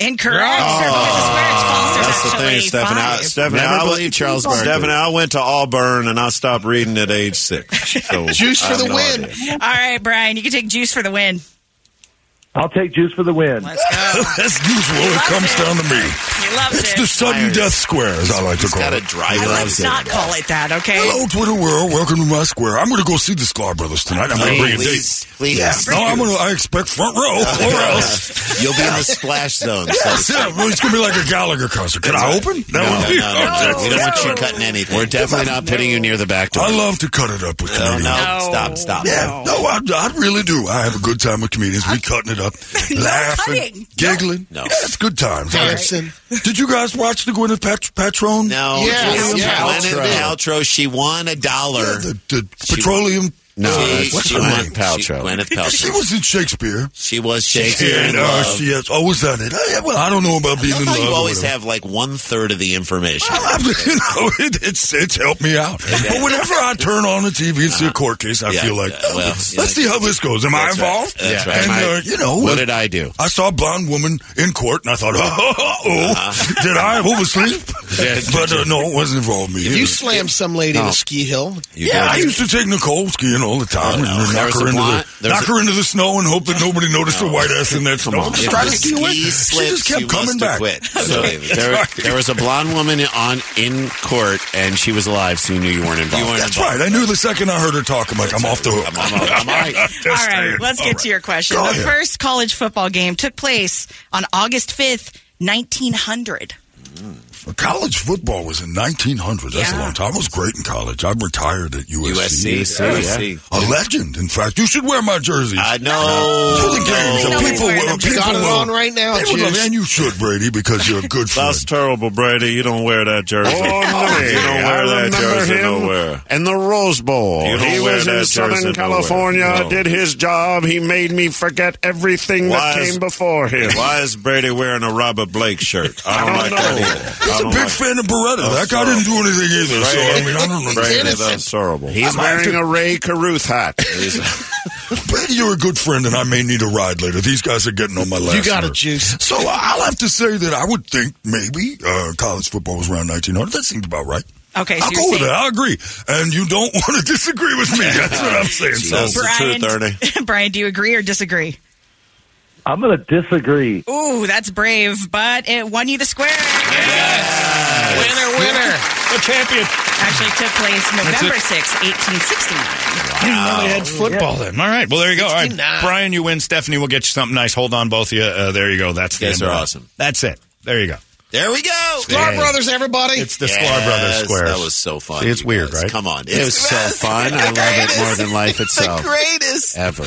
Speaker 18: Incorrect. sir, because the square is false. There's
Speaker 14: That's the
Speaker 18: actually
Speaker 14: thing, Stephanie. I,
Speaker 18: five.
Speaker 14: Stephanie,
Speaker 13: Never
Speaker 14: I went-
Speaker 13: believe Charles Barkley.
Speaker 14: Stephanie, I went to Auburn and I stopped reading at age six.
Speaker 13: *laughs*
Speaker 14: So
Speaker 3: Juice for
Speaker 14: I have
Speaker 3: the
Speaker 14: no
Speaker 3: win.
Speaker 14: idea.
Speaker 18: All right, Brian, you can take juice for the win.
Speaker 20: I'll take juice for the win.
Speaker 18: Let's go.
Speaker 13: Oh.
Speaker 10: As usual, it comes down to me.
Speaker 18: He loves
Speaker 10: It's
Speaker 18: it.
Speaker 10: the sudden death square, as I like to call
Speaker 13: got a
Speaker 10: it.
Speaker 13: drive.
Speaker 18: I
Speaker 13: He
Speaker 18: let's
Speaker 13: loves it.
Speaker 18: not call it that, okay?
Speaker 10: Hello, Twitter world. Welcome to my square. I'm going to go see the Sklar brothers tonight. I'm going to bring a date.
Speaker 13: Please, please.
Speaker 10: No, I'm going to. I expect front
Speaker 13: *laughs*
Speaker 10: row, or else.
Speaker 13: You'll be in the splash
Speaker 10: *laughs*
Speaker 13: zone. So to
Speaker 10: Yes,
Speaker 13: speak.
Speaker 10: yeah, well, it's going to be like a Gallagher concert. Can I open? That
Speaker 13: No,
Speaker 10: would
Speaker 13: no,
Speaker 10: be.
Speaker 13: no, no. We don't want you cutting anything. We're definitely not putting you near the back door.
Speaker 10: I love to cut it up with
Speaker 13: No, no,
Speaker 10: comedians.
Speaker 13: stop, stop.
Speaker 10: Yeah, no, I, I really do. I have a good time with comedians. We cutting it up, laughing,
Speaker 18: cutting.
Speaker 10: giggling.
Speaker 13: No.
Speaker 10: Yeah, it's good times.
Speaker 3: Dancing.
Speaker 10: Did you guys watch the Gwyneth Pat- Patron?
Speaker 13: No,
Speaker 3: Yes,
Speaker 13: Gwyneth
Speaker 3: yeah.
Speaker 13: Paltrow. She won a dollar.
Speaker 10: Yeah, the, the petroleum
Speaker 13: No,
Speaker 10: She-
Speaker 13: that's
Speaker 10: what's her
Speaker 13: Gwyneth
Speaker 10: name?
Speaker 13: Paltrow. Gwyneth Paltrow.
Speaker 10: She was in Shakespeare.
Speaker 13: She was Shakespeare in
Speaker 10: And, uh,
Speaker 13: Love.
Speaker 10: she has, oh, was that it? I, well, I don't know *laughs* about being
Speaker 13: I
Speaker 10: in
Speaker 13: love
Speaker 10: love.
Speaker 13: how you
Speaker 10: or
Speaker 13: always
Speaker 10: whatever.
Speaker 13: have like one third of the information.
Speaker 10: I mean, you know,
Speaker 13: *laughs*
Speaker 10: it, it's it's helped me out. But whenever I turn on the TV and see a court case, I
Speaker 13: Uh-huh. Yeah,
Speaker 10: feel like,
Speaker 13: uh,
Speaker 10: oh,
Speaker 13: well,
Speaker 10: let's,
Speaker 13: you
Speaker 10: let's
Speaker 13: know,
Speaker 10: see how this goes. Am I
Speaker 13: that's right,
Speaker 10: involved?
Speaker 13: that's right. Am
Speaker 10: And,
Speaker 13: I-
Speaker 10: uh, you know,
Speaker 13: what did I do?
Speaker 10: I saw a blonde woman in court, and I thought, *laughs* oh,
Speaker 13: Uh-huh.
Speaker 10: did I oversleep?
Speaker 13: Yeah.
Speaker 10: *laughs* but uh, no, it wasn't involved me.
Speaker 3: If
Speaker 10: either.
Speaker 3: you slam some lady in
Speaker 10: No.
Speaker 3: a ski hill,
Speaker 10: yeah, I used to take Nicole skiing all the time
Speaker 3: Oh, no.
Speaker 10: and
Speaker 3: There was
Speaker 10: knock her
Speaker 3: a
Speaker 10: into
Speaker 3: blonde-
Speaker 10: the
Speaker 3: there was
Speaker 10: knock
Speaker 3: a-
Speaker 10: her into the snow and hope that nobody noticed her white ass in that snow. I'm just
Speaker 13: If
Speaker 10: trying
Speaker 13: the
Speaker 10: to ski away.
Speaker 13: ski
Speaker 10: She just
Speaker 13: slips,
Speaker 10: kept
Speaker 13: you
Speaker 10: coming
Speaker 13: must
Speaker 10: back. *laughs*
Speaker 13: *laughs* Quit. So
Speaker 10: Okay.
Speaker 13: there, there was a blonde woman on in court, and she was alive, so you knew you weren't involved.
Speaker 10: Oh, That's right. I knew the second I heard her talk, I'm like, I'm off the hook. I'm,
Speaker 13: all
Speaker 10: *laughs*
Speaker 13: right.
Speaker 18: All right, let's get to your question.
Speaker 10: Go
Speaker 18: the
Speaker 10: ahead.
Speaker 18: first college football game took place on August 5th, 1900.
Speaker 10: College football was in 1900. That's a
Speaker 18: Yeah.
Speaker 10: long time. I was great in college. I retired at USC.
Speaker 13: USC, so yeah.
Speaker 10: A legend, in fact. You should wear my jerseys. I
Speaker 13: know.
Speaker 10: To the games.
Speaker 13: No.
Speaker 10: people
Speaker 13: Wear
Speaker 10: will.
Speaker 13: them.
Speaker 10: People
Speaker 3: Got it
Speaker 10: will.
Speaker 3: on right now,
Speaker 10: They would love
Speaker 3: Juice.
Speaker 10: it. And you should, Brady, because you're a good friend.
Speaker 14: That's terrible, Brady. You don't wear that jersey.
Speaker 13: Oh, no.
Speaker 14: You don't
Speaker 13: I
Speaker 14: wear that
Speaker 13: remember
Speaker 14: jersey
Speaker 13: him.
Speaker 14: nowhere.
Speaker 13: And the Rose Bowl.
Speaker 14: You don't
Speaker 13: He
Speaker 14: wear
Speaker 13: was
Speaker 14: that
Speaker 13: in
Speaker 14: jersey
Speaker 13: Southern
Speaker 14: nowhere.
Speaker 13: California,
Speaker 14: No.
Speaker 13: did his job. He made me forget everything that came before him.
Speaker 14: *laughs* Why is Brady wearing a Robert Blake shirt? I don't,
Speaker 13: I
Speaker 14: like
Speaker 13: don't
Speaker 14: that
Speaker 13: know.
Speaker 14: either.
Speaker 10: He's
Speaker 14: I
Speaker 10: a
Speaker 14: don't
Speaker 10: big
Speaker 14: like
Speaker 10: fan of Beretta.
Speaker 14: That's
Speaker 10: that guy didn't do
Speaker 14: terrible.
Speaker 10: anything either. *laughs* So, I mean, I don't know.
Speaker 14: Brady, that's horrible.
Speaker 13: He's wearing a Ray Caruth hat.
Speaker 10: *laughs* Brady, you're a good friend, and I may need a ride later. These guys are getting on my last.
Speaker 3: You got
Speaker 10: nerve.
Speaker 3: it, Juice.
Speaker 10: So uh, I'll have to say that I would think maybe uh, college football was around 1900. That seems about right.
Speaker 18: Okay, so
Speaker 10: I'll
Speaker 18: you're
Speaker 10: go with
Speaker 18: saying-
Speaker 10: that. I agree. And you don't *laughs* want to disagree
Speaker 18: *laughs*
Speaker 10: with me. That's what I'm saying. so
Speaker 18: Brian, *laughs* Brian, do you agree or disagree?
Speaker 5: I'm going to disagree.
Speaker 18: Ooh, that's brave, but it won you the square.
Speaker 3: Winner, winner.
Speaker 18: The champion. Actually took place November
Speaker 1: it.
Speaker 18: 6, 1869.
Speaker 1: I didn't know they had football then. All right. Well, there you go. All right.
Speaker 18: 69.
Speaker 1: Brian, you win. Stephanie, we'll get you something nice. Hold on, both of you. Uh, there you go. That's the
Speaker 11: You guys
Speaker 1: end of
Speaker 11: are
Speaker 1: that.
Speaker 11: awesome.
Speaker 1: That's it. There you go.
Speaker 11: There we go.
Speaker 3: Sklar Brothers, everybody.
Speaker 1: It's the Sklar Brothers
Speaker 11: Yes,
Speaker 1: squares.
Speaker 11: That was so fun.
Speaker 1: See, it's
Speaker 11: you
Speaker 1: weird,
Speaker 11: guys.
Speaker 1: right?
Speaker 11: Come on.
Speaker 13: It was *laughs* so fun. I love it more than life itself.
Speaker 8: *laughs*
Speaker 11: greatest.
Speaker 13: Ever.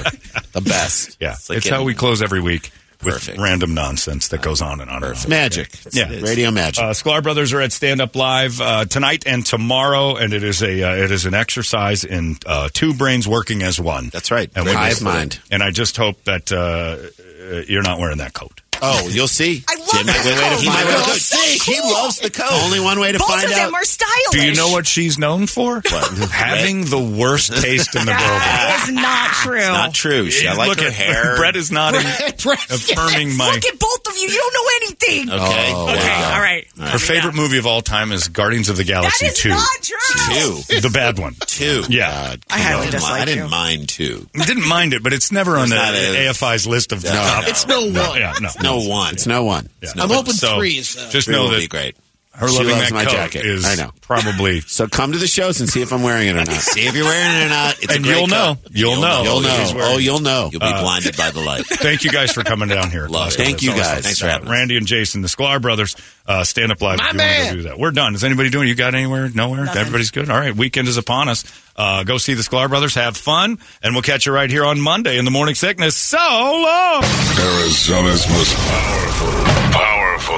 Speaker 13: The best.
Speaker 1: *laughs* Yeah. It's,
Speaker 13: like
Speaker 1: how
Speaker 13: getting-
Speaker 1: we close every week with random nonsense that goes on and on. Perfect.
Speaker 13: Magic.
Speaker 1: Yeah.
Speaker 13: It's radio magic.
Speaker 1: Uh, Sklar Brothers are at Stand Up Live uh, tonight and tomorrow, and it is a uh, it is an exercise in uh, two brains working as one. That's right. And we
Speaker 13: Hive
Speaker 1: just-
Speaker 13: mind.
Speaker 1: And I just hope that uh, uh, you're not wearing that coat.
Speaker 13: Oh, you'll see. I love Jim,
Speaker 1: the coat.
Speaker 13: He,
Speaker 1: My
Speaker 13: might-
Speaker 1: God.
Speaker 13: he loves the coat. Only one way to
Speaker 18: Both
Speaker 13: find
Speaker 18: of
Speaker 13: out.
Speaker 18: them are stylish.
Speaker 1: Do you know what she's known for? Having the worst taste in the
Speaker 18: *laughs*
Speaker 1: world.
Speaker 18: That is not true.
Speaker 1: not
Speaker 11: true. She- I like
Speaker 1: Look
Speaker 11: her
Speaker 1: at,
Speaker 11: hair.
Speaker 1: Brett is not
Speaker 18: *laughs*
Speaker 1: affirming my.
Speaker 18: Look at both of you. You don't know anything.
Speaker 1: Okay. Oh,
Speaker 18: okay.
Speaker 1: wow.
Speaker 18: All right.
Speaker 1: Her favorite movie of all time is Guardians of the Galaxy
Speaker 18: That is
Speaker 1: 2.
Speaker 18: not true.
Speaker 1: Two. The bad one.
Speaker 11: Two.
Speaker 1: Yeah.
Speaker 18: I highly No, dislike I didn't you.
Speaker 11: mind two.
Speaker 1: Didn't mind it, but it's never on the
Speaker 11: It's not a-
Speaker 1: AFI's list of the top.
Speaker 3: It's no one.
Speaker 1: Yeah,
Speaker 18: *laughs*
Speaker 1: no.
Speaker 13: It's no one. It's no one.
Speaker 1: Yeah.
Speaker 13: It's no
Speaker 3: I'm
Speaker 13: one.
Speaker 3: hoping
Speaker 1: So,
Speaker 3: three is uh,
Speaker 1: just
Speaker 13: Three
Speaker 1: know
Speaker 13: will
Speaker 1: that
Speaker 13: be great.
Speaker 1: her
Speaker 13: she
Speaker 1: loving
Speaker 13: loves
Speaker 1: that
Speaker 13: my
Speaker 1: coat
Speaker 13: jacket.
Speaker 1: is
Speaker 13: I know.
Speaker 1: probably.
Speaker 13: *laughs* So come to the shows and see if I'm wearing
Speaker 1: *laughs*
Speaker 13: it or not. see if you're wearing it or not.
Speaker 1: And you'll know. You'll know.
Speaker 13: You'll
Speaker 1: If
Speaker 13: know.
Speaker 1: she's wearing
Speaker 13: Oh,
Speaker 1: it.
Speaker 13: you'll know.
Speaker 1: You'll be Uh,
Speaker 13: blinded by the
Speaker 1: *laughs*
Speaker 13: light.
Speaker 1: Thank you guys for coming down here.
Speaker 13: Love it. Thank you
Speaker 1: It's always
Speaker 13: guys.
Speaker 1: fun.
Speaker 13: Thanks for having us.
Speaker 1: Randy and Jason, the Sklar brothers, uh, stand up live.
Speaker 13: My
Speaker 1: if you wanna go
Speaker 13: man.
Speaker 1: do that. We're done. Is anybody doing? You got anywhere? Nowhere.
Speaker 13: Nothing.
Speaker 1: Everybody's good. All right. Weekend is upon us. Uh, go see the Sklar brothers. Have fun, and we'll catch you right here on Monday in the morning sickness. So long.
Speaker 10: Arizona's most powerful, powerful